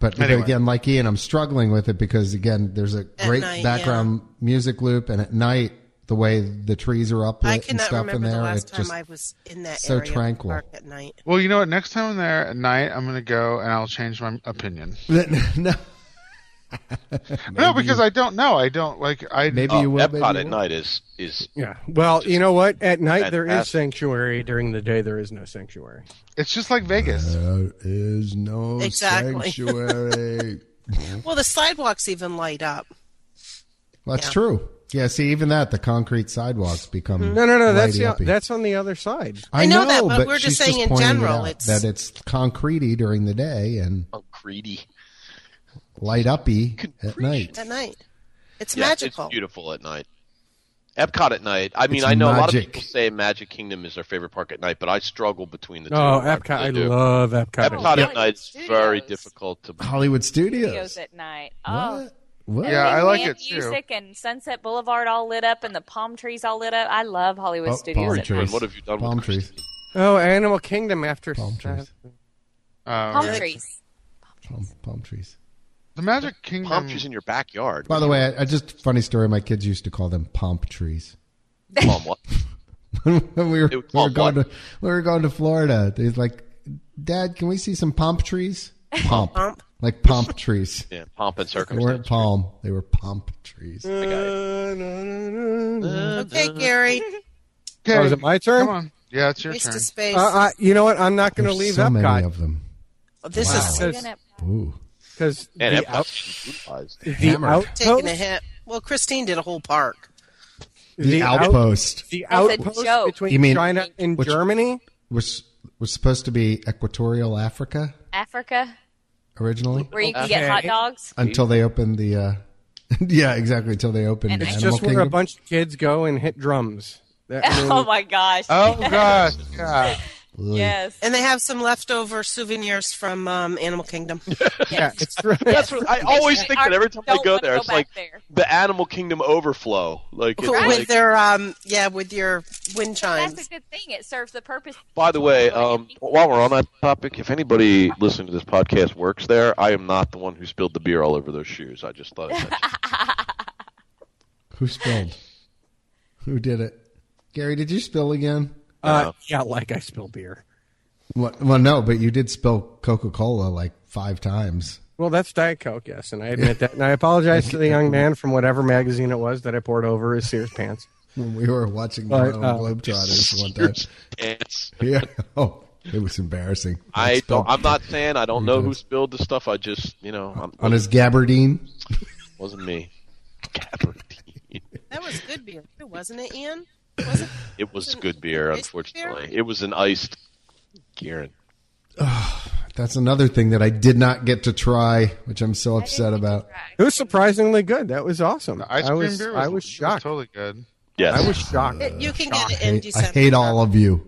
Speaker 2: But, but
Speaker 7: Anyway.
Speaker 2: again, like Ian, I'm struggling with it because again, there's a great
Speaker 5: night,
Speaker 2: background music loop, and at night, the way the trees are up
Speaker 5: I
Speaker 2: and
Speaker 5: cannot
Speaker 2: stuff in
Speaker 5: remember
Speaker 2: there,
Speaker 5: the last
Speaker 2: it
Speaker 5: time
Speaker 2: just
Speaker 5: I was in that
Speaker 2: so
Speaker 5: area of the
Speaker 2: tranquil.
Speaker 5: park at night.
Speaker 7: Well, you know what? Next time I'm there at night, I'm gonna go and I'll change my opinion.
Speaker 2: no.
Speaker 7: No, because I don't know. I don't like. I uh,
Speaker 2: Maybe
Speaker 6: Oh,
Speaker 2: you will. maybe
Speaker 6: Epcot
Speaker 2: you
Speaker 6: at
Speaker 2: won't.
Speaker 6: night is is
Speaker 3: Yeah. Well, you know what? At night there is
Speaker 6: Fantastic.
Speaker 3: sanctuary. During the day there is no sanctuary.
Speaker 7: It's just like Vegas.
Speaker 3: Uh,
Speaker 2: There is no
Speaker 5: Exactly.
Speaker 2: sanctuary.
Speaker 5: Well, the sidewalks even light up.
Speaker 2: well, that's
Speaker 5: Yeah.
Speaker 2: true. Yeah, see, even that the concrete sidewalks become
Speaker 3: No, no, no. That's the,
Speaker 2: lighty-uppy.
Speaker 3: that's on the other side.
Speaker 2: I,
Speaker 5: I know
Speaker 2: know,
Speaker 5: that, but we're
Speaker 2: she's
Speaker 5: just saying in
Speaker 2: pointing it
Speaker 5: general,
Speaker 2: out,
Speaker 5: it's-
Speaker 2: that it's concretey during the day and
Speaker 6: oh, greedy.
Speaker 2: light uppy at night.
Speaker 5: at night. It's
Speaker 6: Yeah,
Speaker 5: magical.
Speaker 6: It's beautiful at night. Epcot at night. I mean,
Speaker 2: It's
Speaker 6: I know a lot of
Speaker 2: magic.
Speaker 6: people say Magic Kingdom is their favorite park at night, but I struggle between the two.
Speaker 3: Oh, Epcot! I,
Speaker 6: really do.
Speaker 3: love Epcot.
Speaker 6: Epcot
Speaker 4: Yeah.
Speaker 6: at night is very
Speaker 4: Studios.
Speaker 6: difficult to.
Speaker 2: Hollywood Studios.
Speaker 4: Studios at night. Oh,
Speaker 2: What? What?
Speaker 7: Yeah, I like
Speaker 4: band
Speaker 7: it too.
Speaker 4: Music and Sunset Boulevard all lit up, and the palm trees all lit up. I love Hollywood
Speaker 2: Oh,
Speaker 4: Studios.
Speaker 2: palm
Speaker 4: at
Speaker 2: trees.
Speaker 4: night.
Speaker 6: And what have you done with
Speaker 2: Palm
Speaker 6: the
Speaker 2: trees.
Speaker 3: Oh, Animal Kingdom after
Speaker 2: Palm trees.
Speaker 7: Uh,
Speaker 4: Palm
Speaker 7: yeah.
Speaker 4: trees.
Speaker 2: Palm, palm trees.
Speaker 7: The Magic Kingdom.
Speaker 6: Palm trees in your backyard.
Speaker 2: By the way, I, I just funny story. My kids used to call them pomp trees.
Speaker 6: Palm what?
Speaker 2: when we were, we
Speaker 6: They would call
Speaker 2: were going
Speaker 6: what?
Speaker 2: to we were going to Florida. He's like, Dad, can we see some pomp trees? Pomp,
Speaker 5: Pomp?
Speaker 2: like pomp trees.
Speaker 6: Yeah, pomp and
Speaker 2: They weren't
Speaker 6: circumstance.
Speaker 2: palm. They were pomp trees.
Speaker 6: I got it.
Speaker 5: Okay, Gary,
Speaker 7: Okay,
Speaker 3: Oh, is it my turn?
Speaker 7: Come on. Yeah, it's your
Speaker 5: Mr.
Speaker 7: turn.
Speaker 5: Space.
Speaker 3: Uh, I, you know what? I'm not going to
Speaker 2: There's
Speaker 3: leave
Speaker 2: so many
Speaker 3: Epcot
Speaker 2: of them.
Speaker 5: this
Speaker 3: Wow.
Speaker 5: is
Speaker 3: Yes.
Speaker 4: Gonna-
Speaker 2: Ooh,
Speaker 3: because
Speaker 6: And
Speaker 3: the, out,
Speaker 6: Epcot's utilized.
Speaker 3: the
Speaker 2: hammered.
Speaker 5: taking a
Speaker 3: outpost,
Speaker 5: hit. Well, Christine did a whole park.
Speaker 2: the,
Speaker 3: out-
Speaker 2: outpost
Speaker 3: the
Speaker 4: That's a
Speaker 3: outpost
Speaker 4: joke.
Speaker 3: between
Speaker 2: You mean-
Speaker 3: China and
Speaker 2: Which-
Speaker 3: Germany.
Speaker 2: was was supposed to be Equatorial Africa
Speaker 4: Africa,
Speaker 2: originally
Speaker 4: where you can get hot
Speaker 3: Okay.
Speaker 4: dogs.
Speaker 2: until they opened the. Uh, yeah, exactly. Until they opened
Speaker 4: And
Speaker 2: Animal
Speaker 4: it's
Speaker 3: It's just where
Speaker 2: Kingdom.
Speaker 3: a bunch of kids go and hit drums. That- I mean,
Speaker 4: Oh my gosh!
Speaker 7: Oh gosh. Yeah.
Speaker 2: Ugh.
Speaker 4: Yes.
Speaker 5: And they have some leftover souvenirs from um, Animal Kingdom.
Speaker 3: yeah, it's uh,
Speaker 6: That's what I always think that every time I
Speaker 4: Don't
Speaker 6: go
Speaker 4: wanna
Speaker 6: there,
Speaker 4: go
Speaker 6: it's like
Speaker 4: back there.
Speaker 6: the Animal Kingdom overflow. Like, it's
Speaker 5: with
Speaker 6: like
Speaker 5: their um, yeah, with your wind
Speaker 4: That's
Speaker 5: chimes.
Speaker 4: a good thing. It serves the purpose.
Speaker 6: By the way, um, while we're on that topic, if anybody listening to this podcast works there, I am not the one who spilled the beer all over those shoes. I just thought. I'd mention.
Speaker 2: Who spilled? Who did it? Gary, did you spill again?
Speaker 3: uh, yeah, like I spill beer.
Speaker 2: Well, well, no, but you did spill Coca Cola like five times.
Speaker 3: Well, that's Diet Coke, yes, and I admit that. And I apologize to the young man from whatever magazine it was that I poured over his Sears pants.
Speaker 2: when we were watching the
Speaker 3: Right, uh,
Speaker 2: Globetrotters one time.
Speaker 6: It's-
Speaker 2: Yeah. Oh, it was embarrassing.
Speaker 6: I
Speaker 2: spilled
Speaker 6: don't. I'm not saying I don't
Speaker 2: You
Speaker 6: know
Speaker 2: did.
Speaker 6: who spilled the stuff. I just, you know, I'm,
Speaker 2: on his gabardine.
Speaker 6: wasn't me. Gabardine.
Speaker 5: That was good beer, too, wasn't it, Ian? Was it?
Speaker 6: It was good beer,
Speaker 5: Iced beer?
Speaker 6: unfortunately. It was an iced Kieran.
Speaker 2: That's another thing that I did not get to try, which I'm so upset about.
Speaker 3: It was surprisingly good. That was awesome.
Speaker 7: The ice
Speaker 3: I
Speaker 7: cream
Speaker 3: was,
Speaker 7: beer was,
Speaker 3: I was shocked.
Speaker 7: totally good.
Speaker 6: Yes,
Speaker 3: I was shocked.
Speaker 5: It- you can get it
Speaker 2: I
Speaker 5: in
Speaker 2: hate, I
Speaker 5: December.
Speaker 2: hate all of you.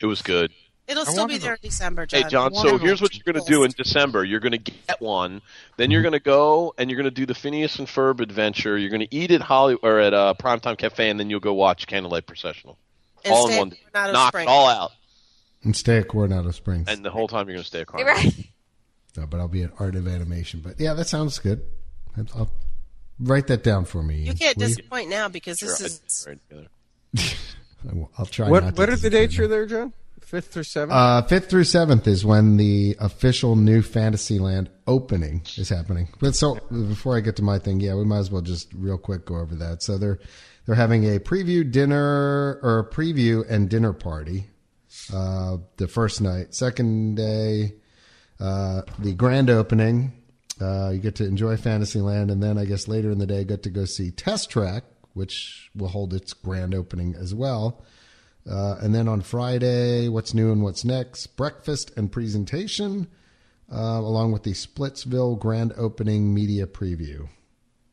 Speaker 6: it was good.
Speaker 5: It'll
Speaker 7: I
Speaker 5: still be
Speaker 7: wanted
Speaker 5: there in December, John.
Speaker 6: Hey, John, so
Speaker 7: Wonderful.
Speaker 6: here's what you're going to do in December. You're going to get one. Then you're going to go and you're going to do the Phineas and Ferb adventure. You're going to eat at Holly or at uh, Primetime Cafe, and then you'll go watch Candlelight Processional.
Speaker 5: And
Speaker 6: all
Speaker 5: stay
Speaker 6: in
Speaker 5: at
Speaker 6: one. day.
Speaker 5: Coronado
Speaker 6: Knock
Speaker 5: Springs.
Speaker 6: it all out.
Speaker 2: And stay at Coronado Springs.
Speaker 6: And the whole time you're going to stay at Carnival.
Speaker 4: Right.
Speaker 2: No, but I'll be at Art of Animation. But yeah, that sounds good. I'll- I'll write that down for me.
Speaker 5: You
Speaker 2: Ian,
Speaker 5: can't
Speaker 2: will you?
Speaker 5: disappoint now because this is
Speaker 6: Right together.
Speaker 2: I will- I'll try. not
Speaker 3: What
Speaker 2: to
Speaker 3: What are the
Speaker 2: disappoint
Speaker 3: dates you're there, John? Fifth or seventh?
Speaker 2: Uh, fifth through seventh is when the official new Fantasyland opening is happening. But so before I get to my thing, yeah, we might as well just real quick go over that. So they're they're having a preview dinner or a preview and dinner party. Uh, the first night, second day, uh, the grand opening. Uh, you get to enjoy Fantasyland, and then I guess later in the day, get to go see Test Track, which will hold its grand opening as well. Uh, and then on Friday, what's new and what's next? Breakfast and presentation, uh, along with the Splitsville grand opening media preview.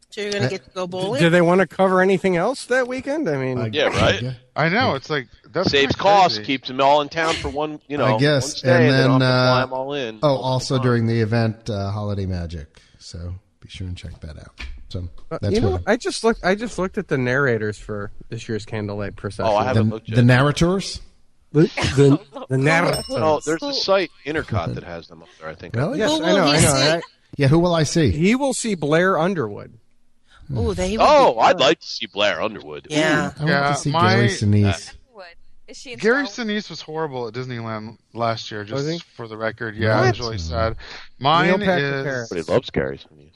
Speaker 5: so
Speaker 2: Uh,
Speaker 5: you're going to get to go bowling.
Speaker 3: Do they want to cover anything else that weekend? I mean,
Speaker 6: Yeah, right.
Speaker 7: I know. It's like that's
Speaker 6: Saves
Speaker 7: kinda
Speaker 6: costs,
Speaker 7: crazy.
Speaker 6: keeps them all in town for one. You
Speaker 2: I
Speaker 6: know,
Speaker 2: guess,
Speaker 6: one stay,
Speaker 2: and
Speaker 6: I'll
Speaker 2: then
Speaker 6: fly
Speaker 2: uh,
Speaker 6: them all in.
Speaker 2: oh, also during the event, uh, Holiday Magic. So be sure and check that out. So that's
Speaker 3: Uh, you know,
Speaker 2: what
Speaker 3: what? I just looked. I just looked at the narrators for this year's Candlelight Procession.
Speaker 6: Oh, I haven't
Speaker 2: the,
Speaker 6: looked
Speaker 2: the
Speaker 6: yet.
Speaker 2: narrators.
Speaker 3: the the, the narrators.
Speaker 6: oh, there's a site Intercot that has them up there. I think.
Speaker 2: Really?
Speaker 3: Yes,
Speaker 5: Who
Speaker 3: I know.
Speaker 5: will
Speaker 3: I
Speaker 5: he
Speaker 3: know.
Speaker 5: see?
Speaker 3: I-
Speaker 2: Yeah. Who will I see?
Speaker 3: he will see Blair Underwood.
Speaker 5: Oh, they would
Speaker 6: Oh,
Speaker 5: be-
Speaker 6: I'd like to see Blair Underwood.
Speaker 5: yeah.
Speaker 2: I
Speaker 7: Yeah,
Speaker 2: want to see
Speaker 7: my-
Speaker 2: Gary
Speaker 6: Uh,
Speaker 2: Sinise.
Speaker 4: Wood. Is she in
Speaker 7: Gary
Speaker 4: Star Wars?
Speaker 7: Sinise was horrible at Disneyland last year.
Speaker 3: Was he?
Speaker 7: Just for the record, yeah, it was
Speaker 3: What?
Speaker 7: really sad. Mine
Speaker 3: Neil Patrick
Speaker 7: is
Speaker 3: Harris.
Speaker 6: Everybody loves Gary Sinise.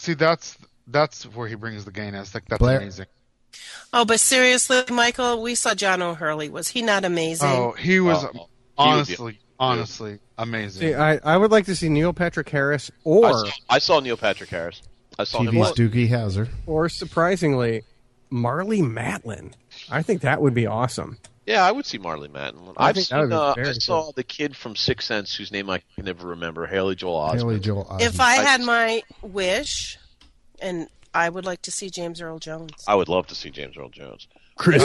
Speaker 7: see that's that's where he brings the gayness. Like that's
Speaker 2: Blair-
Speaker 7: amazing.
Speaker 5: Oh, but seriously, Michael, we saw John O'Hurley. Was he not amazing?
Speaker 7: Oh, he was
Speaker 6: Oh, he would be-
Speaker 7: honestly, honestly amazing.
Speaker 3: See, I, I would like to see Neil Patrick Harris, or
Speaker 6: I saw, I saw Neil Patrick Harris. I saw him.
Speaker 2: TV's
Speaker 6: on-
Speaker 2: Doogie Howser.
Speaker 3: or surprisingly, Marley Matlin. I think that would be awesome.
Speaker 6: Yeah, I would see Marley Matlin.
Speaker 3: I
Speaker 6: I've
Speaker 3: think
Speaker 6: seen.
Speaker 3: that would be
Speaker 6: Uh, I
Speaker 3: very cool.
Speaker 6: saw the kid from Sixth Sense, whose name I can never remember, Haley Joel Osment.
Speaker 2: Haley Joel Osment.
Speaker 5: if I had my wish, and I would like to see James Earl Jones.
Speaker 6: I would love to see James Earl Jones.
Speaker 10: Chris,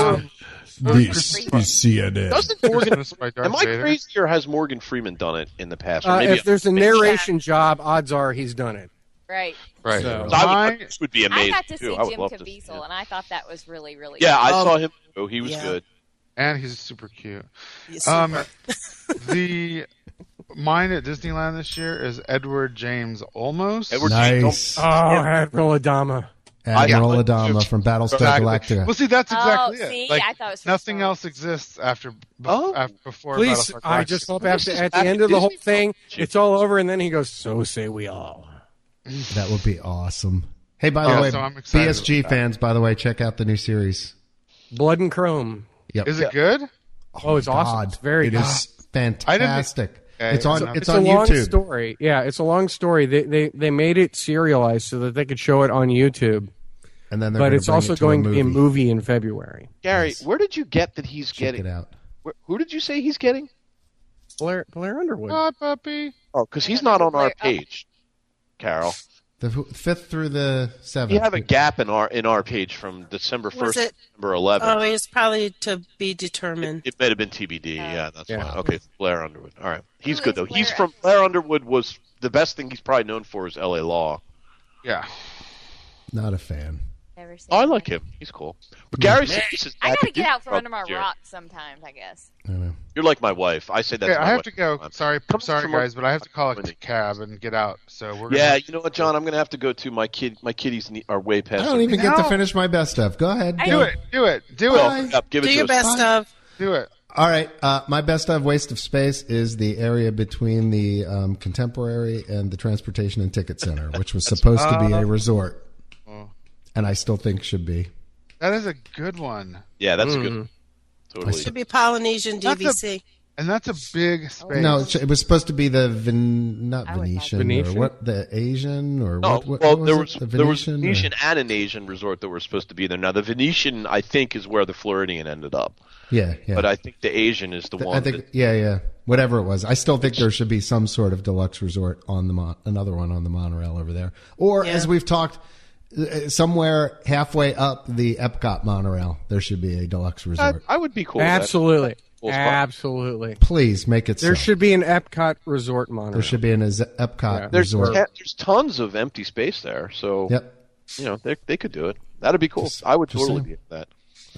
Speaker 10: this is CNN.
Speaker 6: Doesn't Morgan?
Speaker 7: That's why Darth
Speaker 6: am I
Speaker 7: Vader-
Speaker 6: crazy or has Morgan Freeman done it in the past? Or
Speaker 3: Uh,
Speaker 6: maybe
Speaker 3: if there's a narration job, odds are he's done it.
Speaker 4: Right.
Speaker 7: Right.
Speaker 3: So-
Speaker 6: So I would,
Speaker 7: My-
Speaker 6: this would be
Speaker 4: I
Speaker 6: amazing
Speaker 4: got to see
Speaker 6: too. I would
Speaker 4: Jim
Speaker 6: love to.
Speaker 4: Caviezel,
Speaker 6: see it.
Speaker 4: and I thought that was really, really.
Speaker 6: Yeah, I
Speaker 5: Um,
Speaker 6: saw him. too. He was
Speaker 5: yeah.
Speaker 6: good.
Speaker 7: and he's super cute.
Speaker 5: You
Speaker 7: Um,
Speaker 5: super-
Speaker 7: the mine at Disneyland this year is Edward James Olmos.
Speaker 6: Edward
Speaker 2: Nice.
Speaker 3: Oh, Admiral Adama.
Speaker 2: Admiral
Speaker 6: Yeah.
Speaker 2: Adama from Battlestar
Speaker 7: Exactly.
Speaker 2: Galactica.
Speaker 7: Well, see, that's
Speaker 4: Oh,
Speaker 7: exactly it.
Speaker 4: see,
Speaker 7: Like,
Speaker 4: I thought it was from
Speaker 7: nothing
Speaker 4: Star Wars.
Speaker 7: else exists after.
Speaker 6: Oh.
Speaker 7: oh, after, before.
Speaker 3: Please,
Speaker 7: Battlestar
Speaker 3: I
Speaker 7: Galactica.
Speaker 3: just hope
Speaker 6: This
Speaker 3: after
Speaker 6: is
Speaker 3: at the
Speaker 6: after
Speaker 3: end of the whole
Speaker 6: Disney
Speaker 3: thing,
Speaker 6: Plus.
Speaker 3: it's all over, and then he goes, "So say we all."
Speaker 2: That would be awesome. Hey, by the
Speaker 7: Yeah,
Speaker 2: way,
Speaker 7: so I'm excited
Speaker 2: BSG
Speaker 7: about that.
Speaker 2: fans, by the way, check out the new series.
Speaker 3: Blood and Chrome.
Speaker 2: Yep.
Speaker 7: Is it good?
Speaker 3: Oh, it's awesome. It's very
Speaker 2: It
Speaker 3: good.
Speaker 2: is fantastic.
Speaker 7: Okay,
Speaker 2: It's on.
Speaker 7: it's a-
Speaker 2: It's,
Speaker 3: it's
Speaker 2: on
Speaker 3: a long
Speaker 2: YouTube.
Speaker 3: story. Yeah, it's a long story. They they they made it serialized so that they could show it on YouTube,
Speaker 2: and then they're
Speaker 3: but
Speaker 2: gonna
Speaker 3: it's
Speaker 2: bring
Speaker 3: also
Speaker 2: it to
Speaker 3: going
Speaker 2: a
Speaker 3: to be a movie in February.
Speaker 6: Gary, where did you get that he's
Speaker 2: Check
Speaker 6: getting?
Speaker 2: it out.
Speaker 6: Where, who did you say he's getting?
Speaker 3: Blair Blair Underwood.
Speaker 7: God, Ah, puppy.
Speaker 6: Oh, because he's not on
Speaker 4: Blair-
Speaker 6: our
Speaker 4: oh.
Speaker 6: page, Carol.
Speaker 2: The f- fifth through the seventh.
Speaker 6: We have a gap in our in our page from December
Speaker 5: Was
Speaker 6: first to
Speaker 5: it-
Speaker 6: December eleventh.
Speaker 5: oh, it's probably to be determined.
Speaker 6: It may have been TBD. Yeah, that's
Speaker 3: Yeah.
Speaker 6: why. Okay, Blair Underwood. All right, he's
Speaker 4: Who
Speaker 6: good
Speaker 4: is
Speaker 6: though. he's
Speaker 4: Oh. Blair
Speaker 6: from Blair Underwood. Was the best thing he's probably known for is L.A. Law.
Speaker 7: Yeah.
Speaker 2: Not a fan.
Speaker 4: Never seen
Speaker 6: Oh, I
Speaker 4: it.
Speaker 6: like him. He's cool. But Gary
Speaker 2: Mm-hmm.
Speaker 6: says is
Speaker 4: I
Speaker 6: back
Speaker 4: gotta get
Speaker 6: at Disney
Speaker 4: out from
Speaker 6: World
Speaker 4: under my
Speaker 6: this year.
Speaker 4: rock sometimes. I guess.
Speaker 2: I don't know.
Speaker 6: You're like my wife. I say that.
Speaker 7: Okay,
Speaker 6: to
Speaker 7: I
Speaker 6: my
Speaker 7: have
Speaker 6: wife
Speaker 7: to go.
Speaker 6: all the time.
Speaker 7: Sorry,
Speaker 6: Come
Speaker 7: sorry
Speaker 6: from our-
Speaker 7: guys, but I have to call a
Speaker 6: Wendy.
Speaker 7: cab and get out. So we're gonna
Speaker 6: Yeah, you know what, John? I'm gonna have to go to my kid. My kitties ne- are way past.
Speaker 2: I don't even get to
Speaker 7: No.
Speaker 2: finish my best stuff. Go ahead.
Speaker 4: I
Speaker 2: go.
Speaker 7: do it, do it, do
Speaker 6: Well,
Speaker 7: it,
Speaker 2: Bye.
Speaker 6: up, give it
Speaker 5: Do
Speaker 6: to
Speaker 5: your
Speaker 6: us.
Speaker 5: best of.
Speaker 7: do it.
Speaker 2: All right. Uh, my best of waste of space is the area between the um, contemporary and the transportation and ticket center, which was supposed to be a resort, and I still think should be.
Speaker 7: That is a good one,
Speaker 6: Yeah, that's good.
Speaker 2: Mm-hmm.
Speaker 6: Totally.
Speaker 5: Should be Polynesian
Speaker 7: That's a-
Speaker 5: DVC.
Speaker 7: and that's a
Speaker 6: Oh,
Speaker 7: big space.
Speaker 2: No, it sh- it was supposed to be the Ven- not
Speaker 4: would like
Speaker 2: Venetian,
Speaker 3: Venetian?
Speaker 2: or what the Asian or
Speaker 6: No,
Speaker 2: what, what,
Speaker 6: well,
Speaker 2: what
Speaker 6: there
Speaker 2: was
Speaker 6: was
Speaker 2: it? the
Speaker 6: there was
Speaker 2: Venetian or-
Speaker 6: Venetian and an Asian resort that were supposed to be there. Now the Venetian, I think, is where the Floridian ended up,
Speaker 2: yeah, yeah.
Speaker 6: but I think the Asian is the one.
Speaker 2: I think
Speaker 6: that-
Speaker 2: yeah, yeah. Whatever it was, I still think there should be some sort of deluxe resort on the mon- another one on the monorail over there, or as we've talked, uh, somewhere halfway up the Epcot monorail, there should be a deluxe
Speaker 6: I,
Speaker 2: resort.
Speaker 6: I would be cool. with that.
Speaker 3: Absolutely,
Speaker 6: Cool spot.
Speaker 3: absolutely.
Speaker 2: Please make it.
Speaker 3: There
Speaker 2: so.
Speaker 3: should be an Epcot resort monitor.
Speaker 2: there should be an Ez- Epcot
Speaker 3: Yeah.
Speaker 6: There's
Speaker 2: resort.
Speaker 6: yeah, there's tons of empty space there, so
Speaker 2: Yep.
Speaker 6: you know they they could do it. That'd be cool.
Speaker 2: Just-
Speaker 6: I would
Speaker 2: just
Speaker 6: totally
Speaker 2: saying.
Speaker 6: be into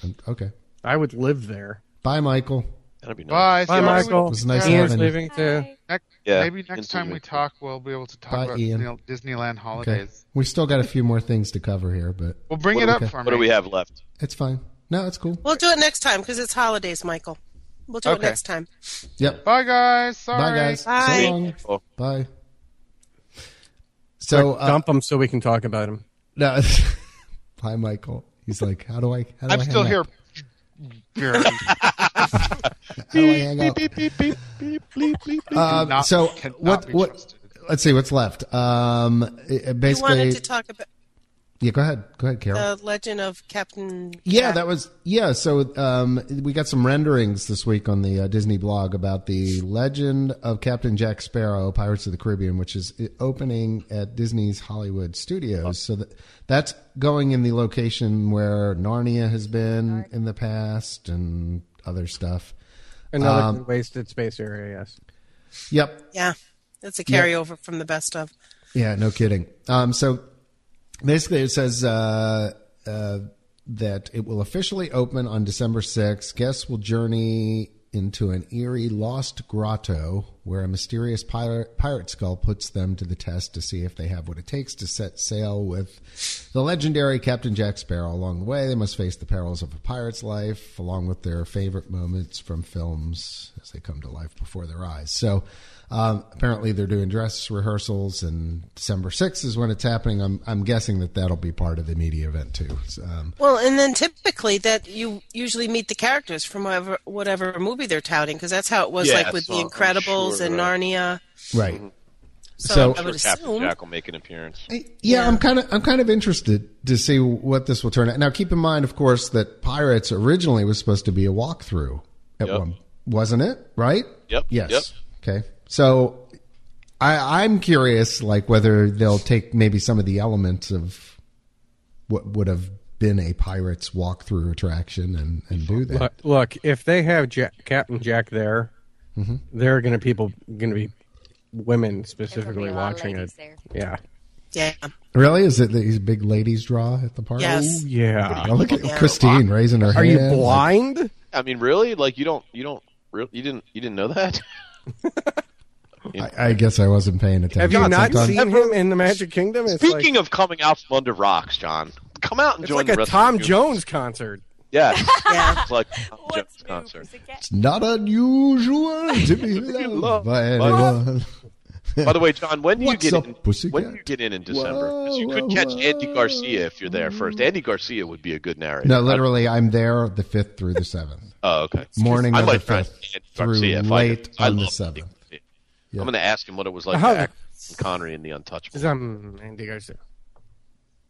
Speaker 6: that.
Speaker 2: Okay.
Speaker 3: I would live there.
Speaker 2: Bye, Michael.
Speaker 6: That'd be nice.
Speaker 3: Bye,
Speaker 7: Bye, sorry,
Speaker 3: Michael.
Speaker 7: we-
Speaker 2: It was nice
Speaker 7: yeah.
Speaker 3: Ian's
Speaker 2: having you.
Speaker 3: leaving too.
Speaker 7: Nec-
Speaker 6: Yeah,
Speaker 7: Maybe next
Speaker 6: into
Speaker 7: time
Speaker 6: it.
Speaker 7: we talk, we'll be able to talk
Speaker 2: Bye,
Speaker 7: about
Speaker 2: Ian.
Speaker 7: Disney- Disneyland
Speaker 2: Okay.
Speaker 7: holidays.
Speaker 2: We still got a few more things to cover here, but
Speaker 7: Well, bring
Speaker 6: What
Speaker 7: it
Speaker 6: do
Speaker 7: up
Speaker 6: we-
Speaker 7: for me.
Speaker 6: What do we have left?
Speaker 2: it's fine. No, it's cool.
Speaker 5: We'll do it next time because it's holidays, Michael. We'll do it
Speaker 7: Okay.
Speaker 5: next time.
Speaker 2: Yep.
Speaker 7: Bye, guys. Sorry.
Speaker 2: Bye, guys.
Speaker 5: Bye.
Speaker 2: So long.
Speaker 6: Oh,
Speaker 2: Bye. So uh,
Speaker 3: Dump him so we can talk about him.
Speaker 2: No. Hi, Michael. He's like, how do I? How do
Speaker 7: I'm
Speaker 2: I
Speaker 7: still
Speaker 2: hang
Speaker 7: here.
Speaker 2: Up? How do I hang up? Um,
Speaker 7: Not-
Speaker 2: so
Speaker 7: cannot
Speaker 2: what?
Speaker 7: be
Speaker 2: What?
Speaker 7: trusted.
Speaker 2: Let's see what's left. Um, it- it
Speaker 5: You
Speaker 2: basically,
Speaker 5: wanted to talk about
Speaker 2: yeah. Go ahead. Go ahead, Carol.
Speaker 5: the legend of Captain.
Speaker 2: yeah,
Speaker 5: Jack.
Speaker 2: that was yeah. So um, we got some renderings this week on the uh, Disney blog about the Legend of Captain Jack Sparrow, Pirates of the Caribbean, which is uh, opening at Disney's Hollywood Studios. So that that's going in the location where Narnia has been in the past and other stuff.
Speaker 3: Another
Speaker 2: Um,
Speaker 3: good wasted space area. Yes.
Speaker 2: Yep,
Speaker 5: Yeah, that's a carryover from the best of.
Speaker 2: Yeah, no kidding. Um, so basically, it says uh, uh, that it will officially open on December 6th. Guests will journey into an eerie lost grotto where a mysterious pirate, pirate skull puts them to the test to see if they have what it takes to set sail with the legendary Captain Jack Sparrow. Along the way, they must face the perils of a pirate's life, along with their favorite moments from films as they come to life before their eyes. So, um, apparently, they're doing dress rehearsals, and December 6th is when it's happening. I'm, I'm guessing that that'll be part of the media event, too. So, um,
Speaker 5: Well, and then typically that you usually meet the characters from whatever whatever movie they're touting because that's how it was
Speaker 6: Yeah,
Speaker 5: like with
Speaker 6: so
Speaker 5: The
Speaker 6: I'm
Speaker 5: Incredibles
Speaker 6: sure,
Speaker 5: and
Speaker 6: right.
Speaker 5: Narnia.
Speaker 2: right.
Speaker 5: So,
Speaker 2: So-
Speaker 5: I
Speaker 6: Sure,
Speaker 5: would
Speaker 6: Captain
Speaker 5: assume
Speaker 6: Jack will make an appearance.
Speaker 2: Yeah, I'm kind of I'm kind of interested to see what this will turn out. Now, keep in mind, of course, that Pirates originally was supposed to be a walkthrough at
Speaker 6: Yep.
Speaker 2: one, wasn't it? Right?
Speaker 6: Yep,
Speaker 2: Yes.
Speaker 6: yep.
Speaker 2: Okay. So, I, I'm curious, like whether they'll take maybe some of the elements of what would have been a Pirates walkthrough attraction and, and do that.
Speaker 3: Look, look, if they have Jack, Captain Jack there,
Speaker 2: Mm-hmm.
Speaker 3: there are going to people going to be women specifically
Speaker 4: lot of
Speaker 3: watching it.
Speaker 4: ladies there.
Speaker 3: Yeah.
Speaker 5: Yeah.
Speaker 2: Really? Is it these big ladies draw at the park?
Speaker 5: Yes.
Speaker 3: Yeah.
Speaker 2: Oh, look at Christine raising her
Speaker 3: Are you
Speaker 2: hand.
Speaker 3: blind?
Speaker 6: I mean, really? Like you don't you don't real you didn't you didn't know that?
Speaker 2: I, I guess I wasn't paying attention.
Speaker 3: Have you not
Speaker 2: Sometimes-
Speaker 3: seen him in the Magic Kingdom? It's like,
Speaker 6: Speaking of coming out from under rocks, John, come out and
Speaker 3: it's
Speaker 6: join
Speaker 3: like
Speaker 6: the
Speaker 3: a
Speaker 6: rest of
Speaker 3: Tom
Speaker 6: the
Speaker 3: Jones concert.
Speaker 6: Yeah,
Speaker 5: Yeah.
Speaker 6: it's like a Tom
Speaker 4: What's
Speaker 6: Jones
Speaker 4: new,
Speaker 6: concert.
Speaker 4: pussycat?
Speaker 2: Not unusual to be loved
Speaker 6: loved
Speaker 2: by
Speaker 6: by
Speaker 2: anyone.
Speaker 6: By the way, John, when do you
Speaker 2: What's
Speaker 6: get
Speaker 2: up,
Speaker 6: in?
Speaker 2: pussycat?
Speaker 6: When do you get in in December? 'Cause you
Speaker 2: Whoa,
Speaker 6: could
Speaker 2: whoa,
Speaker 6: catch
Speaker 2: whoa.
Speaker 6: Andy Garcia if you're there first. Andy Garcia would be a good narrator.
Speaker 2: mm. No, literally, I'm there the 5th through the 7th.
Speaker 6: Oh, okay.
Speaker 2: Morning
Speaker 6: I
Speaker 2: of the
Speaker 6: might try and
Speaker 2: 5th
Speaker 6: Andy
Speaker 2: through
Speaker 6: Garcia if I
Speaker 2: late
Speaker 6: could. I
Speaker 2: on the
Speaker 6: love Andy
Speaker 2: 7th.
Speaker 6: Garcia. I'm going to ask him what it was like
Speaker 3: How-
Speaker 6: to act with Connery in The Untouchable.
Speaker 3: Some Andy Garcia.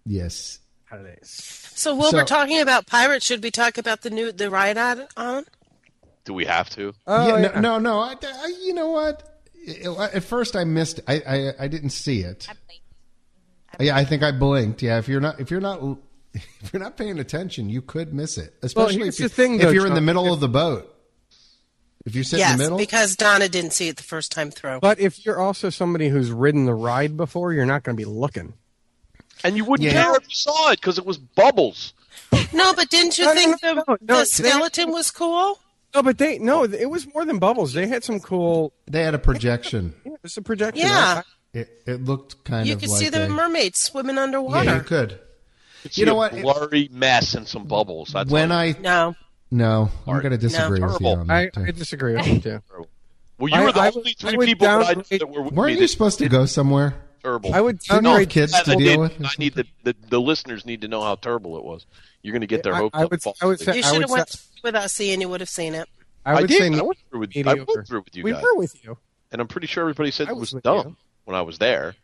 Speaker 2: Yes.
Speaker 3: How do they-
Speaker 5: So while we're
Speaker 2: So-
Speaker 5: talking about pirates, should we talk about the new the ride on? on?
Speaker 6: Do we have to?
Speaker 3: Oh,
Speaker 2: yeah,
Speaker 3: yeah.
Speaker 2: No, no, no. I, I- you know what? It- At first, I missed. I, I, I didn't see it. Yeah, I think I blinked. Yeah, if you're not, if you're not, if you're not paying attention, you could miss it. Especially
Speaker 3: here's
Speaker 2: if, you,
Speaker 3: the thing, though,
Speaker 2: if you're in the
Speaker 3: John.
Speaker 2: middle of the boat. If you sit in
Speaker 5: Yes,
Speaker 2: the middle,
Speaker 5: because Donna didn't see it the first time through.
Speaker 3: But if you're also somebody who's ridden the ride before, you're not going to be looking.
Speaker 6: And you wouldn't
Speaker 2: Yeah.
Speaker 6: care if you saw it because it was bubbles.
Speaker 5: no, but didn't you
Speaker 3: No, no,
Speaker 5: think
Speaker 3: no,
Speaker 5: the,
Speaker 3: no, no,
Speaker 5: the
Speaker 3: they-
Speaker 5: skeleton was cool?
Speaker 3: No, but they no, it was more than bubbles. They had some cool.
Speaker 2: they had a projection.
Speaker 3: Yeah, it's a projection.
Speaker 5: Yeah.
Speaker 2: It, it looked kind
Speaker 5: You
Speaker 2: of
Speaker 5: could
Speaker 2: like
Speaker 5: see the
Speaker 2: a-
Speaker 5: mermaids swimming underwater.
Speaker 2: Yeah, you could.
Speaker 6: See
Speaker 2: know
Speaker 6: a
Speaker 2: what?
Speaker 6: Blurry mess and some bubbles. That's
Speaker 2: When
Speaker 6: all.
Speaker 2: I
Speaker 5: No.
Speaker 2: no, I'm going to disagree with you
Speaker 6: Terrible.
Speaker 2: on
Speaker 3: I,
Speaker 2: that.
Speaker 3: I
Speaker 2: too.
Speaker 3: disagree with you too.
Speaker 6: Well, you
Speaker 3: I-
Speaker 6: were the
Speaker 3: I
Speaker 6: only
Speaker 3: would- I
Speaker 6: three
Speaker 3: would
Speaker 6: people that, I,
Speaker 3: downgrade-
Speaker 6: that were with
Speaker 2: Weren't
Speaker 6: me.
Speaker 2: you
Speaker 6: that
Speaker 2: supposed to go somewhere?
Speaker 6: terrible.
Speaker 3: I would
Speaker 2: Didn't you have
Speaker 3: downgrade.
Speaker 2: kids
Speaker 6: I
Speaker 2: to
Speaker 6: did.
Speaker 2: deal with? or
Speaker 6: I need the, the the listeners need to know how terrible it was. You're going to get their
Speaker 3: I-
Speaker 6: hopes
Speaker 3: I
Speaker 6: up
Speaker 3: would-
Speaker 6: falsely.
Speaker 3: I would say-
Speaker 5: You should
Speaker 3: would
Speaker 5: have went with us, and you would have seen it.
Speaker 3: I would
Speaker 6: did.
Speaker 3: say
Speaker 6: I
Speaker 3: no.
Speaker 6: went through with you. I
Speaker 3: mediocre.
Speaker 6: went through with you
Speaker 3: we
Speaker 6: guys,
Speaker 3: were with you.
Speaker 6: and I'm pretty sure everybody said
Speaker 3: I
Speaker 6: it
Speaker 3: was
Speaker 6: was
Speaker 3: with
Speaker 6: dumb
Speaker 3: you.
Speaker 6: when I was there.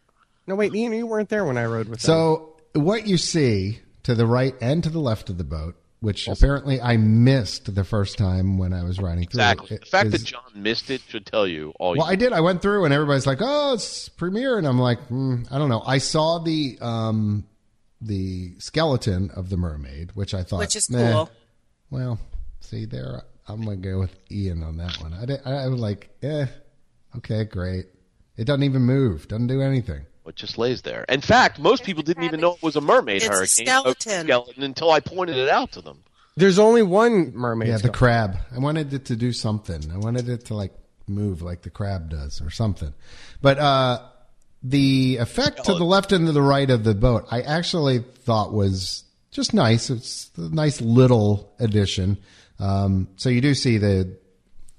Speaker 3: No, wait, Ian, you weren't there when I rode with them.
Speaker 2: So what you see to the right and to the left of the boat, which apparently I missed the first time when I was riding through.
Speaker 6: Exactly.
Speaker 2: it
Speaker 6: The fact
Speaker 2: is-
Speaker 6: that John missed it should tell you all.
Speaker 2: well,
Speaker 6: you
Speaker 2: I did. I went through, and everybody's like, "Oh, it's premiere," and I'm like, hmm, "I don't know." I saw the um, the skeleton of the mermaid, which I thought,
Speaker 5: Which is
Speaker 2: "Meh."
Speaker 5: cool.
Speaker 2: Well, see there, I'm gonna go with Ian on that one. I, did, I, I was like, "Eh, okay, great." It doesn't even move. Doesn't do anything.
Speaker 6: It just lays there. In fact, most people didn't even know it was a mermaid
Speaker 5: It's a
Speaker 6: hurricane
Speaker 5: skeleton.
Speaker 6: skeleton until I pointed it out to them.
Speaker 3: There's only one mermaid.
Speaker 2: Yeah, the
Speaker 3: skull.
Speaker 2: crab. I wanted it to do something. I wanted it to like move like the crab does or something. But uh the effect to the left and to the right of the boat, I actually thought was just nice. It's a nice little addition. Um, so you do see the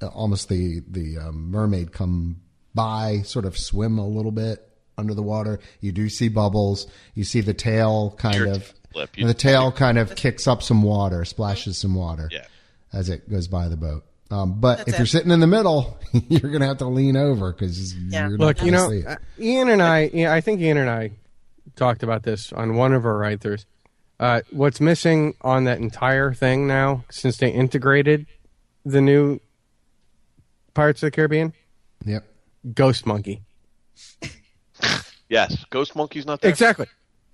Speaker 2: uh, almost the the um, mermaid come by, sort of swim a little bit under the water. You do see bubbles. You see the tail kind
Speaker 6: Your
Speaker 2: of
Speaker 6: flip. You-
Speaker 2: the tail kind of kicks up some water, splashes some water
Speaker 6: Yeah.
Speaker 2: as it goes by the boat. Um, but if
Speaker 5: it.
Speaker 2: you're sitting in the middle, you're going to have to lean over because you're not
Speaker 3: Look, you
Speaker 2: gonna
Speaker 3: know,
Speaker 2: see it.
Speaker 3: uh, Ian and I, yeah, I think Ian and I talked about this on one of our ride throughs. Uh, what's missing on that entire thing now, since they integrated the new Pirates of the Caribbean,
Speaker 2: Yep.
Speaker 3: Ghost Monkey.
Speaker 6: Yes, Ghost Monkey's not there.
Speaker 3: Exactly.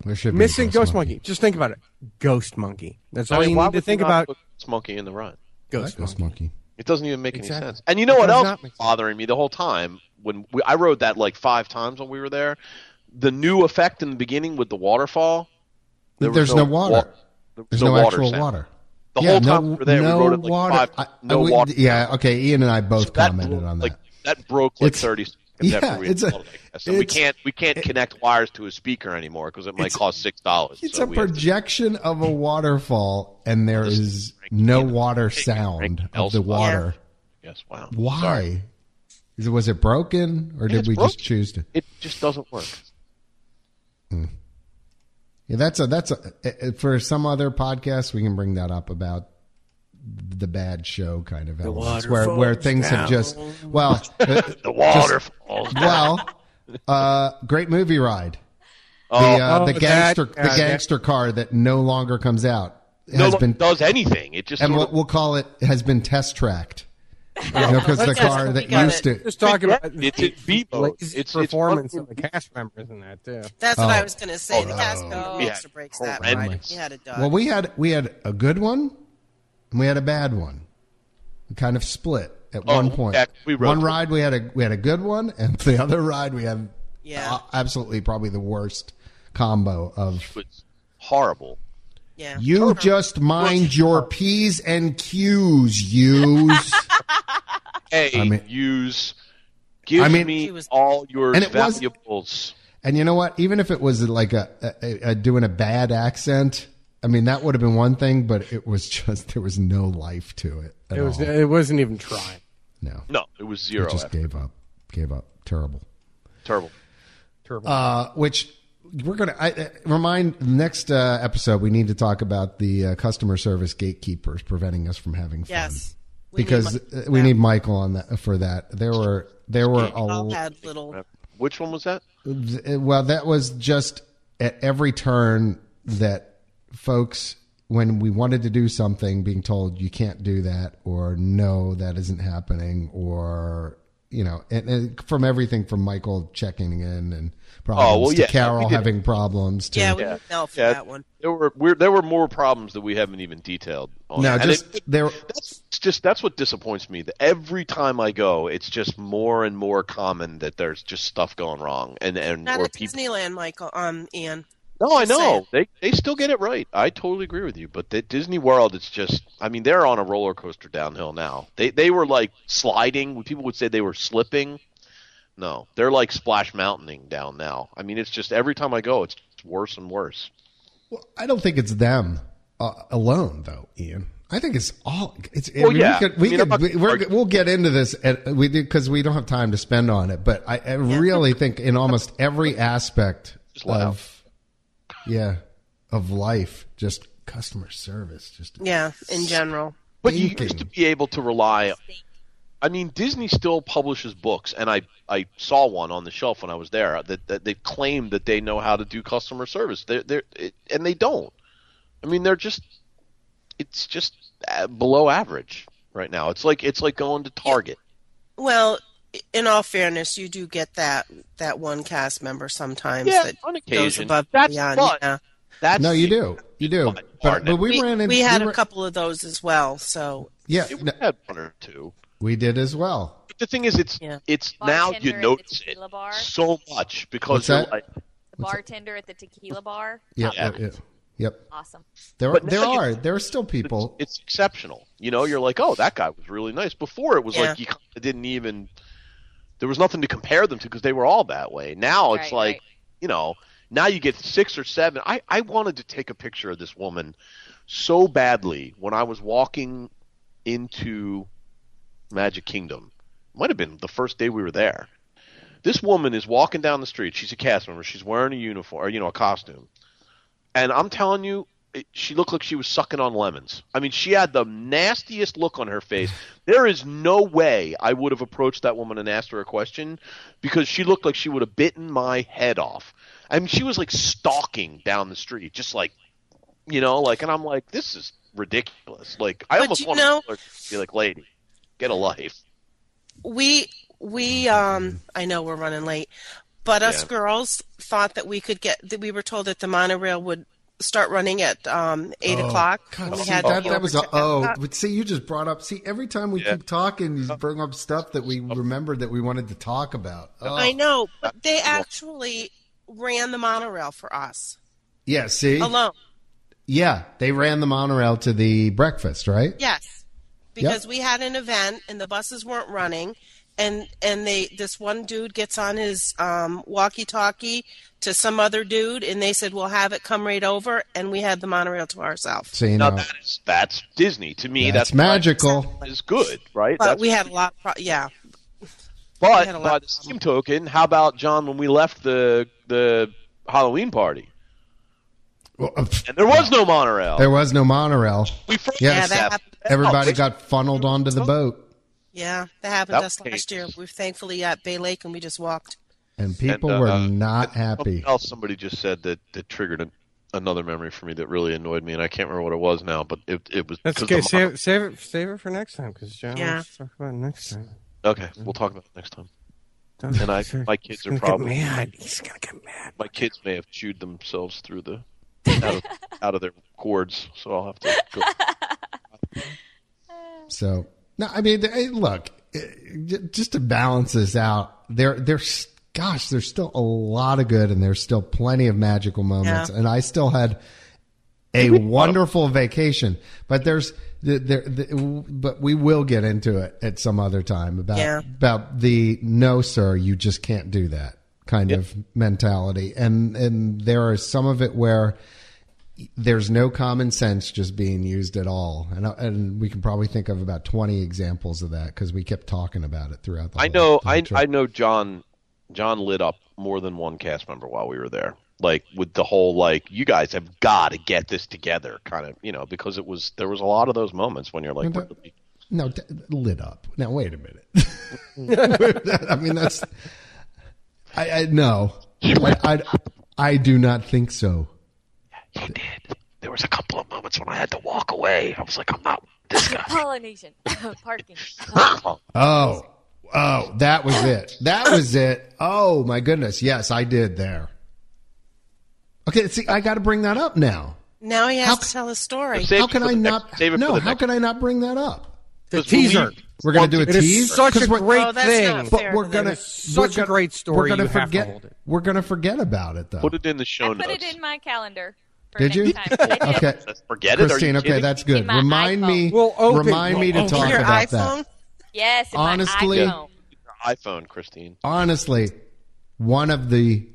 Speaker 2: There should be a
Speaker 3: Missing Ghost Monkey. Just think about it. Ghost Monkey. That's all
Speaker 6: I mean,
Speaker 3: you
Speaker 6: why
Speaker 3: need to
Speaker 6: would they
Speaker 3: think
Speaker 6: not
Speaker 3: about.
Speaker 6: put Ghost Monkey in the run.
Speaker 3: Ghost Monkey.
Speaker 2: Ghost monkey.
Speaker 6: It doesn't even make any
Speaker 3: Exactly.
Speaker 6: sense. And you know what
Speaker 3: does
Speaker 6: else
Speaker 3: not
Speaker 6: was
Speaker 3: make sense.
Speaker 6: bothering me the whole time when we, I rode that like five times when we were there? The new effect in the beginning with the waterfall. there was
Speaker 2: There's no, water.
Speaker 6: wa- there was
Speaker 2: There's no,
Speaker 6: water
Speaker 2: actual
Speaker 6: sound.
Speaker 2: water.
Speaker 6: The
Speaker 2: Yeah,
Speaker 6: whole
Speaker 2: no-
Speaker 6: time we were there,
Speaker 2: no
Speaker 6: we rode it like
Speaker 2: water.
Speaker 6: five.
Speaker 2: I- I
Speaker 6: no
Speaker 2: would-
Speaker 6: water.
Speaker 2: Yeah. Okay. Ian and I both
Speaker 6: So that
Speaker 2: commented
Speaker 6: broke,
Speaker 2: on that.
Speaker 6: Like, that broke like
Speaker 2: It's-
Speaker 6: thirty seconds
Speaker 2: yeah,
Speaker 6: after we
Speaker 2: it's a-
Speaker 6: installed it. So we
Speaker 2: it's-
Speaker 6: can't we can't connect wires to a speaker anymore because it might cost six dollars.
Speaker 2: it's
Speaker 6: so
Speaker 2: a
Speaker 6: we have to-
Speaker 2: projection of a waterfall, and there is no water sound of the
Speaker 6: elsewhere.
Speaker 2: water.
Speaker 6: yes, wow. Sorry.
Speaker 2: Why? Is it, was it broken, or
Speaker 6: Yeah,
Speaker 2: did
Speaker 6: it's
Speaker 2: we just
Speaker 6: broken.
Speaker 2: choose to?
Speaker 6: It just doesn't work.
Speaker 2: Yeah, that's a that's a eh, eh, for some other podcast we can bring that up about the bad show kind of elements where where things have just well eh,
Speaker 6: The waterfalls.
Speaker 2: well uh great movie ride the
Speaker 6: Oh.
Speaker 2: uh, the
Speaker 3: Oh,
Speaker 2: gangster
Speaker 3: that- yeah,
Speaker 2: the
Speaker 3: that-
Speaker 2: gangster car that no longer comes out
Speaker 6: no
Speaker 2: has
Speaker 6: one
Speaker 2: been
Speaker 6: does anything. It just
Speaker 2: and
Speaker 6: sort
Speaker 2: we'll,
Speaker 6: of-
Speaker 2: we'll call it has been test tracked because the
Speaker 5: Yes,
Speaker 2: car
Speaker 5: we
Speaker 2: that
Speaker 5: got
Speaker 2: used
Speaker 5: it.
Speaker 2: to.
Speaker 3: Just talking about
Speaker 6: It's
Speaker 3: the
Speaker 6: in vivo.
Speaker 3: lazy
Speaker 6: It's- it's
Speaker 3: performance of
Speaker 6: what
Speaker 3: the cast members in that too.
Speaker 5: That's what
Speaker 2: Oh.
Speaker 5: I was going to say. the cast member
Speaker 4: Oh.
Speaker 5: yeah. breaks that
Speaker 6: Horrendous.
Speaker 5: right. He had a dog.
Speaker 2: Well, we had we had a good one, and we had a bad one. We kind of split at
Speaker 6: Oh,
Speaker 2: one point.
Speaker 6: yeah, we rode
Speaker 2: one
Speaker 6: through.
Speaker 2: ride we had a we had a good one, and the other ride we had
Speaker 5: Yeah.
Speaker 2: a- absolutely probably the worst combo of.
Speaker 6: It's horrible.
Speaker 5: yeah.
Speaker 2: You just mind your p's and q's, yous.
Speaker 6: Hey,
Speaker 2: I mean-
Speaker 6: use. Give
Speaker 2: I mean-
Speaker 6: me
Speaker 5: She was-
Speaker 6: all your
Speaker 2: And it was-
Speaker 6: valuables.
Speaker 2: And you know what? Even if it was like a, a, a doing a bad accent, I mean that would have been one thing. But it was just there was no life to it. At
Speaker 3: It was.
Speaker 2: all.
Speaker 3: It wasn't even trying.
Speaker 2: no.
Speaker 6: No, it was
Speaker 2: It
Speaker 6: zero.
Speaker 2: just
Speaker 6: after.
Speaker 2: gave up. Gave up. Terrible.
Speaker 6: Terrible.
Speaker 2: Uh, which we're gonna I, I, remind next uh, episode. We need to talk about the uh, customer service gatekeepers preventing us from having fun.
Speaker 5: Yes. We
Speaker 2: because
Speaker 5: need
Speaker 2: uh, we need Michael on that for that. There were there were a
Speaker 5: my-
Speaker 2: l-
Speaker 5: all had little.
Speaker 6: Which one was that?
Speaker 2: Th- well that was just at every turn that folks when we wanted to do something being told you can't do that or no that isn't happening or you know and, and from everything from michael checking in and problems
Speaker 6: Oh, well,
Speaker 2: to
Speaker 6: yeah, we
Speaker 2: carol
Speaker 6: did.
Speaker 2: having problems to
Speaker 5: Yeah, we need Mel for
Speaker 6: Yeah.
Speaker 5: that one.
Speaker 6: There were we're, there were more problems that we haven't even detailed. On
Speaker 2: no
Speaker 6: that. And
Speaker 2: just
Speaker 6: it-
Speaker 2: there
Speaker 6: that's it's just that's what disappoints me. That every time I go, it's just more and more common that there's just stuff going wrong, and and
Speaker 5: Not
Speaker 6: or
Speaker 5: at
Speaker 6: people.
Speaker 5: Disneyland, Michael. Um, Ian.
Speaker 6: No, I know
Speaker 5: saying.
Speaker 6: they they still get it right. I totally agree with you. But that Disney World, it's just I mean they're on a roller coaster downhill now. They they were like sliding. People would say they were slipping. No, they're like splash mountaining down now. I mean, it's just every time I go, it's worse and worse.
Speaker 2: Well, I don't think it's them uh, alone, though, Ian. I think it's all. It's, I
Speaker 6: Well,
Speaker 2: mean,
Speaker 6: yeah.
Speaker 2: We could, we
Speaker 6: I mean,
Speaker 2: could,
Speaker 6: I'm not-
Speaker 2: we- we're, we'll get into this at, we because we don't have time to spend on it. But I, I really think in almost every aspect
Speaker 6: Just loud.
Speaker 2: of yeah of life, just customer service, just
Speaker 5: Yeah, in general.
Speaker 6: But you
Speaker 2: Thinking.
Speaker 6: used to be able to rely. I mean, Disney still publishes books, and I, I saw one on the shelf when I was there uh, that, that they claim that they know how to do customer service. They're, they're, it, and they don't. I mean, they're just it's just uh, below average right now. It's like it's like going to Target.
Speaker 5: Well, in all fairness, you do get that that one cast member sometimes
Speaker 6: Yeah,
Speaker 5: that
Speaker 6: on
Speaker 5: goes
Speaker 6: occasion.
Speaker 5: above and
Speaker 6: That's
Speaker 5: beyond.
Speaker 6: fun.
Speaker 5: yeah.
Speaker 6: That's
Speaker 2: no, you do, you do.
Speaker 6: Fine,
Speaker 2: But, but
Speaker 6: pardon
Speaker 2: we,
Speaker 5: We,
Speaker 2: ran into
Speaker 5: we had
Speaker 2: we
Speaker 5: a
Speaker 2: ran-
Speaker 5: couple of those as well. So
Speaker 2: Yeah,
Speaker 6: It
Speaker 2: no,
Speaker 6: had one or two.
Speaker 2: we did as well.
Speaker 6: But the thing is, it's
Speaker 5: Yeah.
Speaker 6: it's now you
Speaker 4: Bartender at the
Speaker 6: notice it
Speaker 4: tequila bar.
Speaker 6: so much
Speaker 2: What's
Speaker 6: because you're
Speaker 2: that?
Speaker 6: like,
Speaker 4: The bartender at the tequila bar.
Speaker 2: Yeah,
Speaker 4: Top
Speaker 2: yeah,
Speaker 4: notch.
Speaker 2: yeah. yep.
Speaker 4: Awesome.
Speaker 2: There,
Speaker 6: But
Speaker 2: there
Speaker 6: now you-
Speaker 2: are there are still people.
Speaker 6: it's exceptional. You know, you're like, oh, that guy was really nice. Before it was
Speaker 5: Yeah.
Speaker 6: like you kinda didn't even there was nothing to compare them to because they were all that way. Now it's
Speaker 4: Right,
Speaker 6: like,
Speaker 4: right.
Speaker 6: you know, now you get six or seven. I I wanted to take a picture of this woman so badly when I was walking into Magic Kingdom. Might have been the first day we were there. This woman is walking down the street. She's a cast member. She's wearing a uniform, or, you know, a costume. And I'm telling you, it, she looked like she was sucking on lemons. I mean, she had the nastiest look on her face. There is no way I would have approached that woman and asked her a question because she looked like she would have bitten my head off. I mean, she was like stalking down the street, just like, you know, like, and I'm like, this is ridiculous. Like, I
Speaker 5: But
Speaker 6: almost
Speaker 5: you
Speaker 6: want
Speaker 5: know-
Speaker 6: to be like, lady, get a life.
Speaker 5: we we um I know we're running late, but us
Speaker 6: Yeah.
Speaker 5: girls thought that we could get that we were told that the monorail would start running at um eight
Speaker 2: Oh,
Speaker 5: o'clock.
Speaker 2: God,
Speaker 5: and we
Speaker 2: see,
Speaker 5: had to
Speaker 2: that,
Speaker 5: be
Speaker 2: that
Speaker 5: over
Speaker 2: was
Speaker 5: to
Speaker 2: a oh.
Speaker 5: Epcot.
Speaker 2: But see, you just brought up. See, every time we
Speaker 6: Yeah. Oh.
Speaker 2: keep talking, you bring up stuff that we remembered that we wanted to talk about. Oh.
Speaker 5: I know, but they actually ran the monorail for us
Speaker 2: Yeah. See.
Speaker 5: alone.
Speaker 2: Yeah, they ran the monorail to the breakfast, right?
Speaker 5: Yes, because we had an event and the buses weren't running, and and they this one dude gets on his um, walkie-talkie to some other dude, and they said we'll have it come right over, and we had the monorail to ourselves.
Speaker 2: So you
Speaker 6: Now
Speaker 2: know,
Speaker 6: that is that's Disney to me.
Speaker 2: that's
Speaker 6: That's,
Speaker 2: magical.
Speaker 6: Is good, right?
Speaker 5: But
Speaker 6: that's
Speaker 5: we had a lot. Pro- yeah, We had a
Speaker 6: But
Speaker 5: lot
Speaker 6: by
Speaker 5: of
Speaker 6: the same token, how about John when we left the the Halloween party
Speaker 2: Well, uh, pff,
Speaker 6: and there was no monorail?
Speaker 2: there was no
Speaker 5: Oh,
Speaker 2: monorail.
Speaker 6: we froze
Speaker 2: Yeah,
Speaker 5: yeah,
Speaker 2: Yes.
Speaker 5: that happened.
Speaker 2: Everybody got funneled onto
Speaker 5: Oh.
Speaker 2: the boat,
Speaker 5: Yeah, that happened
Speaker 6: That
Speaker 5: to us
Speaker 6: was
Speaker 5: last year.
Speaker 6: dangerous.
Speaker 5: We thankfully at Bay Lake, and we just walked.
Speaker 2: and people
Speaker 6: And, oh, uh,
Speaker 2: were not happy.
Speaker 6: Something else somebody just said that that triggered a another memory for me that really annoyed me, and I can't remember what it was now. But it it was
Speaker 3: That's
Speaker 6: 'cause
Speaker 3: okay.
Speaker 6: the mom-
Speaker 3: Save, save it. Save it for next time because John
Speaker 5: Yeah.
Speaker 3: wants to talk about it next time.
Speaker 6: okay, we'll talk about it next time.
Speaker 3: Don't-
Speaker 6: And I-
Speaker 3: he's gonna-
Speaker 6: my kids
Speaker 3: he's
Speaker 6: are
Speaker 3: gonna get
Speaker 6: probably-
Speaker 3: mad. He's gonna get mad.
Speaker 6: My kids may have chewed themselves through the out of, out of their cords, so I'll have to. go.
Speaker 2: So no, I mean, eh, look, eh, j- just to balance this out, there, there's, gosh, there's still a lot of good, and there's still plenty of magical moments,
Speaker 5: Yeah.
Speaker 2: and I still had a wonderful vacation. But there's the- there, the, but we will get into it at some other time about
Speaker 5: Yeah.
Speaker 2: about the no, sir, you just can't do that kind of mentality, and and there are some of it where there's no common sense just being used at all, and uh, and we can probably think of about twenty examples of that because we kept talking about it throughout the.
Speaker 6: I
Speaker 2: whole
Speaker 6: know. I
Speaker 2: trip.
Speaker 6: I know John. John lit up more than one cast member while we were there. Like with the whole like you guys have got to get this together kind of you know because it was there was a lot of those moments when you're like
Speaker 2: Mhm.
Speaker 6: really-
Speaker 2: No, d- lit up. Now wait a minute. I mean, that's. I, I no. Like, I, I do not think so.
Speaker 6: he did. There was a couple of moments when I had to walk away. I was like I'm not this guy.
Speaker 4: Polynesian parking.
Speaker 2: Oh, oh, that was it. That was it. Oh my goodness. Yes, I did there. Okay, see, I got to bring that up now.
Speaker 5: Now he has
Speaker 2: How
Speaker 5: to
Speaker 2: c-
Speaker 5: tell a story.
Speaker 6: Save
Speaker 2: how
Speaker 6: it
Speaker 2: can
Speaker 6: for
Speaker 2: I
Speaker 6: the next-
Speaker 2: not?
Speaker 6: save it
Speaker 2: no,
Speaker 6: for the
Speaker 2: how
Speaker 6: next-
Speaker 2: can I not bring that up?
Speaker 3: The
Speaker 6: Because we-
Speaker 3: teaser.
Speaker 2: We're gonna do a
Speaker 3: It is
Speaker 2: teaser?
Speaker 3: such a
Speaker 2: 'Cause we're-
Speaker 3: great
Speaker 5: Oh, that's not
Speaker 3: thing.
Speaker 5: fair.
Speaker 2: But we're
Speaker 5: There
Speaker 2: gonna
Speaker 5: is
Speaker 3: such
Speaker 2: we're
Speaker 3: a
Speaker 2: gonna-
Speaker 3: great story,
Speaker 2: We're gonna
Speaker 3: you have to
Speaker 2: forget.
Speaker 3: hold it.
Speaker 2: We're gonna forget about it though.
Speaker 6: Put it in the show
Speaker 4: I put
Speaker 6: notes.
Speaker 4: it in my calendar. For
Speaker 2: Did you?
Speaker 4: Next time. I did.
Speaker 2: Okay.
Speaker 6: Let's forget it. Are
Speaker 2: Christine,
Speaker 6: you
Speaker 2: okay,
Speaker 6: kidding?
Speaker 2: that's good.
Speaker 4: In my
Speaker 2: Remind me,
Speaker 4: iPhone.
Speaker 3: We'll open-
Speaker 2: remind me to
Speaker 3: we'll
Speaker 2: talk
Speaker 5: Your
Speaker 2: about
Speaker 5: iPhone.
Speaker 2: that.
Speaker 4: Yes. in
Speaker 2: Honestly-
Speaker 4: my iPhone.
Speaker 6: iPhone, Christine.
Speaker 2: Honestly, one of the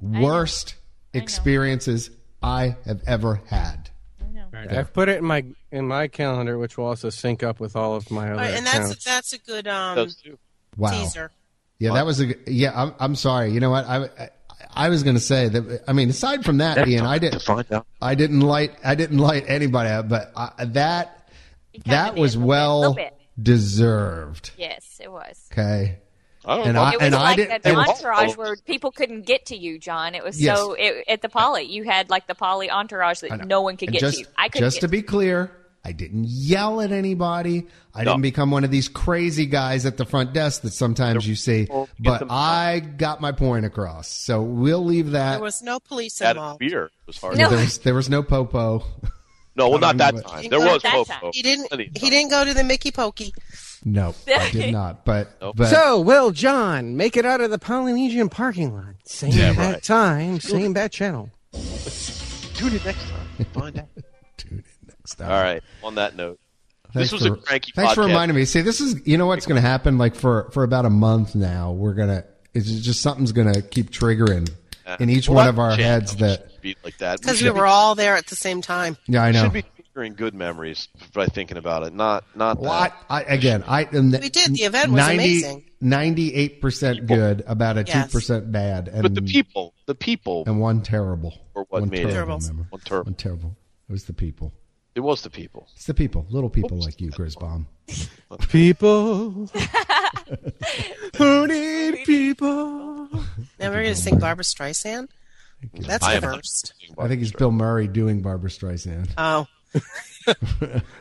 Speaker 2: worst experiences I have ever had.
Speaker 3: All right, I've put it in my in my calendar, which will also sync up with all of my other
Speaker 5: All right, and
Speaker 3: accounts.
Speaker 5: that's that's a good um,
Speaker 6: Those two.
Speaker 2: Wow.
Speaker 5: teaser.
Speaker 2: Yeah, that was a. Yeah, I'm. I'm sorry. You know what? I. I, I was going to say that. I mean, aside from that, Ian, I didn't.
Speaker 6: out.
Speaker 2: I didn't light. I didn't light anybody up, but I, that
Speaker 4: It kinda
Speaker 2: that
Speaker 4: did,
Speaker 2: was
Speaker 4: a little bit,
Speaker 2: well
Speaker 4: little bit.
Speaker 2: deserved.
Speaker 4: Yes, it was.
Speaker 2: Okay.
Speaker 6: I don't
Speaker 2: And
Speaker 6: know.
Speaker 2: I-
Speaker 4: It was
Speaker 2: and
Speaker 4: like
Speaker 2: didn't-
Speaker 4: an
Speaker 2: and-
Speaker 6: Oh.
Speaker 4: entourage where people couldn't get to you, John. It was
Speaker 2: Yes.
Speaker 4: so it, at the poly. You had like the poly entourage that no one could
Speaker 2: And
Speaker 4: get
Speaker 2: just,
Speaker 4: to. I couldn't
Speaker 2: just
Speaker 4: get
Speaker 2: to be clear, I didn't yell at anybody. I didn't become one of these crazy guys at the front desk that sometimes you see.
Speaker 6: Well, get
Speaker 2: But
Speaker 6: them-
Speaker 2: I got my point across, so we'll leave that.
Speaker 5: There was no police
Speaker 6: that
Speaker 5: involved.
Speaker 6: beer was hard.
Speaker 4: No.
Speaker 2: there, was there was no popo.
Speaker 6: No, well, not that
Speaker 2: Not
Speaker 6: time.
Speaker 5: that
Speaker 6: There was
Speaker 4: time.
Speaker 6: hope.
Speaker 5: He didn't.
Speaker 6: Plenty of
Speaker 5: He
Speaker 6: time.
Speaker 5: didn't go to the Mickey Pokey.
Speaker 2: No, I did not. But,
Speaker 6: Nope.
Speaker 2: but
Speaker 3: so will John make it out of the Polynesian parking lot? Same
Speaker 6: Yeah,
Speaker 3: bad
Speaker 6: right.
Speaker 3: time, same bad channel.
Speaker 6: Tune in next time. Find out.
Speaker 2: tune in next time.
Speaker 6: All right. On that note,
Speaker 2: Thanks
Speaker 6: this was
Speaker 2: for-
Speaker 6: a cranky
Speaker 2: Thanks
Speaker 6: podcast.
Speaker 2: for reminding me. See, this is you know what's going to happen. Like for for about a month now, we're gonna. It's just something something's going to keep triggering in each one of our
Speaker 6: Shit,
Speaker 2: heads.
Speaker 6: we
Speaker 2: That
Speaker 6: shouldn't be like that.
Speaker 5: Because
Speaker 6: should
Speaker 5: we were
Speaker 6: be-
Speaker 5: all there at the same time.
Speaker 2: yeah, I
Speaker 6: we
Speaker 2: know.
Speaker 6: should be featuring good memories by thinking about it. Not not
Speaker 2: Well, I,
Speaker 6: that.
Speaker 2: I again, I and
Speaker 5: We did. The event was amazing.
Speaker 2: Ninety-eight percent good, about a two
Speaker 5: Yes.
Speaker 2: percent bad, and
Speaker 6: But the people, the people,
Speaker 2: and one terrible
Speaker 6: Or what
Speaker 2: one
Speaker 6: made it.
Speaker 2: terrible,
Speaker 5: Terribles.
Speaker 2: member.
Speaker 6: One terrible.
Speaker 2: one terrible. It was the people.
Speaker 6: it was the people.
Speaker 2: It's the people, little people like you, Grisbaum.
Speaker 3: People who need people.
Speaker 5: Now we're going to sing Barbara Streisand. That's
Speaker 6: I am not
Speaker 5: diverse.
Speaker 6: thinking about
Speaker 2: I think it's
Speaker 6: it.
Speaker 2: Bill Murray doing Barbara Streisand.
Speaker 5: Oh,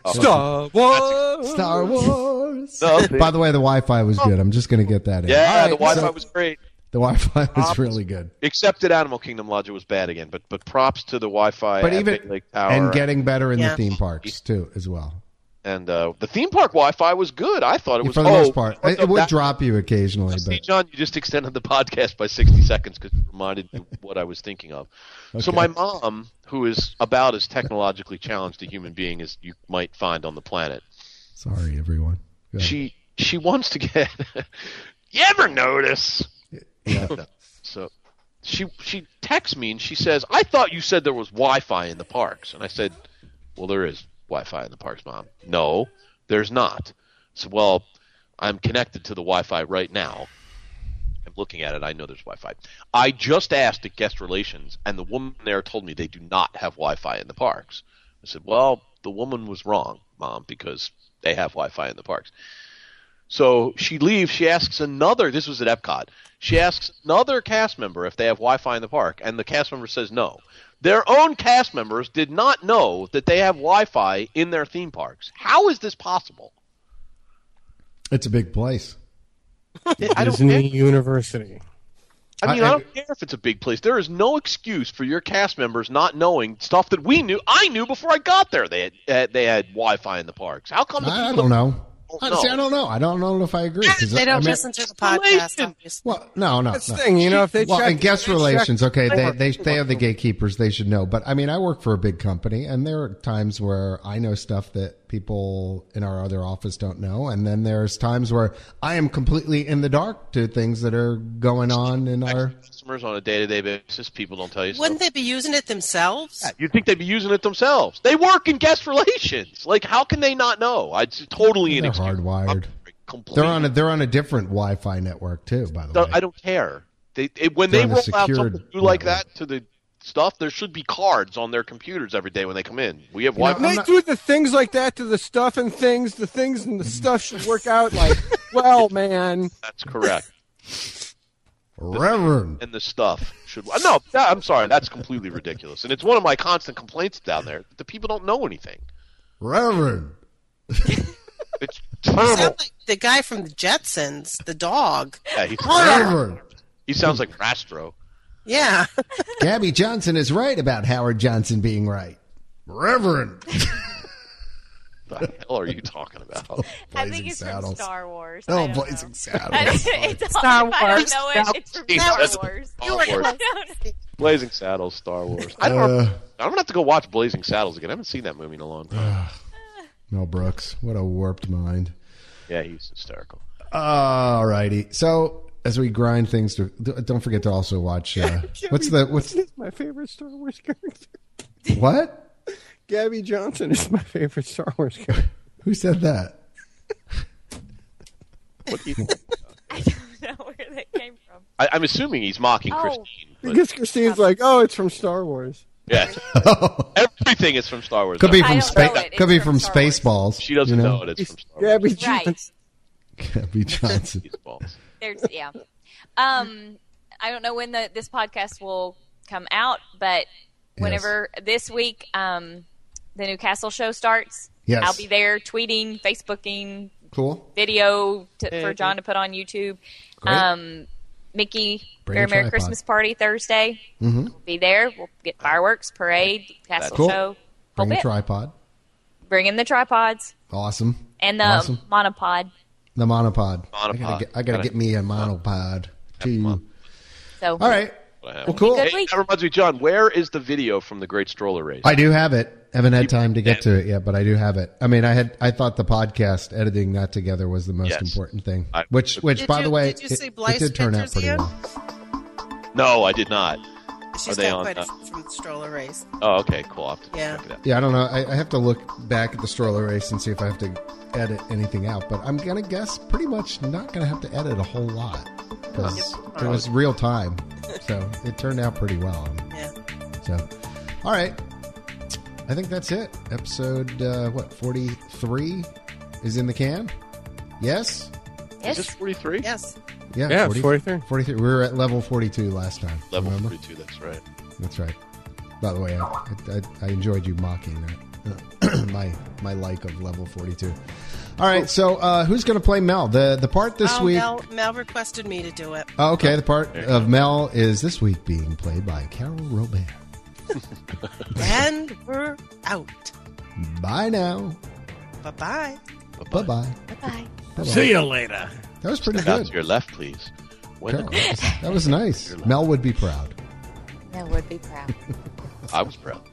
Speaker 6: Oh,
Speaker 3: Star Wars.
Speaker 2: Star Wars.
Speaker 6: No,
Speaker 2: By the way, the Wi-Fi was good. I'm just going to get that in. All
Speaker 6: Oh. Yeah,
Speaker 2: right,
Speaker 6: the Wi-Fi
Speaker 2: so-
Speaker 6: was great.
Speaker 2: the Wi-Fi was really good.
Speaker 6: Except that Animal Kingdom Lodger was bad again. But but props to the Wi-Fi.
Speaker 2: But
Speaker 6: at
Speaker 2: even
Speaker 6: Big Lake Tower
Speaker 2: and getting better in the
Speaker 5: Yeah.
Speaker 2: theme parks too, as well.
Speaker 6: and uh, the theme park Wi-Fi was good. I thought it was
Speaker 2: For the
Speaker 6: oh,
Speaker 2: most part, it, it would
Speaker 6: that-
Speaker 2: drop you occasionally,
Speaker 6: See,
Speaker 2: but
Speaker 6: John, you just extended the podcast by 60 seconds because it reminded me what I was thinking of. So,
Speaker 2: Okay.
Speaker 6: my mom, who is about as technologically challenged a human being as you might find on the planet,
Speaker 2: sorry, everyone. Go ahead.
Speaker 6: she she wants to get. you ever notice? so, she she texts me and she says, "I thought you said there was Wi-Fi in the parks," and I said, "Well, there is Wi-Fi in the parks, mom. No, there's not." So, well, I'm connected to the Wi-Fi right now. I'm looking at it. I know there's Wi-Fi. I just asked at guest relations, and the woman there told me they do not have Wi-Fi in the parks. I said, "Well, the woman was wrong, mom, because they have Wi-Fi in the parks." So she leaves. She asks another. This was at Epcot. She asks another cast member if they have Wi-Fi in the park, and the cast member says no. Their own cast members did not know that they have Wi-Fi in their theme parks. How is this possible?
Speaker 2: It's a big place.
Speaker 6: I don't
Speaker 3: Disney University.
Speaker 6: I mean,
Speaker 2: I-
Speaker 6: I, don't care if it's a big place. There is no excuse for your cast members not knowing stuff that we knew. I knew before I got there. They had uh, they had Wi-Fi in the parks. How come? the Oh,
Speaker 2: I, I
Speaker 6: people-
Speaker 2: don't know.
Speaker 6: don't
Speaker 2: Honestly,
Speaker 6: know.
Speaker 2: I don't know. I don't know if I agree. 'cause
Speaker 5: They
Speaker 2: I-
Speaker 5: don't
Speaker 2: I mean-
Speaker 5: listen to the podcast,
Speaker 6: Relation.
Speaker 5: obviously.
Speaker 2: Well, no, no.
Speaker 3: That's
Speaker 2: no.
Speaker 3: the thing, you know, if they
Speaker 2: well,
Speaker 3: check-
Speaker 2: and guest
Speaker 3: they check-
Speaker 2: relations, okay, they they they are the gatekeepers. They should know. But I mean, I work for a big company, and there are times where I know stuff that people in our other office don't know, and then there's times where I am completely in the dark to things that are going on in our.
Speaker 6: Customers on a day-to-day basis, people don't tell you. stuff.
Speaker 5: Wouldn't they be using it themselves?
Speaker 6: You'd think they'd be using it themselves. They work in guest relations. Like, how can they not know? I- It's totally
Speaker 2: They're
Speaker 6: inexcusable.
Speaker 2: hardwired.
Speaker 6: Completely.
Speaker 2: They're on a they're on a different Wi-Fi network too. By the
Speaker 6: Th-
Speaker 2: way,
Speaker 6: I don't care. They it, when
Speaker 2: They're
Speaker 6: they
Speaker 2: on a
Speaker 6: roll out
Speaker 2: secured
Speaker 6: something new like
Speaker 2: network.
Speaker 6: that to the stuff, there should be cards on their computers every day when they come in. We have
Speaker 2: You know,
Speaker 6: Wi-Fi.
Speaker 3: They
Speaker 2: not-
Speaker 3: do the things like that to the stuff and things. The things and the stuff should work out like, well, man.
Speaker 6: That's correct.
Speaker 2: Reverend.
Speaker 6: and the stuff should. No, that, I'm sorry. That's completely ridiculous. And it's one of my constant complaints down there. that The people don't know anything.
Speaker 2: Reverend.
Speaker 6: It's
Speaker 5: You sound
Speaker 6: terrible.
Speaker 5: like the guy from the Jetsons, the dog.
Speaker 6: Yeah, he's,
Speaker 2: Reverend.
Speaker 6: he sounds like Rastro.
Speaker 5: Yeah.
Speaker 2: Gabby Johnson is right about Howard Johnson being right. Reverend.
Speaker 6: What the hell are you talking about?
Speaker 4: I
Speaker 2: Blazing
Speaker 4: think it's
Speaker 2: Saddles.
Speaker 4: from Star Wars. I
Speaker 2: Oh,
Speaker 4: don't
Speaker 2: Blazing
Speaker 4: know.
Speaker 2: Saddles.
Speaker 4: it's
Speaker 5: Star
Speaker 4: Star Wars. I don't
Speaker 5: Wars.
Speaker 4: know it. It's from
Speaker 6: Jeez, that's-
Speaker 4: Star Wars.
Speaker 6: Star
Speaker 4: I
Speaker 6: Wars.
Speaker 4: don't know.
Speaker 6: Blazing Saddles, Star Wars. I don't.
Speaker 2: Uh,
Speaker 6: I'm gonna have to go watch Blazing Saddles again. I haven't seen that movie in a long
Speaker 2: Uh.
Speaker 6: time.
Speaker 2: Mel Brooks, what a warped mind.
Speaker 6: Yeah, he's hysterical.
Speaker 2: All righty. So as we grind things to, don't forget to also watch. Uh, what's the what's
Speaker 3: This is my favorite Star Wars character.
Speaker 2: what?
Speaker 3: Gabby Johnson is my favorite Star Wars character.
Speaker 2: Who said that?
Speaker 6: What do you-
Speaker 4: I don't know where that came from.
Speaker 6: I, I'm assuming he's mocking
Speaker 4: Oh.
Speaker 6: Christine. but-
Speaker 3: Because Christine's like, oh, it's from Star Wars.
Speaker 6: yeah,
Speaker 2: Oh.
Speaker 6: everything is from Star Wars.
Speaker 2: could be
Speaker 6: now.
Speaker 2: from
Speaker 4: I don't
Speaker 2: spa-
Speaker 4: know it. It's
Speaker 2: could be
Speaker 4: from
Speaker 2: from
Speaker 4: Star Wars.
Speaker 2: Spaceballs.
Speaker 6: She doesn't
Speaker 2: you
Speaker 6: know, it. It's from Star Wars.
Speaker 3: Gabby Johnson.
Speaker 4: Right.
Speaker 2: Gabby Johnson.
Speaker 6: These balls.
Speaker 4: There's yeah. Um, I don't know when the this podcast will come out, but whenever this week um, the Newcastle show starts,
Speaker 2: Yes.
Speaker 4: I'll be there tweeting, Facebooking,
Speaker 2: Cool.
Speaker 4: video to, for John to put on YouTube.
Speaker 2: Great.
Speaker 4: Um, Mickey,
Speaker 2: Bring a
Speaker 4: Very Merry
Speaker 2: tripod.
Speaker 4: Christmas Party Thursday.
Speaker 2: Mhm.
Speaker 4: We'll be there. We'll get fireworks, parade, castle
Speaker 2: Cool.
Speaker 4: show. whole
Speaker 2: Bring a
Speaker 4: bit.
Speaker 2: tripod.
Speaker 4: Bring in the tripods
Speaker 2: Awesome.
Speaker 4: and um, the
Speaker 2: Awesome.
Speaker 4: monopod.
Speaker 2: The monopod. I
Speaker 6: Monopod.
Speaker 2: gotta get, I gotta
Speaker 6: Gotta-
Speaker 2: get me a monopod too.
Speaker 4: So
Speaker 2: All right.
Speaker 6: What I have.
Speaker 2: Well, cool.
Speaker 4: Good
Speaker 6: Hey,
Speaker 4: week.
Speaker 6: that reminds me, John. Where is the video from the Great Stroller Race?
Speaker 2: I do have it. Haven't had time to get to it yet, but I do have it. I mean, I had I thought the podcast editing that together was the most
Speaker 6: Yes.
Speaker 2: important thing.
Speaker 6: I-
Speaker 2: Which, which
Speaker 5: Did
Speaker 2: by
Speaker 5: you-
Speaker 2: the way,
Speaker 5: did you
Speaker 2: it,
Speaker 5: see
Speaker 2: it
Speaker 5: Blythe's
Speaker 2: did turn out
Speaker 5: pictures
Speaker 2: pretty
Speaker 5: again?
Speaker 2: well.
Speaker 6: no, I did not.
Speaker 5: She's
Speaker 6: they
Speaker 5: got
Speaker 6: on,
Speaker 5: quite a
Speaker 6: uh,
Speaker 5: few from the stroller race.
Speaker 6: Oh, okay, cool. I'll have to
Speaker 5: Yeah.
Speaker 6: check it out.
Speaker 2: Yeah, I don't know. I, I have to look back at the stroller race and see if I have to edit anything out. But I'm gonna guess pretty much not gonna have to edit a whole lot because it was real time, so it turned out pretty well.
Speaker 5: Yeah.
Speaker 2: So, all right. I think that's it. Episode uh, what forty three is in the can. Yes.
Speaker 6: Is this
Speaker 4: yes,
Speaker 6: 43?
Speaker 5: Yes.
Speaker 2: Yeah,
Speaker 3: Yeah,
Speaker 2: 40
Speaker 3: 43.
Speaker 2: 43. We were at level 42 last time.
Speaker 6: Level
Speaker 2: remember?
Speaker 6: 42. That's right.
Speaker 2: That's right. By the way, I, I, I enjoyed you mocking that. my my like of level 42. All right, so uh, who's going to play Mel? The the part this
Speaker 5: Oh,
Speaker 2: week.
Speaker 5: Mel, Mel requested me to do it.
Speaker 2: Oh, okay, the part of Mel is this week being played by Carol Robert.
Speaker 5: And we're out.
Speaker 2: Bye now.
Speaker 5: Bye bye.
Speaker 2: Bye bye.
Speaker 4: bye.
Speaker 2: Bye
Speaker 10: See
Speaker 2: bye.
Speaker 10: you later.
Speaker 2: That was pretty
Speaker 6: Out to
Speaker 2: good.
Speaker 6: your left, please. When
Speaker 2: Carol, that was- that was nice. Mel would be proud.
Speaker 4: That would be proud.
Speaker 6: I was proud.